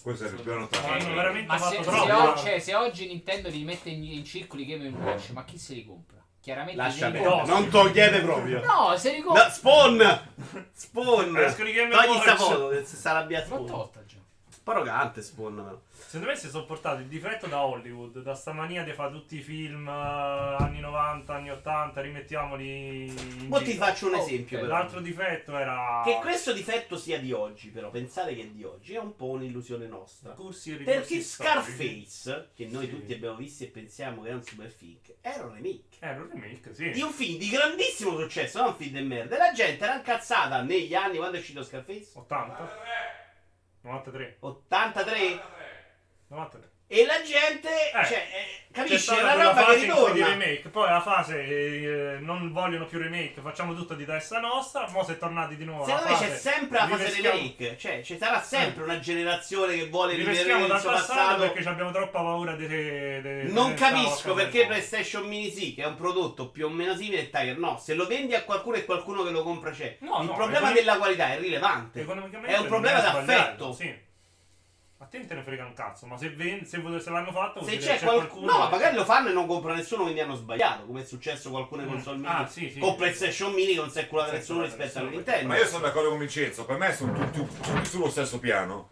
[SPEAKER 3] Questo è il piano
[SPEAKER 4] Hanno
[SPEAKER 3] tattico.
[SPEAKER 4] veramente
[SPEAKER 2] Eh, Ma se,
[SPEAKER 4] fatto
[SPEAKER 2] se
[SPEAKER 4] troppo.
[SPEAKER 2] oggi, cioè, se oggi Nintendo li mette in, in circoli Game Watch, ma chi se li compra? Chiaramente
[SPEAKER 1] Lascia
[SPEAKER 2] se li
[SPEAKER 1] perdere.
[SPEAKER 2] compra.
[SPEAKER 1] Non togliete proprio.
[SPEAKER 2] No, se li
[SPEAKER 1] No,
[SPEAKER 2] compra.
[SPEAKER 1] spawn! Spawn!
[SPEAKER 4] Escono i Game
[SPEAKER 1] Togli sta
[SPEAKER 4] Awards.
[SPEAKER 1] foto, si sarà via
[SPEAKER 2] L'ho
[SPEAKER 1] spawn.
[SPEAKER 2] tolta già.
[SPEAKER 1] Arrogante spawn, però.
[SPEAKER 4] Secondo me si sono portati il difetto da Hollywood, da sta mania di fare tutti i film eh, anni 90, anni 80, rimettiamoli in
[SPEAKER 1] Mo ti
[SPEAKER 4] giro.
[SPEAKER 1] faccio un
[SPEAKER 2] Oh,
[SPEAKER 1] esempio,
[SPEAKER 2] ok.
[SPEAKER 1] però.
[SPEAKER 4] L'altro difetto era...
[SPEAKER 1] Che questo difetto sia di oggi, però, pensate che è di oggi, è un po' un'illusione nostra.
[SPEAKER 4] Corsi e ricorsi
[SPEAKER 1] Perché
[SPEAKER 4] storici.
[SPEAKER 1] Scarface, che noi
[SPEAKER 4] Sì.
[SPEAKER 1] tutti abbiamo visto e pensiamo che è un super fake, era un remake.
[SPEAKER 4] Era un Eh, remake, sì.
[SPEAKER 1] Di un film di grandissimo successo, non un film di merda. E la gente era incazzata negli anni quando è uscito Scarface.
[SPEAKER 4] 80. 93.
[SPEAKER 1] 83?
[SPEAKER 4] 93.
[SPEAKER 1] E la gente,
[SPEAKER 4] Eh.
[SPEAKER 1] cioè, eh,
[SPEAKER 4] C'è
[SPEAKER 1] capisci, è
[SPEAKER 4] stata
[SPEAKER 1] una
[SPEAKER 4] quella
[SPEAKER 1] roba che
[SPEAKER 4] fase in cui di
[SPEAKER 1] ritorna.
[SPEAKER 4] remake. Poi la fase eh, non vogliono più remake, facciamo tutto di testa nostra. Mo' si è tornati di nuovo. alla
[SPEAKER 1] Secondo me c'è
[SPEAKER 4] fase-
[SPEAKER 1] sempre la fase
[SPEAKER 4] ripeschiamo-
[SPEAKER 1] remake, cioè ci sarà sempre una generazione che vuole rivedere
[SPEAKER 4] Ripeschiamo
[SPEAKER 1] il
[SPEAKER 4] dal
[SPEAKER 1] suo
[SPEAKER 4] passato,
[SPEAKER 1] passato.
[SPEAKER 4] perché abbiamo troppa paura di.
[SPEAKER 1] Non capisco perché PlayStation Mini sì, che è un prodotto più o meno simile, e Tiger no. Se lo vendi a qualcuno e qualcuno che lo compra c'è.
[SPEAKER 4] No,
[SPEAKER 1] il
[SPEAKER 4] no,
[SPEAKER 1] problema
[SPEAKER 4] econom-
[SPEAKER 1] della qualità è rilevante. È un problema d'affetto.
[SPEAKER 4] Sì. A te non te ne frega un cazzo, ma se, ven- se, vo- se l'hanno fatto, vuol
[SPEAKER 1] Se
[SPEAKER 4] dire
[SPEAKER 1] c'è,
[SPEAKER 4] che
[SPEAKER 1] qualcuno... No, magari lo fanno e non compra nessuno, quindi hanno sbagliato, come è successo con alcune
[SPEAKER 4] Mm.
[SPEAKER 1] console mini.
[SPEAKER 4] Ah, sì, sì.
[SPEAKER 1] con PlayStation Mini che non si è curato
[SPEAKER 4] Sì,
[SPEAKER 1] nessuno
[SPEAKER 4] sì,
[SPEAKER 1] rispetto
[SPEAKER 4] sì,
[SPEAKER 1] alla
[SPEAKER 4] sì.
[SPEAKER 1] Nintendo.
[SPEAKER 3] Ma io sono d'accordo con Vincenzo, per me sono tutti, tutti sullo stesso piano.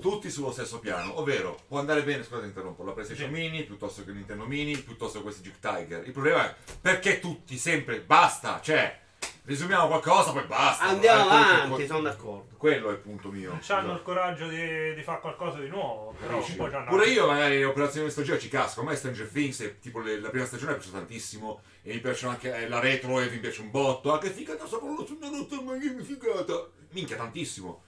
[SPEAKER 3] Tutti sullo stesso piano, ovvero può andare bene, scusate interrompo, la PlayStation
[SPEAKER 4] Sì.
[SPEAKER 3] Mini piuttosto che Nintendo Mini, piuttosto che questi Juke Tiger. Il problema è perché tutti sempre basta, cioè risumiamo qualcosa poi basta.
[SPEAKER 1] Andiamo
[SPEAKER 3] Eh, tutti-
[SPEAKER 1] avanti,
[SPEAKER 3] que-
[SPEAKER 1] sono d'accordo.
[SPEAKER 3] Quello è il punto mio.
[SPEAKER 4] hanno il
[SPEAKER 3] Esatto.
[SPEAKER 4] coraggio di, di fare qualcosa di nuovo. Però
[SPEAKER 3] Capisci?
[SPEAKER 4] un po' c'hanno-
[SPEAKER 3] Pure io magari le operazioni di stagione ci casco, a me Stranger Things, è- tipo le- la prima stagione mi piace tantissimo e mi piacciono anche eh, la retro e mi piace un botto, anche figata sta produzione ma che figata, minchia tantissimo.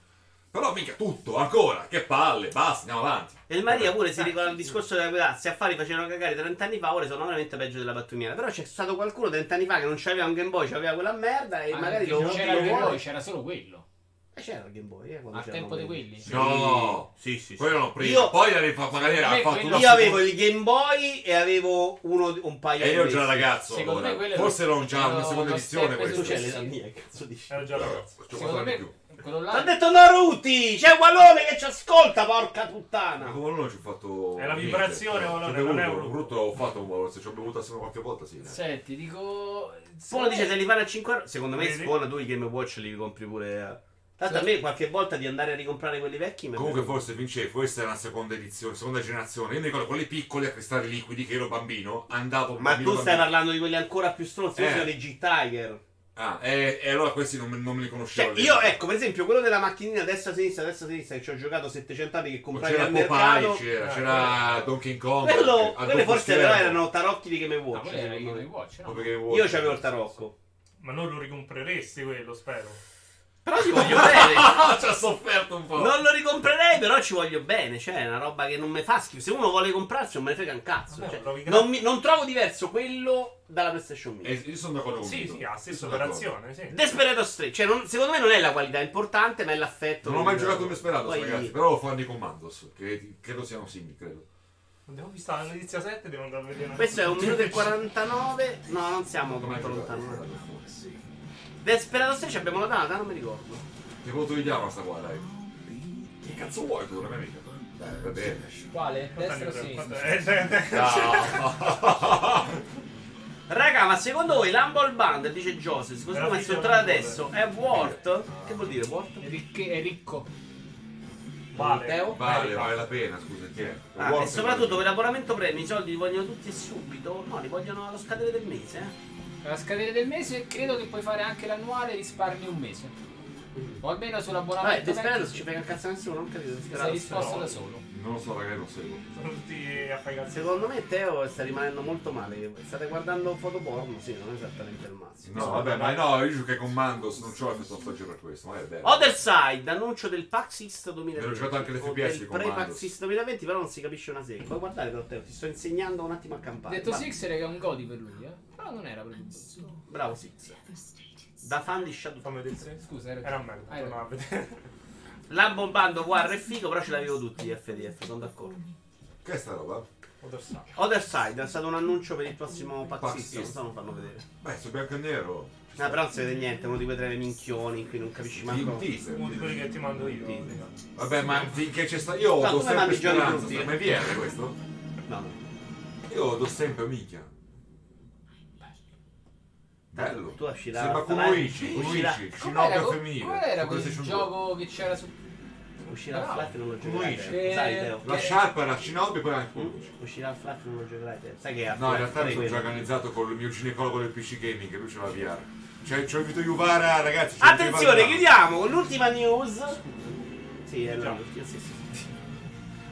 [SPEAKER 3] Però minchia tutto, ancora, che palle, basta, andiamo avanti.
[SPEAKER 1] E il Maria pure si ricorda il discorso della qualità. Se affari facevano cagare 30 anni fa, ora sono veramente peggio della pattumiera. Però c'è stato qualcuno 30 anni fa che non c'aveva un Game Boy, c'aveva quella merda e
[SPEAKER 2] Ah,
[SPEAKER 1] Eh, magari
[SPEAKER 2] perché
[SPEAKER 1] lo
[SPEAKER 2] non c'era
[SPEAKER 1] lo
[SPEAKER 2] il Game
[SPEAKER 1] vuole.
[SPEAKER 2] Boy, c'era solo quello.
[SPEAKER 1] Eh, C'era il Game Boy, eh, quando
[SPEAKER 2] Al
[SPEAKER 1] c'erano
[SPEAKER 2] tempo di
[SPEAKER 1] quelli.
[SPEAKER 2] quelli.
[SPEAKER 3] No,
[SPEAKER 7] Sì, sì, sì.
[SPEAKER 3] quello non prima,
[SPEAKER 1] Io-
[SPEAKER 3] poi la rifa- magari
[SPEAKER 2] A
[SPEAKER 3] ha
[SPEAKER 2] me
[SPEAKER 3] fatto
[SPEAKER 2] quello-
[SPEAKER 3] una
[SPEAKER 1] Io avevo il Game Boy e avevo uno, un paio
[SPEAKER 3] E
[SPEAKER 1] di
[SPEAKER 3] io già
[SPEAKER 1] questi.
[SPEAKER 3] ragazzo,
[SPEAKER 2] Secondo me
[SPEAKER 3] allora.
[SPEAKER 2] quello era-
[SPEAKER 3] forse era già
[SPEAKER 2] era
[SPEAKER 3] una seconda
[SPEAKER 2] lo
[SPEAKER 3] edizione
[SPEAKER 2] step
[SPEAKER 1] Tu
[SPEAKER 3] questo.
[SPEAKER 1] c'è
[SPEAKER 2] successivo.
[SPEAKER 1] l'età mia, cazzo dici?
[SPEAKER 4] Era già ragazzo.
[SPEAKER 3] Ci ho
[SPEAKER 2] Secondo
[SPEAKER 3] fatto di
[SPEAKER 2] me
[SPEAKER 3] più.
[SPEAKER 2] quello là
[SPEAKER 1] T'ha detto Naruti! C'è Wallone che ci ascolta, porca
[SPEAKER 3] Ma
[SPEAKER 1] puttana!
[SPEAKER 3] come non ci ho fatto.
[SPEAKER 4] È la
[SPEAKER 3] niente,
[SPEAKER 4] vibrazione,
[SPEAKER 3] però.
[SPEAKER 4] Valore,
[SPEAKER 3] Ci ho
[SPEAKER 4] non è
[SPEAKER 3] bevuto,
[SPEAKER 4] un-
[SPEAKER 3] brutto ho fatto un valore, se ci ho bevuto assieme qualche volta, sì. eh.
[SPEAKER 2] Senti, dico
[SPEAKER 1] Spawn dice se li fanno a 5 euro. Secondo me
[SPEAKER 4] Vedi?
[SPEAKER 1] Spawn tu i Game Watch li compri pure. eh. Tanto a me qualche volta di andare a ricomprare quelli vecchi. mi-
[SPEAKER 3] Comunque forse Vince, questa è una seconda edizione, seconda generazione. Io mi ricordo quelli piccoli a cristalli liquidi che ero bambino, andavo
[SPEAKER 1] Ma
[SPEAKER 3] bambino,
[SPEAKER 1] tu stai
[SPEAKER 3] bambino.
[SPEAKER 1] parlando di quelli ancora più stronzi, io
[SPEAKER 3] Eh.
[SPEAKER 1] sono i G-Tiger.
[SPEAKER 3] Ah, e, e allora questi non, non me li conoscevo.
[SPEAKER 1] Cioè, io, ecco, per esempio, quello della macchinina destra-sinistra, destra-sinistra, che ci ho giocato 700 anni che comprai
[SPEAKER 3] c'era
[SPEAKER 1] al
[SPEAKER 3] Popeye,
[SPEAKER 1] mercato. Ah,
[SPEAKER 3] c'era,
[SPEAKER 4] Eh,
[SPEAKER 3] c'era Donkey Kong.
[SPEAKER 1] Quello,
[SPEAKER 3] Adolfo
[SPEAKER 1] quelle forse
[SPEAKER 3] Schermo.
[SPEAKER 1] però erano tarocchi di Game
[SPEAKER 2] No,
[SPEAKER 1] Watch.
[SPEAKER 2] Ah, quello era il
[SPEAKER 1] secondo
[SPEAKER 2] Game
[SPEAKER 1] me.
[SPEAKER 2] Watch, no?
[SPEAKER 3] Come Game Watch.
[SPEAKER 1] Io c'avevo il tarocco.
[SPEAKER 4] Ma non lo ricompreresti quello, spero.
[SPEAKER 1] Però ci voglio bene.
[SPEAKER 3] Ah, ci ha sofferto un po'.
[SPEAKER 1] Non lo ricomprerei, però ci voglio bene. Cioè, è una roba che non mi fa schifo. Se uno vuole comprarsi, non me ne frega un cazzo.
[SPEAKER 4] Vabbè,
[SPEAKER 1] Cioè,
[SPEAKER 4] lo trovi
[SPEAKER 1] non, mi- non trovo diverso quello dalla PlayStation
[SPEAKER 3] Eh,
[SPEAKER 1] 1.
[SPEAKER 3] io sono d'accordo con
[SPEAKER 4] Sì,
[SPEAKER 3] Vito.
[SPEAKER 4] sì, ha la stessa
[SPEAKER 3] Sono d'accordo.
[SPEAKER 4] operazione, sì.
[SPEAKER 1] Desperato Stretch, cioè, non- secondo me non è la qualità importante, ma è l'affetto.
[SPEAKER 3] Non ho mai
[SPEAKER 1] del-
[SPEAKER 3] giocato come sperato,
[SPEAKER 1] Poi-
[SPEAKER 3] ragazzi, però lo fanno i Commandos, che credo siano simili, credo.
[SPEAKER 4] Devo vista la notizia 7, devo andare a vedere una
[SPEAKER 1] Questo è un minuto e 49. No, non siamo
[SPEAKER 3] Non ho mai
[SPEAKER 1] molto
[SPEAKER 3] giocato.
[SPEAKER 1] lontano. Desperato 6 abbiamo la data, non mi ricordo.
[SPEAKER 3] Che voto gli diamo a sta qua, dai? Che cazzo vuoi tu, non è mica? Dai, va bene.
[SPEAKER 2] Quale? Destra o
[SPEAKER 4] Quanto-
[SPEAKER 2] sinistra?
[SPEAKER 4] eh, eh, eh.
[SPEAKER 1] Raga, ma secondo voi l'Humble Bundle, dice Joseph, così
[SPEAKER 4] Era
[SPEAKER 1] come è
[SPEAKER 4] figlio
[SPEAKER 1] entrata
[SPEAKER 4] di un
[SPEAKER 1] adesso, è worth? Che vuol dire worth?
[SPEAKER 2] Ricche- è ricco.
[SPEAKER 4] Vale.
[SPEAKER 1] Teo?
[SPEAKER 3] Vale, vale la pena, scusa, chi è?
[SPEAKER 1] Ah, e soprattutto per l'abbonamento premio i soldi li vogliono tutti e subito? No, li vogliono allo scadere del mese, eh.
[SPEAKER 2] Alla scadere del mese credo che puoi fare anche l'annuale e risparmi un mese. O almeno
[SPEAKER 1] Vabbè,
[SPEAKER 2] sull'abbonamento
[SPEAKER 1] Desperato
[SPEAKER 2] vecchio
[SPEAKER 1] se ci pega un cazzo a nessuno, non capito
[SPEAKER 2] sei
[SPEAKER 1] Desperato.
[SPEAKER 2] risposto
[SPEAKER 4] no.
[SPEAKER 2] da solo.
[SPEAKER 3] Non lo so, ragazzi, non seguo.
[SPEAKER 4] Sono tutti a fare i cazzi.
[SPEAKER 1] Secondo me Teo sta rimanendo molto male, state guardando fotoporno, sì, non è esattamente il massimo.
[SPEAKER 3] No, vabbè, ma no, io gioco ai Commandos, non c'ho effetto stagio per questo, ma è bello.
[SPEAKER 1] Other Side, annuncio del PAX East 2020.
[SPEAKER 3] Me l'ho giocato anche
[SPEAKER 1] O
[SPEAKER 3] l'FPS
[SPEAKER 1] Del
[SPEAKER 3] con Mandos.
[SPEAKER 1] pre-PAX East 2020, però non si capisce una serie. Puoi guardare però Teo, ti sto insegnando un attimo a campare.
[SPEAKER 2] Detto
[SPEAKER 1] Va-
[SPEAKER 2] Sixer che è un godi per lui, eh. Però non era per lui.
[SPEAKER 1] Bravo Six. Da fan di Shadow
[SPEAKER 4] Fammi vedere.
[SPEAKER 2] Scusa, era
[SPEAKER 4] Era merda,
[SPEAKER 2] Hai
[SPEAKER 4] tornavo a
[SPEAKER 2] ragione.
[SPEAKER 4] vedere.
[SPEAKER 1] L'ambombando war è figo, però ce l'avevo tutti gli FDF, sono d'accordo.
[SPEAKER 3] Che è sta roba?
[SPEAKER 4] Other Side.
[SPEAKER 1] Other Side è stato un annuncio per il prossimo
[SPEAKER 3] Pazzista.
[SPEAKER 1] pazzista, questo non fanno vedere.
[SPEAKER 3] Beh, su bianco e nero. Ci
[SPEAKER 1] No,
[SPEAKER 3] sta.
[SPEAKER 1] però non si vede niente, uno di quei tre minchioni, qui non capisci manco.
[SPEAKER 3] Un teaser.
[SPEAKER 4] Uno di quelli che ti mando io.
[SPEAKER 3] Vabbè, ma finché c'è sta. Io
[SPEAKER 1] Ma
[SPEAKER 3] do
[SPEAKER 1] come
[SPEAKER 3] sempre
[SPEAKER 1] mandi Johnny
[SPEAKER 3] speranza.
[SPEAKER 1] Brutti, eh?
[SPEAKER 3] sta- Ma viene questo?
[SPEAKER 1] No, no.
[SPEAKER 3] Io do sempre minchia. Bello.
[SPEAKER 1] Tu uscirà-
[SPEAKER 3] Sembra con
[SPEAKER 1] farai-
[SPEAKER 3] Luigi,
[SPEAKER 1] uscirà-
[SPEAKER 3] Luigi,
[SPEAKER 2] Com'era,
[SPEAKER 3] Shinobio
[SPEAKER 2] co-
[SPEAKER 3] femminile.
[SPEAKER 2] com'era
[SPEAKER 3] su
[SPEAKER 2] quel
[SPEAKER 3] PlayStation
[SPEAKER 2] gioco che c'era su...
[SPEAKER 1] Uscirà il
[SPEAKER 2] Bravo.
[SPEAKER 1] flat e non lo giocherai.
[SPEAKER 3] Luigi.
[SPEAKER 1] te. Sai,
[SPEAKER 2] Eh,
[SPEAKER 1] Teo.
[SPEAKER 3] 2. La sciarpa era Shinobio e poi anche
[SPEAKER 1] Mm?
[SPEAKER 3] Luigi.
[SPEAKER 1] Uscirà il flat e non lo giocherai. te. Sai che
[SPEAKER 3] No, in realtà mi sono
[SPEAKER 1] organizzato
[SPEAKER 3] già organizzato con il mio ginecologo del PC Gaming, che lui ce l'ha via. Cioè, ci ho invito Juvara, ragazzi. c'ho Juvara
[SPEAKER 1] Attenzione,
[SPEAKER 3] in mano.
[SPEAKER 1] chiudiamo con l'ultima news. Sì, è la sì, sì, sì.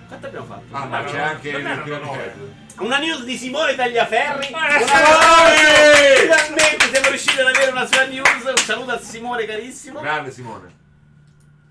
[SPEAKER 1] Quanto abbiamo fatto?
[SPEAKER 3] Ah, ma c'è anche
[SPEAKER 4] Non
[SPEAKER 3] il
[SPEAKER 4] erano
[SPEAKER 3] Pyramid
[SPEAKER 4] nove.
[SPEAKER 3] Head.
[SPEAKER 1] Una news di Simone Tagliaferri. Una-
[SPEAKER 3] Simone!
[SPEAKER 1] Finalmente siamo riusciti ad avere una sua news. Un saluto a Simone carissimo.
[SPEAKER 3] Grande Simone.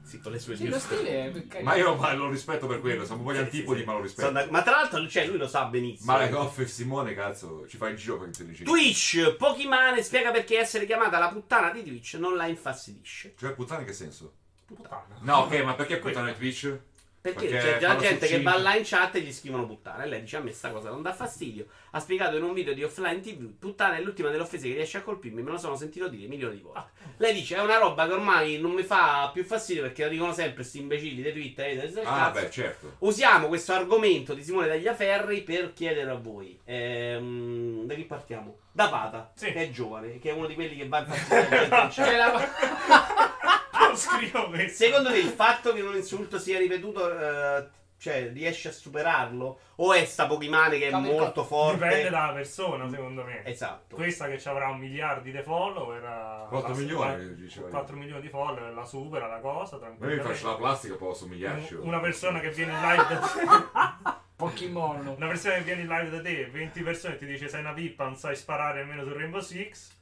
[SPEAKER 1] Sì, con le sue
[SPEAKER 2] Sì, lo stile è carino.
[SPEAKER 3] Ma io ma lo rispetto per quello, siamo un po' gli
[SPEAKER 1] Eh. Sì,
[SPEAKER 3] antipodi,
[SPEAKER 1] sì, sì.
[SPEAKER 3] ma lo
[SPEAKER 1] Sono
[SPEAKER 3] rispetto.
[SPEAKER 1] d'ac- Ma tra l'altro, cioè, lui lo sa benissimo.
[SPEAKER 3] Ma la goffa e Simone, cazzo, ci fa in giro per intelligenza.
[SPEAKER 1] Twitch, Pokimane spiega perché essere chiamata la puttana di Twitch non la infastidisce.
[SPEAKER 3] Cioè, puttana in che senso?
[SPEAKER 4] Puttana.
[SPEAKER 3] No, ok, ma perché puttana Twitch?
[SPEAKER 1] Perché,
[SPEAKER 3] Perché
[SPEAKER 1] c'è già
[SPEAKER 3] fanno
[SPEAKER 1] gente che
[SPEAKER 3] succinto.
[SPEAKER 1] va là in chat e gli scrivono puttana. E lei dice: A me sta cosa non dà fastidio. Ha spiegato in un video di offline TV: Puttana è l'ultima delle offese che riesce a colpirmi. Me lo sono sentito dire milioni di volte. Lei dice: È una roba che ormai non mi fa più fastidio perché la dicono sempre questi imbecilli di Twitter. eh, del
[SPEAKER 3] Ah,
[SPEAKER 1] cazzo.
[SPEAKER 3] beh, certo.
[SPEAKER 1] Usiamo questo argomento di Simone Tagliaferri per chiedere a voi. Ehm, da chi partiamo? Da Pata,
[SPEAKER 4] Sì.
[SPEAKER 1] che è giovane, che è uno di quelli che va in fastidio.
[SPEAKER 2] C'è la...
[SPEAKER 4] Non scrivo questo.
[SPEAKER 1] Secondo te il fatto che un insulto sia ripetuto, eh, cioè, riesce a superarlo? O è sta Pokimane che è
[SPEAKER 2] Come
[SPEAKER 1] molto forte?
[SPEAKER 4] Dipende dalla persona, secondo me.
[SPEAKER 1] Esatto.
[SPEAKER 4] Questa che ci avrà miliardi di follower. la-
[SPEAKER 3] 4
[SPEAKER 4] la-
[SPEAKER 3] milioni, diceva io.
[SPEAKER 4] 4 milioni di follower, la supera la cosa,
[SPEAKER 3] Ma io mi
[SPEAKER 4] tranquillamente.
[SPEAKER 3] faccio la plastica, posso somigliarci.
[SPEAKER 4] Un- Una persona che viene in live da
[SPEAKER 2] Pokémon.
[SPEAKER 4] Una persona che viene in live da te, 20 persone ti dice sei una pippa, non sai sparare nemmeno su Rainbow Six.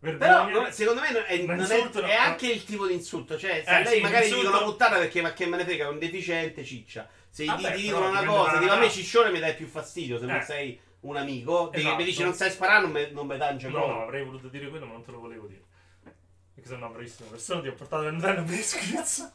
[SPEAKER 1] Però
[SPEAKER 4] Vergogna.
[SPEAKER 1] no, secondo me non è,
[SPEAKER 4] Ma
[SPEAKER 1] non è-
[SPEAKER 4] insulto no.
[SPEAKER 1] è anche il tipo di insulto. Cioè, se
[SPEAKER 4] Eh,
[SPEAKER 1] lei
[SPEAKER 4] sì,
[SPEAKER 1] magari
[SPEAKER 4] l'insulto-
[SPEAKER 1] gli dicono puttana perché ma che me ne frega, è un deficiente ciccia. Se gli-
[SPEAKER 4] Vabbè,
[SPEAKER 1] ti
[SPEAKER 4] però
[SPEAKER 1] dicono una
[SPEAKER 4] dipende
[SPEAKER 1] cosa,
[SPEAKER 4] dalla
[SPEAKER 1] dico a me
[SPEAKER 4] ragazza."
[SPEAKER 1] ciccione mi dai più fastidio se non
[SPEAKER 4] Eh.
[SPEAKER 1] sei un amico. Perché
[SPEAKER 4] Esatto.
[SPEAKER 1] mi dici non sai sparare, non me, non me tange
[SPEAKER 4] No, no,
[SPEAKER 1] proprio.
[SPEAKER 4] avrei voluto dire quello, ma non te lo volevo dire. Perché sono una bravissima persona, ti ho portato per andare per scherzo.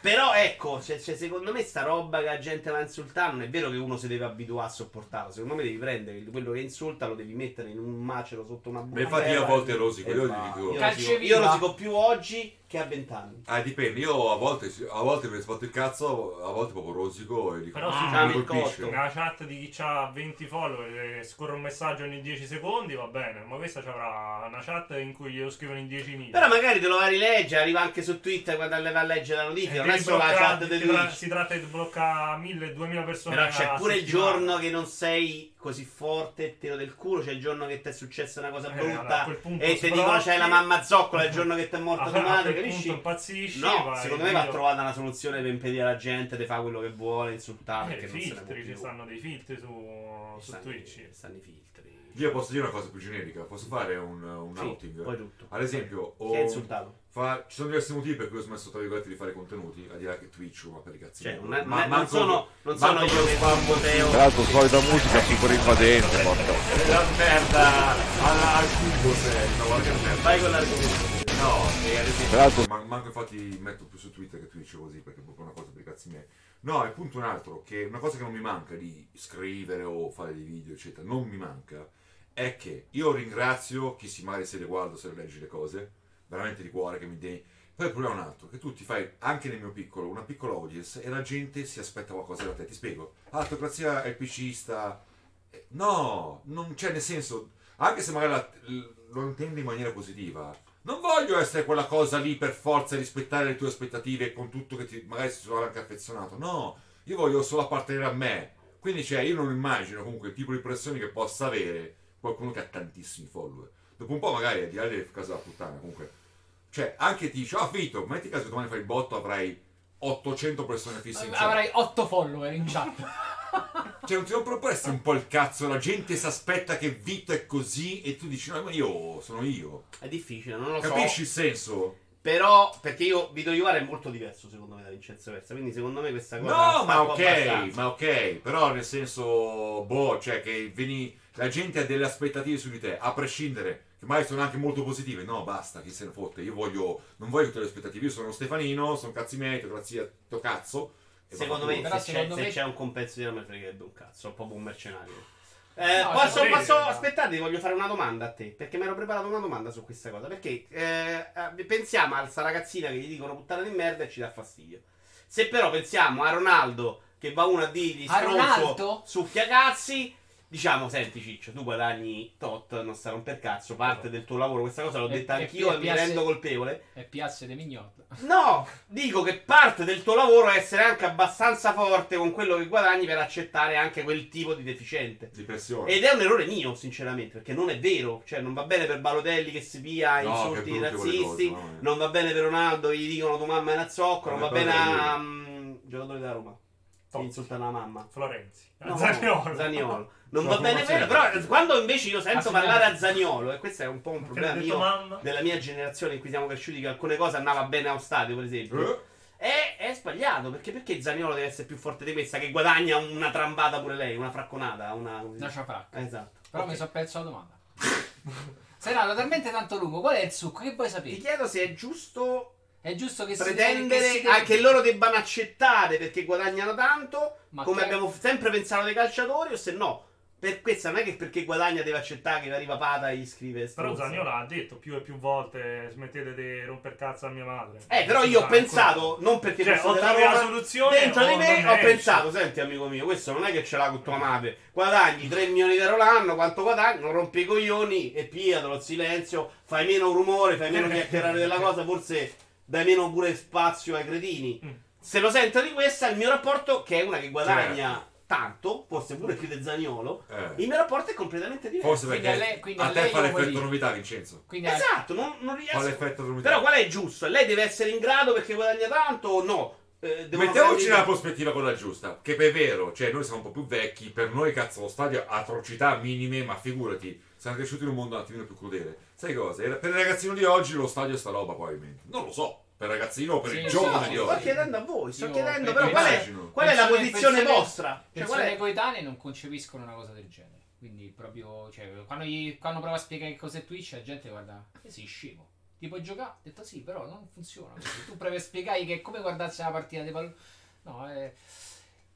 [SPEAKER 1] Però ecco, cioè, cioè, secondo me sta roba che la gente va a insultare, non è vero che uno si deve abituare a sopportarlo. Secondo me devi prendere quello che insulta, lo devi mettere in un macero sotto una
[SPEAKER 3] Beh,
[SPEAKER 1] buccia.
[SPEAKER 3] infatti io a volte rosico, io gli dico...
[SPEAKER 1] Eh, Io
[SPEAKER 2] Calceviva.
[SPEAKER 1] rosico, io rosico più oggi che a vent'anni.
[SPEAKER 3] Ah, dipende, io a volte, a volte mi sbatto il cazzo, a volte proprio rosico e dico...
[SPEAKER 4] Però
[SPEAKER 3] "Ah,
[SPEAKER 4] sì,
[SPEAKER 3] mi
[SPEAKER 1] mi
[SPEAKER 3] colpisce.
[SPEAKER 1] cotto.
[SPEAKER 4] Nella chat di chi ha 20 follower e scorre un messaggio ogni 10 secondi, va bene, ma questa ci avrà una chat in cui glielo scrivono in 10.000.
[SPEAKER 1] Però magari te lo va a rileggere, arriva anche su Twitter quando va a leggere la
[SPEAKER 4] E
[SPEAKER 1] notifica, non è
[SPEAKER 4] devi
[SPEAKER 1] solo la
[SPEAKER 4] bloccare-
[SPEAKER 1] chat di
[SPEAKER 4] si tra-
[SPEAKER 1] Twitch.
[SPEAKER 4] Si tratta di bloccare 1000-2000 persone.
[SPEAKER 1] Però c'è
[SPEAKER 4] a
[SPEAKER 1] pure il
[SPEAKER 4] settimana.
[SPEAKER 1] giorno che non sei così forte, tiro del culo, c'è il giorno che ti è successa una cosa
[SPEAKER 4] Eh, allora, a
[SPEAKER 1] brutta
[SPEAKER 4] quel punto
[SPEAKER 1] e ti
[SPEAKER 4] sbrocchi.
[SPEAKER 1] dicono c'hai la mamma zoccola, il giorno che ti è morta tua
[SPEAKER 4] Ah, A- a
[SPEAKER 1] madre,
[SPEAKER 4] quel punto
[SPEAKER 1] capisci?
[SPEAKER 4] impazzisci.
[SPEAKER 1] No,
[SPEAKER 4] vai,
[SPEAKER 1] secondo me va
[SPEAKER 4] io-
[SPEAKER 1] trovata una soluzione per impedire alla gente di fare quello che vuole, insultare.
[SPEAKER 4] Eh,
[SPEAKER 1] perché non se ne può
[SPEAKER 4] filtri, ci
[SPEAKER 1] più.
[SPEAKER 4] stanno dei filtri su,
[SPEAKER 1] Ci
[SPEAKER 4] su
[SPEAKER 1] stanno i-
[SPEAKER 4] Twitch.
[SPEAKER 1] ci stanno i filtri.
[SPEAKER 3] Io posso dire una cosa più generica, posso fare un, un
[SPEAKER 1] Sì,
[SPEAKER 3] outing?
[SPEAKER 1] poi tutto.
[SPEAKER 3] Ad esempio,
[SPEAKER 1] Chi ha
[SPEAKER 3] ho-
[SPEAKER 1] insultato?
[SPEAKER 3] fa- ci sono diversi motivi per cui ho smesso tra virgolette di fare contenuti, al di là che Twitch ma per i cazzi.
[SPEAKER 1] Cioè,
[SPEAKER 3] miei.
[SPEAKER 1] non, è-
[SPEAKER 3] Ma-
[SPEAKER 1] non è- non
[SPEAKER 3] manco-
[SPEAKER 1] sono, non sono
[SPEAKER 3] manco
[SPEAKER 1] io
[SPEAKER 3] lo
[SPEAKER 1] che
[SPEAKER 3] spam
[SPEAKER 1] spammo Teo.
[SPEAKER 5] Tra l'altro solita musica super invadente, porca
[SPEAKER 3] La merda alla al cubo sei, no, guarda che merda.
[SPEAKER 1] Vai con l'argomento.
[SPEAKER 3] No, e ad esempio-
[SPEAKER 5] Tra l'altro-
[SPEAKER 3] ma- manco infatti metto più su Twitter che Twitch così perché è proprio una cosa per i cazzi miei. No, è appunto un altro che una cosa che non mi manca di scrivere o fare dei video, eccetera, non mi manca è che io ringrazio chi si magari se le guarda, se le legge le cose, veramente di cuore che mi dai. Poi il problema è un altro, che tu ti fai, anche nel mio piccolo, una piccola audience e la gente si aspetta qualcosa da te. Ti spiego, autocrazia è il PCista. Eh, No, non c'è nel senso, anche se magari la- l- lo intendi in maniera positiva, non voglio essere quella cosa lì per forza e rispettare le tue aspettative con tutto che ti, magari si sono anche affezionato. No, io voglio solo appartenere a me. Quindi, cioè, io non immagino comunque il tipo di pressione che possa avere qualcuno che ha tantissimi follower. Dopo un po', magari, al di là del caso della puttana, comunque. Cioè, anche ti dice, ah, Fito, metti caso che domani fai il botto, avrai 800 persone fisse in chat.
[SPEAKER 2] Avrai 8 follower in chat.
[SPEAKER 3] Cioè, non ti non può essere un po' il cazzo, la gente si aspetta che vita è così e tu dici, no, ma io sono io.
[SPEAKER 1] È difficile, non lo so.
[SPEAKER 3] Capisci il senso?
[SPEAKER 1] Però, perché io, Vito Iovara è molto diverso secondo me da Vincenzo Versa, quindi secondo me questa cosa...
[SPEAKER 3] No,
[SPEAKER 1] sta
[SPEAKER 3] ma
[SPEAKER 1] un po'
[SPEAKER 3] ok,
[SPEAKER 1] Eh, abbastanza.
[SPEAKER 3] ma ok, però nel senso, boh, cioè che veni, la gente ha delle aspettative su di te, a prescindere, che magari sono anche molto positive, no, basta, chi se ne fotte, io voglio, non voglio tutte le aspettative, io sono Stefanino, sono cazzi miei, grazie a tuo cazzo, e
[SPEAKER 1] Secondo
[SPEAKER 3] va
[SPEAKER 1] me,
[SPEAKER 3] pure.
[SPEAKER 2] Però
[SPEAKER 1] se,
[SPEAKER 2] secondo
[SPEAKER 1] c'è, se
[SPEAKER 2] me-
[SPEAKER 1] c'è un compenso di me fregherebbe un cazzo, sono proprio un mercenario. Eh,
[SPEAKER 2] No,
[SPEAKER 1] posso,
[SPEAKER 4] sì,
[SPEAKER 1] posso-
[SPEAKER 4] sì, sì.
[SPEAKER 1] aspettate, voglio fare una domanda a te, perché mi ero preparato una domanda su questa cosa, perché eh, eh, pensiamo a sta ragazzina che gli dicono puttana di merda e ci dà fastidio. Se però pensiamo a Ronaldo che va uno a dirgli
[SPEAKER 2] A
[SPEAKER 1] stronzo
[SPEAKER 2] Ronaldo?
[SPEAKER 1] succhia cazzi, diciamo senti Ciccio, tu guadagni tot, non sta romper cazzo, parte del tuo lavoro, questa cosa l'ho
[SPEAKER 2] E-
[SPEAKER 1] detta
[SPEAKER 2] e-
[SPEAKER 1] anch'io
[SPEAKER 2] e
[SPEAKER 1] e mi
[SPEAKER 2] piace-
[SPEAKER 1] rendo colpevole.
[SPEAKER 2] E piazze de Mignon.
[SPEAKER 1] No, dico che parte del tuo lavoro è essere anche abbastanza forte con quello che guadagni per accettare anche quel tipo di deficiente.
[SPEAKER 3] Di pressione.
[SPEAKER 1] Ed è un errore mio, sinceramente, perché non è vero. Cioè, non va bene per Balotelli che si pia
[SPEAKER 3] No, che
[SPEAKER 1] insulti
[SPEAKER 3] brutte quelle
[SPEAKER 1] razzisti,
[SPEAKER 3] cose, no, eh.
[SPEAKER 1] non va bene per Ronaldo, gli dicono tua mamma è una zoccola, non va
[SPEAKER 3] Non è
[SPEAKER 1] bene
[SPEAKER 3] bello
[SPEAKER 1] a... mm, giocatore da Roma, che
[SPEAKER 4] Totti.
[SPEAKER 1] insultano la mamma.
[SPEAKER 4] Florenzi.
[SPEAKER 1] No,
[SPEAKER 4] Zaniolo.
[SPEAKER 1] Zaniolo. Non
[SPEAKER 3] Sulla
[SPEAKER 1] va bene quello,
[SPEAKER 3] formazione.
[SPEAKER 1] però eh, quando invece io sento
[SPEAKER 2] Ah, sì,
[SPEAKER 1] parlare
[SPEAKER 2] no.
[SPEAKER 1] a Zaniolo, e questo è un po' un
[SPEAKER 4] Perché ha
[SPEAKER 1] problema
[SPEAKER 4] detto
[SPEAKER 1] mio
[SPEAKER 4] mamma.
[SPEAKER 1] della mia generazione in cui siamo cresciuti che alcune cose andava bene a un stadio, per esempio.
[SPEAKER 3] Eh?
[SPEAKER 1] È, è sbagliato, perché perché Zaniolo deve essere più forte di questa che guadagna una trambata pure lei, una fracconata, una...
[SPEAKER 2] Una ciafracca.
[SPEAKER 1] Esatto.
[SPEAKER 2] Però
[SPEAKER 1] Ok.
[SPEAKER 2] mi sono perso la domanda. Sarà talmente tanto lungo. Qual è il succo? Che vuoi
[SPEAKER 1] Ti
[SPEAKER 2] sapere?
[SPEAKER 1] chiedo se è giusto
[SPEAKER 2] È giusto che si
[SPEAKER 1] pretendere
[SPEAKER 2] si-
[SPEAKER 1] a- che loro debbano accettare perché guadagnano tanto,
[SPEAKER 2] Ma
[SPEAKER 1] come
[SPEAKER 2] che-
[SPEAKER 1] abbiamo sempre pensato dei calciatori, o se no... Per questa non è che perché guadagna deve accettare che arriva Pata e gli scrive
[SPEAKER 4] Però
[SPEAKER 1] stronzo.
[SPEAKER 4] Zaniolo ha detto più e più volte smettete di romper cazzo a mia madre.
[SPEAKER 1] Eh, però io ho
[SPEAKER 4] Ancora.
[SPEAKER 1] pensato, non perché
[SPEAKER 4] Cioè,
[SPEAKER 1] fosse
[SPEAKER 4] ho
[SPEAKER 1] della
[SPEAKER 4] trovato la
[SPEAKER 1] Roma,
[SPEAKER 4] soluzione,
[SPEAKER 1] dentro di
[SPEAKER 4] o
[SPEAKER 1] me
[SPEAKER 4] non
[SPEAKER 1] ho
[SPEAKER 4] esce.
[SPEAKER 1] pensato, senti amico mio, questo non è che ce l'ha con tua madre, guadagni 3 milioni di euro l'anno, quanto guadagni, non rompi i coglioni e piatelo il silenzio, fai meno rumore, fai meno chiacchierare della cosa, forse dai meno pure spazio ai cretini.
[SPEAKER 4] Mm.
[SPEAKER 1] Se lo sento di questa, il mio rapporto, che è una che guadagna tanto, forse pure più di Zaniolo,
[SPEAKER 3] Eh.
[SPEAKER 1] il mio rapporto è completamente diverso.
[SPEAKER 3] Forse
[SPEAKER 2] Quindi
[SPEAKER 3] perché
[SPEAKER 2] a lei- quindi
[SPEAKER 3] a
[SPEAKER 2] a
[SPEAKER 3] te
[SPEAKER 2] lei
[SPEAKER 3] fa
[SPEAKER 2] io
[SPEAKER 3] l'effetto
[SPEAKER 2] voglio-
[SPEAKER 3] novità, Vincenzo.
[SPEAKER 2] Quindi a-
[SPEAKER 1] Esatto, non, non riesco.
[SPEAKER 3] Fa l'effetto novità.
[SPEAKER 1] Però qual è il giusto? Lei deve essere in grado perché guadagna tanto o no? Eh, devono
[SPEAKER 3] Mettiamoci
[SPEAKER 1] fare-
[SPEAKER 3] nella prospettiva quella giusta, che è vero, cioè noi siamo un po' più vecchi, per noi cazzo lo stadio ha atrocità minime, ma figurati, siamo cresciuti in un mondo un attimino più crudele. Sai cosa? Era- Per il ragazzino di oggi lo stadio è sta roba probabilmente. Non lo so, per il ragazzino o per
[SPEAKER 2] Sì,
[SPEAKER 3] il
[SPEAKER 2] sì,
[SPEAKER 3] giovane
[SPEAKER 1] No,
[SPEAKER 3] di
[SPEAKER 1] sto
[SPEAKER 3] oggi.
[SPEAKER 1] chiedendo a voi, sto
[SPEAKER 2] Io
[SPEAKER 1] chiedendo
[SPEAKER 2] penso-
[SPEAKER 1] però qual è,
[SPEAKER 3] immagino.
[SPEAKER 1] qual è la
[SPEAKER 2] Persone-
[SPEAKER 1] posizione
[SPEAKER 2] persone-
[SPEAKER 1] vostra? Cioè, qual
[SPEAKER 2] persone
[SPEAKER 1] è-
[SPEAKER 2] coetanee non concepiscono una cosa del genere. Quindi proprio, cioè, quando, gli, quando prova a spiegare che cos'è Twitch, la gente guarda, e sei scemo. Ti puoi giocare? Ho detto sì, però non funziona. così. Tu provi a spiegare che è come guardarsi la partita di pallone. No, è...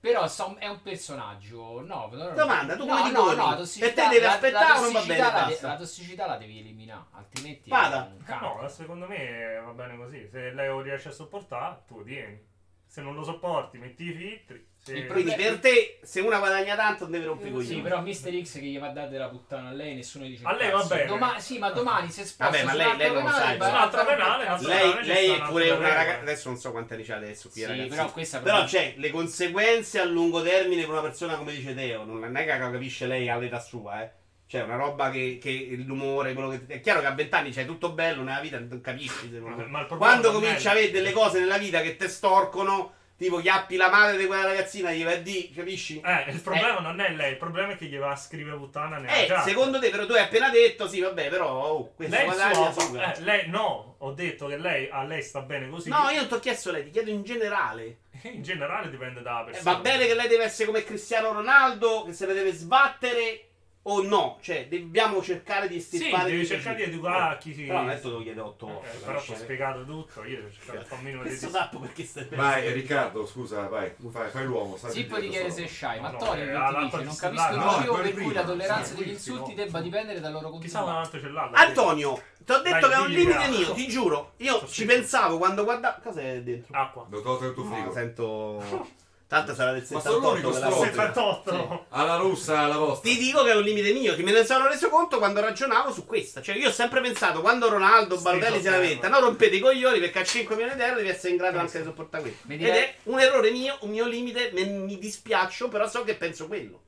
[SPEAKER 2] Però so- è un personaggio. No, però-
[SPEAKER 1] Domanda, tu
[SPEAKER 2] no,
[SPEAKER 1] come ti
[SPEAKER 2] no,
[SPEAKER 1] poni?
[SPEAKER 2] no, la
[SPEAKER 1] E
[SPEAKER 2] tossicità,
[SPEAKER 1] te devi
[SPEAKER 2] la- la
[SPEAKER 1] aspettare o non va
[SPEAKER 2] tossicità
[SPEAKER 1] bene,
[SPEAKER 2] La, de-
[SPEAKER 1] basta?
[SPEAKER 2] la tossicità la devi eliminare, altrimenti
[SPEAKER 1] Vada.
[SPEAKER 2] è un cazzo.
[SPEAKER 4] No, secondo me va bene così. Se lei lo riesce a sopportare, tu vieni. Se non lo sopporti, metti i filtri. Se...
[SPEAKER 2] Il
[SPEAKER 1] Quindi per te, se una guadagna tanto non deve rompere i coglioni.
[SPEAKER 2] Sì, però Mister X che gli va a dare della puttana a lei, nessuno gli dice.
[SPEAKER 4] A
[SPEAKER 2] un
[SPEAKER 4] lei
[SPEAKER 2] cazzo.
[SPEAKER 4] va bene.
[SPEAKER 2] Doma- sì, ma domani se sposta.
[SPEAKER 1] Vabbè, ma
[SPEAKER 2] su
[SPEAKER 1] lei-
[SPEAKER 2] un'altra
[SPEAKER 1] lei non lo sa, cioè.
[SPEAKER 2] penale,
[SPEAKER 1] insomma.
[SPEAKER 2] su un'altra
[SPEAKER 4] Su un'altra
[SPEAKER 2] penale,
[SPEAKER 4] penale,
[SPEAKER 2] cazzo.
[SPEAKER 4] allora
[SPEAKER 1] Lei,
[SPEAKER 4] ci
[SPEAKER 1] lei
[SPEAKER 4] sta
[SPEAKER 1] è
[SPEAKER 4] un
[SPEAKER 1] pure
[SPEAKER 4] altro
[SPEAKER 1] una
[SPEAKER 4] regolo.
[SPEAKER 1] ragazza. Adesso non so quanti anni c'ha adesso. Qui,
[SPEAKER 2] Sì,
[SPEAKER 1] ragazzi.
[SPEAKER 2] però questa
[SPEAKER 1] Però c'è le conseguenze a lungo termine per una persona come dice Teo. Non è che la capisce lei all'età sua, eh. Cioè, una roba che, che l'umore, quello che. È chiaro che a vent'anni c'è tutto bello nella vita, non capisci. secondo me.
[SPEAKER 4] Ma il problema
[SPEAKER 1] Quando
[SPEAKER 4] non è- Eh,
[SPEAKER 1] cominci a avere delle cose nella vita che te storcono, tipo chiappi la madre di quella ragazzina, gli vai a di, capisci?
[SPEAKER 4] Eh, il problema non è lei, il problema è che gli va a scrivere puttana nella
[SPEAKER 1] Eh,
[SPEAKER 4] chat.
[SPEAKER 1] secondo te, però tu hai appena detto, sì, vabbè, però oh, questa
[SPEAKER 4] lei, il
[SPEAKER 1] guadagna
[SPEAKER 4] suo-
[SPEAKER 1] suga.
[SPEAKER 4] eh, lei- no, ho detto che lei, a lei sta bene così.
[SPEAKER 1] No, io non ti ho chiesto lei, ti chiedo in generale.
[SPEAKER 4] In generale dipende dalla
[SPEAKER 1] Eh,
[SPEAKER 4] persona.
[SPEAKER 1] va bene che lei deve essere come Cristiano Ronaldo, che se ne deve sbattere o no? Cioè, dobbiamo cercare di
[SPEAKER 4] Sì,
[SPEAKER 1] estirpare...
[SPEAKER 4] devi
[SPEAKER 1] il
[SPEAKER 4] cercare di
[SPEAKER 1] pregiudizio.
[SPEAKER 4] educare chi si...
[SPEAKER 1] Però adesso devo chiedere 8 volte.
[SPEAKER 4] Eh, però ti ho
[SPEAKER 1] capisci?
[SPEAKER 4] spiegato tutto, io ho cercato di farmi una
[SPEAKER 1] Questo
[SPEAKER 4] dis-
[SPEAKER 1] sappo perché stai
[SPEAKER 3] Vai Riccardo, scusa, vai, fai, fai l'uomo. stai
[SPEAKER 2] Sì,
[SPEAKER 3] zitto,
[SPEAKER 2] poi ti chiede
[SPEAKER 3] solo.
[SPEAKER 2] se è shy, ma
[SPEAKER 4] No,
[SPEAKER 2] Tony
[SPEAKER 4] eh,
[SPEAKER 2] che ti
[SPEAKER 4] alla
[SPEAKER 2] dice, non
[SPEAKER 4] partita
[SPEAKER 2] capisco il
[SPEAKER 4] là,
[SPEAKER 3] no,
[SPEAKER 2] motivo
[SPEAKER 3] quello
[SPEAKER 2] per
[SPEAKER 3] prima,
[SPEAKER 2] cui la tolleranza
[SPEAKER 3] sì,
[SPEAKER 2] degli
[SPEAKER 3] quello sì,
[SPEAKER 2] insulti
[SPEAKER 3] no.
[SPEAKER 2] debba dipendere dal loro
[SPEAKER 4] Chissà
[SPEAKER 2] contenuto.
[SPEAKER 4] quanto ce l'ha. la-
[SPEAKER 1] Antonio, ti ho detto
[SPEAKER 4] Dai,
[SPEAKER 1] che è un
[SPEAKER 4] dilli,
[SPEAKER 1] limite
[SPEAKER 4] cazzo.
[SPEAKER 1] mio, ti giuro. Io
[SPEAKER 4] Sto
[SPEAKER 1] ci
[SPEAKER 4] zitto.
[SPEAKER 1] pensavo quando guardavo... Cos'è dentro?
[SPEAKER 4] Acqua.
[SPEAKER 3] Devo togliere il tuo
[SPEAKER 1] No,
[SPEAKER 3] frigo.
[SPEAKER 1] sento... Tanto sarà del
[SPEAKER 3] Ma sono
[SPEAKER 1] 78
[SPEAKER 3] l'unico
[SPEAKER 1] quella
[SPEAKER 3] stronzo.
[SPEAKER 1] volta.
[SPEAKER 4] 78.
[SPEAKER 3] Alla russa, alla vostra.
[SPEAKER 1] Ti dico che è un limite mio, che me ne sono reso conto quando ragionavo su questa. Cioè, io ho sempre pensato, quando Ronaldo,
[SPEAKER 4] Sì,
[SPEAKER 1] Balotelli si
[SPEAKER 4] confermo.
[SPEAKER 1] lamenta, no, rompete i coglioni perché a 5 milioni di euro devi essere in grado anche di sopportare quello.
[SPEAKER 2] Mi
[SPEAKER 1] Ed
[SPEAKER 2] direi-
[SPEAKER 1] è un errore mio, un mio limite, me- mi dispiaccio, però so che penso quello.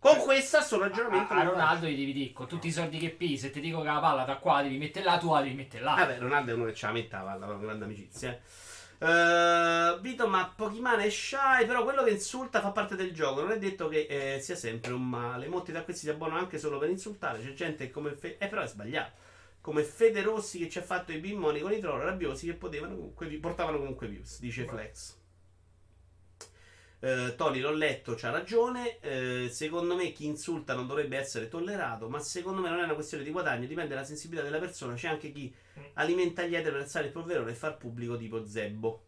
[SPEAKER 1] Con questa sto
[SPEAKER 2] Eh, A,
[SPEAKER 1] ragionamento.
[SPEAKER 2] a
[SPEAKER 1] non
[SPEAKER 2] Ah, Ronaldo gli devi dire, con tutti i soldi che pigli, se ti dico che la palla da qua devi mettere là, tu la devi mettere là.
[SPEAKER 1] faccio. Vabbè, Ronaldo è uno che ce la mette la palla, una grande amicizia. eh. Eh, Vito, ma Pokimane è shy, però quello che insulta fa parte del gioco. Non è detto che eh, sia sempre un male. Molti da questi si abbonano anche solo per insultare. C'è gente che come fe- eh, però è sbagliato. Come Fede Rossi che ci ha fatto i bimmoni con i troll rabbiosi che potevano comunque vi- portavano comunque views, dice Flex. Eh, Tony l'ho letto, c'ha ragione. Eh, secondo me chi insulta non dovrebbe essere tollerato, ma secondo me non è una questione di guadagno, dipende dalla sensibilità della persona. C'è anche chi alimenta gli eteri per alzare il polverone e far pubblico tipo zebbo.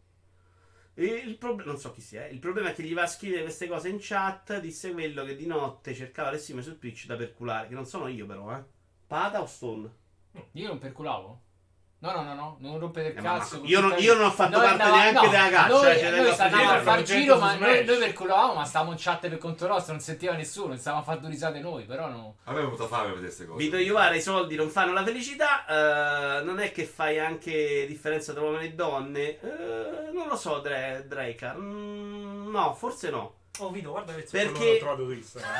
[SPEAKER 1] Il prob- non so chi sia, eh. il problema è che gli va a scrivere queste cose in chat. Disse quello che di notte cercava le stime su Twitch da perculare. Che non sono io, però, eh. Pata o Stone?
[SPEAKER 2] Io non perculavo? No, no, no, no, non rompete il
[SPEAKER 1] Eh, ma-
[SPEAKER 2] cazzo.
[SPEAKER 1] ma- io non- io non ho fatto
[SPEAKER 2] Noi
[SPEAKER 1] parte
[SPEAKER 2] andavamo-
[SPEAKER 1] neanche della caccia,
[SPEAKER 2] Noi,
[SPEAKER 1] eh, cioè,
[SPEAKER 2] noi
[SPEAKER 1] della
[SPEAKER 2] stavamo a
[SPEAKER 1] fuggita,
[SPEAKER 2] far
[SPEAKER 4] progetto
[SPEAKER 2] giro,
[SPEAKER 4] su
[SPEAKER 2] ma
[SPEAKER 4] Smash.
[SPEAKER 2] noi, noi perculavamo, ma stavamo in chat per conto nostro, non sentiva nessuno, non stavamo a far due risate noi, però no.
[SPEAKER 3] A me è venuta fame a vedere queste cose.
[SPEAKER 1] Vito Iovara, i soldi non fanno la felicità. eh, non è che fai anche differenza tra uomini e donne? Eh, non lo so, Dre- Dreyka. Mm, no, forse no.
[SPEAKER 4] Oh, Vito, guarda che
[SPEAKER 1] Perché-
[SPEAKER 4] quello l'ho trovato eh. su Instagram.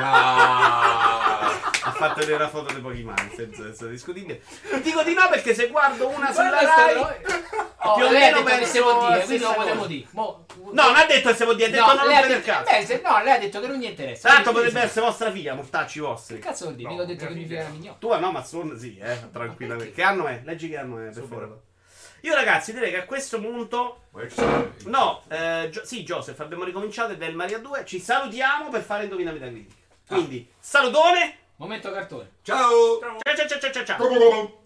[SPEAKER 3] Ah!
[SPEAKER 1] Ha fatto vedere la foto dei Pokémon, senza, senza discutibile. Dico di no perché se guardo una sulla
[SPEAKER 2] Guarda,
[SPEAKER 1] Rai...
[SPEAKER 2] però- Oh,
[SPEAKER 1] più o
[SPEAKER 2] lei
[SPEAKER 1] meno
[SPEAKER 2] ha detto che
[SPEAKER 1] penso
[SPEAKER 2] si può
[SPEAKER 1] la
[SPEAKER 2] dire, quindi lo
[SPEAKER 1] stessa
[SPEAKER 2] potremmo
[SPEAKER 1] cosa.
[SPEAKER 2] dire. Mo-
[SPEAKER 1] No, non ha detto che se vuol dire, ha detto non
[SPEAKER 2] lei ha
[SPEAKER 1] rompere il
[SPEAKER 2] detto- Eh,
[SPEAKER 1] cazzo.
[SPEAKER 2] beh, se- no, lei ha detto che non gli interessa.
[SPEAKER 1] Tra l'altro
[SPEAKER 2] Quindi-
[SPEAKER 1] potrebbe essere vostra figlia, mortacci vostri.
[SPEAKER 2] Che cazzo vuol dire?
[SPEAKER 4] No,
[SPEAKER 2] Mica ho detto
[SPEAKER 4] mia
[SPEAKER 2] che mi
[SPEAKER 4] figlia.
[SPEAKER 2] fila la mignola.
[SPEAKER 1] Tua no, ma sono sì, eh, tranquillamente. Che anno è? Leggi che anno è, per
[SPEAKER 4] Subito.
[SPEAKER 1] favore. Io ragazzi direi che a questo punto...
[SPEAKER 3] Ma io ci sono.
[SPEAKER 1] No, eh, Gio- sì, Joseph, abbiamo ricominciato ed è il Maria 2. Ci salutiamo per fare Indovina Metacritic. Quindi, salutone!
[SPEAKER 2] Momento cartone.
[SPEAKER 3] Ciao!
[SPEAKER 1] Ciao ciao ciao ciao ciao! ciao.
[SPEAKER 3] Ciao.